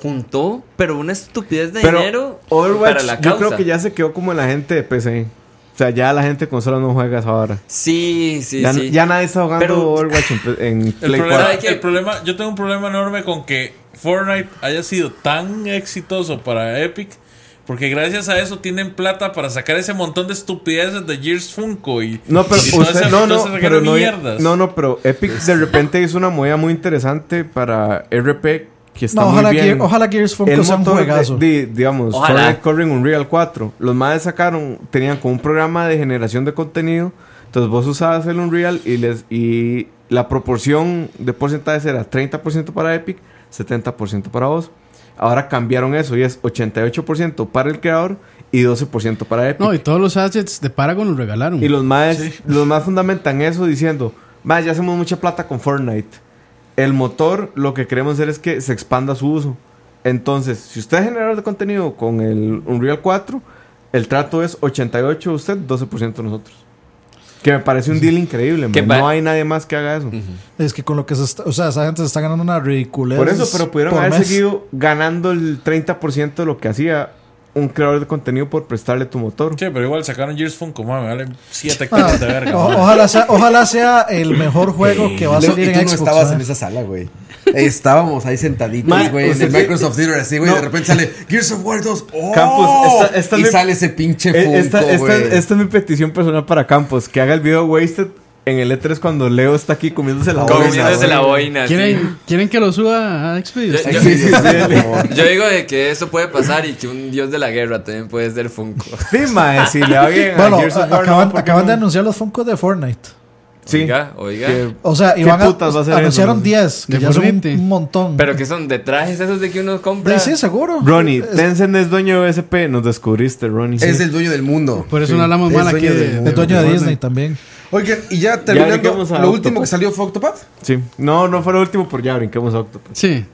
Speaker 6: Juntó, pero una estupidez de
Speaker 3: Pero
Speaker 6: dinero
Speaker 3: Overwatch,
Speaker 6: para la
Speaker 3: yo
Speaker 6: causa.
Speaker 3: creo que ya se quedó como en la gente de PC. O sea, ya la gente de consola no juega esa hora.
Speaker 6: Sí, sí,
Speaker 3: ya,
Speaker 6: sí.
Speaker 3: ya nadie está jugando
Speaker 6: Pero-
Speaker 3: Overwatch en, pe- en
Speaker 4: El
Speaker 3: Play
Speaker 4: problema,
Speaker 3: 4.
Speaker 6: ¿Sabe qué?
Speaker 4: el problema- yo tengo un problema enorme con que Fortnite haya sido tan exitoso para Epic, porque gracias a eso tienen plata para sacar ese montón de estupideces de Gears Funko y
Speaker 3: No, pero
Speaker 4: y todo
Speaker 3: usted,
Speaker 4: ese-
Speaker 3: no,
Speaker 4: todo
Speaker 3: no,
Speaker 4: ese
Speaker 3: pero
Speaker 4: regalo de
Speaker 3: no,
Speaker 4: mierdas.
Speaker 3: no, no, pero Epic de repente hizo una movida muy interesante para RP que está
Speaker 5: No,
Speaker 3: muy
Speaker 5: ojalá,
Speaker 3: bien.
Speaker 5: Gear- ojalá Gears Funko
Speaker 3: el
Speaker 5: sea un
Speaker 3: motor de-
Speaker 5: juegazo.
Speaker 3: de- digamos,
Speaker 6: Ojalá.
Speaker 3: Fortnite corre en Unreal 4. Los madres sacaron, tenían como un programa de generación de contenido. Entonces vos usabas el Unreal y les y la proporción de porcentajes era 30% para Epic, 70% para vos. Ahora cambiaron eso y es 88% para el creador y 12% para Epic.
Speaker 7: No, y todos los assets de Paragon los regalaron.
Speaker 3: Y los más, los más fundamentan eso diciendo, más ya hacemos mucha plata con Fortnite. El motor, lo que queremos hacer es que se expanda su uso. Entonces, si usted es generador de contenido con el Unreal 4, el trato es 88 usted, 12% nosotros. Que me parece un deal increíble,
Speaker 6: Que
Speaker 3: man.
Speaker 6: pa-
Speaker 3: no hay nadie más que haga eso.
Speaker 5: Es que con lo que se está, o sea, esa gente se está ganando una ridiculez.
Speaker 3: Por eso, pero pudieron
Speaker 5: por
Speaker 3: haber
Speaker 5: mes.
Speaker 3: seguido ganando el 30% de lo que hacía un creador de contenido por prestarle tu motor.
Speaker 4: Che, pero igual sacaron Gears Funko, mami, vale 7
Speaker 5: Ah,
Speaker 4: kilos de verga.
Speaker 5: o-
Speaker 4: mami.
Speaker 5: ojalá, sea, ojalá sea el mejor juego que va a
Speaker 2: Leo,
Speaker 5: salir
Speaker 2: y tú
Speaker 5: en
Speaker 2: no
Speaker 5: Xbox.
Speaker 2: estabas
Speaker 5: ¿eh?
Speaker 2: en esa sala, güey. Estábamos ahí sentaditos,
Speaker 3: Ma-
Speaker 2: güey, en
Speaker 3: usted
Speaker 2: el
Speaker 3: sí-
Speaker 2: Microsoft Theater, así, güey.
Speaker 3: No.
Speaker 2: De repente sale Gears of War 2. ¡Oh!
Speaker 3: Campos, esta- esta
Speaker 2: y
Speaker 3: le-
Speaker 2: sale ese pinche
Speaker 3: Eh,
Speaker 2: Funko,
Speaker 3: esta, esta,
Speaker 2: güey.
Speaker 3: esta es mi petición personal para Campos, que haga el video Wasted en el E3 cuando Leo está aquí comiéndose la
Speaker 2: Comiéndose
Speaker 3: boina,
Speaker 6: Comiéndose
Speaker 3: güey.
Speaker 6: la boina. Ah, sí.
Speaker 7: ¿Quieren, ¿Quieren que lo suba a
Speaker 6: Yo-
Speaker 7: Expedia?
Speaker 2: Ay,
Speaker 6: yo-
Speaker 2: sí, sí, sí, por favor.
Speaker 6: Yo digo de que eso puede pasar y que un dios de la guerra también puede ser Funko.
Speaker 3: Sí, mae, si le va bien. a
Speaker 5: Bueno,
Speaker 3: Gears of War,
Speaker 5: acaban,
Speaker 3: no, ¿por qué
Speaker 5: acaban de
Speaker 3: no?
Speaker 5: anunciar los Funkos de Fortnite.
Speaker 3: Sí. Eh,
Speaker 6: Oiga, oiga.
Speaker 3: Que-
Speaker 5: O sea,
Speaker 3: ¿Qué
Speaker 5: iban a,
Speaker 3: putas va a ser
Speaker 5: anunciaron
Speaker 3: eso?
Speaker 5: 10, que
Speaker 7: De
Speaker 5: ya son un,
Speaker 7: Fortnite.
Speaker 5: un montón.
Speaker 6: Pero que son de trajes esos de que uno compra.
Speaker 5: Sí,
Speaker 3: Pues
Speaker 5: sí, seguro.
Speaker 3: Ronnie,
Speaker 5: Es-
Speaker 3: Tencent es dueño de SP. Nos descubriste, Ronnie.
Speaker 2: Es
Speaker 3: Sí.
Speaker 2: el dueño del mundo.
Speaker 7: Por eso no hablamos
Speaker 2: Es
Speaker 7: mal aquí
Speaker 2: dueño
Speaker 7: de-
Speaker 2: del
Speaker 7: de
Speaker 2: mundo.
Speaker 5: es dueño de
Speaker 3: Fortnite.
Speaker 5: Disney también.
Speaker 2: Oigan, y ya
Speaker 3: Ya
Speaker 2: terminando,
Speaker 3: brinquemos a
Speaker 2: lo último
Speaker 3: Octopath.
Speaker 2: que salió fue Octopath.
Speaker 3: Sí. No, no fue lo último, por ya brinquemos a Octopus.
Speaker 7: Sí.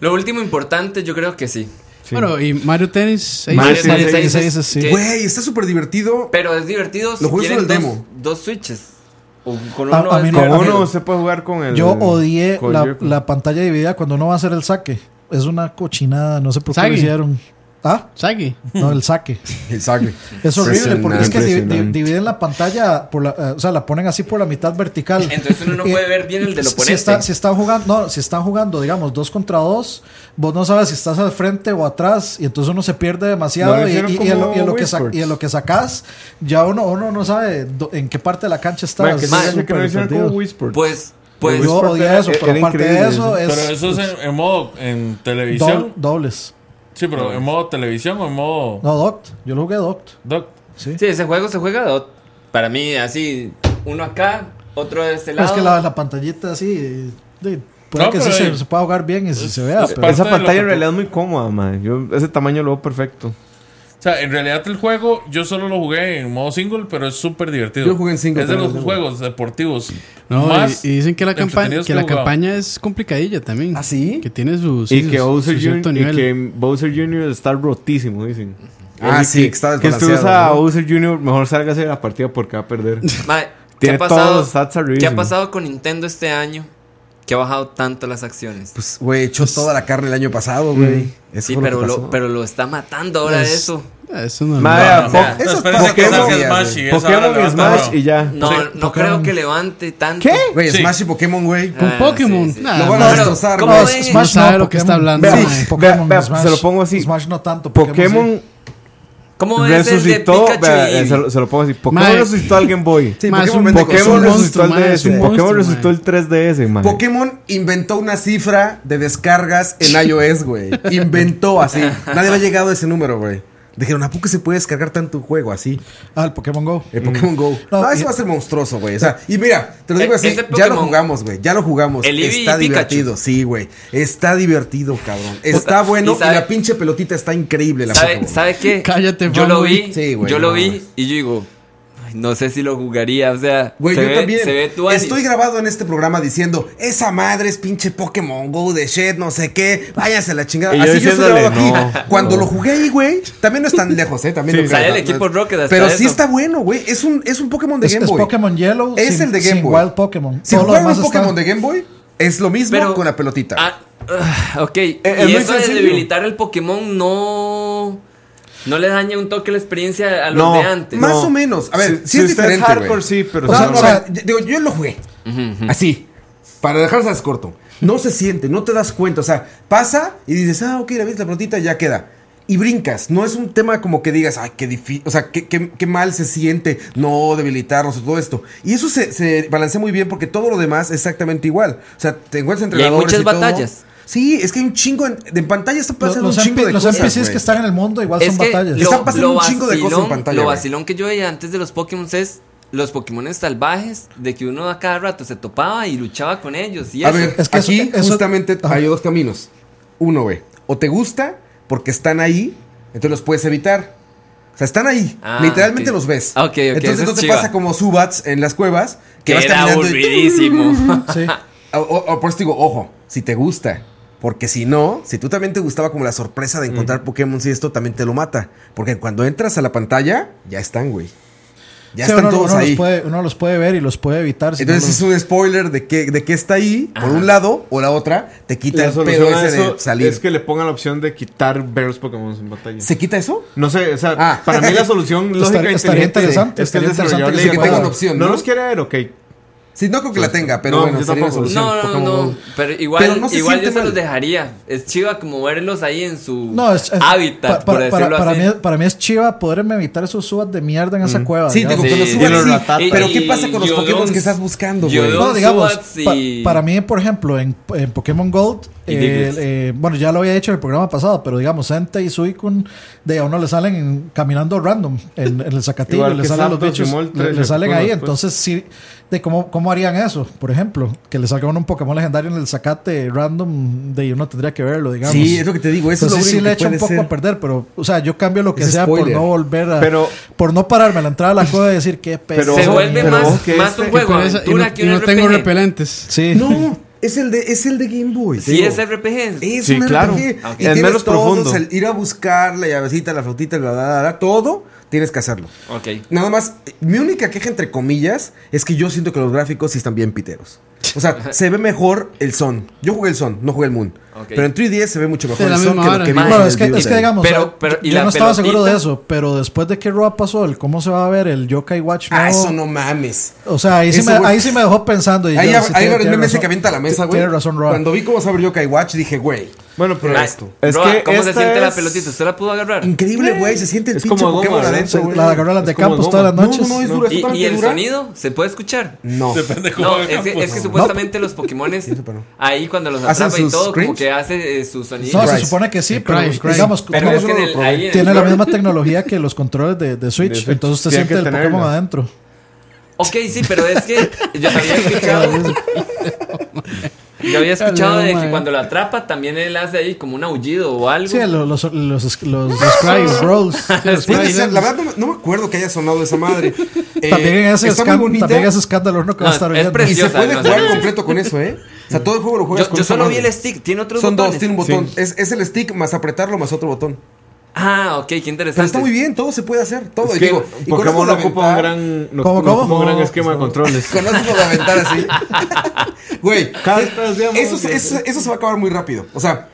Speaker 6: Lo último importante, yo creo que sí.
Speaker 3: Sí.
Speaker 7: Bueno, y Mario Tennis. ahí-
Speaker 3: Mario
Speaker 6: Mario
Speaker 3: Tennis
Speaker 6: Tennis
Speaker 5: Tennis
Speaker 6: Aces,
Speaker 5: Aces, sí.
Speaker 6: que-
Speaker 2: Güey, está súper divertido.
Speaker 6: Pero es divertido si
Speaker 2: Lo juegas
Speaker 6: tienen
Speaker 2: con el
Speaker 6: dos,
Speaker 2: demo.
Speaker 6: dos switches. O con
Speaker 5: A-
Speaker 6: uno
Speaker 5: a mí
Speaker 6: es-
Speaker 5: no-
Speaker 3: Con
Speaker 5: a mí-
Speaker 3: uno se puede jugar con el.
Speaker 5: Yo odié
Speaker 3: con
Speaker 5: la,
Speaker 3: Yoko.
Speaker 5: la pantalla dividida cuando uno va a hacer el saque. Es una cochinada, no sé por qué lo
Speaker 7: Sague.
Speaker 5: hicieron. ¿Ah?
Speaker 7: Sagi.
Speaker 5: No, el saque.
Speaker 2: El sangre.
Speaker 5: Es horrible porque es que di- di-
Speaker 3: Impresionante.
Speaker 5: dividen la pantalla, por la, eh, o sea, la ponen así por la mitad vertical.
Speaker 6: Entonces uno no
Speaker 5: Y-
Speaker 6: puede ver bien el del
Speaker 5: si,
Speaker 6: oponente.
Speaker 5: está- si están jugando, no, si están jugando, digamos, dos contra dos, vos no sabes si estás al frente o atrás, y entonces uno se pierde demasiado.
Speaker 3: No, lo
Speaker 5: y,
Speaker 3: hicieron
Speaker 5: y- y en lo, y en lo que sa-
Speaker 3: como
Speaker 5: y en lo que sacas, ya uno, uno no sabe do- en qué parte de la cancha estás.
Speaker 3: Mae, que
Speaker 6: Mae,
Speaker 3: se dice que no
Speaker 5: súper
Speaker 3: hicieron como
Speaker 5: perdido.
Speaker 3: Whisper.
Speaker 6: Pues, pues.
Speaker 5: Yo
Speaker 3: Whisper
Speaker 5: odié
Speaker 3: era-
Speaker 5: eso,
Speaker 3: era
Speaker 5: pero aparte de
Speaker 3: increíble
Speaker 5: eso,
Speaker 3: eso.
Speaker 5: es.
Speaker 4: pero eso es en, en modo en televisión.
Speaker 5: doble- dobles.
Speaker 4: Sí, pero en modo televisión o en modo
Speaker 5: No, Doct. Yo lo jugué Doct.
Speaker 4: doc.
Speaker 6: Sí, ese juego se juega dot. Para mí, así. Uno acá, otro de este lado.
Speaker 5: Pues Es que la, la pantallita así. de- puede
Speaker 4: No,
Speaker 5: que sí
Speaker 4: pero
Speaker 5: se,
Speaker 4: ahí-
Speaker 5: se pueda jugar bien y si se vea.
Speaker 4: es
Speaker 2: Pues,
Speaker 5: pero-
Speaker 4: parte
Speaker 3: Esa
Speaker 4: de lo
Speaker 3: pantalla
Speaker 4: que
Speaker 3: en
Speaker 4: tú-
Speaker 3: realidad es muy cómoda, man. Yo, ese tamaño lo veo perfecto.
Speaker 4: O sea, en realidad el juego yo solo lo jugué en modo single, pero es súper divertido.
Speaker 2: Yo jugué en single
Speaker 4: Es de los
Speaker 2: también,
Speaker 4: juegos deportivos.
Speaker 7: No,
Speaker 4: más
Speaker 7: y, y dicen que la, campa-
Speaker 4: entretenidos
Speaker 7: que la
Speaker 4: he jugado.
Speaker 7: campaña es complicadilla también.
Speaker 2: ¿Ah, sí?
Speaker 7: Que tiene sus.
Speaker 3: Y
Speaker 7: sí,
Speaker 3: que,
Speaker 7: sus-
Speaker 3: Bowser
Speaker 7: su
Speaker 3: Jr.,
Speaker 7: cierto
Speaker 3: y
Speaker 7: nivel.
Speaker 3: que Bowser Jr. está rotísimo, dicen.
Speaker 2: Ah,
Speaker 3: Así
Speaker 2: sí, que está
Speaker 3: Que usted
Speaker 2: desbalanceado,
Speaker 3: usa a
Speaker 2: ¿no?
Speaker 3: Bowser Jr., mejor sálgase de la partida porque va a perder.
Speaker 6: Mae, ¿qué,
Speaker 3: Tiene
Speaker 6: ha
Speaker 3: todos
Speaker 6: pasado,
Speaker 3: los stats arribísimo.
Speaker 6: ¿Qué ha pasado con Nintendo este año? Que ha bajado tanto las acciones.
Speaker 2: Pues, güey, echó toda la carne el año pasado, güey. Eso
Speaker 6: sí,
Speaker 2: fue
Speaker 6: pero
Speaker 2: que
Speaker 6: lo,
Speaker 2: pasó.
Speaker 6: pero lo está matando ahora
Speaker 7: Es-
Speaker 6: eso.
Speaker 7: Ah, Eso no
Speaker 3: Madre,
Speaker 4: No, no,
Speaker 3: po-
Speaker 4: no, no,
Speaker 2: eso es
Speaker 4: espérese que
Speaker 2: Pokémon.
Speaker 4: salga Smash y esa hora
Speaker 3: Pokémon y
Speaker 4: levanta
Speaker 3: Smash
Speaker 4: bravo.
Speaker 3: y ya.
Speaker 6: No,
Speaker 4: Sí,
Speaker 6: no creo que levante tanto.
Speaker 3: ¿Qué?
Speaker 2: Güey,
Speaker 4: Sí.
Speaker 2: Smash y Pokémon, güey.
Speaker 7: Con
Speaker 6: Ah,
Speaker 7: Pokémon.
Speaker 6: sí, sí.
Speaker 7: Nah,
Speaker 2: Lo van a
Speaker 7: no,
Speaker 2: destrozar,
Speaker 6: ¿cómo
Speaker 2: güey.
Speaker 6: ven?
Speaker 7: Smash no,
Speaker 5: sabe
Speaker 7: lo que está hablando,
Speaker 3: Vea,
Speaker 5: mae.
Speaker 3: sí,
Speaker 5: Pokémon,
Speaker 3: vea, vea,
Speaker 5: Smash.
Speaker 3: se lo pongo así.
Speaker 5: Smash no tanto.
Speaker 3: Pokémon
Speaker 5: sí.
Speaker 6: ¿Cómo es el de
Speaker 3: resucitó,
Speaker 6: Pikachu?
Speaker 3: vea,
Speaker 6: y
Speaker 3: eh,
Speaker 6: Eevee?
Speaker 3: se, lo, se lo pongo así. Pokémon
Speaker 7: Mae.
Speaker 3: resucitó al Game Boy.
Speaker 2: Sí,
Speaker 7: Ma, es
Speaker 2: Pokémon
Speaker 7: un
Speaker 2: vende
Speaker 3: Pokémon
Speaker 2: consolas.
Speaker 7: monstruo,
Speaker 3: resucitó
Speaker 7: mae,
Speaker 3: el
Speaker 7: es
Speaker 3: DS.
Speaker 7: un
Speaker 3: Pokémon
Speaker 7: monstruo,
Speaker 3: resucitó
Speaker 7: mae.
Speaker 3: el 3DS, man.
Speaker 2: Pokémon inventó una cifra de descargas en iOS, güey. Inventó así. Nadie había llegado a ese número, güey. Dijeron, ¿a poco se puede descargar tanto un juego así?
Speaker 5: Ah, el Pokémon Go.
Speaker 6: Mm.
Speaker 2: El Pokémon Go. No,
Speaker 5: No,
Speaker 2: ese
Speaker 5: y-
Speaker 2: va a ser monstruoso, güey. O sea, y mira, te lo digo
Speaker 6: E-
Speaker 2: así,
Speaker 6: ese
Speaker 2: ya lo
Speaker 6: Pokémon-
Speaker 2: jugamos, güey. Ya lo jugamos.
Speaker 6: El Eevee
Speaker 2: está
Speaker 6: y Pikachu.
Speaker 2: divertido, sí, güey. Está divertido, cabrón. Está
Speaker 6: y
Speaker 2: bueno y,
Speaker 6: sabe-
Speaker 2: la pinche pelotita está increíble la
Speaker 6: ¿Sabe,
Speaker 2: Pokémon.
Speaker 6: sabe qué?
Speaker 7: Cállate,
Speaker 6: Yo lo
Speaker 7: fanboy.
Speaker 6: vi,
Speaker 2: Sí, güey,
Speaker 6: yo
Speaker 2: no
Speaker 6: lo vi
Speaker 2: mames.
Speaker 6: y yo digo, "Ay, no sé si lo jugaría, o sea,
Speaker 2: Güey,
Speaker 6: se,
Speaker 2: yo
Speaker 6: ve,
Speaker 2: también
Speaker 6: se ve tu
Speaker 2: estoy grabado en este programa diciendo, esa madre es pinche Pokémon Go de shit, no sé qué, váyanse a la chingada.
Speaker 3: Y yo
Speaker 2: Así yo estoy grabado aquí.
Speaker 3: diciéndole, no,
Speaker 2: Cuando
Speaker 3: no.
Speaker 2: lo jugué ahí, güey, también no es tan lejos, ¿eh? También
Speaker 3: Sí,
Speaker 2: lo
Speaker 6: sale
Speaker 2: creo,
Speaker 6: el
Speaker 2: ¿no?
Speaker 6: equipo Rocket hasta
Speaker 2: Pero sí
Speaker 6: eso.
Speaker 2: está bueno, güey. Es un, es un Pokémon de
Speaker 5: Es,
Speaker 2: Game
Speaker 5: es
Speaker 2: Boy.
Speaker 5: Pokémon Yellow.
Speaker 2: Es
Speaker 5: sin-
Speaker 2: el de Game
Speaker 5: sin
Speaker 2: Boy.
Speaker 5: Wild Pokémon.
Speaker 2: Si
Speaker 5: Todo lo
Speaker 2: juegan
Speaker 5: demás
Speaker 2: un
Speaker 5: está-
Speaker 2: Pokémon de Game Boy, es lo mismo
Speaker 6: Pero-
Speaker 2: con la pelotita.
Speaker 6: Ah, ah, ok,
Speaker 2: Eh,
Speaker 3: es
Speaker 6: y
Speaker 3: muy
Speaker 6: eso de
Speaker 3: sencillo.
Speaker 6: debilitar el Pokémon no no le daña un toque la experiencia a los
Speaker 3: No,
Speaker 6: de antes.
Speaker 2: Más o menos. A ver,
Speaker 3: Si-
Speaker 2: sí
Speaker 3: si
Speaker 2: es
Speaker 3: usted es
Speaker 2: diferente.
Speaker 3: hardcore,
Speaker 2: güey.
Speaker 3: sí, pero
Speaker 2: O sea,
Speaker 3: si
Speaker 2: no,
Speaker 5: no-
Speaker 2: a ver, yo- digo, yo lo jugué. Así. Para dejarse as corto. No se siente, no te das cuenta. O sea, pasa y dices, ah, ok, la viste la pelotita, ya queda. Y brincas. No es un tema como que digas, ay, qué difícil. O sea, qué, qué- qué mal se siente no debilitarlos o todo esto. Y eso se, se balancea muy bien porque todo lo demás es exactamente igual. O sea, te encuentras
Speaker 6: hay
Speaker 2: entrenadores.
Speaker 6: muchas
Speaker 2: y todo.
Speaker 6: batallas.
Speaker 2: Sí, es que hay un chingo. En, de- en pantalla está
Speaker 5: Lo-
Speaker 2: pasando
Speaker 5: Los,
Speaker 2: un chingo
Speaker 5: NP
Speaker 2: de
Speaker 5: los
Speaker 2: cosas.
Speaker 5: NPCs
Speaker 2: güey.
Speaker 5: que están en el mundo igual
Speaker 6: es
Speaker 5: son
Speaker 6: que
Speaker 5: batallas.
Speaker 6: lo,
Speaker 2: Están pasando
Speaker 6: lo
Speaker 2: un chingo de cosas en
Speaker 6: vacilón-
Speaker 2: pantalla,
Speaker 6: Lo
Speaker 2: güey.
Speaker 6: vacilón que yo veía antes de los Pokémon es los Pokémon salvajes, de que uno a cada rato se topaba y luchaba con ellos. Y
Speaker 2: A
Speaker 6: eso.
Speaker 2: ver,
Speaker 5: Es que eso-
Speaker 2: aquí
Speaker 5: eso-
Speaker 2: justamente
Speaker 5: Ajá.
Speaker 2: hay dos caminos. Uno, güey, o te gusta porque están ahí, entonces los puedes evitar. O sea, están ahí,
Speaker 6: Ah,
Speaker 2: literalmente
Speaker 6: ok.
Speaker 2: los ves.
Speaker 6: Ah, ok, ok, eso
Speaker 2: entonces
Speaker 6: es
Speaker 2: no te
Speaker 6: chiva.
Speaker 2: pasa como Subats en las cuevas, que,
Speaker 6: que
Speaker 2: vas
Speaker 6: era
Speaker 2: caminando y...
Speaker 6: aburridísimo.
Speaker 5: Sí.
Speaker 2: O, o- o por eso te digo, ojo, si te gusta. Porque si no, si tú también te gustaba como la sorpresa de encontrar Pokémon y esto, también te lo mata. Porque cuando entras a la pantalla, ya están, güey. Ya
Speaker 5: Sí,
Speaker 2: están
Speaker 5: uno,
Speaker 2: todos
Speaker 5: uno
Speaker 2: ahí.
Speaker 5: Los puede, uno los puede ver y los puede evitar. si
Speaker 2: Entonces
Speaker 5: no los-
Speaker 2: es un spoiler de que, de que está ahí, por un lado, o la otra, te quita
Speaker 3: La
Speaker 2: el pedo
Speaker 3: solución a
Speaker 2: ese
Speaker 3: eso
Speaker 2: de salir.
Speaker 3: es que le pongan la opción de quitar ver los Pokémon en batalla.
Speaker 2: ¿Se quita eso?
Speaker 3: No sé, o sea,
Speaker 2: Ah.
Speaker 3: para mí la solución
Speaker 5: Estar-
Speaker 3: lógica e
Speaker 5: estaría
Speaker 3: inteligente
Speaker 5: interesante,
Speaker 3: es que el
Speaker 5: estaría
Speaker 3: desarrollador
Speaker 5: interesante que
Speaker 3: le
Speaker 5: se
Speaker 3: diga,
Speaker 5: pueda.
Speaker 3: "Bueno,
Speaker 2: Que tenga una opción,
Speaker 3: No
Speaker 2: ¿no?
Speaker 3: los quiere ver, ok.
Speaker 2: Sí, no creo que la tenga, pero
Speaker 3: No,
Speaker 2: bueno,
Speaker 3: yo
Speaker 2: sería una
Speaker 3: tampoco.
Speaker 2: solución.
Speaker 6: No, no,
Speaker 2: Pokémon
Speaker 6: no,
Speaker 2: Go.
Speaker 6: pero igual,
Speaker 2: Pero no se
Speaker 6: igual yo
Speaker 2: siente
Speaker 6: se los
Speaker 2: mal.
Speaker 6: dejaría. Es chiva como verlos ahí en su
Speaker 5: No, es- es-
Speaker 6: hábitat, por
Speaker 5: pa- para, para-
Speaker 6: decirlo
Speaker 5: para
Speaker 6: así.
Speaker 5: mí, para mí es chiva poderme evitar esos subas de mierda en esa cueva.
Speaker 2: Sí, te
Speaker 5: digamos.
Speaker 6: Sí.
Speaker 2: compré los
Speaker 6: Y
Speaker 2: Ubats,
Speaker 3: los
Speaker 2: sí,
Speaker 3: ratatas.
Speaker 2: Pero
Speaker 6: Y-
Speaker 2: ¿qué pasa con los
Speaker 6: Yodons-
Speaker 2: Pokémon que estás buscando, güey?
Speaker 6: Yodons-
Speaker 5: No, digamos,
Speaker 6: subas
Speaker 5: pa-
Speaker 6: y-
Speaker 5: para mí, por ejemplo, en, en Pokémon Gold,
Speaker 6: Y
Speaker 5: eh,
Speaker 6: Diglett.
Speaker 5: eh, bueno, ya lo había hecho en el programa pasado, pero digamos, Entei y Suicune, de a uno le salen en- caminando random en, en el Zacatillo,
Speaker 3: Igual
Speaker 5: le
Speaker 3: que
Speaker 5: salen los
Speaker 3: Zapdos y
Speaker 5: bichos,
Speaker 3: Moltres,
Speaker 5: le, le salen ahí,
Speaker 3: Articuno, pues.
Speaker 5: entonces sí, de cómo, cómo harían eso, por ejemplo, que le salga uno un Pokémon legendario en el Zacate random, de uno tendría que verlo, digamos.
Speaker 2: Sí, es lo que te digo, eso es lo
Speaker 5: Entonces Pues sí
Speaker 2: único
Speaker 5: le
Speaker 2: que
Speaker 5: echa un
Speaker 2: puede
Speaker 5: poco
Speaker 2: ser.
Speaker 5: a perder, pero, o sea, yo cambio lo que
Speaker 2: Es
Speaker 5: sea por
Speaker 2: spoiler.
Speaker 5: no volver a...
Speaker 3: Pero-
Speaker 5: por no pararme a la entrada a la cueva y decir qué peso.
Speaker 6: se
Speaker 3: ojo,
Speaker 6: vuelve
Speaker 3: pero
Speaker 6: más,
Speaker 3: ojo que
Speaker 6: más
Speaker 3: este-
Speaker 6: un
Speaker 3: que
Speaker 6: juego
Speaker 7: Pero esa- y
Speaker 6: aventura
Speaker 7: no,
Speaker 6: que
Speaker 7: y
Speaker 6: un
Speaker 7: no
Speaker 6: RPG.
Speaker 7: tengo repelentes.
Speaker 5: Sí.
Speaker 2: No, es el de, es el de Game Boy. te
Speaker 6: Sí,
Speaker 2: digo.
Speaker 6: es RPG.
Speaker 2: Es
Speaker 3: Sí,
Speaker 2: un
Speaker 3: claro.
Speaker 2: RPG.
Speaker 3: Ah, ok.
Speaker 2: Y
Speaker 3: El
Speaker 2: tienes
Speaker 3: menos
Speaker 2: todos,
Speaker 3: profundo.
Speaker 2: el ir a buscar la llavecita, la flotita, bla, bla, bla, bla, todo, tienes que hacerlo.
Speaker 6: Ok.
Speaker 2: Nada más, mi única queja entre comillas es que yo siento que los gráficos sí están bien piteros. O sea, se ve mejor el Son. Yo jugué el Son, no jugué el Moon.
Speaker 6: Ok.
Speaker 2: Pero en 3DS se ve mucho mejor
Speaker 7: Sí, la
Speaker 2: el Son
Speaker 7: misma
Speaker 2: que lo
Speaker 7: vara.
Speaker 2: que vimos
Speaker 6: Bueno,
Speaker 2: en
Speaker 5: es
Speaker 2: el
Speaker 5: que,
Speaker 2: Build
Speaker 5: es que
Speaker 2: Day.
Speaker 5: digamos,
Speaker 6: Pero-
Speaker 5: o sea,
Speaker 6: pero- ¿y
Speaker 5: yo
Speaker 6: la
Speaker 5: no estaba seguro de
Speaker 6: pelotita?
Speaker 5: eso, pero después de que Roa pasó, el cómo se va a ver el Yokai Watch
Speaker 2: Ah,
Speaker 5: nuevo,
Speaker 2: eso no mames.
Speaker 5: O sea, ahí sí,
Speaker 2: Eso,
Speaker 5: me,
Speaker 2: güey.
Speaker 5: ahí sí me dejó pensando. Y
Speaker 2: Ahí
Speaker 5: yo,
Speaker 2: ya-
Speaker 5: sí,
Speaker 2: ahí
Speaker 5: tiene-
Speaker 2: el
Speaker 5: tiene
Speaker 2: meme ese
Speaker 5: razón.
Speaker 2: que avienta a la mesa,
Speaker 5: Ti-
Speaker 2: güey.
Speaker 5: Tiene razón, Roa.
Speaker 2: Cuando vi cómo se abrió Yokai Watch, dije, güey.
Speaker 3: Bueno, pero
Speaker 6: Ay,
Speaker 3: esto.
Speaker 6: Roa,
Speaker 3: Es que
Speaker 6: ¿Cómo se
Speaker 3: esta
Speaker 6: siente la
Speaker 3: es-
Speaker 6: pelotita? ¿Usted la pudo agarrar?
Speaker 2: Increíble, güey. Se siente el
Speaker 3: Es
Speaker 2: pinche
Speaker 3: como goma,
Speaker 2: Pokémon
Speaker 3: ¿verdad?
Speaker 2: adentro, güey.
Speaker 5: la agarró las de
Speaker 3: Es como
Speaker 5: campos todas las
Speaker 3: goma.
Speaker 2: No,
Speaker 5: noches.
Speaker 2: no, no, es dura. es
Speaker 6: ¿Y,
Speaker 2: totalmente
Speaker 6: y el
Speaker 2: dura.
Speaker 6: sonido? ¿Se puede escuchar?
Speaker 2: No.
Speaker 4: Depende cómo
Speaker 6: No,
Speaker 2: Pues,
Speaker 4: haga
Speaker 6: es que,
Speaker 4: campos.
Speaker 6: es que supuestamente los Pokémon
Speaker 2: pero no.
Speaker 6: ahí cuando los
Speaker 2: ¿Hacen
Speaker 6: atrapa y
Speaker 2: sus
Speaker 6: todo, como
Speaker 2: screams?
Speaker 6: que hace eh, su sonido.
Speaker 5: No, se
Speaker 2: Cry.
Speaker 5: supone que sí,
Speaker 7: El
Speaker 5: pero
Speaker 7: Cry,
Speaker 5: pues,
Speaker 7: Cry.
Speaker 5: digamos,
Speaker 6: pero
Speaker 5: como-
Speaker 6: es que en el, ahí en el-
Speaker 5: tiene la misma tecnología que los controles de, de Switch,
Speaker 3: De Switch.
Speaker 5: entonces usted
Speaker 3: Tiene que
Speaker 5: siente el Pokémon
Speaker 3: tenerla.
Speaker 5: adentro.
Speaker 6: Ok, sí, pero es que yo había escuchado. yo había escuchado de que cuando la atrapa también él hace ahí como un aullido o algo.
Speaker 5: Sí, lo- los, los, los, los Sprites, Rolls.
Speaker 7: Los
Speaker 2: Puede
Speaker 7: Sprites.
Speaker 2: ser, la verdad, no, me- no me acuerdo que haya sonado esa madre. Eh,
Speaker 5: También en ese,
Speaker 2: está muy
Speaker 5: escándalo,
Speaker 2: bonita.
Speaker 5: también en ese escándalo uno que va a
Speaker 6: No,
Speaker 5: estar
Speaker 6: es
Speaker 5: viendo.
Speaker 2: Y se
Speaker 6: preciosa,
Speaker 2: puede
Speaker 6: no,
Speaker 2: jugar
Speaker 6: no, no.
Speaker 2: completo con eso, ¿eh? O sea, todo el juego lo juegas
Speaker 6: yo
Speaker 2: con
Speaker 6: yo
Speaker 2: esa
Speaker 6: solo vi
Speaker 2: madre.
Speaker 6: el stick, tiene otros
Speaker 2: Son
Speaker 6: botones.
Speaker 2: dos, tiene un botón. Es, es el stick más apretarlo más otro botón.
Speaker 6: Ah, ok, qué
Speaker 2: Pero
Speaker 6: interesante.
Speaker 2: está muy bien, todo se puede hacer. Todo.
Speaker 3: Es
Speaker 2: y
Speaker 3: que
Speaker 2: digo, y con eso
Speaker 3: Pokémon no
Speaker 2: lo
Speaker 3: ocupa un
Speaker 2: aventar-
Speaker 3: gran, no-
Speaker 5: ¿Cómo,
Speaker 3: no
Speaker 5: cómo?
Speaker 3: ocupa un gran
Speaker 5: No,
Speaker 3: esquema de controles.
Speaker 2: Con eso lo aventar así. Güey,
Speaker 3: Cartas de amor.
Speaker 2: eso, se- eso, eso se va a acabar muy rápido. O sea,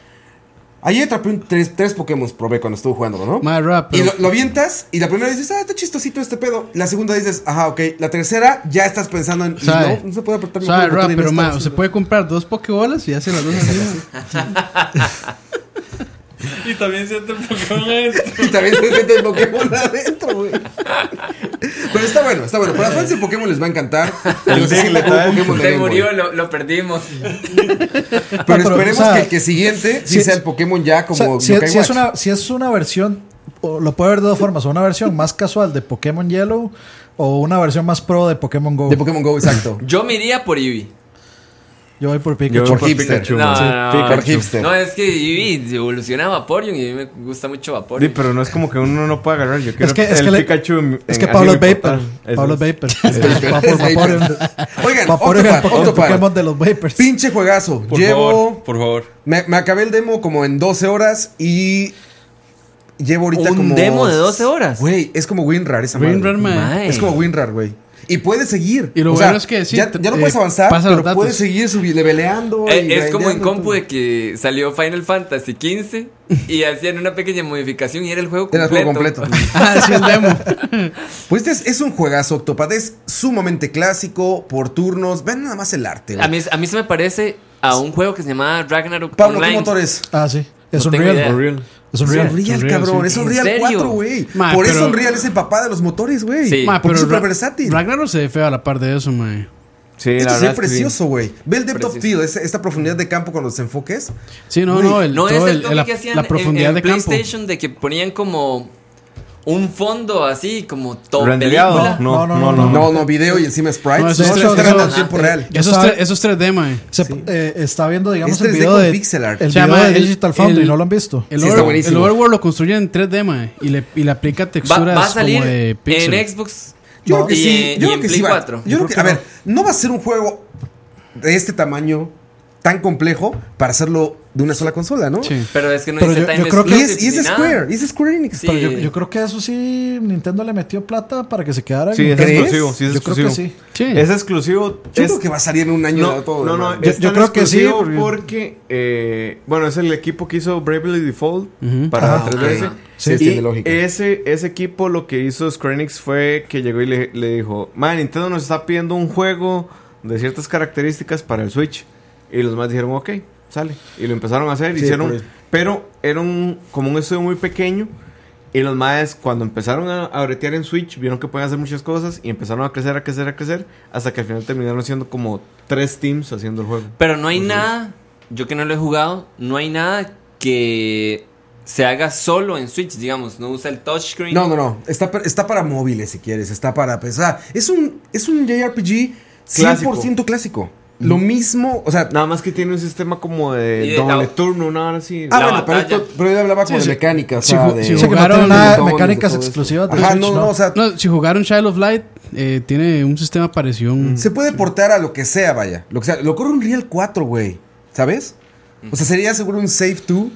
Speaker 2: ayer atrapé un tres, tres Pokémon, probé cuando estuve jugando, ¿no?
Speaker 7: Madre, rap,
Speaker 2: Y
Speaker 7: pero-
Speaker 2: lo, lo avientas y la primera dices, ah, está chistosito este pedo. La segunda dices, ajá, ok. La tercera ya estás pensando en, y
Speaker 7: Sabe.
Speaker 2: no, no se puede apretar mejor
Speaker 7: Sabe,
Speaker 2: el botón
Speaker 7: rap,
Speaker 2: y no
Speaker 7: pero
Speaker 2: está
Speaker 7: ma,
Speaker 2: haciendo-
Speaker 7: se puede comprar dos pokebolas y hace las dos así.
Speaker 4: Y también siente el Pokémon adentro.
Speaker 2: Y también se siente el Pokémon adentro, güey. Pero está bueno, está bueno. Para fans de Pokémon les va a encantar. Yo se siente como un Pokémon de
Speaker 6: Se
Speaker 2: Game Boy.
Speaker 6: murió, lo, lo perdimos.
Speaker 2: Pero
Speaker 5: pero,
Speaker 2: esperemos
Speaker 5: o sea,
Speaker 2: que el que siguiente sí
Speaker 5: si-
Speaker 2: sea el Pokémon ya
Speaker 5: O sea,
Speaker 2: como
Speaker 5: si,
Speaker 2: Yokai
Speaker 5: si es
Speaker 2: Watch.
Speaker 5: una, si es una versión, o lo puede ver de dos formas, o una versión más casual de Pokémon Yellow o una versión más pro de Pokémon Go.
Speaker 2: De Pokémon Go, exacto.
Speaker 6: Yo me iría por Eevee.
Speaker 5: Yo voy por Pikachu.
Speaker 3: Yo
Speaker 2: Por
Speaker 3: voy
Speaker 2: hipster.
Speaker 6: No,
Speaker 3: sí.
Speaker 6: no, no.
Speaker 2: Pikachu. Por hipster.
Speaker 6: No, es que Eevee evoluciona a Vaporeon y a mí me gusta mucho
Speaker 3: Sí,
Speaker 6: Vaporeon.
Speaker 3: pero no es como que uno no pueda agarrar. Yo quiero
Speaker 5: Es que, es
Speaker 3: el
Speaker 5: que, le-
Speaker 3: Pikachu. en-
Speaker 5: es
Speaker 3: en-
Speaker 5: que
Speaker 3: así
Speaker 5: Pablo es
Speaker 3: en portal.
Speaker 5: Vapor.
Speaker 3: Eso
Speaker 5: Pablo
Speaker 3: es.
Speaker 5: es Vapor. Va por
Speaker 2: Es
Speaker 5: Vaporeon.
Speaker 2: Oigan,
Speaker 5: Vaporeon,
Speaker 2: Octopar,
Speaker 5: el
Speaker 2: Octopar.
Speaker 5: Pokémon de los Vapors.
Speaker 2: Pinche juegazo.
Speaker 4: Por
Speaker 2: Llevo.
Speaker 4: favor, por favor.
Speaker 2: Me, me acabé el demo como en 12 horas y. Llevo ahorita
Speaker 6: ¿Un
Speaker 2: como.
Speaker 6: demo de 12 horas?
Speaker 2: Güey, es como WinRAR esa madre.
Speaker 7: WinRAR, mae.
Speaker 6: Mae.
Speaker 2: Es como WinRAR, güey. Y puedes seguir.
Speaker 7: Y lo
Speaker 2: O
Speaker 7: bueno
Speaker 2: sea,
Speaker 7: es que sí,
Speaker 2: ya, ya no
Speaker 7: eh,
Speaker 2: puedes avanzar,
Speaker 7: pasa los
Speaker 2: pero
Speaker 7: datos.
Speaker 2: puedes seguir subiendo, leveleando.
Speaker 6: Eh,
Speaker 2: y
Speaker 6: es como
Speaker 2: grindeando y
Speaker 6: en compu
Speaker 2: todo.
Speaker 6: de que salió Final Fantasy XV y hacían una pequeña modificación y era el juego
Speaker 2: Era el
Speaker 6: completo.
Speaker 2: juego completo.
Speaker 7: Ah, sí, el demo.
Speaker 2: Pues este es, es un juegazo, Octopad. Es sumamente clásico, por turnos. Ven nada más el arte. güey.
Speaker 6: A mí, a mí se me parece a un juego que se llamaba Ragnarok
Speaker 2: Pablo, ¿qué
Speaker 6: Online.
Speaker 2: motor es?
Speaker 5: Ah, sí. Es
Speaker 6: No
Speaker 5: un
Speaker 6: tengo
Speaker 5: real.
Speaker 6: idea.
Speaker 2: Es
Speaker 5: Es un
Speaker 2: un
Speaker 5: real.
Speaker 2: real,
Speaker 7: Unreal,
Speaker 2: cabrón.
Speaker 7: sí.
Speaker 2: Es un
Speaker 6: ¿En
Speaker 2: real
Speaker 6: serio?
Speaker 2: 4, güey.
Speaker 7: Ma,
Speaker 2: Por eso
Speaker 7: pero-
Speaker 2: un real es el papá de los motores, güey.
Speaker 6: Sí.
Speaker 7: Ma,
Speaker 2: Porque es
Speaker 7: pero
Speaker 2: súper
Speaker 7: Ra-
Speaker 2: versátil.
Speaker 7: Ragnarok se ve feo a la par de eso, mae.
Speaker 3: Sí,
Speaker 2: Esto
Speaker 3: la
Speaker 2: se ve
Speaker 3: verdad. es que sí.
Speaker 2: precioso, güey. Ve el depth of
Speaker 6: Precioso.
Speaker 2: field, ese- esta profundidad de campo con los enfoques.
Speaker 7: Sí, no,
Speaker 2: Güey,
Speaker 7: no, el,
Speaker 6: No
Speaker 7: todo
Speaker 6: es el,
Speaker 7: el-
Speaker 6: toque
Speaker 7: la,
Speaker 6: que hacían
Speaker 7: la profundidad
Speaker 6: en, en
Speaker 7: de campo.
Speaker 6: PlayStation de que ponían como un fondo así, como top
Speaker 3: Rendereado.
Speaker 6: película.
Speaker 3: No, no, no.
Speaker 2: No, no, video y encima sprites.
Speaker 7: No, Eh,
Speaker 2: No,
Speaker 7: eso es
Speaker 2: esto
Speaker 7: tres-
Speaker 2: está grabado en
Speaker 7: eso-
Speaker 2: tiempo real.
Speaker 7: Esos,
Speaker 5: Yo
Speaker 7: tres-
Speaker 5: estaba-
Speaker 7: esos 3D, mae.
Speaker 5: Se- eh, está viendo, digamos,
Speaker 3: Este
Speaker 2: Es
Speaker 5: el
Speaker 2: 3D
Speaker 5: video
Speaker 2: con
Speaker 5: de,
Speaker 2: pixel art.
Speaker 5: el
Speaker 7: Se llama
Speaker 5: video de
Speaker 7: el-
Speaker 5: Digital Foundry.
Speaker 7: el-
Speaker 5: ¿No lo han visto?
Speaker 7: El,
Speaker 2: Sí, está
Speaker 7: over-
Speaker 2: buenísimo.
Speaker 7: el Overworld lo construyen en 3D, mae. eh, Y le, y le aplica
Speaker 6: Va,
Speaker 7: texturas
Speaker 6: va a salir
Speaker 7: como de pixel.
Speaker 6: en Xbox
Speaker 2: Yo creo que
Speaker 6: y,
Speaker 2: sí. Yo
Speaker 6: y
Speaker 2: creo
Speaker 6: en
Speaker 2: que
Speaker 6: Play
Speaker 2: sí. va.
Speaker 6: 4.
Speaker 2: Yo creo que, a ver, no va a ser un juego de este tamaño tan complejo para hacerlo de una sola consola, ¿no?
Speaker 7: Sí.
Speaker 6: Pero es que no
Speaker 5: Pero
Speaker 6: dice
Speaker 5: yo- yo
Speaker 6: Time
Speaker 5: creo que-
Speaker 2: Y
Speaker 6: Exclusive
Speaker 2: es, y es
Speaker 6: ni nada.
Speaker 2: Square, y es Square Enix.
Speaker 6: Sí.
Speaker 5: Pero yo, yo creo que eso sí, Nintendo le metió plata para que se quedara. en
Speaker 3: Sí, es
Speaker 5: Nintendo.
Speaker 3: exclusivo. Sí, es
Speaker 5: Yo creo que
Speaker 3: exclusivo.
Speaker 5: sí.
Speaker 7: Sí.
Speaker 3: Es exclusivo.
Speaker 2: Yo
Speaker 3: es-
Speaker 2: creo que va a salir en un año
Speaker 3: No,
Speaker 2: de todo.
Speaker 3: no, no,
Speaker 2: hermano.
Speaker 5: Yo-
Speaker 3: es
Speaker 5: yo
Speaker 3: tan
Speaker 5: creo que sí,
Speaker 3: exclusivo
Speaker 5: porque-
Speaker 3: porque, eh, bueno, es el equipo que hizo Bravely Default
Speaker 7: Ujú.
Speaker 3: para
Speaker 2: Ah,
Speaker 3: 3DS.
Speaker 2: ok. Sí,
Speaker 3: Y
Speaker 2: tiene lógica.
Speaker 3: Ese, ese equipo lo que hizo Square Enix fue que llegó y le, le dijo, man, Nintendo nos está pidiendo un juego de ciertas características para el Switch. Y los más dijeron, ok, sale. Y lo empezaron a hacer,
Speaker 2: Sí,
Speaker 3: hicieron...
Speaker 2: por eso.
Speaker 3: Pero era un, como un estudio muy pequeño. Y los maes, cuando empezaron a, a bretear en Switch, vieron que podían hacer muchas cosas y empezaron a crecer, a crecer, a crecer, hasta que al final terminaron siendo como tres teams haciendo el juego.
Speaker 6: Pero no hay
Speaker 2: Pues
Speaker 6: nada, yo que no lo he jugado, no hay nada que se haga solo en Switch, digamos, no usa el touchscreen.
Speaker 2: No, no, no. Está, pa- está para móviles, si quieres. Está para pensar. Es un, es un JRPG 100% clásico. Lo mismo, o sea...
Speaker 3: Nada más que tiene un sistema como de,
Speaker 6: Y de
Speaker 3: doble
Speaker 6: la-
Speaker 3: turno, una hora así.
Speaker 2: Ah,
Speaker 6: la
Speaker 2: bueno, pero,
Speaker 6: batalla.
Speaker 2: esto- pero yo hablaba como
Speaker 7: Sí,
Speaker 2: de
Speaker 7: sí.
Speaker 2: mecánica, o
Speaker 7: Si
Speaker 2: sea,
Speaker 7: ju-
Speaker 2: de...
Speaker 7: si
Speaker 5: Sí, que no
Speaker 7: Jugaron
Speaker 5: tiene nada de
Speaker 2: botones,
Speaker 5: mecánicas
Speaker 2: todo eso.
Speaker 5: exclusivas de
Speaker 2: Ajá,
Speaker 5: Switch,
Speaker 2: no,
Speaker 5: ¿no?
Speaker 2: no, o sea,
Speaker 7: No, si jugaron Child of Light, eh, tiene un sistema parecido. a un-
Speaker 2: se puede portar a lo que sea, vaya. Lo que sea, lo corre un Real 4, güey, ¿sabes? O sea, sería seguro un Save 2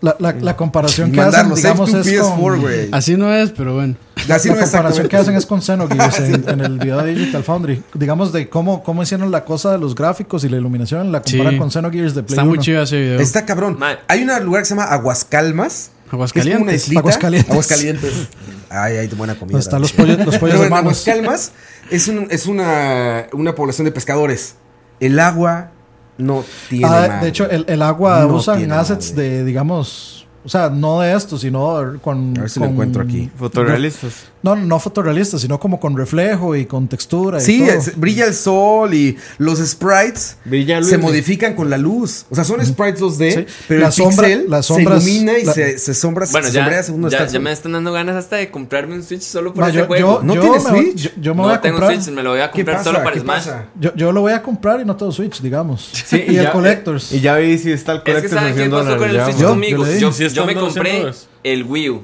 Speaker 5: La, la, la comparación
Speaker 2: y
Speaker 5: que hacen,
Speaker 2: mandarlo,
Speaker 5: digamos,
Speaker 2: Save 2
Speaker 5: es
Speaker 2: PS4,
Speaker 5: con...
Speaker 2: güey.
Speaker 7: Así no es, pero bueno.
Speaker 2: Así
Speaker 5: la
Speaker 2: no
Speaker 5: comparación
Speaker 2: exactamente.
Speaker 5: que hacen es con Xenogears en, en el video de Digital Foundry. Digamos de cómo, cómo hicieron la cosa de los gráficos y la iluminación, la comparan
Speaker 7: Sí.
Speaker 5: con Xenogears de Play
Speaker 7: Está muy
Speaker 5: 1.
Speaker 7: chido ese video.
Speaker 2: Está cabrón.
Speaker 6: Ma-
Speaker 2: Hay un lugar que se llama Aguascalmas. Que
Speaker 7: Aguascalientes.
Speaker 2: es como una islita.
Speaker 5: Aguascalientes.
Speaker 2: Aguascalientes. Ay, hay buena comida.
Speaker 5: Donde están los pollos, los pollos
Speaker 2: Pero en
Speaker 5: hermanos.
Speaker 2: Aguascalmas es, un- es una, una población de pescadores. El agua no tiene
Speaker 5: Ah,
Speaker 2: madre.
Speaker 5: de hecho, el, el agua
Speaker 2: No
Speaker 5: usan
Speaker 2: tiene
Speaker 5: assets
Speaker 2: madre.
Speaker 5: de, digamos... O sea, no de esto, sino con...
Speaker 2: A ver si lo
Speaker 5: con-
Speaker 2: encuentro aquí.
Speaker 3: Fotorealistas.
Speaker 5: No, no fotorrealista, sino como con reflejo y con textura. y
Speaker 2: Sí,
Speaker 5: todo.
Speaker 2: es- brilla el sol y los sprites
Speaker 3: Brilla luz,
Speaker 2: se
Speaker 3: ¿no?
Speaker 2: modifican con la luz. O sea, son sprites 2D,
Speaker 5: Sí.
Speaker 2: pero
Speaker 5: La
Speaker 2: el
Speaker 5: sombra-
Speaker 2: pixel
Speaker 5: las sombras-
Speaker 2: se ilumina y
Speaker 5: la-
Speaker 2: se, se sombra,
Speaker 6: Bueno,
Speaker 2: se
Speaker 6: ya,
Speaker 2: sombrea según uno
Speaker 6: ya,
Speaker 2: está-
Speaker 6: ya me están dando ganas hasta de comprarme un Switch solo por
Speaker 5: Ma,
Speaker 6: ese
Speaker 5: yo,
Speaker 6: juego.
Speaker 5: yo,
Speaker 2: ¿No
Speaker 5: yo
Speaker 2: tienes
Speaker 5: me voy-
Speaker 2: Switch?
Speaker 5: yo- yo me
Speaker 6: no
Speaker 5: voy a
Speaker 6: tengo
Speaker 5: comprar.
Speaker 6: Switch, me lo voy a
Speaker 2: ¿Qué
Speaker 6: comprar solo
Speaker 2: pasa?
Speaker 6: para
Speaker 2: ¿Qué
Speaker 6: Smash.
Speaker 2: pasa?
Speaker 5: Yo, yo lo voy a comprar y no todo Switch, digamos. y, el
Speaker 7: eh,
Speaker 3: ya-
Speaker 5: Collectors.
Speaker 3: Y ya vi si está el
Speaker 6: Es que
Speaker 3: Collectors
Speaker 6: ¿saben qué
Speaker 3: haciendo
Speaker 6: pasó con el
Speaker 3: la-
Speaker 6: Switch
Speaker 3: ya,
Speaker 5: Yo-
Speaker 6: conmigo?
Speaker 5: yo le
Speaker 6: Yo,
Speaker 5: di.
Speaker 6: yo
Speaker 4: Sí, están
Speaker 6: me
Speaker 4: dando
Speaker 6: compré
Speaker 4: dólares.
Speaker 6: el Wii U.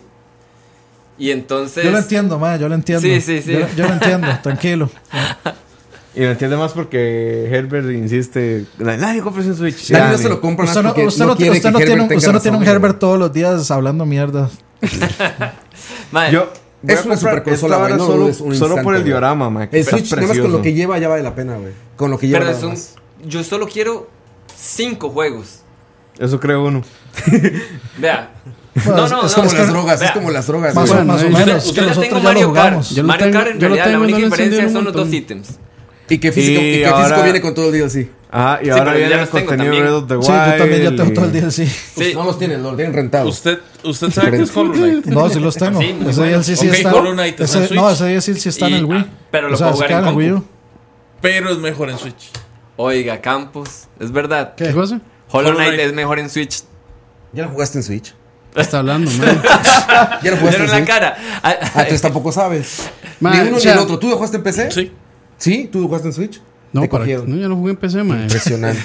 Speaker 6: Y entonces...
Speaker 5: yo lo entiendo, ma, yo lo entiendo.
Speaker 6: Sí, sí, sí.
Speaker 5: Yo, yo lo entiendo, tranquilo.
Speaker 3: Y lo entiende más porque Herbert insiste. Nadie compra un Switch.
Speaker 2: Dani
Speaker 3: Ya,
Speaker 2: no se
Speaker 3: ni-
Speaker 2: lo compra
Speaker 5: Usted
Speaker 2: nada
Speaker 5: no,
Speaker 2: porque
Speaker 5: usted
Speaker 2: no
Speaker 5: no,
Speaker 2: quiere
Speaker 5: usted
Speaker 2: que
Speaker 5: no tiene,
Speaker 2: Herbert
Speaker 5: un-
Speaker 2: tenga
Speaker 5: usted no tiene un
Speaker 2: razón, güey.
Speaker 5: Herbert todos los días hablando mierda.
Speaker 6: Ma,
Speaker 3: Yo voy
Speaker 2: Es
Speaker 3: a
Speaker 2: una
Speaker 3: comprar
Speaker 2: superconsola,
Speaker 3: esta
Speaker 2: güey, no
Speaker 3: vara
Speaker 2: lo
Speaker 3: solo,
Speaker 2: dudes un
Speaker 3: solo
Speaker 2: instante,
Speaker 3: por el
Speaker 2: güey.
Speaker 3: diorama, man. que
Speaker 2: El
Speaker 3: está
Speaker 2: Switch, nada más con
Speaker 3: precioso.
Speaker 2: lo que lleva ya vale la pena, güey. Con lo que lleva
Speaker 6: pero es
Speaker 2: nada
Speaker 6: un...
Speaker 2: más.
Speaker 6: Yo solo quiero cinco juegos.
Speaker 3: Eso creo uno.
Speaker 6: Vea.
Speaker 5: Bueno,
Speaker 6: no, no,
Speaker 5: Pues
Speaker 6: no.
Speaker 5: es como
Speaker 2: Como las
Speaker 6: vea.
Speaker 2: drogas, es
Speaker 6: Vea.
Speaker 2: como las drogas,
Speaker 5: Más,
Speaker 2: güey.
Speaker 5: o-
Speaker 7: Bueno,
Speaker 5: más o
Speaker 7: yo-
Speaker 5: menos.
Speaker 6: Yo ya
Speaker 5: nosotros
Speaker 6: tengo
Speaker 5: ya lo
Speaker 6: Mario Kart.
Speaker 5: jugamos.
Speaker 7: Yo lo
Speaker 6: Mario
Speaker 7: tengo-
Speaker 6: Kart en
Speaker 7: yo lo
Speaker 6: realidad
Speaker 7: tengo,
Speaker 6: la
Speaker 7: no
Speaker 6: única
Speaker 7: lo he encendido
Speaker 6: diferencia
Speaker 7: un
Speaker 6: son los dos
Speaker 7: montón.
Speaker 6: ítems.
Speaker 2: Y que físico,
Speaker 3: Y
Speaker 2: y que físico
Speaker 3: ahora-
Speaker 2: viene con todo el DLC.
Speaker 3: Ah, y
Speaker 6: Sí,
Speaker 3: ahora
Speaker 6: pero ya
Speaker 3: viene el
Speaker 6: los tengo
Speaker 3: contenido de
Speaker 6: también.
Speaker 3: Red of the Wild.
Speaker 5: Sí, yo también ya tengo
Speaker 3: y-
Speaker 5: todo el DLC.
Speaker 6: Sí,
Speaker 2: No los tienen, los tienen
Speaker 7: Ah,
Speaker 2: rentados.
Speaker 4: Usted, usted sabe que es Hollow Knight.
Speaker 5: No, sí los tengo.
Speaker 6: Sí, muy
Speaker 5: ese
Speaker 6: bueno.
Speaker 5: DLC sí
Speaker 4: Ok,
Speaker 5: está.
Speaker 4: Hollow Knight está en
Speaker 5: ese-
Speaker 4: Switch.
Speaker 5: no, ese DLC sí está en
Speaker 6: Y-
Speaker 5: el Wii.
Speaker 6: ah, pero lo
Speaker 5: o sea,
Speaker 6: puedo
Speaker 5: se
Speaker 6: jugar
Speaker 5: queda
Speaker 6: en
Speaker 5: en el Wii U.
Speaker 6: compu.
Speaker 4: Pero es mejor en Switch.
Speaker 6: oiga, Campos, es verdad.
Speaker 7: ¿Qué cosa?
Speaker 6: Hollow
Speaker 4: Hollow
Speaker 6: Knight
Speaker 4: Knight.
Speaker 6: es mejor en Switch.
Speaker 2: ¿Ya lo jugaste en Switch?
Speaker 7: ¿Qué está hablando, man?
Speaker 2: ¿Ya lo jugaste
Speaker 6: Vieron
Speaker 2: en
Speaker 6: la
Speaker 2: Switch?
Speaker 6: cara. Ah,
Speaker 2: Ah, entonces tampoco sabes.
Speaker 7: Ma,
Speaker 2: ni uno
Speaker 7: o sea-
Speaker 2: ni el otro. ¿Tú lo jugaste en PC?
Speaker 4: Sí.
Speaker 2: ¿Sí? ¿Tú lo jugaste en Switch?
Speaker 7: No,
Speaker 2: Te
Speaker 7: para,
Speaker 2: cogieron.
Speaker 7: no, yo lo jugué en PC, man.
Speaker 2: Impresionante.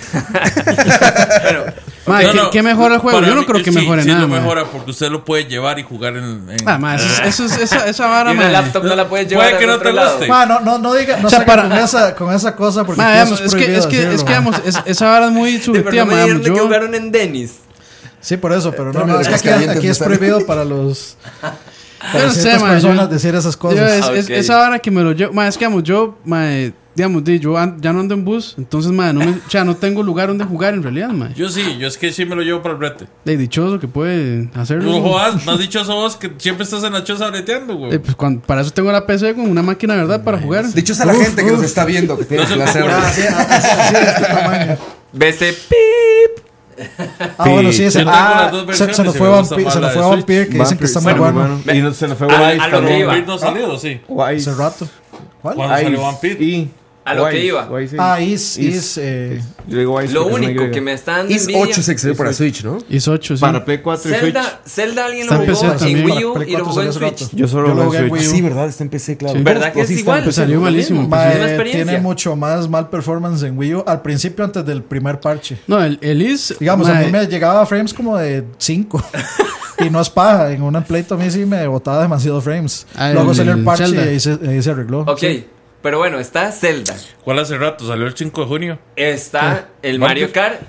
Speaker 6: bueno,
Speaker 7: Ma,
Speaker 4: No,
Speaker 7: ¿qué,
Speaker 4: no,
Speaker 7: qué mejora el juego?
Speaker 4: para
Speaker 7: Yo no
Speaker 4: mí,
Speaker 7: creo que
Speaker 4: sí,
Speaker 7: mejore
Speaker 4: sí
Speaker 7: nada,
Speaker 4: lo
Speaker 7: ma.
Speaker 4: mejora porque usted lo puede llevar y jugar en. en-
Speaker 7: Ah, ma, eso es- eso es- esa, esa
Speaker 6: y
Speaker 7: vara,
Speaker 6: una
Speaker 7: ma. eh.
Speaker 6: laptop no la puedes
Speaker 4: Puede
Speaker 6: llevar.
Speaker 4: que
Speaker 6: al
Speaker 4: no
Speaker 6: otro
Speaker 4: te
Speaker 6: lado.
Speaker 4: guste.
Speaker 5: Ma, no, no, no diga, no
Speaker 7: O sea,
Speaker 5: salga
Speaker 7: para-
Speaker 5: con, esa, con esa cosa porque
Speaker 7: Ma,
Speaker 5: aquí eso
Speaker 7: digamos, es que,
Speaker 5: prohibido
Speaker 7: es que, es
Speaker 5: decirlo,
Speaker 7: que,
Speaker 5: ma.
Speaker 7: digamos, es- esa vara es muy
Speaker 6: Sí, pero
Speaker 7: subjetiva,
Speaker 6: no me
Speaker 7: ma.
Speaker 6: dijeron de que
Speaker 7: Yo-
Speaker 6: jugaron en Dennis.
Speaker 5: Sí, por eso, pero no,
Speaker 2: Pero
Speaker 5: no, es que
Speaker 2: los
Speaker 5: aquí,
Speaker 2: calientes
Speaker 5: aquí
Speaker 2: no
Speaker 5: es
Speaker 2: saben.
Speaker 5: prohibido para los
Speaker 7: Yo
Speaker 5: para
Speaker 7: no sé,
Speaker 5: ciertas
Speaker 7: ma, yo-
Speaker 5: personas decir esas
Speaker 7: Yo,
Speaker 5: cosas.
Speaker 7: es,
Speaker 6: Ah,
Speaker 7: es-
Speaker 6: ok.
Speaker 7: Esa hora que me lo llevo. Ma, es que, digamos, yo, ma, eh, digamos, di, yo an- ya no ando en bus. Entonces, ma, no me, o sea, no tengo lugar donde jugar en realidad, ma.
Speaker 4: Yo sí, yo es que sí me lo llevo para el brete.
Speaker 7: De dichoso que puede hacerlo.
Speaker 4: No
Speaker 7: ¿no?
Speaker 4: jodas, no has dicho eso vos que siempre estás en la choza breteando, güey.
Speaker 7: Eh, pues, cuando- para eso tengo la PC con una máquina, ¿verdad? Para jugar.
Speaker 2: Dichosa la gente que nos está viendo que tiene que hacerlo.
Speaker 5: Ah, sí, ah, así- así de este tamaño.
Speaker 6: BC, pip.
Speaker 5: Ah, bueno, sí, ese,
Speaker 4: Yo tengo las dos
Speaker 5: ah, se, se
Speaker 4: versiones
Speaker 5: nos
Speaker 4: y
Speaker 5: fue
Speaker 4: me gusta
Speaker 5: Vampir,
Speaker 4: más
Speaker 5: se
Speaker 4: la
Speaker 5: nos
Speaker 4: de
Speaker 5: fue
Speaker 4: Switch.
Speaker 5: Vampir que dicen que está muy
Speaker 3: Bueno,
Speaker 5: bueno
Speaker 3: bueno. Y no, se le fue
Speaker 6: A- a
Speaker 3: Wife
Speaker 6: lo que
Speaker 3: también.
Speaker 6: iba.
Speaker 4: Vampir no ha salido, sí.
Speaker 3: Wife.
Speaker 5: hace rato. ¿Cuál?
Speaker 4: Cuando salió Vampir.
Speaker 3: Y-
Speaker 6: A lo que
Speaker 3: Wife,
Speaker 6: iba.
Speaker 3: Wife, sí.
Speaker 5: Ah, Is, Is, eh,
Speaker 3: Yo digo Wife
Speaker 6: Lo
Speaker 3: porque es una
Speaker 6: único
Speaker 3: Y.
Speaker 6: que me está dando
Speaker 2: Es
Speaker 6: envidia.
Speaker 2: 8 se excedió para Switch, ¿no?
Speaker 7: Y es 8, sí.
Speaker 3: Para Play 4 y Switch.
Speaker 6: Zelda, Zelda alguien lo
Speaker 7: Está en
Speaker 6: jugó
Speaker 7: PC
Speaker 6: en
Speaker 7: también.
Speaker 6: Wii U
Speaker 5: Para Play
Speaker 6: y lo
Speaker 5: 4
Speaker 6: jugó en
Speaker 5: salió hace
Speaker 6: Switch.
Speaker 5: rato.
Speaker 3: Yo solo
Speaker 5: Yo
Speaker 3: lo
Speaker 5: lo
Speaker 3: jugué
Speaker 5: jugué en
Speaker 3: en Switch.
Speaker 5: Wii
Speaker 2: Sí,
Speaker 5: U.
Speaker 2: ¿verdad? Está en PC, claro.
Speaker 7: Sí.
Speaker 6: ¿Verdad que
Speaker 2: Pues
Speaker 6: es
Speaker 2: sí está en
Speaker 6: igual?
Speaker 2: PC.
Speaker 7: Salió malísimo.
Speaker 6: Mismo.
Speaker 5: Ma,
Speaker 7: pues, sí.
Speaker 6: es una
Speaker 5: eh,
Speaker 6: experiencia.
Speaker 5: tiene mucho más mal performance en Wii U al principio antes del primer parche.
Speaker 7: No, el, el Is.
Speaker 5: Digamos,
Speaker 7: ma,
Speaker 5: a mí me llegaba a frames como de 5. y no es paja. En una pleito a mí sí me botaba demasiados frames.
Speaker 7: Ah,
Speaker 5: Luego
Speaker 7: el-
Speaker 5: salió el
Speaker 7: el
Speaker 5: parche
Speaker 7: Zelda.
Speaker 5: y ahí se, ahí se arregló.
Speaker 6: Ok, pero bueno, está Zelda.
Speaker 4: ¿Cuál hace rato? Salió el 5 de junio.
Speaker 6: Está el
Speaker 4: Mario.
Speaker 6: Mario Kart.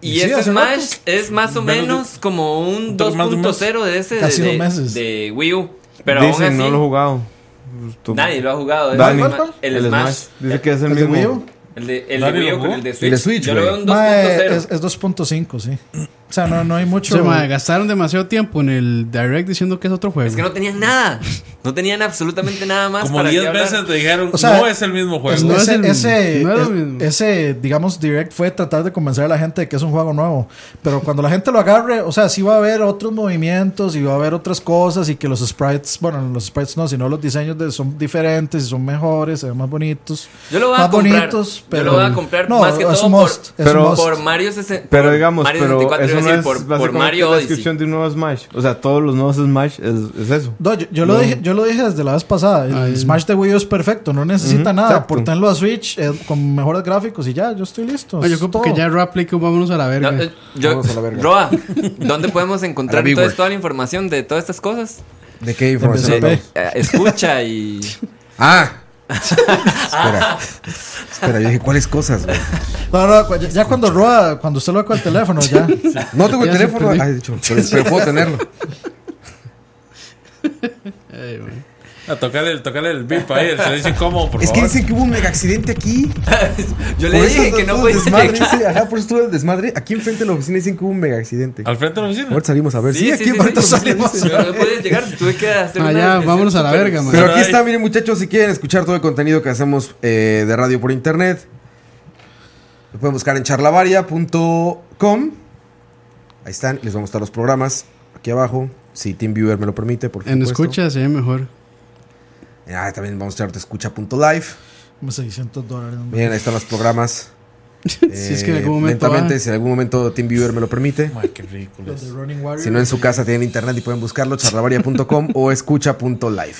Speaker 6: Y
Speaker 5: Sí,
Speaker 6: ese
Speaker 5: hace rato.
Speaker 6: Smash es más o
Speaker 4: Menos de-
Speaker 6: menos como un
Speaker 4: poco más de un mes.
Speaker 6: 2.0 de ese
Speaker 5: Casi
Speaker 6: de,
Speaker 5: dos meses.
Speaker 6: de Wii U. Pero aún
Speaker 3: Dicen,
Speaker 6: así,
Speaker 3: no lo he jugado. Pues Tú-
Speaker 6: nadie lo ha jugado. Es
Speaker 3: Dani.
Speaker 6: el ma- el, Smash.
Speaker 3: Dice que es el
Speaker 5: ¿El de Wii
Speaker 3: mismo.
Speaker 5: U?
Speaker 6: El de, el de
Speaker 4: Nadie
Speaker 6: Wii
Speaker 4: lo
Speaker 6: U con
Speaker 4: jugó.
Speaker 6: el de Switch.
Speaker 2: El de Switch,
Speaker 6: Yo lo veo en
Speaker 5: Ma, eh, es
Speaker 6: 2.0.
Speaker 5: es 2.5, sí. O sea, no, no hay mucho.
Speaker 7: sí, ma, gastaron demasiado tiempo en el Direct diciendo que es otro juego.
Speaker 6: Es que no tenían nada. No tenían absolutamente nada más.
Speaker 4: Como
Speaker 6: para qué
Speaker 4: 10
Speaker 6: hablar.
Speaker 4: veces te dijeron,
Speaker 5: O sea,
Speaker 4: no es el mismo juego.
Speaker 5: Es-
Speaker 7: No es
Speaker 5: ese,
Speaker 7: el-
Speaker 5: ese-
Speaker 7: no es lo
Speaker 5: es-
Speaker 7: mismo.
Speaker 5: ese, digamos, direct fue tratar de convencer a la gente de que es un juego nuevo. Pero cuando la gente lo agarre, o sea, sí va a haber otros movimientos y va a haber otras cosas y que los sprites, bueno, los sprites no, sino los diseños de, son diferentes y son mejores, se ven más bonitos.
Speaker 6: Yo lo voy a
Speaker 5: más
Speaker 6: comprar. Yo lo voy a comprar más que
Speaker 5: es
Speaker 6: todo
Speaker 5: un must,
Speaker 6: por-
Speaker 5: es un
Speaker 3: pero-
Speaker 5: must.
Speaker 6: Por Mario 60.
Speaker 3: Pero digamos,
Speaker 6: Mario
Speaker 3: pero
Speaker 6: 64
Speaker 3: eso no
Speaker 6: iba a decir,
Speaker 3: es
Speaker 6: por, por
Speaker 3: básicamente
Speaker 6: Mario
Speaker 3: la
Speaker 6: Odyssey.
Speaker 3: descripción de un nuevo Smash. O sea, todos los nuevos Smash es, es eso.
Speaker 5: No, yo, yo lo dije, yo lo dije desde la vez pasada. El
Speaker 7: Ay.
Speaker 5: Smash de Wii U es perfecto, no necesita
Speaker 3: Ujú,
Speaker 5: nada.
Speaker 3: exacto.
Speaker 5: Portenlo a Switch eh, con mejores gráficos y ya, yo estoy listo.
Speaker 7: Ma, yo
Speaker 5: es
Speaker 7: creo que
Speaker 5: todo.
Speaker 7: ya Rap Play que vámonos a la verga.
Speaker 6: No, eh, yo,
Speaker 2: Vamos a la verga.
Speaker 6: Roa, ¿dónde podemos encontrar
Speaker 2: A la
Speaker 6: entonces
Speaker 2: B-word.
Speaker 6: toda la información de todas estas cosas?
Speaker 2: ¿De qué información
Speaker 5: Empezó,
Speaker 2: hablamos?
Speaker 6: Eh, escucha y.
Speaker 2: Ah. Espera. Espera, yo dije, ¿cuáles cosas, güey?
Speaker 5: No, no, cu- ya, ya cuando Roa, cuando usted lo ve con el teléfono, ya.
Speaker 2: No tengo el
Speaker 7: Ya se
Speaker 2: teléfono.
Speaker 7: perdió.
Speaker 2: Ay, de hecho, pero, pero puedo tenerlo.
Speaker 7: Ey, ma.
Speaker 4: A tocarle, el- tocarle el bip ahí, se le dice cómo, por
Speaker 2: Es que
Speaker 4: favor.
Speaker 2: dicen que hubo un mega accidente aquí.
Speaker 6: Yo
Speaker 2: Por
Speaker 6: le
Speaker 2: eso
Speaker 6: dije que no
Speaker 2: todo el
Speaker 6: podía
Speaker 2: desmadre.
Speaker 6: llegar.
Speaker 2: ese- Ajá, por eso todo el desmadre. Aquí enfrente de la oficina dicen que hubo un mega accidente.
Speaker 4: Al frente de la oficina.
Speaker 2: Ahorita salimos a ver. Sí, aquí
Speaker 6: sí,
Speaker 2: ahorita
Speaker 6: sí,
Speaker 2: salimos.
Speaker 6: sí, Pero no podía llegar, tuve que hacer.
Speaker 7: Ah,
Speaker 6: una
Speaker 7: ya,
Speaker 6: descripción
Speaker 7: vámonos a la
Speaker 6: súper-
Speaker 7: verga, man.
Speaker 2: Pero aquí
Speaker 4: Ay.
Speaker 2: está, miren muchachos, si quieren escuchar todo el contenido que hacemos eh, de radio por internet, lo pueden buscar en charlavaria.com. Ahí están, les vamos a estar los programas aquí abajo, si TeamViewer me lo permite, por
Speaker 7: En
Speaker 2: supuesto.
Speaker 7: escucha se ve mejor.
Speaker 2: Ah, también vamos a estar escucha.live.
Speaker 5: Como 600 dólares. hombre.
Speaker 2: Miren, ahí están los programas.
Speaker 7: si es que en algún momento.
Speaker 2: Eh, Lentamente,
Speaker 7: baja.
Speaker 2: si en algún momento TeamViewer me lo permite.
Speaker 4: Ay, qué ridículo.
Speaker 5: Los de Running Warrior.
Speaker 2: pues. Si no en su casa tienen internet y pueden buscarlo, charlavaria.com o escucha.live.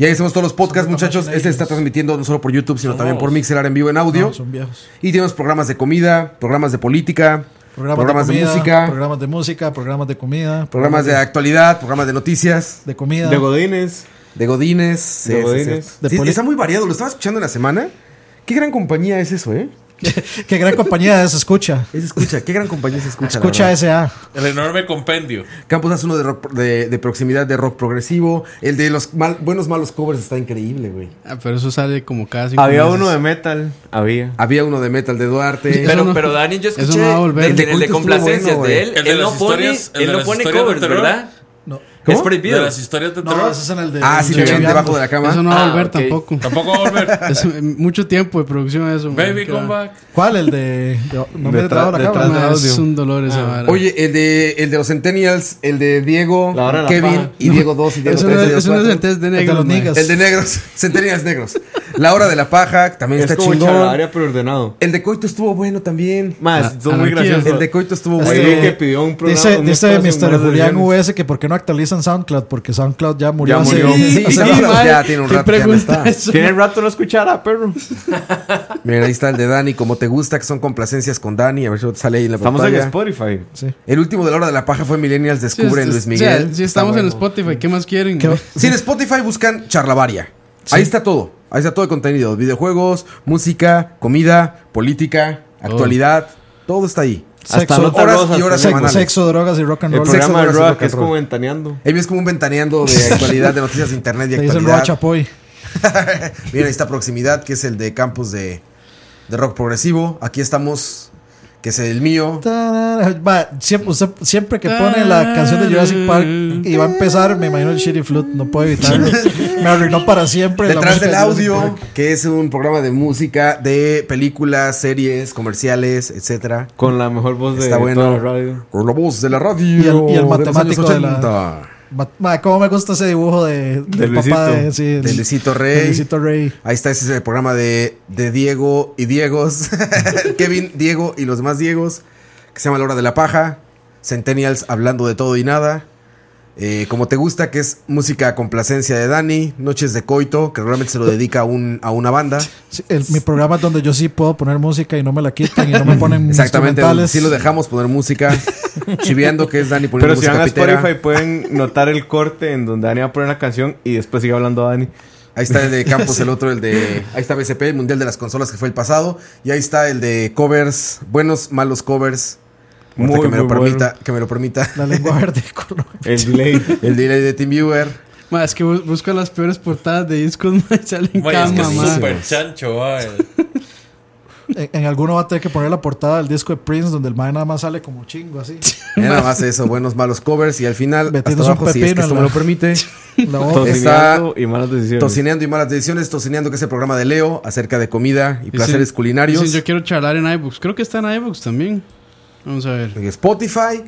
Speaker 2: Y ahí hacemos todos los podcasts,
Speaker 5: son
Speaker 2: muchachos. Este se está transmitiendo no solo por YouTube, sino
Speaker 4: Son
Speaker 2: también por
Speaker 4: nuevos.
Speaker 2: Mixelar en vivo en audio.
Speaker 5: No, son viejos.
Speaker 2: Y tenemos programas de comida, programas de política, programas, de,
Speaker 5: comida,
Speaker 2: música, programas,
Speaker 5: Programas de música, programas de comida.
Speaker 2: de actualidad, programas de noticias,
Speaker 5: de comida.
Speaker 3: De Godines.
Speaker 2: de godines. sí,
Speaker 3: De
Speaker 2: sí,
Speaker 3: godines.
Speaker 2: sí.
Speaker 5: De
Speaker 2: Sí,
Speaker 5: poli-
Speaker 2: está muy variado, lo estaba escuchando en la semana. Qué gran compañía es eso, ¿eh?
Speaker 5: Qué gran compañía es, escucha.
Speaker 2: Es escucha, qué gran compañía es escucha. la
Speaker 5: Escucha
Speaker 2: verdad.
Speaker 5: S.A.
Speaker 4: El enorme compendio.
Speaker 2: Campos hace uno de, rock- de, de proximidad de rock progresivo. El de los mal- buenos malos covers está increíble, güey.
Speaker 7: Ah, pero eso sale como casi.
Speaker 3: Había uno de metal. Había.
Speaker 2: Había uno de metal de Duarte.
Speaker 7: Eso
Speaker 6: Pero,
Speaker 7: no-
Speaker 6: pero Dani, yo
Speaker 7: eso
Speaker 6: escuché
Speaker 7: no va a
Speaker 6: de-
Speaker 7: volver.
Speaker 6: de- en el de
Speaker 2: Culto estuvo
Speaker 6: complacencias
Speaker 2: bueno,
Speaker 6: de
Speaker 2: güey.
Speaker 6: él.
Speaker 4: El de
Speaker 6: él no
Speaker 4: las
Speaker 6: pone,
Speaker 4: historias- el
Speaker 6: él
Speaker 4: de
Speaker 6: no
Speaker 4: las
Speaker 6: pone
Speaker 4: historias de
Speaker 6: covers,
Speaker 4: terror.
Speaker 6: ¿verdad?
Speaker 5: No,
Speaker 6: Es
Speaker 4: De
Speaker 6: prohibido.
Speaker 4: las historias de terror.
Speaker 5: No, ese es en el de.
Speaker 2: Ah, sí,
Speaker 5: de
Speaker 2: le ven
Speaker 5: Chiviando.
Speaker 2: debajo de la cama.
Speaker 7: Eso no va a
Speaker 6: Ah,
Speaker 7: volver
Speaker 6: ok.
Speaker 7: tampoco.
Speaker 4: Tampoco va a volver.
Speaker 7: Es eh, mucho tiempo de producción eso. man,
Speaker 4: Baby,
Speaker 7: que-
Speaker 4: come back.
Speaker 5: ¿Cuál? El de. de- no me he
Speaker 3: Detrás-
Speaker 5: trabado la
Speaker 3: detrás
Speaker 5: cámara.
Speaker 3: de-
Speaker 7: Ah,
Speaker 3: audio.
Speaker 7: Es un dolor esa vara.
Speaker 2: Oye, el de, el de los Centennials, el de Diego,
Speaker 3: La hora de la
Speaker 2: Kevin
Speaker 3: paja.
Speaker 2: y Diego 2 y Diego
Speaker 7: eso
Speaker 2: 3.
Speaker 7: no, eso no es el test de
Speaker 5: de
Speaker 7: negro.
Speaker 5: los
Speaker 7: man.
Speaker 5: niggas. Este
Speaker 2: El de negros, Centennials negros. La hora de la paja, también
Speaker 3: Es
Speaker 2: está
Speaker 3: como
Speaker 2: chingón.
Speaker 3: charlavaria, pero ordenado.
Speaker 2: El de Coito estuvo bueno también.
Speaker 3: Más,
Speaker 7: Ah,
Speaker 3: son muy
Speaker 7: anarquía.
Speaker 3: graciosos.
Speaker 2: El de Coito estuvo
Speaker 3: Este-
Speaker 2: bueno.
Speaker 3: güey que pidió un programa-
Speaker 5: Dice,
Speaker 3: un
Speaker 5: dice
Speaker 3: espacio en
Speaker 5: Mr.
Speaker 3: buenas
Speaker 5: Julián
Speaker 3: versiones.
Speaker 5: VS que por qué no actualizan SoundCloud, porque SoundCloud ya murió.
Speaker 3: Ya
Speaker 5: hace-
Speaker 3: murió.
Speaker 2: Sí,
Speaker 5: hace
Speaker 2: sí,
Speaker 5: rato.
Speaker 2: man. ya tiene un
Speaker 7: ¿Qué
Speaker 2: rato, ya no
Speaker 7: pregunta
Speaker 2: está.
Speaker 7: eso?
Speaker 3: Tiene rato no escuchar a perro.
Speaker 2: Mira, ahí está el de Dani, como te gusta, que son complacencias con Dani. A ver si sale ahí en la
Speaker 3: Estamos en
Speaker 2: pantalla.
Speaker 3: Spotify.
Speaker 2: el último de la hora de la paja fue Millennials
Speaker 7: Sí, es-
Speaker 2: Descubre en Luis
Speaker 7: es- o sea,
Speaker 2: Miguel.
Speaker 7: sí,
Speaker 2: Está
Speaker 7: estamos en
Speaker 2: bueno.
Speaker 7: Spotify. ¿Qué más quieren?
Speaker 5: ¿Qué-
Speaker 2: Si en Spotify buscan Charlavaria, ahí está todo. Ahí está todo el contenido: videojuegos, música, comida, política, actualidad. Todo está ahí.
Speaker 5: Sexo,
Speaker 3: Hasta nota
Speaker 2: horas y
Speaker 3: rosa.
Speaker 2: horas
Speaker 3: tenemos.
Speaker 2: semanales.
Speaker 5: sexo, drogas y rock and
Speaker 3: El
Speaker 5: roll.
Speaker 3: programa de
Speaker 2: Sexo, drogas y rock
Speaker 3: Rock es
Speaker 2: and
Speaker 3: como
Speaker 2: roll.
Speaker 3: ventaneando.
Speaker 2: Ahí es como un ventaneando de actualidad, de noticias de internet y
Speaker 5: Te dicen
Speaker 2: actualidad.
Speaker 5: Roa Chapoy.
Speaker 2: Mira, ahí está Proximidad, que es el de campus de, de rock progresivo. Aquí estamos, que es el mío.
Speaker 5: Tarara, va, siempre, usted- siempre que pone la canción de Jurassic Park y va a empezar, me imagino el Shitty Flute, no puedo evitarlo. Me arruinó para siempre. la
Speaker 2: Detrás
Speaker 5: música
Speaker 2: del
Speaker 5: de Jurassic
Speaker 2: audio,
Speaker 5: Park.
Speaker 2: que es un programa de música, de películas, series, comerciales, etcétera.
Speaker 3: Con la mejor voz de
Speaker 2: Está bueno.
Speaker 3: toda la radio.
Speaker 2: Con la voz de la radio.
Speaker 5: Y el- y el
Speaker 2: de los
Speaker 5: matemático
Speaker 2: años
Speaker 5: de la-
Speaker 2: 80.
Speaker 5: Ma- ma, ¿Cómo me gusta ese dibujo de, del
Speaker 3: Luisito.
Speaker 5: papá de, sí,
Speaker 2: De Luisito Rey.
Speaker 5: de Luisito Rey.
Speaker 2: Ahí está, ese es el programa de, de Diego y Diegos. Kevin, Diego y los más Diegos. Que se llama La Hora de la Paja. Centennials hablando de todo y nada. Eh, como te gusta, que es música a complacencia de Dani. Noches de Coito, que realmente se lo dedica a, un, a una banda.
Speaker 5: Sí, el- mi programa es donde yo sí puedo poner música y no me la quitan y no me ponen
Speaker 2: Exactamente,
Speaker 5: instrumentales.
Speaker 2: sí lo dejamos poner música. Chiveando, que es Dani poniendo
Speaker 3: Pero si
Speaker 2: música
Speaker 3: van a
Speaker 2: pitera.
Speaker 3: Spotify pueden notar el corte en donde Dani va a poner la canción y después sigue hablando a Dani.
Speaker 2: Ahí está el de Campos, el otro, el de. Ahí está BCP, el Mundial de las Consolas, que fue el pasado. Y ahí está el de covers, buenos, malos covers. Ahorita
Speaker 3: Muy,
Speaker 2: que me lo
Speaker 3: muy bueno.
Speaker 2: permita, que me lo permita.
Speaker 5: La lengua verde. culo.
Speaker 3: El delay.
Speaker 2: El delay de TeamViewer.
Speaker 7: Ma, es que bu- busco las peores portadas de discos ma, y salen
Speaker 4: Güey, es que
Speaker 7: cama,
Speaker 4: es
Speaker 7: ma.
Speaker 4: súper chancho, va, eh. el-
Speaker 5: En, en alguno va a tener que poner la portada del disco de Prince donde el man nada más sale como chingo así.
Speaker 2: Ya nada más eso, buenos, malos covers. Y al final, hasta
Speaker 5: Metiéndose un
Speaker 2: abajo, si es que
Speaker 5: pepino en
Speaker 2: esto
Speaker 5: la-
Speaker 2: me lo permite.
Speaker 5: La voz.
Speaker 3: Tocineando y malas decisiones.
Speaker 2: Tocineando y malas decisiones. Tocineando, que es el programa de Leo acerca de comida y placeres culinarios.
Speaker 7: Dicen, yo quiero charlar en iBooks. Creo que está en iBooks también. Vamos a ver.
Speaker 2: En Spotify,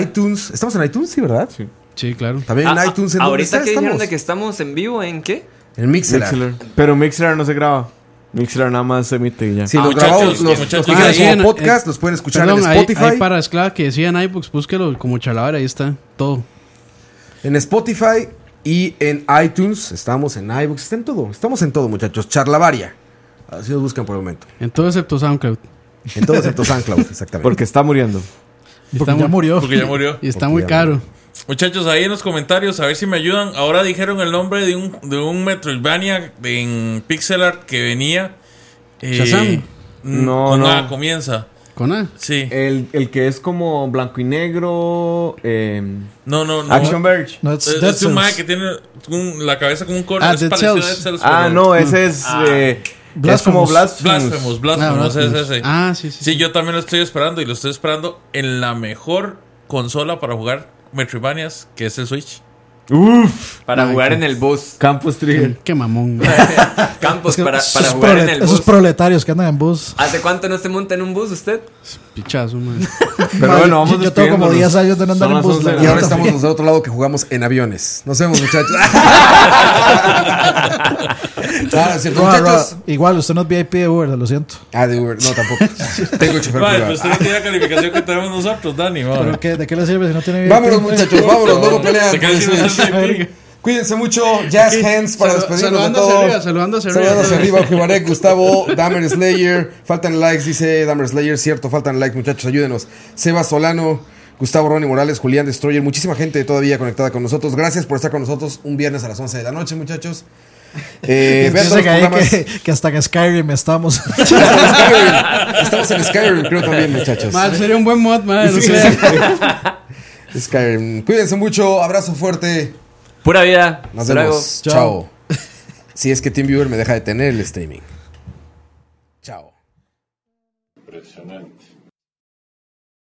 Speaker 2: iTunes. Estamos en iTunes, sí, ¿verdad?
Speaker 3: Sí.
Speaker 7: Sí, claro.
Speaker 2: También en
Speaker 6: Ah, ah,
Speaker 2: iTunes. ¿en dónde
Speaker 6: ahorita
Speaker 2: está?
Speaker 6: que dijeron
Speaker 2: Estamos
Speaker 6: de que estamos en vivo, ¿en qué?
Speaker 2: En Mixelar.
Speaker 3: Mixlr. Pero Mixlr no se graba. Mixlr nada más se emite y ya.
Speaker 2: Si
Speaker 4: Ah,
Speaker 2: los
Speaker 4: muchachos,
Speaker 2: grabamos, los,
Speaker 4: muchachos,
Speaker 2: los
Speaker 4: que
Speaker 2: tienen
Speaker 7: siguen,
Speaker 2: como podcast, los pueden escuchar
Speaker 7: eh, Perdón,
Speaker 2: en
Speaker 7: ahí-
Speaker 2: Spotify.
Speaker 7: ahí para esclava que decía en iBooks, búsquelo como chalavera, ahí está todo.
Speaker 2: En Spotify y en iTunes. Estamos en iBooks. Está en todo. Estamos en todo, muchachos. Charlavaria. Así nos buscan por el momento.
Speaker 7: En todo excepto SoundCloud.
Speaker 2: En todo excepto SoundCloud, exactamente.
Speaker 3: Porque está muriendo.
Speaker 7: Y
Speaker 5: Porque
Speaker 7: está
Speaker 5: ya
Speaker 7: muy-
Speaker 5: murió.
Speaker 4: porque ya murió.
Speaker 7: Y está
Speaker 2: Porque
Speaker 7: muy
Speaker 2: ya
Speaker 7: caro.
Speaker 4: Muchachos, ahí en los comentarios, a ver si me ayudan. Ahora dijeron el nombre de un, de un Metroidvania en pixel art que venía. eh,
Speaker 7: Shazam.
Speaker 3: No,
Speaker 4: con
Speaker 3: no. Eh,
Speaker 4: A comienza.
Speaker 7: Con A.
Speaker 4: Sí.
Speaker 3: El, el que es como blanco y negro. eh,
Speaker 4: No, no, no.
Speaker 3: Action Verge.
Speaker 5: No,
Speaker 4: Es,
Speaker 5: it's
Speaker 4: es
Speaker 5: Dead
Speaker 4: un
Speaker 5: Cells.
Speaker 4: mae que tiene un- la cabeza con un corte.
Speaker 7: Ah,
Speaker 4: es
Speaker 7: Dead
Speaker 4: parecido a
Speaker 7: Cells.
Speaker 4: Dead Cells,
Speaker 3: Ah,
Speaker 4: pero-
Speaker 3: no, ese es. eh, es
Speaker 5: Mm. Blasphemous.
Speaker 3: como Blasphemous.
Speaker 4: Ah. Blasphemous,
Speaker 7: Ah,
Speaker 4: Blasphemous,
Speaker 7: Blasphemous.
Speaker 4: es ese.
Speaker 7: Ah, sí, sí,
Speaker 4: Sí,
Speaker 7: sí.
Speaker 4: yo también lo estoy esperando y lo estoy esperando en la mejor consola para jugar Metroidvanias, que es el Switch.
Speaker 3: Uf.
Speaker 6: Para
Speaker 7: Ay,
Speaker 6: jugar
Speaker 7: qué-
Speaker 6: en el bus.
Speaker 3: Campus Trigger.
Speaker 7: Qué mamón. güey.
Speaker 6: Campos,
Speaker 2: pues,
Speaker 6: para,
Speaker 5: Esos
Speaker 6: para jugar en
Speaker 5: prole-
Speaker 6: el
Speaker 5: Esos
Speaker 6: bus.
Speaker 5: proletarios que andan en bus.
Speaker 6: ¿Hace cuánto no se monta en un bus usted?
Speaker 7: Pichazo, man.
Speaker 3: Pero
Speaker 5: Ma,
Speaker 3: bueno,
Speaker 5: yo-
Speaker 3: vamos
Speaker 5: yo tengo como
Speaker 3: despidiéndonos.
Speaker 5: 10 años de no andar
Speaker 3: Son
Speaker 5: en
Speaker 3: las
Speaker 5: bus,
Speaker 3: 11
Speaker 5: la
Speaker 3: de la
Speaker 2: Y ahora
Speaker 3: noche.
Speaker 2: estamos los del otro lado que jugamos en aviones. Nos vemos, muchachos. Claro, es Ah, cierto,
Speaker 5: Roa, Roa,
Speaker 2: muchachos.
Speaker 5: Igual, usted no es VIP de Uber, lo siento.
Speaker 2: Ah, de Uber. No, tampoco. Tengo chofer
Speaker 4: Mae,
Speaker 2: privado.
Speaker 4: pues usted no tiene la calificación que tenemos nosotros, Dani. mae.
Speaker 5: Pero ¿qué- ¿De qué le sirve si no tiene VIP?
Speaker 2: Vámonos, muchachos. Vámonos. Luego
Speaker 4: Se
Speaker 2: pelean.
Speaker 4: queda sin hacer pipí.
Speaker 2: Cuídense mucho, Jazz Hands para
Speaker 7: Salu-
Speaker 2: despedirnos de
Speaker 7: saludando
Speaker 2: todos.
Speaker 7: hacia arriba, saludando hacia arriba.
Speaker 2: Saludando hacia arriba, Jibarek, Gustavo, Dahmer Slayer, faltan likes, dice Dahmer Slayer, cierto, faltan likes, muchachos, ayúdenos. Seba Solano, Gustavo Ronnie Morales, Julián Destroyer, muchísima gente todavía conectada con nosotros. Gracias por estar con nosotros un viernes a las 11 de la noche, muchachos. Eh, vean todos los
Speaker 5: Dice que, ahí
Speaker 2: programas.
Speaker 5: que, que hasta en Skyrim estamos.
Speaker 2: Estamos en Skyrim. Estamos en Skyrim, creo también, muchachos.
Speaker 7: Ma, sería un buen mod, man.
Speaker 2: Sí, sí. Skyrim. Cuídense mucho, abrazo fuerte.
Speaker 6: Pura vida.
Speaker 2: Nos
Speaker 6: Hasta luego.
Speaker 2: vemos. Chao. si es que TeamViewer me deja de tener el streaming. Chao.
Speaker 8: Impresionante.